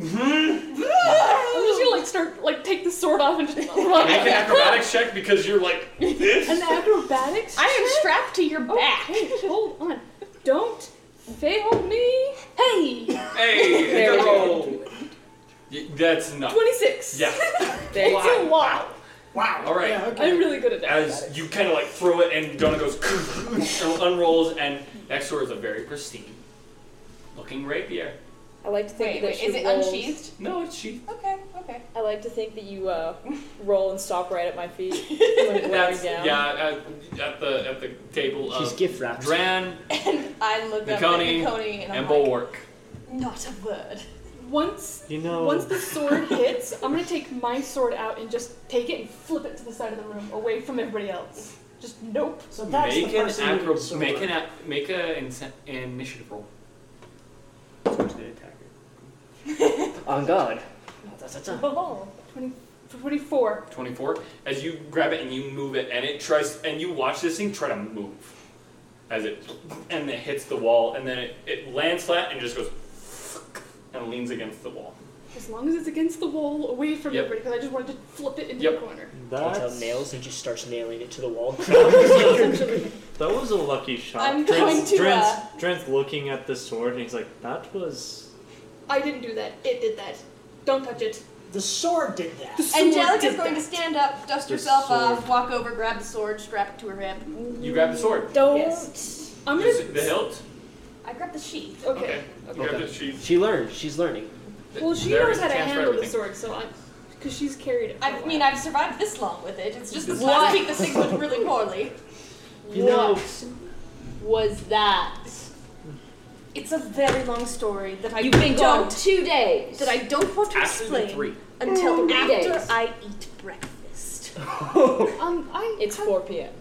[SPEAKER 1] hmm.
[SPEAKER 8] I'm just gonna like start like take the sword off and just run.
[SPEAKER 1] Make an acrobatics check because you're like this.
[SPEAKER 6] an acrobatics.
[SPEAKER 8] I am strapped to your back.
[SPEAKER 6] Okay, hold on. Don't fail me. Hey.
[SPEAKER 1] Hey, hit
[SPEAKER 6] There we
[SPEAKER 1] the
[SPEAKER 6] go.
[SPEAKER 1] roll. Y- That's enough.
[SPEAKER 6] 26.
[SPEAKER 1] Yeah.
[SPEAKER 6] There you
[SPEAKER 1] Wow.
[SPEAKER 6] go.
[SPEAKER 1] Wow. Wow. All right.
[SPEAKER 6] I'm really good at that.
[SPEAKER 1] As you kind of like throw it, and Donna goes and unrolls, and next door is a very pristine looking rapier.
[SPEAKER 4] I like to think
[SPEAKER 8] Wait,
[SPEAKER 4] that
[SPEAKER 8] wait,
[SPEAKER 4] she
[SPEAKER 8] is it
[SPEAKER 4] rolls-
[SPEAKER 8] unsheathed?
[SPEAKER 1] No, it's sheathed.
[SPEAKER 8] Okay, okay.
[SPEAKER 4] I like to think that you uh, roll and stop right at my feet. when I'm glaring
[SPEAKER 1] That's
[SPEAKER 4] down.
[SPEAKER 1] yeah. At, at the at the table
[SPEAKER 7] She's
[SPEAKER 1] of
[SPEAKER 7] gift wrapped.
[SPEAKER 1] Dran,
[SPEAKER 8] And I look up at
[SPEAKER 1] Nakoni,
[SPEAKER 8] Nakoni and
[SPEAKER 1] and,
[SPEAKER 8] I'm like,
[SPEAKER 1] Bulwark.
[SPEAKER 8] not a word.
[SPEAKER 6] Once
[SPEAKER 5] You know.
[SPEAKER 6] once the sword hits, I'm gonna take my sword out and just take it and flip it to the side of the room, away from everybody else. Just nope.
[SPEAKER 15] So
[SPEAKER 1] Make an acro- make an a- make a inse- initiative roll.
[SPEAKER 7] On God.
[SPEAKER 6] Oh, 20, 24.
[SPEAKER 1] 24 as you grab it and you move it and it tries and you watch this thing try to move as it and it hits the wall and then it, it lands flat and just goes and leans against the wall
[SPEAKER 6] As long as it's against the wall, away from
[SPEAKER 1] Yep.
[SPEAKER 6] everybody, because I just wanted to flip it into
[SPEAKER 1] Yep.
[SPEAKER 6] the corner.
[SPEAKER 7] Takes out
[SPEAKER 5] That's-
[SPEAKER 7] nails and just starts nailing it to the wall.
[SPEAKER 5] That was a lucky shot.
[SPEAKER 6] I'm
[SPEAKER 5] Dren's-
[SPEAKER 6] going to,
[SPEAKER 5] Dren's,
[SPEAKER 6] uh,
[SPEAKER 5] Dren's looking at the sword and he's like, "That was."
[SPEAKER 6] I didn't do that. It did that. Don't touch it.
[SPEAKER 15] The sword did that.
[SPEAKER 8] Angelica's going to stand up, dust
[SPEAKER 1] The
[SPEAKER 8] herself
[SPEAKER 1] sword.
[SPEAKER 8] off, walk over, grab the sword, strap it to her hand.
[SPEAKER 1] you grab the sword
[SPEAKER 4] Don't.
[SPEAKER 6] I'm
[SPEAKER 1] You s- the hilt
[SPEAKER 8] I grab the sheath.
[SPEAKER 6] Okay.
[SPEAKER 1] you grab the sheath
[SPEAKER 7] She learned. She's learning.
[SPEAKER 6] Well, she
[SPEAKER 1] There
[SPEAKER 6] knows
[SPEAKER 1] is
[SPEAKER 6] how
[SPEAKER 1] a
[SPEAKER 6] to
[SPEAKER 1] chance for
[SPEAKER 6] handle the
[SPEAKER 1] everything.
[SPEAKER 6] sword, so I. Because she's carried it. for a
[SPEAKER 8] I mean,
[SPEAKER 6] while.
[SPEAKER 8] I've survived this long with it. It's just this
[SPEAKER 4] What?
[SPEAKER 8] last week the thing went really poorly.
[SPEAKER 5] You know-
[SPEAKER 8] What was that? It's a very long story that I
[SPEAKER 4] You've been gone
[SPEAKER 8] don't
[SPEAKER 4] two days.
[SPEAKER 8] that I don't want to
[SPEAKER 1] Actually,
[SPEAKER 8] explain
[SPEAKER 1] three.
[SPEAKER 8] until
[SPEAKER 4] Three
[SPEAKER 8] after
[SPEAKER 4] days.
[SPEAKER 8] I eat breakfast.
[SPEAKER 6] Um, I.
[SPEAKER 4] It's 4 p.m.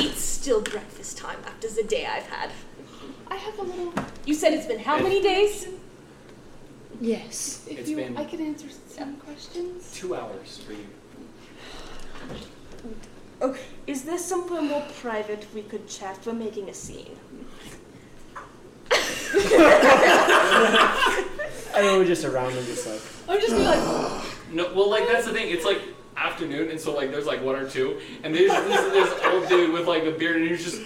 [SPEAKER 8] It's still breakfast time after the day I've had.
[SPEAKER 6] I have a little.
[SPEAKER 8] You said it's been how many days?
[SPEAKER 11] Yes.
[SPEAKER 6] If
[SPEAKER 1] It's
[SPEAKER 6] you,
[SPEAKER 1] been-
[SPEAKER 6] I could answer some questions.
[SPEAKER 1] two hours for you
[SPEAKER 8] Okay. Is there somewhere more private we could chat? We're making a scene.
[SPEAKER 7] I know we're just around and just like.
[SPEAKER 6] I'm just like,
[SPEAKER 1] no well like that's the thing it's like afternoon and so like there's like one or two and there's this, this old dude with like a beard and he's just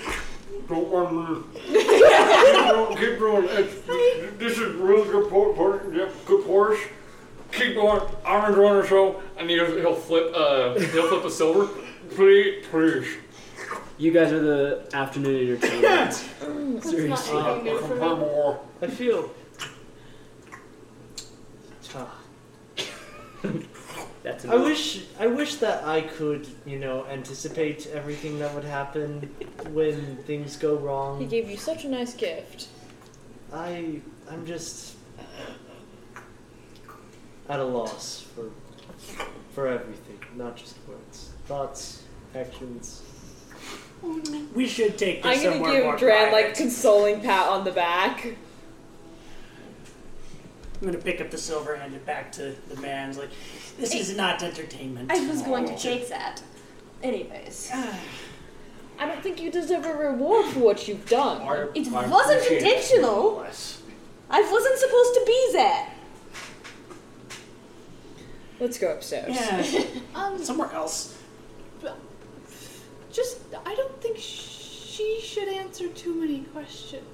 [SPEAKER 1] don't want to keep going It's- this is really good por- por- yep, good horse keep going I'm enjoying the show and he'll, he'll flip uh he'll flip a silver please please
[SPEAKER 7] You guys are the afternoon entertainment.
[SPEAKER 6] that's
[SPEAKER 7] Seriously.
[SPEAKER 2] Uh,
[SPEAKER 6] not anything new
[SPEAKER 1] Uh,
[SPEAKER 6] for me.
[SPEAKER 5] I feel. Ah.
[SPEAKER 7] That's
[SPEAKER 5] I wish I wish that I could, you know, anticipate everything that would happen when things go
[SPEAKER 4] He
[SPEAKER 5] wrong.
[SPEAKER 4] gave you such a nice gift.
[SPEAKER 5] I I'm just at a loss for for everything, not just words. Thoughts, actions.
[SPEAKER 2] We should take
[SPEAKER 4] I'm
[SPEAKER 2] this
[SPEAKER 4] gonna
[SPEAKER 2] somewhere
[SPEAKER 4] give
[SPEAKER 2] more
[SPEAKER 4] Dran like
[SPEAKER 2] private.
[SPEAKER 4] consoling pat on the back.
[SPEAKER 2] I'm gonna pick up the silver and hand it back to the man's like, this is not entertainment.
[SPEAKER 8] I was going to take that. Anyways.
[SPEAKER 2] Ah.
[SPEAKER 4] I don't think you deserve a reward for what you've done.
[SPEAKER 8] It wasn't intentional. I wasn't supposed to be there.
[SPEAKER 4] Let's go upstairs.
[SPEAKER 2] Yeah.
[SPEAKER 27] um,
[SPEAKER 2] Somewhere else.
[SPEAKER 6] Just, I don't think she should answer too many questions.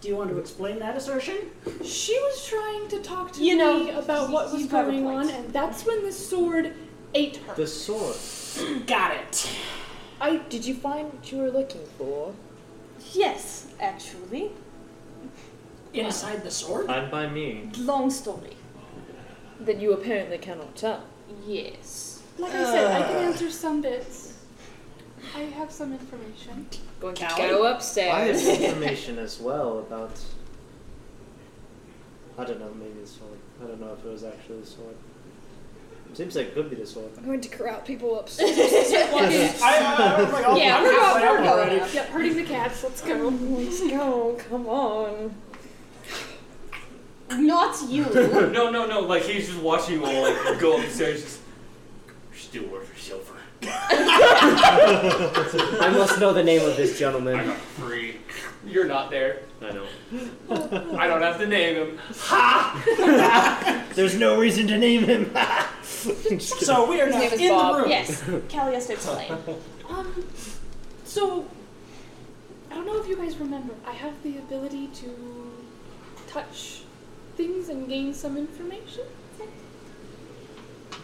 [SPEAKER 2] Do you want to explain that assertion?
[SPEAKER 6] She was trying to talk to
[SPEAKER 2] You
[SPEAKER 6] me
[SPEAKER 2] know,
[SPEAKER 6] about
[SPEAKER 2] you-
[SPEAKER 6] what was
[SPEAKER 2] you've got a
[SPEAKER 6] going
[SPEAKER 2] point.
[SPEAKER 6] on, and that's when the sword ate her.
[SPEAKER 5] The sword.
[SPEAKER 2] Got it.
[SPEAKER 4] I did you find what you were looking for?
[SPEAKER 8] Yes, actually.
[SPEAKER 2] Inside the sword?
[SPEAKER 5] Not by me.
[SPEAKER 8] Long story.
[SPEAKER 4] That you apparently cannot tell.
[SPEAKER 8] Yes.
[SPEAKER 6] Like
[SPEAKER 11] Uh,
[SPEAKER 6] I said, I can
[SPEAKER 4] Ugh.
[SPEAKER 6] answer some bits. I have some information.
[SPEAKER 4] Going to
[SPEAKER 6] Callie?
[SPEAKER 4] go
[SPEAKER 5] I have
[SPEAKER 4] upstairs.
[SPEAKER 5] information as well about. I don't know, maybe the sword. I don't know if it was actually the sword. Seems like it could be the sword.
[SPEAKER 4] I'm going to corral people upstairs. yeah,
[SPEAKER 6] Yeah,
[SPEAKER 4] we're going. We're going.
[SPEAKER 6] Yep, hurting the cats. Let's go.
[SPEAKER 4] Let's go. Come on.
[SPEAKER 8] Not you.
[SPEAKER 1] no, no, no. Like he's just watching you all like go upstairs. Just, you still work for silver.
[SPEAKER 7] I must know the name of this gentleman. I
[SPEAKER 1] free. You're not there.
[SPEAKER 7] I know.
[SPEAKER 1] I don't have to name him. Ha!
[SPEAKER 5] There's no reason to name him.
[SPEAKER 2] so we are
[SPEAKER 8] His
[SPEAKER 2] now
[SPEAKER 8] name is
[SPEAKER 2] in
[SPEAKER 8] Bob.
[SPEAKER 2] the room.
[SPEAKER 8] Yes. Callias explain.
[SPEAKER 6] Um, so I don't know if you guys remember. I have the ability to touch things and gain some information.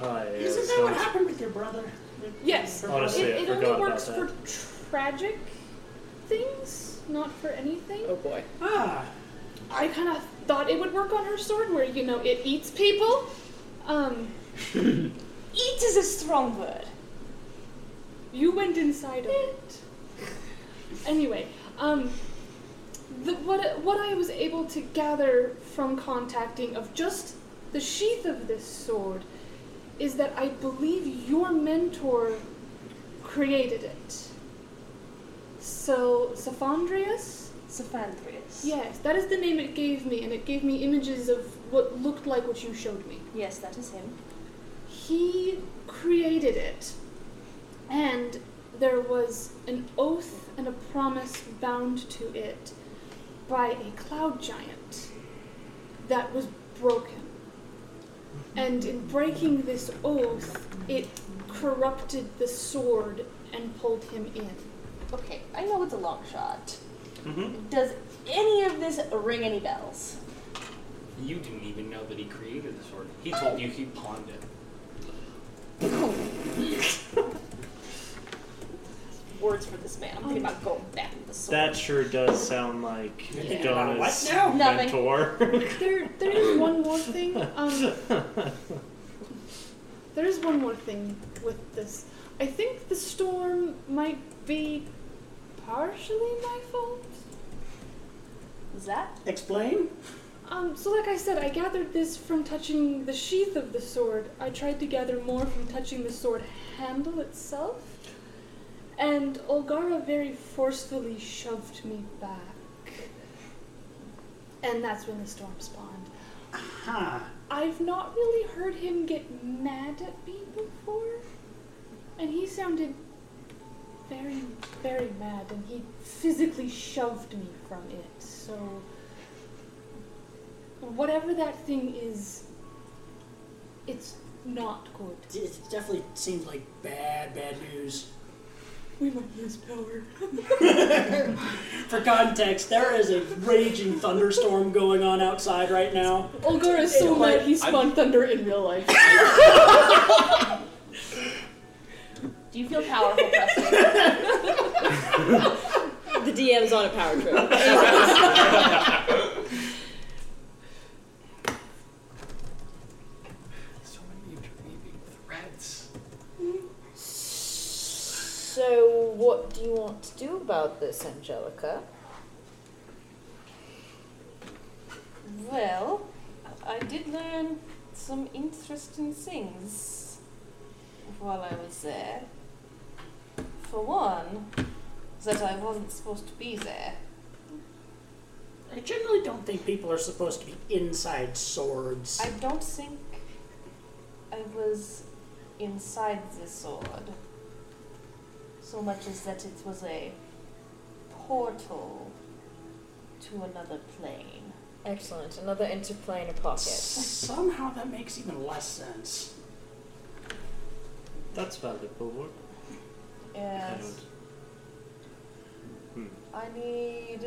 [SPEAKER 7] Oh,
[SPEAKER 2] Isn't that what happened with your brother?
[SPEAKER 6] Yes.
[SPEAKER 5] Honestly, I
[SPEAKER 6] it, it
[SPEAKER 5] forgot
[SPEAKER 6] only
[SPEAKER 5] about
[SPEAKER 6] works
[SPEAKER 5] that.
[SPEAKER 6] for tragic things, not for anything.
[SPEAKER 4] Oh boy.
[SPEAKER 2] Ah.
[SPEAKER 6] I kind of thought it would work on her sword, where you know it eats people. Um,
[SPEAKER 8] Eat is a strong word.
[SPEAKER 6] you went inside of it. Anyway, um, the, what what I was able to gather from contacting of just the sheath of this sword is that I believe your mentor created it. So, Saphondrius?
[SPEAKER 8] Saphondrius.
[SPEAKER 6] Yes, that is the name it gave me, and it gave me images of what looked like what you showed me.
[SPEAKER 8] Yes, that is him.
[SPEAKER 6] He created it, and there was an oath and a promise bound to it by a cloud giant that was broken. And in breaking this oath, it corrupted the sword and pulled him in.
[SPEAKER 8] Okay, I know it's a long shot.
[SPEAKER 1] Mm-hmm.
[SPEAKER 8] Does any of this ring any bells?
[SPEAKER 1] You didn't even know that he created the sword. He told you he pawned it.
[SPEAKER 8] Words for this man. I'm thinking about going back with the sword.
[SPEAKER 5] That sure does sound like
[SPEAKER 8] Yeah.
[SPEAKER 5] Donna's
[SPEAKER 8] What now? Nothing.
[SPEAKER 5] mentor.
[SPEAKER 6] There, there is one more thing. Um, there is one more thing with this. I think the storm might be partially my fault.
[SPEAKER 8] Is that?
[SPEAKER 2] Explain?
[SPEAKER 6] Um, so like I said, I gathered this from touching the sheath of the sword. I tried to gather more from touching the sword handle itself. And Olgara very forcefully shoved me back. And that's when the storm spawned.
[SPEAKER 2] Huh.
[SPEAKER 6] I've not really heard him get mad at me before. And he sounded very, very mad, and he physically shoved me from it. So, whatever that thing is, it's not good.
[SPEAKER 2] It definitely seems like bad, bad news.
[SPEAKER 6] We might lose power.
[SPEAKER 2] For context, there is a raging thunderstorm going on outside right now.
[SPEAKER 6] Olgar is so mad he spun thunder in real life.
[SPEAKER 28] Do you feel powerful, Preston?
[SPEAKER 4] The DM's on a power trip.
[SPEAKER 11] So, what do you want to do about this, Angelica?
[SPEAKER 8] Well, I did learn some interesting things while I was there. For one, that I wasn't supposed to be there.
[SPEAKER 15] I generally don't think people are supposed to be inside swords.
[SPEAKER 8] I don't think I was inside the sword so much as that it was a portal to another plane.
[SPEAKER 11] Excellent. Another interplane of pockets.
[SPEAKER 15] Somehow that makes even less sense.
[SPEAKER 5] That's valuable work.
[SPEAKER 8] Yes.
[SPEAKER 5] Hmm.
[SPEAKER 8] I need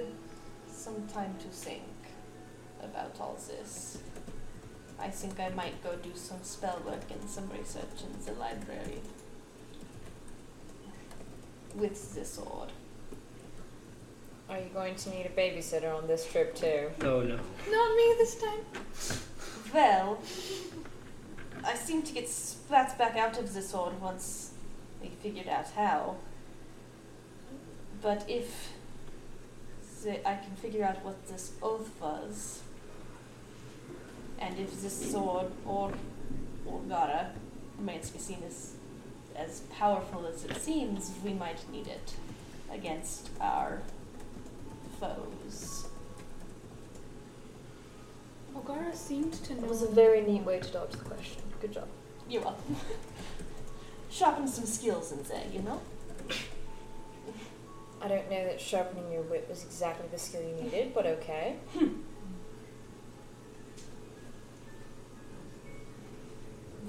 [SPEAKER 8] some time to think about all this. I think I might go do some spell work and some research in the library with the sword.
[SPEAKER 11] Are you going to need a babysitter on this trip too?
[SPEAKER 7] Oh no.
[SPEAKER 11] Not me this time.
[SPEAKER 8] Well, I seem to get spat back out of the sword once we figured out how. But if the, I can figure out what this oath was, and if this sword or Orgara remains to be seen as, as powerful as it seems, we might need it against our foes.
[SPEAKER 6] Ogara seemed to know.
[SPEAKER 11] That was a very neat way to dodge the question. Good job.
[SPEAKER 8] You're welcome. Sharpen some skills in there, you know?
[SPEAKER 11] I don't know that sharpening your wit was exactly the skill you needed, but okay.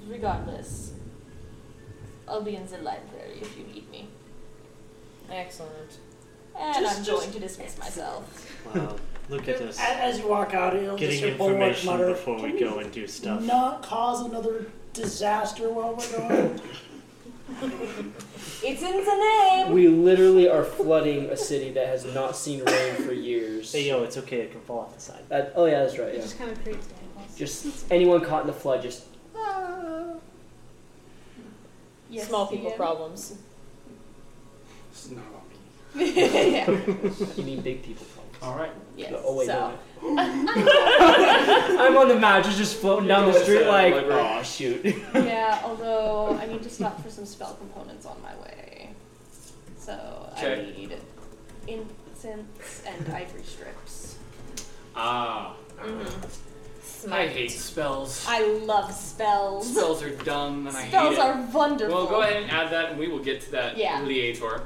[SPEAKER 8] Regardless, I'll be in the library if you need me.
[SPEAKER 11] Excellent.
[SPEAKER 8] And
[SPEAKER 15] Just-
[SPEAKER 8] I'm
[SPEAKER 15] just-
[SPEAKER 8] going to dismiss myself.
[SPEAKER 5] Wow. Look at us.
[SPEAKER 15] A- As you walk out, it'll just
[SPEAKER 5] Getting
[SPEAKER 15] hear Bulwark
[SPEAKER 5] information
[SPEAKER 15] mutter,
[SPEAKER 5] before we
[SPEAKER 15] "Can
[SPEAKER 5] go and do stuff.
[SPEAKER 15] Not cause another disaster while we're going.
[SPEAKER 8] It's in the
[SPEAKER 6] Oh.
[SPEAKER 8] name!
[SPEAKER 7] We literally are flooding a city that has not seen rain for years. Hey
[SPEAKER 5] yo, it's okay. It can fall off the side.
[SPEAKER 7] That, oh yeah, that's right.
[SPEAKER 6] It
[SPEAKER 7] Yeah.
[SPEAKER 6] just kind of creates downfalls.
[SPEAKER 7] Just anyone caught in the flood, just
[SPEAKER 8] Yes,
[SPEAKER 11] Small people
[SPEAKER 8] Ian?
[SPEAKER 11] problems.
[SPEAKER 25] It's not on me.
[SPEAKER 7] you mean big people problems.
[SPEAKER 1] All right.
[SPEAKER 8] Yes.
[SPEAKER 7] oh wait,
[SPEAKER 8] so.
[SPEAKER 7] no, no. I'm on the match, just just floating down the
[SPEAKER 1] Yes,
[SPEAKER 7] street
[SPEAKER 1] uh,
[SPEAKER 7] like,
[SPEAKER 1] library.
[SPEAKER 7] oh shoot.
[SPEAKER 8] yeah, although I need to stop for some spell components on my way. So
[SPEAKER 1] Okay.
[SPEAKER 8] I need incense and ivory strips.
[SPEAKER 1] Ah. I hate spells.
[SPEAKER 8] I love spells.
[SPEAKER 1] Spells are dumb and I hate
[SPEAKER 8] Spells
[SPEAKER 1] it.
[SPEAKER 8] are wonderful.
[SPEAKER 1] Well, go ahead and add that and we will get to that
[SPEAKER 8] Yeah.
[SPEAKER 1] Leator.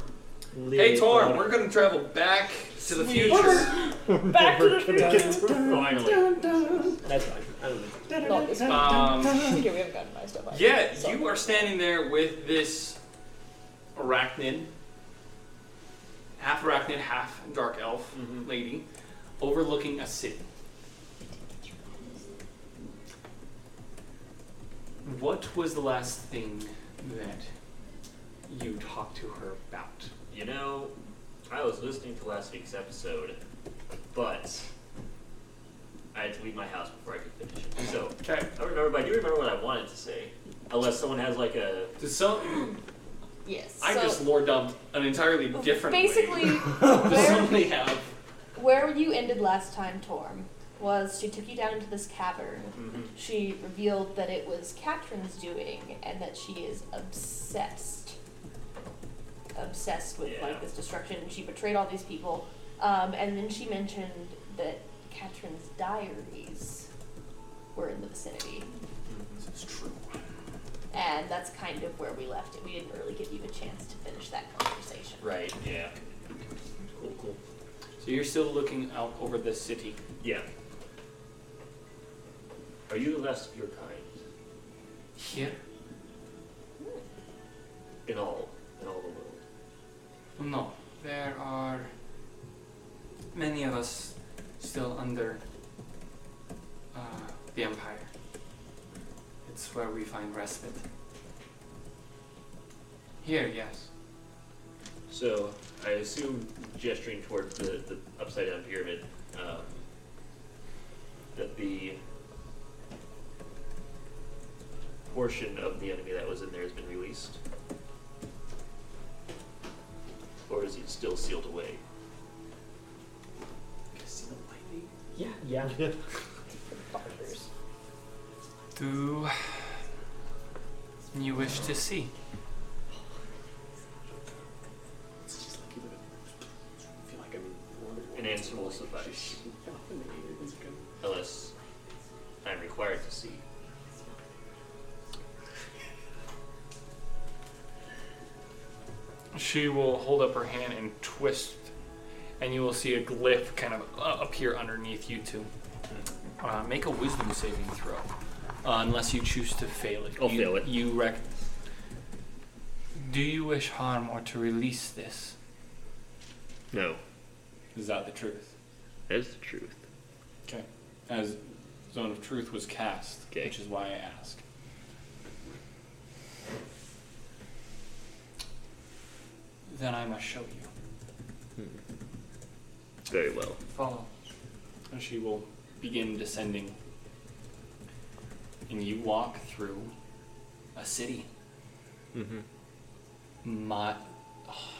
[SPEAKER 25] Hey Torm, we're gonna travel back to the
[SPEAKER 1] Sweet.
[SPEAKER 25] future.
[SPEAKER 1] Back
[SPEAKER 25] to the future.
[SPEAKER 1] Finally.
[SPEAKER 7] That's fine. I don't know.
[SPEAKER 11] Not this
[SPEAKER 1] Um,
[SPEAKER 11] okay, we haven't gotten my stuff out.
[SPEAKER 1] Yeah,
[SPEAKER 11] So-
[SPEAKER 1] you are standing there with this arachnid, half arachnid, half dark elf
[SPEAKER 20] Mm-hmm.
[SPEAKER 1] lady, overlooking a city. What was the last thing that you talked to her about?
[SPEAKER 20] You know, I was listening to last week's episode, but I had to leave my house before I could finish it. So I don't remember, but I do remember what I wanted to say. Unless someone has like a.
[SPEAKER 1] Does some?
[SPEAKER 8] Yes.
[SPEAKER 1] I
[SPEAKER 8] so
[SPEAKER 1] just lore dumped an entirely different. way.
[SPEAKER 8] Basically,
[SPEAKER 1] Does
[SPEAKER 8] where,
[SPEAKER 1] somebody have?
[SPEAKER 8] where you ended last time, Torm, was she took you down into this cavern.
[SPEAKER 20] Mm-hmm.
[SPEAKER 8] She revealed that it was Catherine's doing and that she is obsessed. Obsessed with
[SPEAKER 20] Yeah.
[SPEAKER 8] like this destruction. She betrayed all these people. Um, and then she mentioned that Catherine's diaries were in the vicinity.
[SPEAKER 20] Mm-hmm.
[SPEAKER 1] This is true.
[SPEAKER 8] And that's kind of where we left it. We didn't really give you a chance to finish that conversation.
[SPEAKER 20] Right. Yeah. Cool. Cool.
[SPEAKER 1] So you're still looking out over the city.
[SPEAKER 20] Yeah. Are you the last of your kind
[SPEAKER 1] Yeah.
[SPEAKER 20] in all in all the world?
[SPEAKER 1] No, there are many of us still under uh, the Empire. It's where we find respite. Here, yes.
[SPEAKER 20] So I assume gesturing towards the, the upside down pyramid um, that the portion of the enemy that was in there has been released. is it still sealed away?
[SPEAKER 7] Yeah, yeah.
[SPEAKER 1] Do you wish to see?
[SPEAKER 20] An answer will suffice. Unless I'm required to see.
[SPEAKER 1] She will hold up her hand and twist, and you will see a glyph kind of uh, appear underneath you two. Uh, make a wisdom saving throw, uh, unless you choose to fail it.
[SPEAKER 20] I'll
[SPEAKER 1] you,
[SPEAKER 20] fail it.
[SPEAKER 1] You rec- Do you wish harm or to release this?
[SPEAKER 20] No.
[SPEAKER 1] Is that the truth?
[SPEAKER 20] That is the truth.
[SPEAKER 1] Okay. As Zone of Truth was cast, which is why I ask. Then I must show you.
[SPEAKER 20] Hmm. Very well.
[SPEAKER 1] Follow. And she will begin descending. And you walk through a city.
[SPEAKER 20] Mm-hmm.
[SPEAKER 1] mi- oh,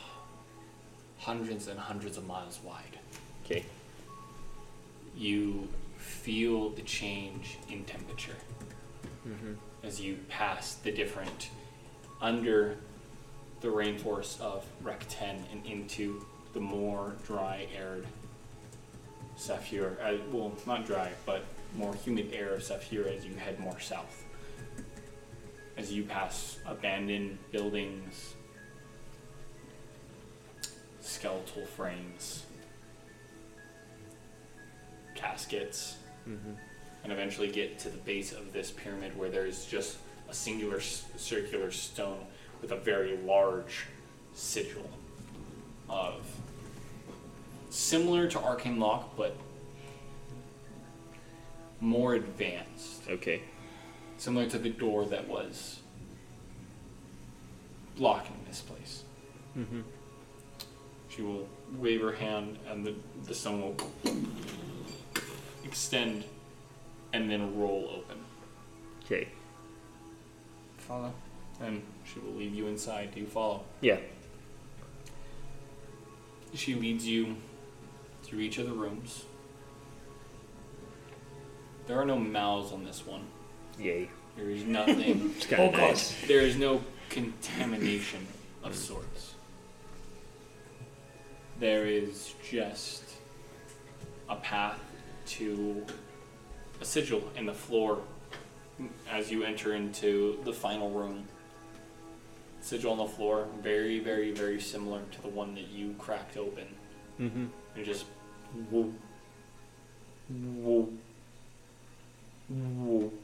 [SPEAKER 1] hundreds and hundreds of miles wide.
[SPEAKER 20] Okay.
[SPEAKER 1] You feel the change in temperature
[SPEAKER 20] Mhm.
[SPEAKER 1] as you pass the different under the rainforest of Rec 10 and into the more dry, arid Saphir. Uh, well, not dry, but more humid air of Saphir as you head more south. As you pass abandoned buildings, skeletal frames, caskets,
[SPEAKER 20] Mhm.
[SPEAKER 1] and eventually get to the base of this pyramid where there is just a singular s- circular stone with a very large sigil of similar to arcane lock but more advanced
[SPEAKER 20] okay
[SPEAKER 1] similar to the door that was blocking this place
[SPEAKER 20] Mm-hmm.
[SPEAKER 1] She will wave her hand, and the, the stone will extend and then roll open.
[SPEAKER 20] Okay.
[SPEAKER 1] Follow. And she will lead you inside. Do you follow?
[SPEAKER 20] Yeah.
[SPEAKER 1] She leads you through each of the rooms. There are no mouths on this one.
[SPEAKER 20] Yay.
[SPEAKER 1] There is nothing.
[SPEAKER 20] It's
[SPEAKER 1] Oh,
[SPEAKER 20] kinda nice.
[SPEAKER 1] There is no contamination of sorts. There is just a path to a sigil in the floor as you enter into the final room. Sigil on the floor, very, very, very similar to the one that you cracked open.
[SPEAKER 20] Mm-hmm.
[SPEAKER 1] And just whoop, whoop, whoop.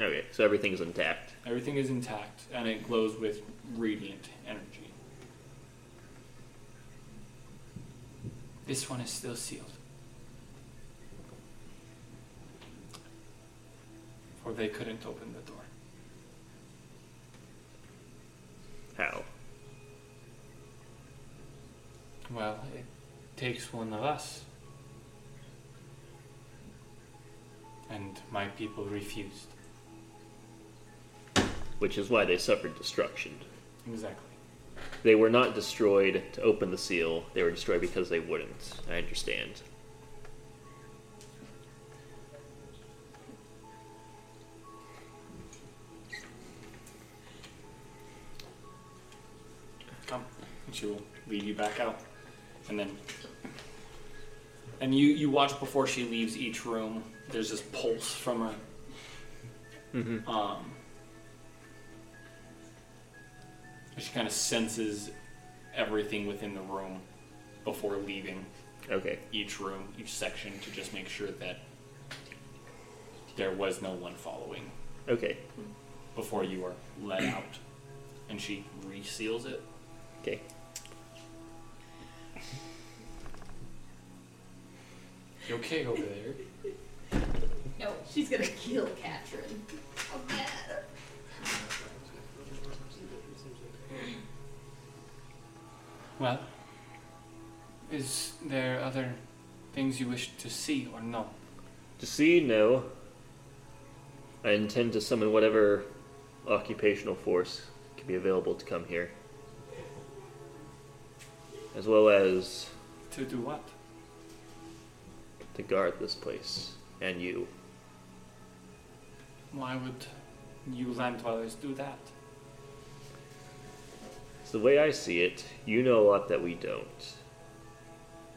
[SPEAKER 20] Okay, so everything's intact.
[SPEAKER 1] Everything is intact, and it glows with radiant energy. This one is still sealed. For they couldn't open the door.
[SPEAKER 20] How?
[SPEAKER 1] Well, it takes one of us. And my people refused.
[SPEAKER 20] Which is why they suffered destruction.
[SPEAKER 1] Exactly.
[SPEAKER 20] They were not destroyed to open the seal. They were destroyed because they wouldn't. I understand.
[SPEAKER 1] Come. And she will lead you back out. And then. And you, you watch before she leaves each room. There's this pulse from her.
[SPEAKER 20] Mm-hmm.
[SPEAKER 1] Um, she kind of senses everything within the room before leaving.
[SPEAKER 20] Okay.
[SPEAKER 1] Each room, each section, to just make sure that there was no one following
[SPEAKER 20] Okay.
[SPEAKER 1] before you are let out. And she reseals it.
[SPEAKER 20] Okay.
[SPEAKER 1] You okay over there?
[SPEAKER 8] No, she's gonna kill Katrin. I'm mad.
[SPEAKER 1] Well, is there other things you wish to see or no?
[SPEAKER 20] To see, no. I intend to summon whatever occupational force can be available to come here.
[SPEAKER 3] as well as
[SPEAKER 1] To do what?
[SPEAKER 3] to guard this place and you.
[SPEAKER 1] Why would you land dwellers do that?
[SPEAKER 3] So the way I see it, you know a lot that we don't.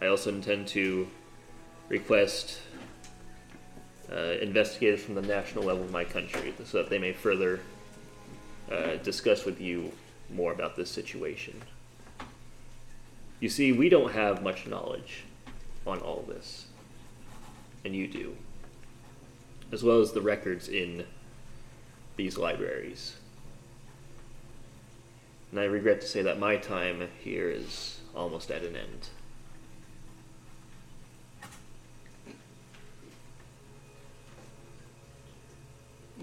[SPEAKER 3] I also intend to request uh, investigators from the national level of my country so that they may further uh, discuss with you more about this situation. You see, we don't have much knowledge on all this, and you do, as well as the records in these libraries. And I regret to say that my time here is almost at an end.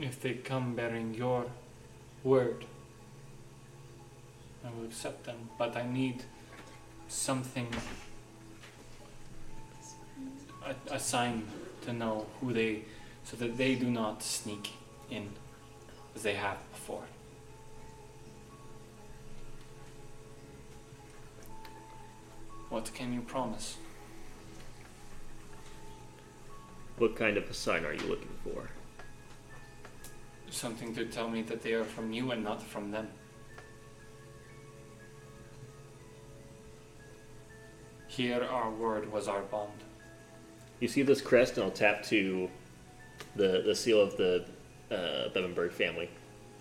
[SPEAKER 1] If they come bearing your word, I will accept them, but I need something, a, a sign to know who they, so that they do not sneak in as they have before. What can you promise?
[SPEAKER 3] What kind of a sign are you looking for?
[SPEAKER 1] Something to tell me that they are from you and not from them. Here, our word was our bond.
[SPEAKER 3] You see this crest, and I'll tap to the the seal of the uh, Bebenberg family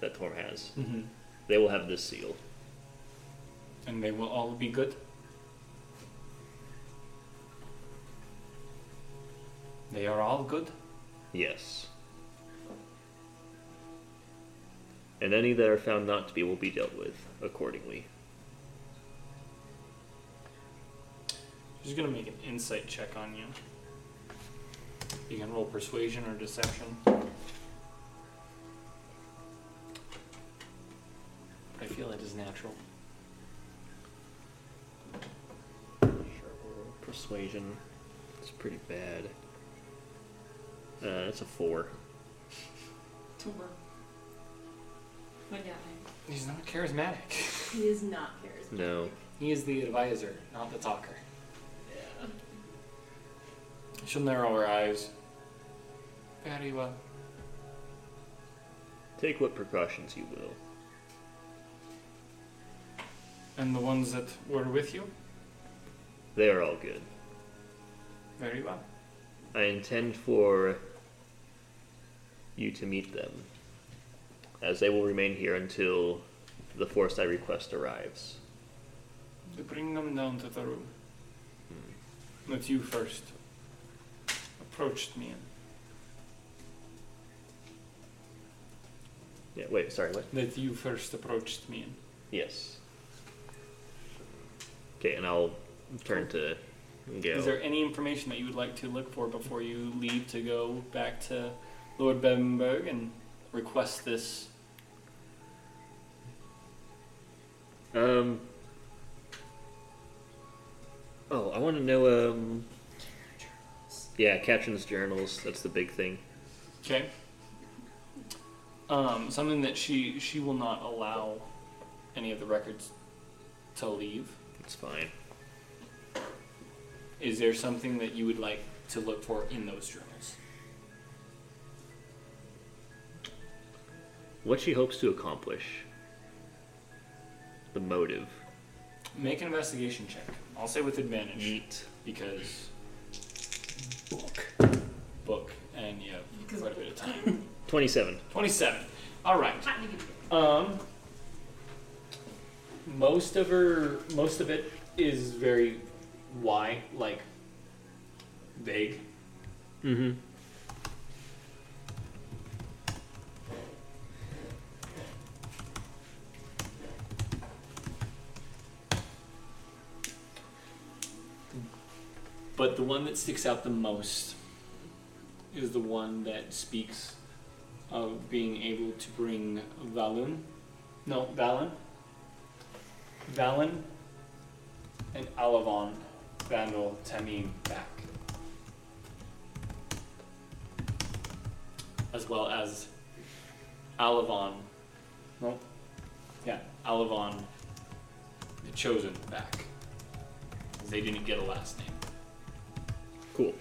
[SPEAKER 3] that Torm has.
[SPEAKER 1] Mhm.
[SPEAKER 3] They will have this seal.
[SPEAKER 1] And they will all be good? They are all good?
[SPEAKER 3] Yes. And any that are found not to be will be dealt with accordingly.
[SPEAKER 1] She's gonna make an insight check on you. You can roll persuasion or deception. I feel it is natural.
[SPEAKER 3] Persuasion. It's pretty bad. Uh, that's a four.
[SPEAKER 4] Tumor. My guy.
[SPEAKER 1] He's not charismatic.
[SPEAKER 4] He is not charismatic.
[SPEAKER 3] No.
[SPEAKER 1] He is the advisor, not the talker. She'll narrow her eyes. Very well.
[SPEAKER 3] Take what precautions you will.
[SPEAKER 1] And the ones that were with you?
[SPEAKER 3] They are all good.
[SPEAKER 1] Very well.
[SPEAKER 3] I intend for you to meet them, as they will remain here until the force I request arrives.
[SPEAKER 1] You bring them down to the room.
[SPEAKER 3] Hmm.
[SPEAKER 1] Not you first. Approached me and
[SPEAKER 3] Yeah, wait, sorry, what?
[SPEAKER 1] That you first approached me.
[SPEAKER 3] Yes. Okay, and I'll turn to Gail.
[SPEAKER 1] Is there any information that you would like to look for before you leave to go back to Lord Bebenberg and request this?
[SPEAKER 3] Um. Oh, I want to know. Um. Yeah, Katrin's journals. That's the big thing.
[SPEAKER 1] Okay. Um, something that she she will not allow any of the records to leave.
[SPEAKER 3] It's fine.
[SPEAKER 1] Is there something that you would like to look for in those journals?
[SPEAKER 3] What she hopes to accomplish. The motive.
[SPEAKER 1] Make an investigation check. I'll say with advantage. Because book. Book, and you have quite a bit of time.
[SPEAKER 3] Twenty-seven.
[SPEAKER 1] 27. All right. Um, most of her, most of it is very why, like vague.
[SPEAKER 3] Mm-hmm.
[SPEAKER 1] But the one that sticks out the most is the one that speaks of being able to bring Valun. No, Valen. Valen and Alavon, Vandal, Tamim back. As well as Alavon. No? Yeah, Alavon, the Chosen back. because they didn't get a last name.
[SPEAKER 3] Cool.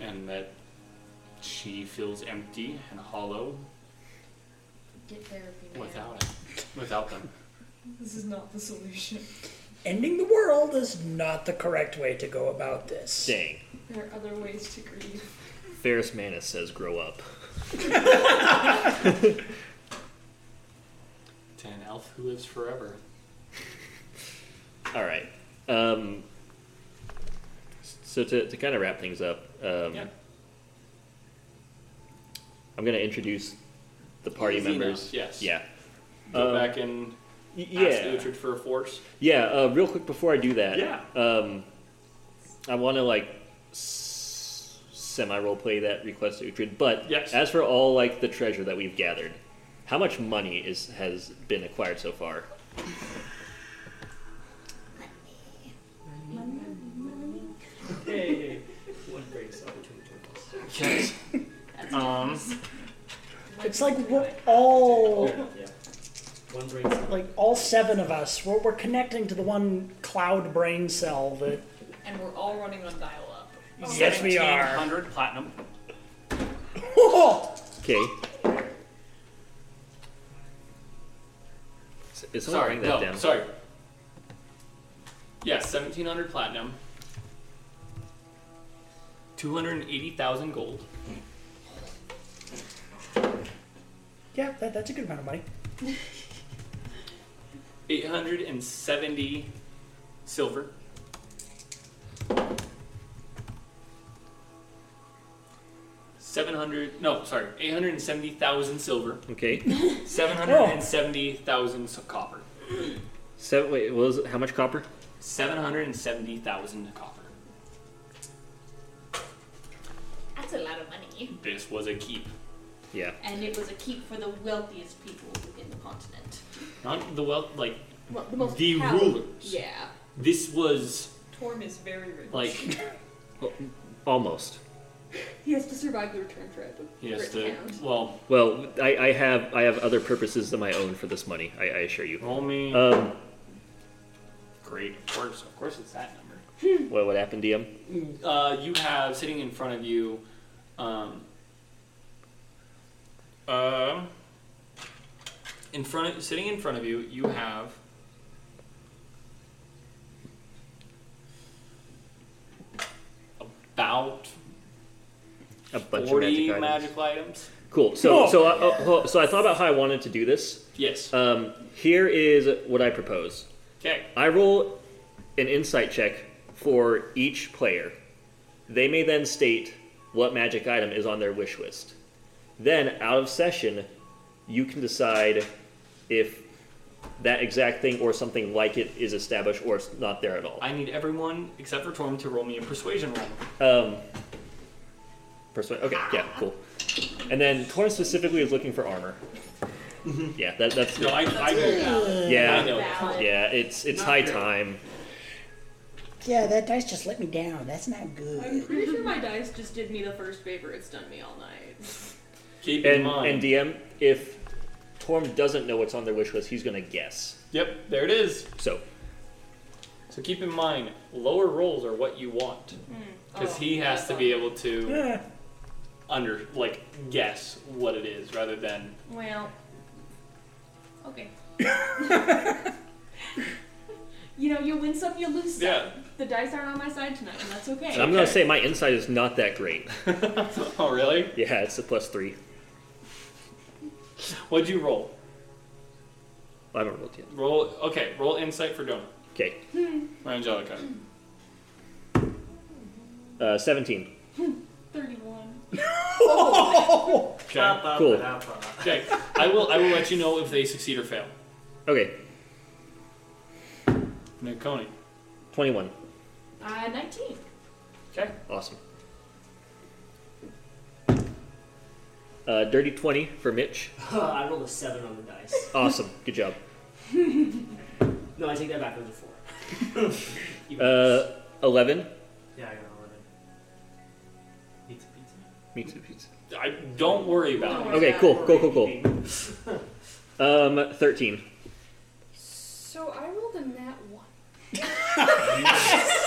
[SPEAKER 1] And that she feels empty and hollow
[SPEAKER 4] Get therapy, man.
[SPEAKER 1] without it, without them.
[SPEAKER 4] This is not the solution.
[SPEAKER 15] Ending the world is not the correct way to go about this.
[SPEAKER 3] Dang.
[SPEAKER 4] There are other ways to grieve.
[SPEAKER 3] Ferris Manus says, "Grow up."
[SPEAKER 1] To an elf who lives forever.
[SPEAKER 3] All right. Um, so to, to kind of wrap things up, um, I'm going to introduce the party
[SPEAKER 1] Easy enough,
[SPEAKER 3] members.
[SPEAKER 1] yes.
[SPEAKER 3] Yeah.
[SPEAKER 1] Go
[SPEAKER 3] Um,
[SPEAKER 1] back and
[SPEAKER 3] y-
[SPEAKER 1] ask
[SPEAKER 3] yeah.
[SPEAKER 1] Uhtred for a force.
[SPEAKER 3] Yeah. Uh, real quick before I do that.
[SPEAKER 1] Yeah.
[SPEAKER 3] Um, I want to like s- semi role play that request to Uhtred, but
[SPEAKER 1] Yes.
[SPEAKER 3] as for all like the treasure that we've gathered, how much money is has been acquired so far?
[SPEAKER 7] Hey, one breaks up between two of us.
[SPEAKER 1] Yes. um,
[SPEAKER 15] It's like we're all
[SPEAKER 7] Yeah. One breaks up.
[SPEAKER 15] like all seven of us. We're, we're connecting to the one cloud brain cell that
[SPEAKER 4] And we're all running on dial up.
[SPEAKER 15] Yes, we are.
[SPEAKER 1] 100 platinum.
[SPEAKER 3] Okay. Is someone
[SPEAKER 1] sorry,
[SPEAKER 3] writing that
[SPEAKER 1] no,
[SPEAKER 3] down?
[SPEAKER 1] sorry. Yes, 1700 platinum. 280,000 gold.
[SPEAKER 15] yeah, that, that's a good amount of money.
[SPEAKER 1] 870 silver. Seven hundred no, sorry, eight hundred and seventy thousand silver.
[SPEAKER 3] Okay.
[SPEAKER 1] Seven hundred and seventy thousand copper.
[SPEAKER 3] Seven. Wait, what was it? how much copper?
[SPEAKER 1] Seven hundred and seventy thousand copper.
[SPEAKER 24] That's a lot of money.
[SPEAKER 1] This was a keep.
[SPEAKER 3] Yeah.
[SPEAKER 24] And it was a keep for the wealthiest people in the continent.
[SPEAKER 1] Not the wealth like
[SPEAKER 24] Well, the most
[SPEAKER 1] The
[SPEAKER 24] power-
[SPEAKER 1] rulers.
[SPEAKER 24] Yeah.
[SPEAKER 1] this was
[SPEAKER 4] Torm is very rich.
[SPEAKER 1] like
[SPEAKER 3] Almost.
[SPEAKER 24] He has to survive the return trip.
[SPEAKER 3] He has
[SPEAKER 24] Return.
[SPEAKER 1] well.
[SPEAKER 3] Well, I, I have I have other purposes of my own for this money. I, I assure you.
[SPEAKER 1] Roll me.
[SPEAKER 3] Um,
[SPEAKER 1] great, of course, of course it's that number.
[SPEAKER 3] what what happened, DM?
[SPEAKER 1] Uh, you have sitting in front of you, um, uh, in front of, sitting in front of you, you have about
[SPEAKER 3] A bunch
[SPEAKER 1] forty
[SPEAKER 3] of magic items.
[SPEAKER 1] magic items.
[SPEAKER 3] Cool. So
[SPEAKER 1] Oh.
[SPEAKER 3] so I, oh, hold- so I thought about how I wanted to do this.
[SPEAKER 1] Yes.
[SPEAKER 3] Um, here is what I propose.
[SPEAKER 1] Okay.
[SPEAKER 3] I roll an insight check for each player. They may then state what magic item is on their wish list. Then, out of session, you can decide if that exact thing or something like it is established or it's not there at all.
[SPEAKER 1] I need everyone except for Torm to roll me a persuasion roll.
[SPEAKER 3] Um, persuade. Okay, yeah, cool. And then Torn specifically is looking for armor. Yeah, that, that's
[SPEAKER 1] No, I, I know.
[SPEAKER 3] yeah,
[SPEAKER 1] I know.
[SPEAKER 3] yeah. It's it's high time.
[SPEAKER 15] Yeah, that dice just let me down. That's not good.
[SPEAKER 8] I'm
[SPEAKER 24] Pretty sure my dice just did me the first favor. It's done me all night.
[SPEAKER 1] Keep
[SPEAKER 3] and,
[SPEAKER 1] in mind.
[SPEAKER 3] And DM, if Torm doesn't know what's on their wish list, he's gonna guess.
[SPEAKER 1] Yep, there it is.
[SPEAKER 3] So
[SPEAKER 1] So keep in mind, lower rolls are what you want
[SPEAKER 8] Hmm.
[SPEAKER 1] because
[SPEAKER 4] Oh,
[SPEAKER 1] he has to be able to
[SPEAKER 4] Yeah.
[SPEAKER 1] under like guess what it is rather than
[SPEAKER 8] Oh,
[SPEAKER 24] Well, okay.
[SPEAKER 8] You know, you win some, you lose some.
[SPEAKER 3] Yeah.
[SPEAKER 8] The dice aren't on my side tonight, and that's okay.
[SPEAKER 3] and I'm gonna say my insight is not that great.
[SPEAKER 1] oh really?
[SPEAKER 3] Yeah, it's a plus three.
[SPEAKER 1] What'd you roll?
[SPEAKER 3] I haven't rolled yet.
[SPEAKER 1] Roll okay. Roll insight for Dona
[SPEAKER 3] Okay,
[SPEAKER 4] Hmm.
[SPEAKER 1] or Angelica.
[SPEAKER 3] uh, seventeen.
[SPEAKER 8] 31.
[SPEAKER 29] Uh,
[SPEAKER 1] Okay.
[SPEAKER 3] Cool.
[SPEAKER 1] Okay. I will. I will let you know if they succeed or fail.
[SPEAKER 3] Okay,
[SPEAKER 1] Nakoni.
[SPEAKER 3] twenty-one.
[SPEAKER 8] Uh, 19.
[SPEAKER 1] Okay.
[SPEAKER 3] Awesome. Uh, dirty twenty for Mitch.
[SPEAKER 7] I rolled a seven on the dice.
[SPEAKER 3] Awesome. Good job.
[SPEAKER 7] No, I take that back. It was a four.
[SPEAKER 3] Uh, 11.
[SPEAKER 7] Yeah, I got an eleven. Pizza, pizza.
[SPEAKER 3] Pizza, pizza.
[SPEAKER 1] I don't worry about it.
[SPEAKER 3] Okay, cool, cool, cool, cool. Um, 13.
[SPEAKER 6] So I rolled a nat one.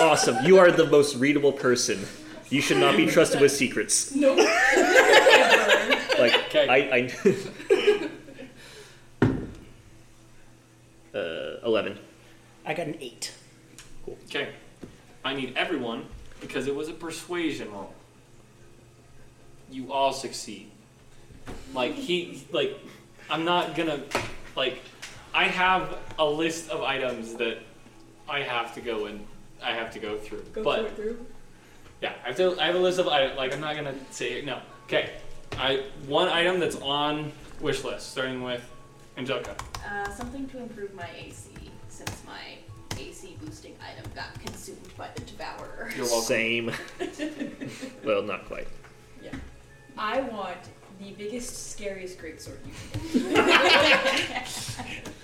[SPEAKER 3] Awesome. You are the most readable person. You should not be trusted with secrets.
[SPEAKER 6] No.
[SPEAKER 3] Like I, I uh, eleven.
[SPEAKER 15] I got an eight.
[SPEAKER 1] Okay. I need everyone because it was a persuasion roll. You all succeed. Like he like I'm not gonna like I have a list of items that I have to go and I have to go through.
[SPEAKER 8] Go
[SPEAKER 1] but
[SPEAKER 8] through it through.
[SPEAKER 1] yeah, I have, to, I have a list of items. Like, I'm not gonna say it. No. Okay. I one item that's on wish list, starting with Angelica.
[SPEAKER 8] Uh, something to improve my AC since my AC boosting item got consumed by the devourer.
[SPEAKER 3] Same. well, not quite.
[SPEAKER 29] Yeah. I want the biggest, scariest greatsword you can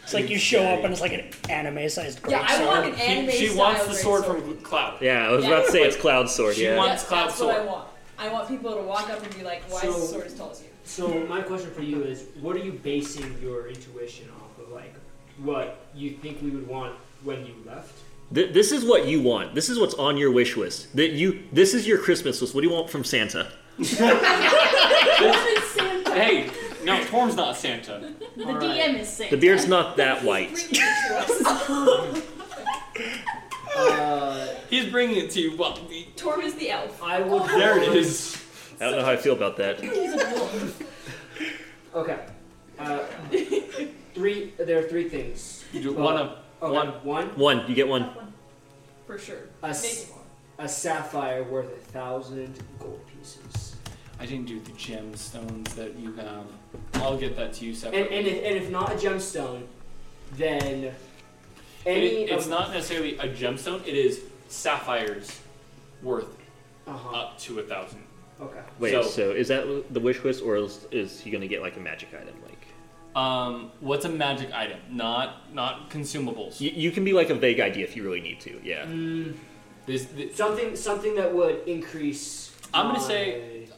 [SPEAKER 15] It's like you show up and it's like an anime-sized great
[SPEAKER 29] Yeah, I
[SPEAKER 15] sword.
[SPEAKER 29] want an anime
[SPEAKER 1] She wants the sword from Cloud.
[SPEAKER 3] Yeah, I was about to say it's cloud sword.
[SPEAKER 1] She
[SPEAKER 3] yeah.
[SPEAKER 1] wants cloud
[SPEAKER 29] That's what I want. I want people to walk up and be like, why is the sword as tall as you?
[SPEAKER 7] So my question for you is, what are you basing your intuition off of? Like, what you think we would want when you left?
[SPEAKER 3] Th- this is what you want. This is what's on your wish list. That you. This is your Christmas list. What do you want from Santa?
[SPEAKER 1] Hey, no, Torm's not Santa.
[SPEAKER 8] The
[SPEAKER 1] All right.
[SPEAKER 8] DM is sick.
[SPEAKER 3] The beard's not that white.
[SPEAKER 7] Uh,
[SPEAKER 1] He's bringing it to you. Well, the-
[SPEAKER 29] Torm is the elf. Oh.
[SPEAKER 7] I will.
[SPEAKER 1] there it is.
[SPEAKER 3] I don't know how I feel about that.
[SPEAKER 29] He's a wolf.
[SPEAKER 7] Okay. Uh, three. There are three things.
[SPEAKER 1] You do
[SPEAKER 7] Well,
[SPEAKER 1] one of-
[SPEAKER 7] okay,
[SPEAKER 1] one.
[SPEAKER 7] One.
[SPEAKER 3] One. You get one.
[SPEAKER 29] For sure.
[SPEAKER 7] A, s- a sapphire worth a thousand gold pieces.
[SPEAKER 1] I didn't do the gemstones that you have. I'll get that to you
[SPEAKER 7] And,
[SPEAKER 1] separately.
[SPEAKER 7] and, if, and if not a gemstone, then any.
[SPEAKER 1] It- it's
[SPEAKER 7] of-
[SPEAKER 1] not necessarily a gemstone. It is sapphires worth
[SPEAKER 7] Uh-huh.
[SPEAKER 1] up to a thousand.
[SPEAKER 7] Okay.
[SPEAKER 3] Wait.
[SPEAKER 1] So,
[SPEAKER 3] So, is that the wish list, or is, is he gonna get like a magic item? Like
[SPEAKER 1] um, what's a magic item? Not not consumables.
[SPEAKER 3] you, you can be like a vague idea if you really need to. Yeah.
[SPEAKER 7] Mm,
[SPEAKER 1] This, this,
[SPEAKER 7] something something that would increase.
[SPEAKER 1] I'm gonna
[SPEAKER 7] my-
[SPEAKER 1] say,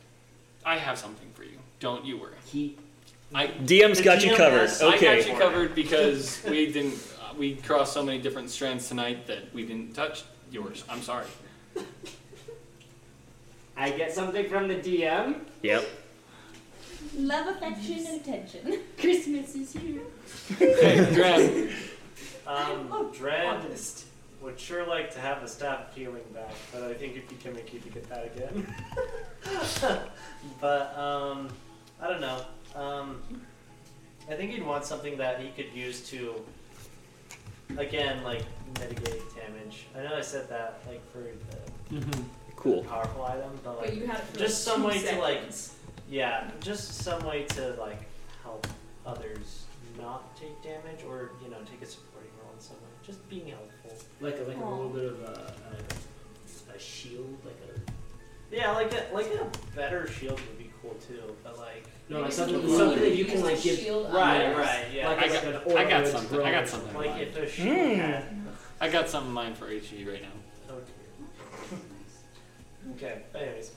[SPEAKER 1] I have something for you. Don't you worry.
[SPEAKER 7] He,
[SPEAKER 1] I,
[SPEAKER 3] DM's
[SPEAKER 1] the
[SPEAKER 3] got you
[SPEAKER 1] DM
[SPEAKER 3] covered.
[SPEAKER 1] has- I got
[SPEAKER 3] Okay.
[SPEAKER 1] you covered because we didn't. Uh, we crossed so many different strands tonight that we didn't touch yours. I'm sorry.
[SPEAKER 7] I get something from the DM.
[SPEAKER 3] Yep.
[SPEAKER 24] Love, affection, and attention. Christmas is here.
[SPEAKER 1] Dren.
[SPEAKER 5] Um, Dren would sure like to have the staff healing back, but I think it'd be gimmicky to get that again. but um, I don't know. Um, I think he'd want something that he could use to, again, like mitigate damage. I know I said that like for the
[SPEAKER 1] Mm-hmm.
[SPEAKER 3] Cool.
[SPEAKER 5] powerful item, but like
[SPEAKER 29] But you had it for,
[SPEAKER 5] just
[SPEAKER 29] like,
[SPEAKER 5] some
[SPEAKER 29] two
[SPEAKER 5] way to like, yeah, just some way to like help others not take damage or you know take a supporting role in some way. Just being helpful.
[SPEAKER 7] Like a, like a
[SPEAKER 5] Aw.
[SPEAKER 7] little bit of a, a, a shield, like a
[SPEAKER 5] Yeah, like a like a better shield would be cool too, but like
[SPEAKER 7] no, like something, something that you can like give.
[SPEAKER 5] Right, right, yeah.
[SPEAKER 7] Like,
[SPEAKER 1] I
[SPEAKER 7] a-
[SPEAKER 1] got,
[SPEAKER 7] like an
[SPEAKER 1] I got
[SPEAKER 7] aura
[SPEAKER 1] something. I got
[SPEAKER 7] drone.
[SPEAKER 1] something. Hmm. in
[SPEAKER 5] Like
[SPEAKER 1] mind.
[SPEAKER 5] if a shield
[SPEAKER 3] Hmm.
[SPEAKER 5] Mm. had-
[SPEAKER 1] I got something in mind for HE right now.
[SPEAKER 5] Okay. Anyways,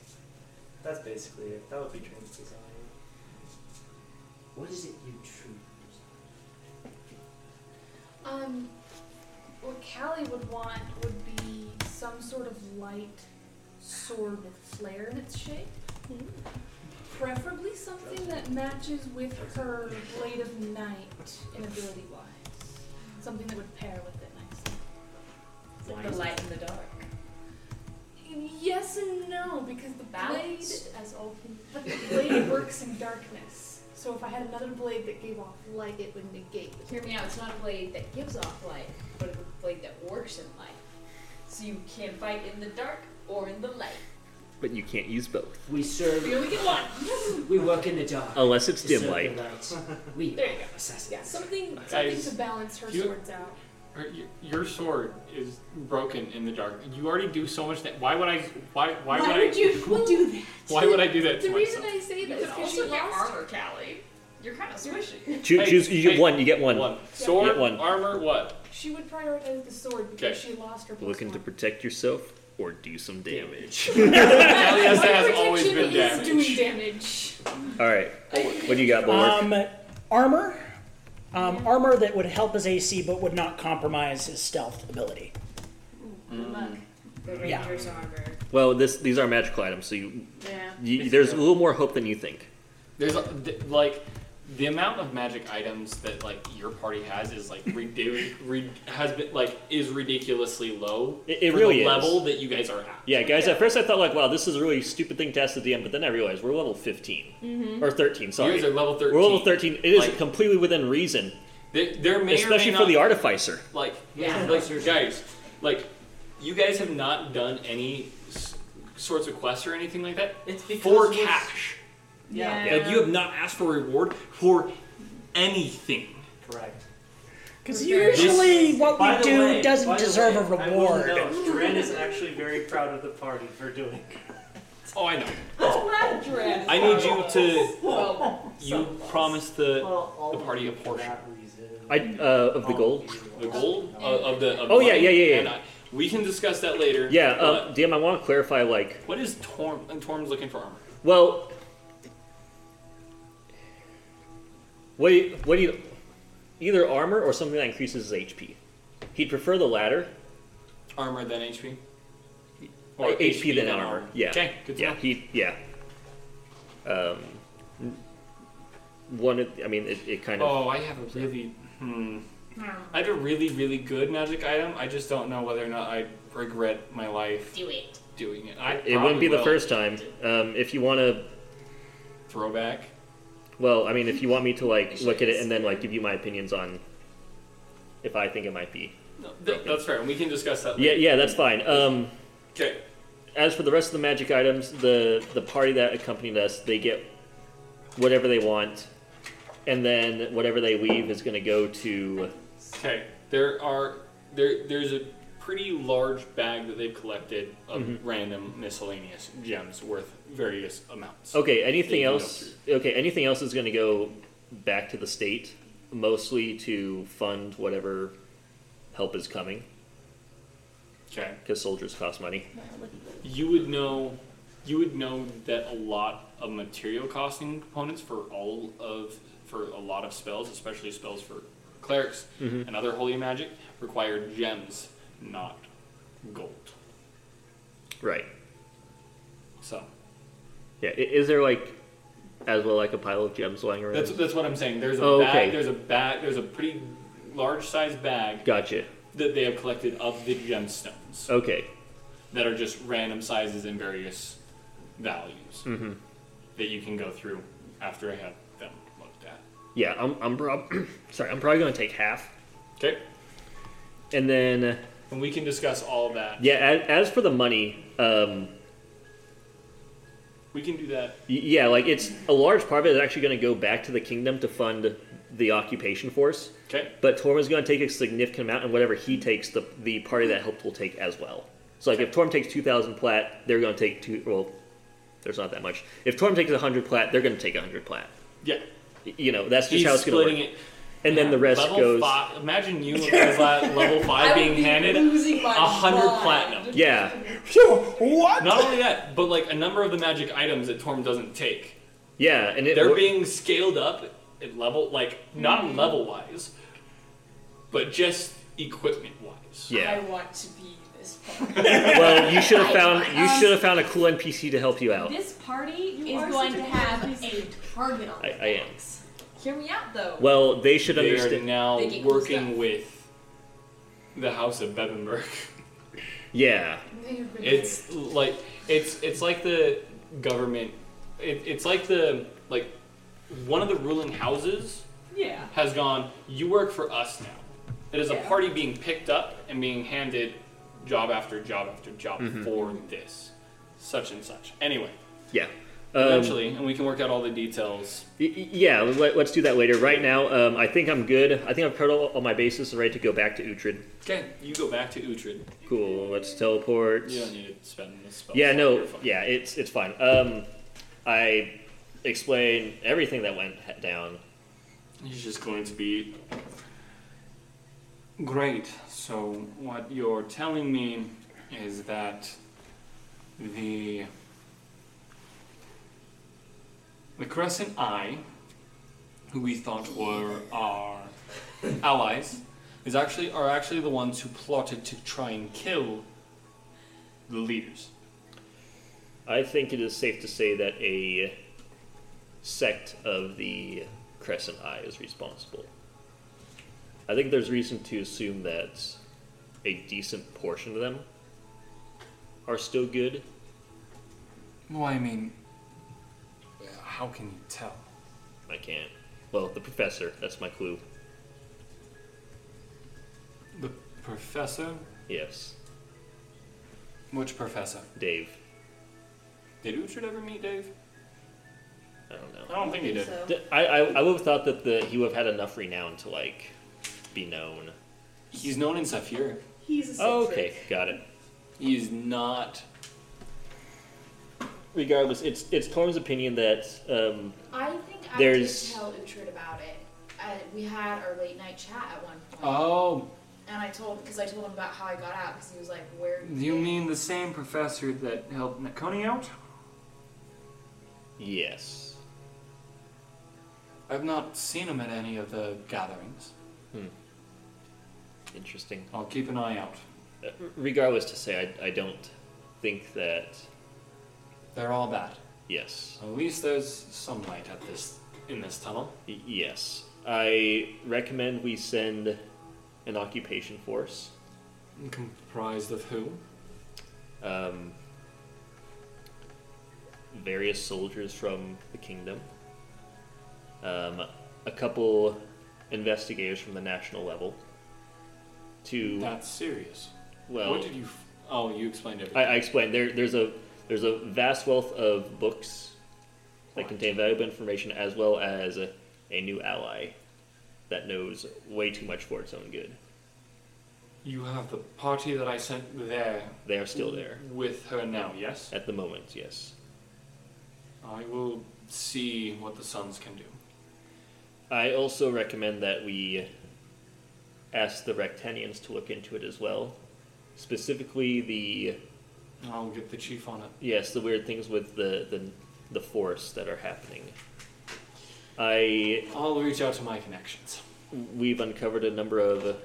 [SPEAKER 5] that's basically it. That would be Dream's design.
[SPEAKER 7] What is it you choose?
[SPEAKER 6] Um, what Callie would want would be some sort of light sword with flare in its shape. Preferably something that matches with her Blade of Night in ability wise. Something that would pair with it nicely.
[SPEAKER 29] It's like the light in the dark.
[SPEAKER 6] Yes and no, because the
[SPEAKER 29] Balance.
[SPEAKER 6] blade, as open, but the blade works in darkness. So if I had another blade that gave off light, it would negate.
[SPEAKER 29] Hear me out, it's not a blade that gives off light, but it's a blade that works in light. So you can fight in the dark or in the light.
[SPEAKER 3] But you can't use both
[SPEAKER 7] We serve.
[SPEAKER 29] We only get one.
[SPEAKER 7] We work in the dark.
[SPEAKER 3] unless it's
[SPEAKER 7] to
[SPEAKER 3] dim
[SPEAKER 7] serve
[SPEAKER 3] light.
[SPEAKER 7] the We
[SPEAKER 29] There you go.
[SPEAKER 7] assassins.
[SPEAKER 29] Yeah,
[SPEAKER 6] Something,
[SPEAKER 1] Guys,
[SPEAKER 6] something to balance her
[SPEAKER 1] you-
[SPEAKER 6] swords out.
[SPEAKER 1] Or y- Your sword is broken in the dark. You already do so much that. Why would I? Why? Why, would, I?
[SPEAKER 6] do that?
[SPEAKER 1] Why would I do that
[SPEAKER 6] The
[SPEAKER 1] to
[SPEAKER 6] reason
[SPEAKER 1] myself?
[SPEAKER 6] I say that
[SPEAKER 29] You
[SPEAKER 6] is
[SPEAKER 29] could
[SPEAKER 6] because she
[SPEAKER 29] also get
[SPEAKER 6] lost.
[SPEAKER 29] armor, Callie. You're kind of squishy.
[SPEAKER 3] Choo-
[SPEAKER 1] Hey,
[SPEAKER 3] choose. You get
[SPEAKER 1] hey,
[SPEAKER 3] one. You get one.
[SPEAKER 1] Sword,
[SPEAKER 3] You get one.
[SPEAKER 1] armor, what?
[SPEAKER 6] She would prioritize the sword because
[SPEAKER 3] Okay.
[SPEAKER 6] she lost her. plus
[SPEAKER 3] Looking to
[SPEAKER 6] one.
[SPEAKER 3] protect yourself or do some damage.
[SPEAKER 1] Yes, it has always
[SPEAKER 6] Protection
[SPEAKER 1] been
[SPEAKER 6] is doing
[SPEAKER 1] damage.
[SPEAKER 6] damage.
[SPEAKER 3] Um, All right. What do you got, Bulwark?
[SPEAKER 15] Um, armor, Um, armor that would help his AC but would not compromise his stealth ability.
[SPEAKER 1] Mm.
[SPEAKER 29] Good luck. The
[SPEAKER 15] Yeah.
[SPEAKER 29] Ranger's armor.
[SPEAKER 3] Well, this these are magical items, so you,
[SPEAKER 29] Yeah.
[SPEAKER 3] you
[SPEAKER 1] It's
[SPEAKER 3] there's a
[SPEAKER 1] true.
[SPEAKER 3] little more hope than you think.
[SPEAKER 1] There's a- th- like the amount of magic items that like your party has is like ridi- ri- has been like is ridiculously low.
[SPEAKER 3] It- it
[SPEAKER 1] for
[SPEAKER 3] really
[SPEAKER 1] the
[SPEAKER 3] is.
[SPEAKER 1] level that you guys are at.
[SPEAKER 3] Yeah, guys. At first, I thought like, wow, this is a really stupid thing to ask the DM, but then I realized we're level 15
[SPEAKER 1] Mhm.
[SPEAKER 3] or thirteen. Sorry,
[SPEAKER 1] You guys are level
[SPEAKER 3] We're level thirteen. It is completely within reason,
[SPEAKER 1] There, there may or may
[SPEAKER 3] especially for
[SPEAKER 1] not-
[SPEAKER 3] the artificer.
[SPEAKER 1] Like,
[SPEAKER 3] Yeah.
[SPEAKER 1] yeah, like guys, like you guys have not done any s- sorts of quests or anything like that. It's for cash.
[SPEAKER 29] Yeah.
[SPEAKER 1] Like you have not asked for reward for anything.
[SPEAKER 7] Correct.
[SPEAKER 15] Because usually what
[SPEAKER 14] By
[SPEAKER 15] we
[SPEAKER 14] the
[SPEAKER 15] do
[SPEAKER 14] way- by
[SPEAKER 15] doesn't
[SPEAKER 14] the
[SPEAKER 15] deserve
[SPEAKER 14] way,
[SPEAKER 15] a
[SPEAKER 14] I will
[SPEAKER 15] reward.
[SPEAKER 14] note, Duran is actually very proud of the party for doing.
[SPEAKER 1] Oh, I know.
[SPEAKER 29] Glad you're in.
[SPEAKER 1] I need you to.
[SPEAKER 29] Well,
[SPEAKER 1] You promised the the party a portion.
[SPEAKER 3] I uh, of the gold.
[SPEAKER 1] The gold uh, of the. Of the
[SPEAKER 3] Oh, yeah,
[SPEAKER 1] money,
[SPEAKER 3] yeah, yeah, yeah.
[SPEAKER 1] and I- we can discuss that later.
[SPEAKER 3] Yeah,
[SPEAKER 1] but
[SPEAKER 3] um, DM. I want to clarify like
[SPEAKER 1] what is Torm? And Torm's looking for armor.
[SPEAKER 3] Well, what do you, what do you, either armor or something that increases his HP. He'd prefer the latter.
[SPEAKER 1] Armor than HP.
[SPEAKER 3] Uh, HP than armor. Yeah.
[SPEAKER 1] Okay. Good to
[SPEAKER 3] yeah.
[SPEAKER 1] know.
[SPEAKER 3] He yeah. Um, one. of- I mean, it, it kind of.
[SPEAKER 1] Oh, I have a really hmm. I have a really really good magic item. I just don't know whether or not I regret my life. Do it. Doing it. I
[SPEAKER 3] it wouldn't be
[SPEAKER 1] probably
[SPEAKER 3] the
[SPEAKER 1] will.
[SPEAKER 3] first time. Um, if you want to.
[SPEAKER 1] Throwback.
[SPEAKER 3] Well, I mean, if you want me to like look at it and then like give you my opinions on if I think it might be.
[SPEAKER 1] No, th- that's fair, and we can discuss that.
[SPEAKER 3] Yeah,
[SPEAKER 1] Later.
[SPEAKER 3] yeah, that's fine. Um,
[SPEAKER 1] Okay.
[SPEAKER 3] As for the rest of the magic items, the the party that accompanied us, they get whatever they want, and then whatever they leave is going to go to.
[SPEAKER 1] Okay. There are there there's a pretty large bag that they've collected of
[SPEAKER 3] Mhm.
[SPEAKER 1] random miscellaneous gems worth various amounts.
[SPEAKER 3] Okay,
[SPEAKER 1] They
[SPEAKER 3] anything
[SPEAKER 1] can go
[SPEAKER 3] else? Okay, anything else is going to go back to the state, mostly to fund whatever help is coming.
[SPEAKER 1] Okay.
[SPEAKER 3] Because soldiers cost money.
[SPEAKER 1] you would know you would know that a lot of material costing components for all of for a lot of spells, especially spells for clerics
[SPEAKER 3] Mhm.
[SPEAKER 1] and other holy magic, require gems, not gold.
[SPEAKER 3] Right.
[SPEAKER 1] So
[SPEAKER 3] Yeah. i- Is there like, as well, like a pile of gems lying around?
[SPEAKER 1] that's that's what I'm saying. There's a
[SPEAKER 3] Oh,
[SPEAKER 1] bag.
[SPEAKER 3] okay.
[SPEAKER 1] There's a bag. There's a pretty large sized bag
[SPEAKER 3] Gotcha.
[SPEAKER 1] that they have collected of the gemstones
[SPEAKER 3] Okay.
[SPEAKER 1] that are just random sizes and various values
[SPEAKER 3] Mm-hmm.
[SPEAKER 1] that you can go through after I have them looked at.
[SPEAKER 3] Yeah, I'm. I'm prob- sorry, I'm probably going to take half.
[SPEAKER 1] Okay.
[SPEAKER 3] And then,
[SPEAKER 1] And we can discuss all of that.
[SPEAKER 3] yeah. As, as for the money, um,
[SPEAKER 1] We can do that.
[SPEAKER 3] y- yeah, like it's a large part of it is actually going to go back to the kingdom to fund the occupation force.
[SPEAKER 1] Okay.
[SPEAKER 3] But Torm is going to take a significant amount, and whatever he takes, the the party that helped will take as well. So like, if Torm takes two thousand plat, they're going to take two. Well, there's not that much. If Torm takes hundred plat, they're going to take hundred plat.
[SPEAKER 1] Yeah.
[SPEAKER 3] Y- You know, that's just
[SPEAKER 1] He's
[SPEAKER 3] how it's going to work.
[SPEAKER 1] splitting it.
[SPEAKER 3] And then the rest
[SPEAKER 1] level
[SPEAKER 3] goes.
[SPEAKER 1] Five, imagine you as at level
[SPEAKER 29] I
[SPEAKER 1] five
[SPEAKER 29] would
[SPEAKER 1] being
[SPEAKER 29] be
[SPEAKER 1] handed
[SPEAKER 29] losing
[SPEAKER 1] a
[SPEAKER 29] my
[SPEAKER 1] hundred
[SPEAKER 29] mind.
[SPEAKER 1] platinum.
[SPEAKER 3] Yeah.
[SPEAKER 1] What? Not only that, but like a number of the magic items that Torm doesn't take,
[SPEAKER 3] Yeah, and it
[SPEAKER 1] they're
[SPEAKER 3] wor-
[SPEAKER 1] being scaled up at level, like not
[SPEAKER 29] Hmm.
[SPEAKER 1] level wise, but just equipment wise.
[SPEAKER 3] Yeah.
[SPEAKER 29] I want to be this party.
[SPEAKER 3] well, you should have found you
[SPEAKER 29] Um,
[SPEAKER 3] should have found a cool NPC to help you out.
[SPEAKER 29] This party
[SPEAKER 24] You are
[SPEAKER 29] is going
[SPEAKER 24] such
[SPEAKER 29] to
[SPEAKER 24] a
[SPEAKER 29] have a target on
[SPEAKER 3] I,
[SPEAKER 29] it.
[SPEAKER 3] I am.
[SPEAKER 29] Hear me out, though.
[SPEAKER 3] Well, they should
[SPEAKER 1] They are
[SPEAKER 3] understand.
[SPEAKER 1] now
[SPEAKER 29] They get cool
[SPEAKER 1] working with the House of Bebenberg.
[SPEAKER 3] Yeah.
[SPEAKER 1] It's like it's it's like the government. It, it's like the like one of the ruling houses
[SPEAKER 29] Yeah.
[SPEAKER 1] has gone. You work for us now. It is a
[SPEAKER 29] Yeah.
[SPEAKER 1] party being picked up and being handed job after job after job
[SPEAKER 3] Mhm.
[SPEAKER 1] for this, such and such. Anyway,
[SPEAKER 3] Yeah. Um,
[SPEAKER 1] eventually, and we can work out all the details.
[SPEAKER 3] y- y- yeah. Let, us do that later. Right now, um, I think I'm good. I think I've covered all, all my bases and ready to go back to Uhtred.
[SPEAKER 1] Okay, you go back to Uhtred.
[SPEAKER 3] Cool. Let's teleport.
[SPEAKER 1] You don't need to spend the spell.
[SPEAKER 3] Yeah.
[SPEAKER 1] slot.
[SPEAKER 3] No.
[SPEAKER 1] You're fine.
[SPEAKER 3] Yeah. It's it's fine. Um, I explain everything that went ha- down.
[SPEAKER 1] He's just going to be great. So what you're telling me is that the the Crescent Eye, who we thought were our allies is actually are actually the ones who plotted to try and kill the leaders.
[SPEAKER 3] I think it is safe to say that a sect of the Crescent Eye is responsible. I think there's reason to assume that a decent portion of them are still good.
[SPEAKER 1] Well, I mean, how can you tell?
[SPEAKER 3] I can't. Well, the professor, that's my clue.
[SPEAKER 1] The professor?
[SPEAKER 3] Yes,
[SPEAKER 1] Which professor?
[SPEAKER 3] Dave.
[SPEAKER 1] Did Uhtred ever meet Dave?
[SPEAKER 3] I don't know.
[SPEAKER 1] I don't think he did.
[SPEAKER 3] D- I, I, I would have thought that the, he would have had enough renown to, like, be known.
[SPEAKER 1] He's known in Saphir.
[SPEAKER 6] He's a
[SPEAKER 3] Oh,
[SPEAKER 6] Saphir.
[SPEAKER 3] okay, got it.
[SPEAKER 1] He's not.
[SPEAKER 3] Regardless, it's it's Torm's opinion that um,
[SPEAKER 29] I think I
[SPEAKER 3] there's
[SPEAKER 29] did tell Uhtred about it. I, we had our late night chat at one point.
[SPEAKER 1] Oh,
[SPEAKER 29] And I told, because I told him about how I got out, because he was like, where
[SPEAKER 1] do you mean the same professor that helped Nakoni out?
[SPEAKER 3] Yes.
[SPEAKER 1] I've not seen him at any of the gatherings.
[SPEAKER 3] Hmm. Interesting.
[SPEAKER 1] I'll keep an eye out.
[SPEAKER 3] Uh, regardless, to say I, I don't think that
[SPEAKER 1] they're all bad.
[SPEAKER 3] Yes.
[SPEAKER 1] At least there's some light at this in this tunnel.
[SPEAKER 3] Y- yes, I recommend we send an occupation force.
[SPEAKER 1] Comprised of who?
[SPEAKER 3] Um, various soldiers from the kingdom, um, a couple investigators from the national level. To
[SPEAKER 1] That's serious.
[SPEAKER 3] Mm-hmm. Well,
[SPEAKER 1] what did you? F- oh, you explained everything.
[SPEAKER 3] I, I explained there. There's a there's a vast wealth of books that contain valuable information, as well as a, a new ally that knows way too much for its own good.
[SPEAKER 1] You have the party that I sent there.
[SPEAKER 3] They are still there.
[SPEAKER 1] With her now, yes?
[SPEAKER 3] At the moment, yes.
[SPEAKER 1] I will see what the sons can do.
[SPEAKER 3] I also recommend that we ask the Rectanians to look into it as well, specifically the
[SPEAKER 1] I'll get the chief on it.
[SPEAKER 3] Yes, the weird things with the the, the force that are happening. I.
[SPEAKER 1] I'll reach out to my connections.
[SPEAKER 3] We've uncovered a number of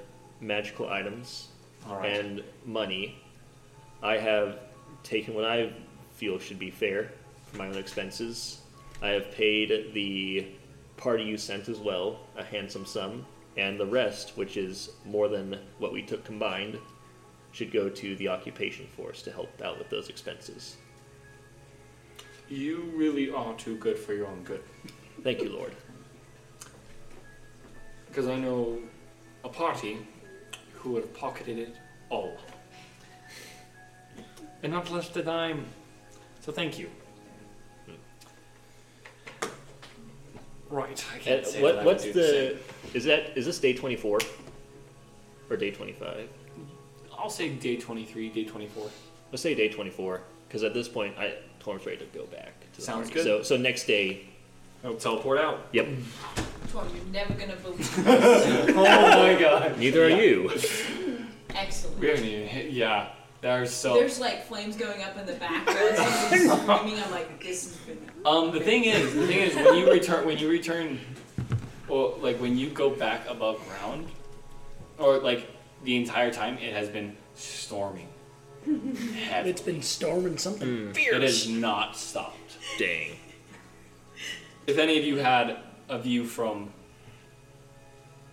[SPEAKER 3] magical items
[SPEAKER 1] All right.
[SPEAKER 3] and money. I have taken what I feel should be fair for my own expenses. I have paid the party you sent as well a handsome sum, and the rest, which is more than what we took combined, should go to the occupation force to help out with those expenses.
[SPEAKER 1] You really are too good for your own good.
[SPEAKER 3] Thank you, Lord.
[SPEAKER 1] Because I know a party who would have pocketed it all. And not left a dime. So thank you. Right, I can't
[SPEAKER 3] Uh,
[SPEAKER 1] say
[SPEAKER 3] what,
[SPEAKER 1] that I would
[SPEAKER 3] what's
[SPEAKER 1] do
[SPEAKER 3] the,
[SPEAKER 1] the
[SPEAKER 3] is that is this day 24 or day 25
[SPEAKER 1] i'll say day 23 day 24
[SPEAKER 3] let's say day 24 because at this point i Torm's ready to go back to the
[SPEAKER 1] Sounds
[SPEAKER 3] party.
[SPEAKER 1] good.
[SPEAKER 3] so so next day
[SPEAKER 1] I'll teleport out
[SPEAKER 3] yep
[SPEAKER 29] Torm, you're never gonna believe
[SPEAKER 1] oh
[SPEAKER 29] this.
[SPEAKER 1] my god
[SPEAKER 3] neither
[SPEAKER 1] Yeah.
[SPEAKER 3] are you
[SPEAKER 29] Excellent.
[SPEAKER 1] we haven't even hit yeah there's so
[SPEAKER 29] There's like flames going up in the background. Something's screaming. I'm like, this is good.
[SPEAKER 1] um the thing is the thing is when you return when you return well like when you go back above ground or like the entire time it has been storming
[SPEAKER 15] it's been storming something
[SPEAKER 1] Hmm, it
[SPEAKER 15] fierce.
[SPEAKER 1] has not stopped
[SPEAKER 3] dang
[SPEAKER 1] if any of you had a view from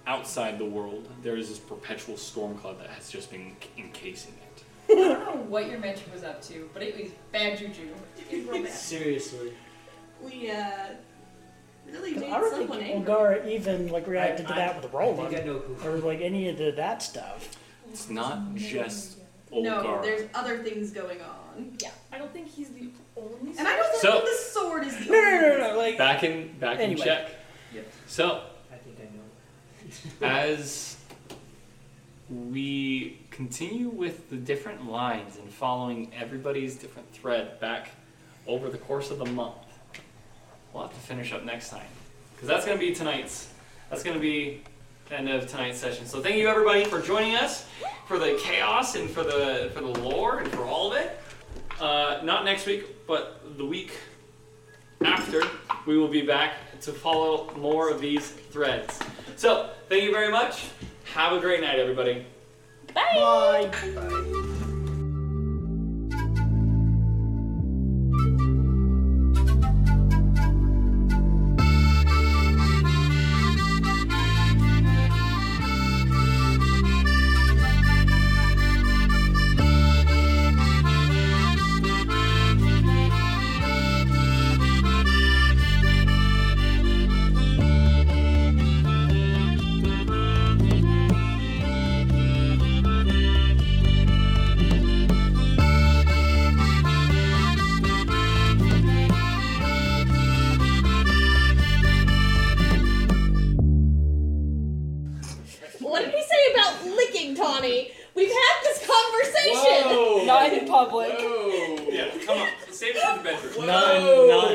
[SPEAKER 1] outside the world there is this perpetual storm cloud that has just been encasing it
[SPEAKER 29] I don't know what your mentor was up to, but it was bad juju. It was real bad.
[SPEAKER 15] Seriously.
[SPEAKER 8] We uh, really made
[SPEAKER 15] I don't think
[SPEAKER 8] someone angry.
[SPEAKER 15] Olgara even like reacted to that with a roll
[SPEAKER 8] I
[SPEAKER 15] on
[SPEAKER 8] think I
[SPEAKER 15] or like any of the, that stuff.
[SPEAKER 1] It's not just
[SPEAKER 8] No, there's other things going on. Yeah, I don't think he's the only. And I don't
[SPEAKER 1] So-
[SPEAKER 8] think the sword is
[SPEAKER 15] No,
[SPEAKER 8] the
[SPEAKER 15] no,
[SPEAKER 8] only.
[SPEAKER 15] no, no,
[SPEAKER 8] reason.
[SPEAKER 15] like-
[SPEAKER 1] back in back
[SPEAKER 15] Anyway.
[SPEAKER 1] in check.
[SPEAKER 7] Yep.
[SPEAKER 1] So
[SPEAKER 7] I think I know.
[SPEAKER 1] as we continue with the different lines and following everybody's different thread back over the course of the month, we'll have to finish up next time because that's going to be tonight's. That's going to be the end of tonight's session. So thank you everybody for joining us for the chaos and for the for the lore and for all of it. Uh, not next week, but the week after, we will be back to follow more of these threads. So, thank you very much. Have a great night, everybody.
[SPEAKER 4] Bye. What did we say about licking Tawny? We've had this conversation.
[SPEAKER 1] Whoa.
[SPEAKER 8] Not in public.
[SPEAKER 1] Yeah, come on. Save it for the bedroom.
[SPEAKER 30] None, none.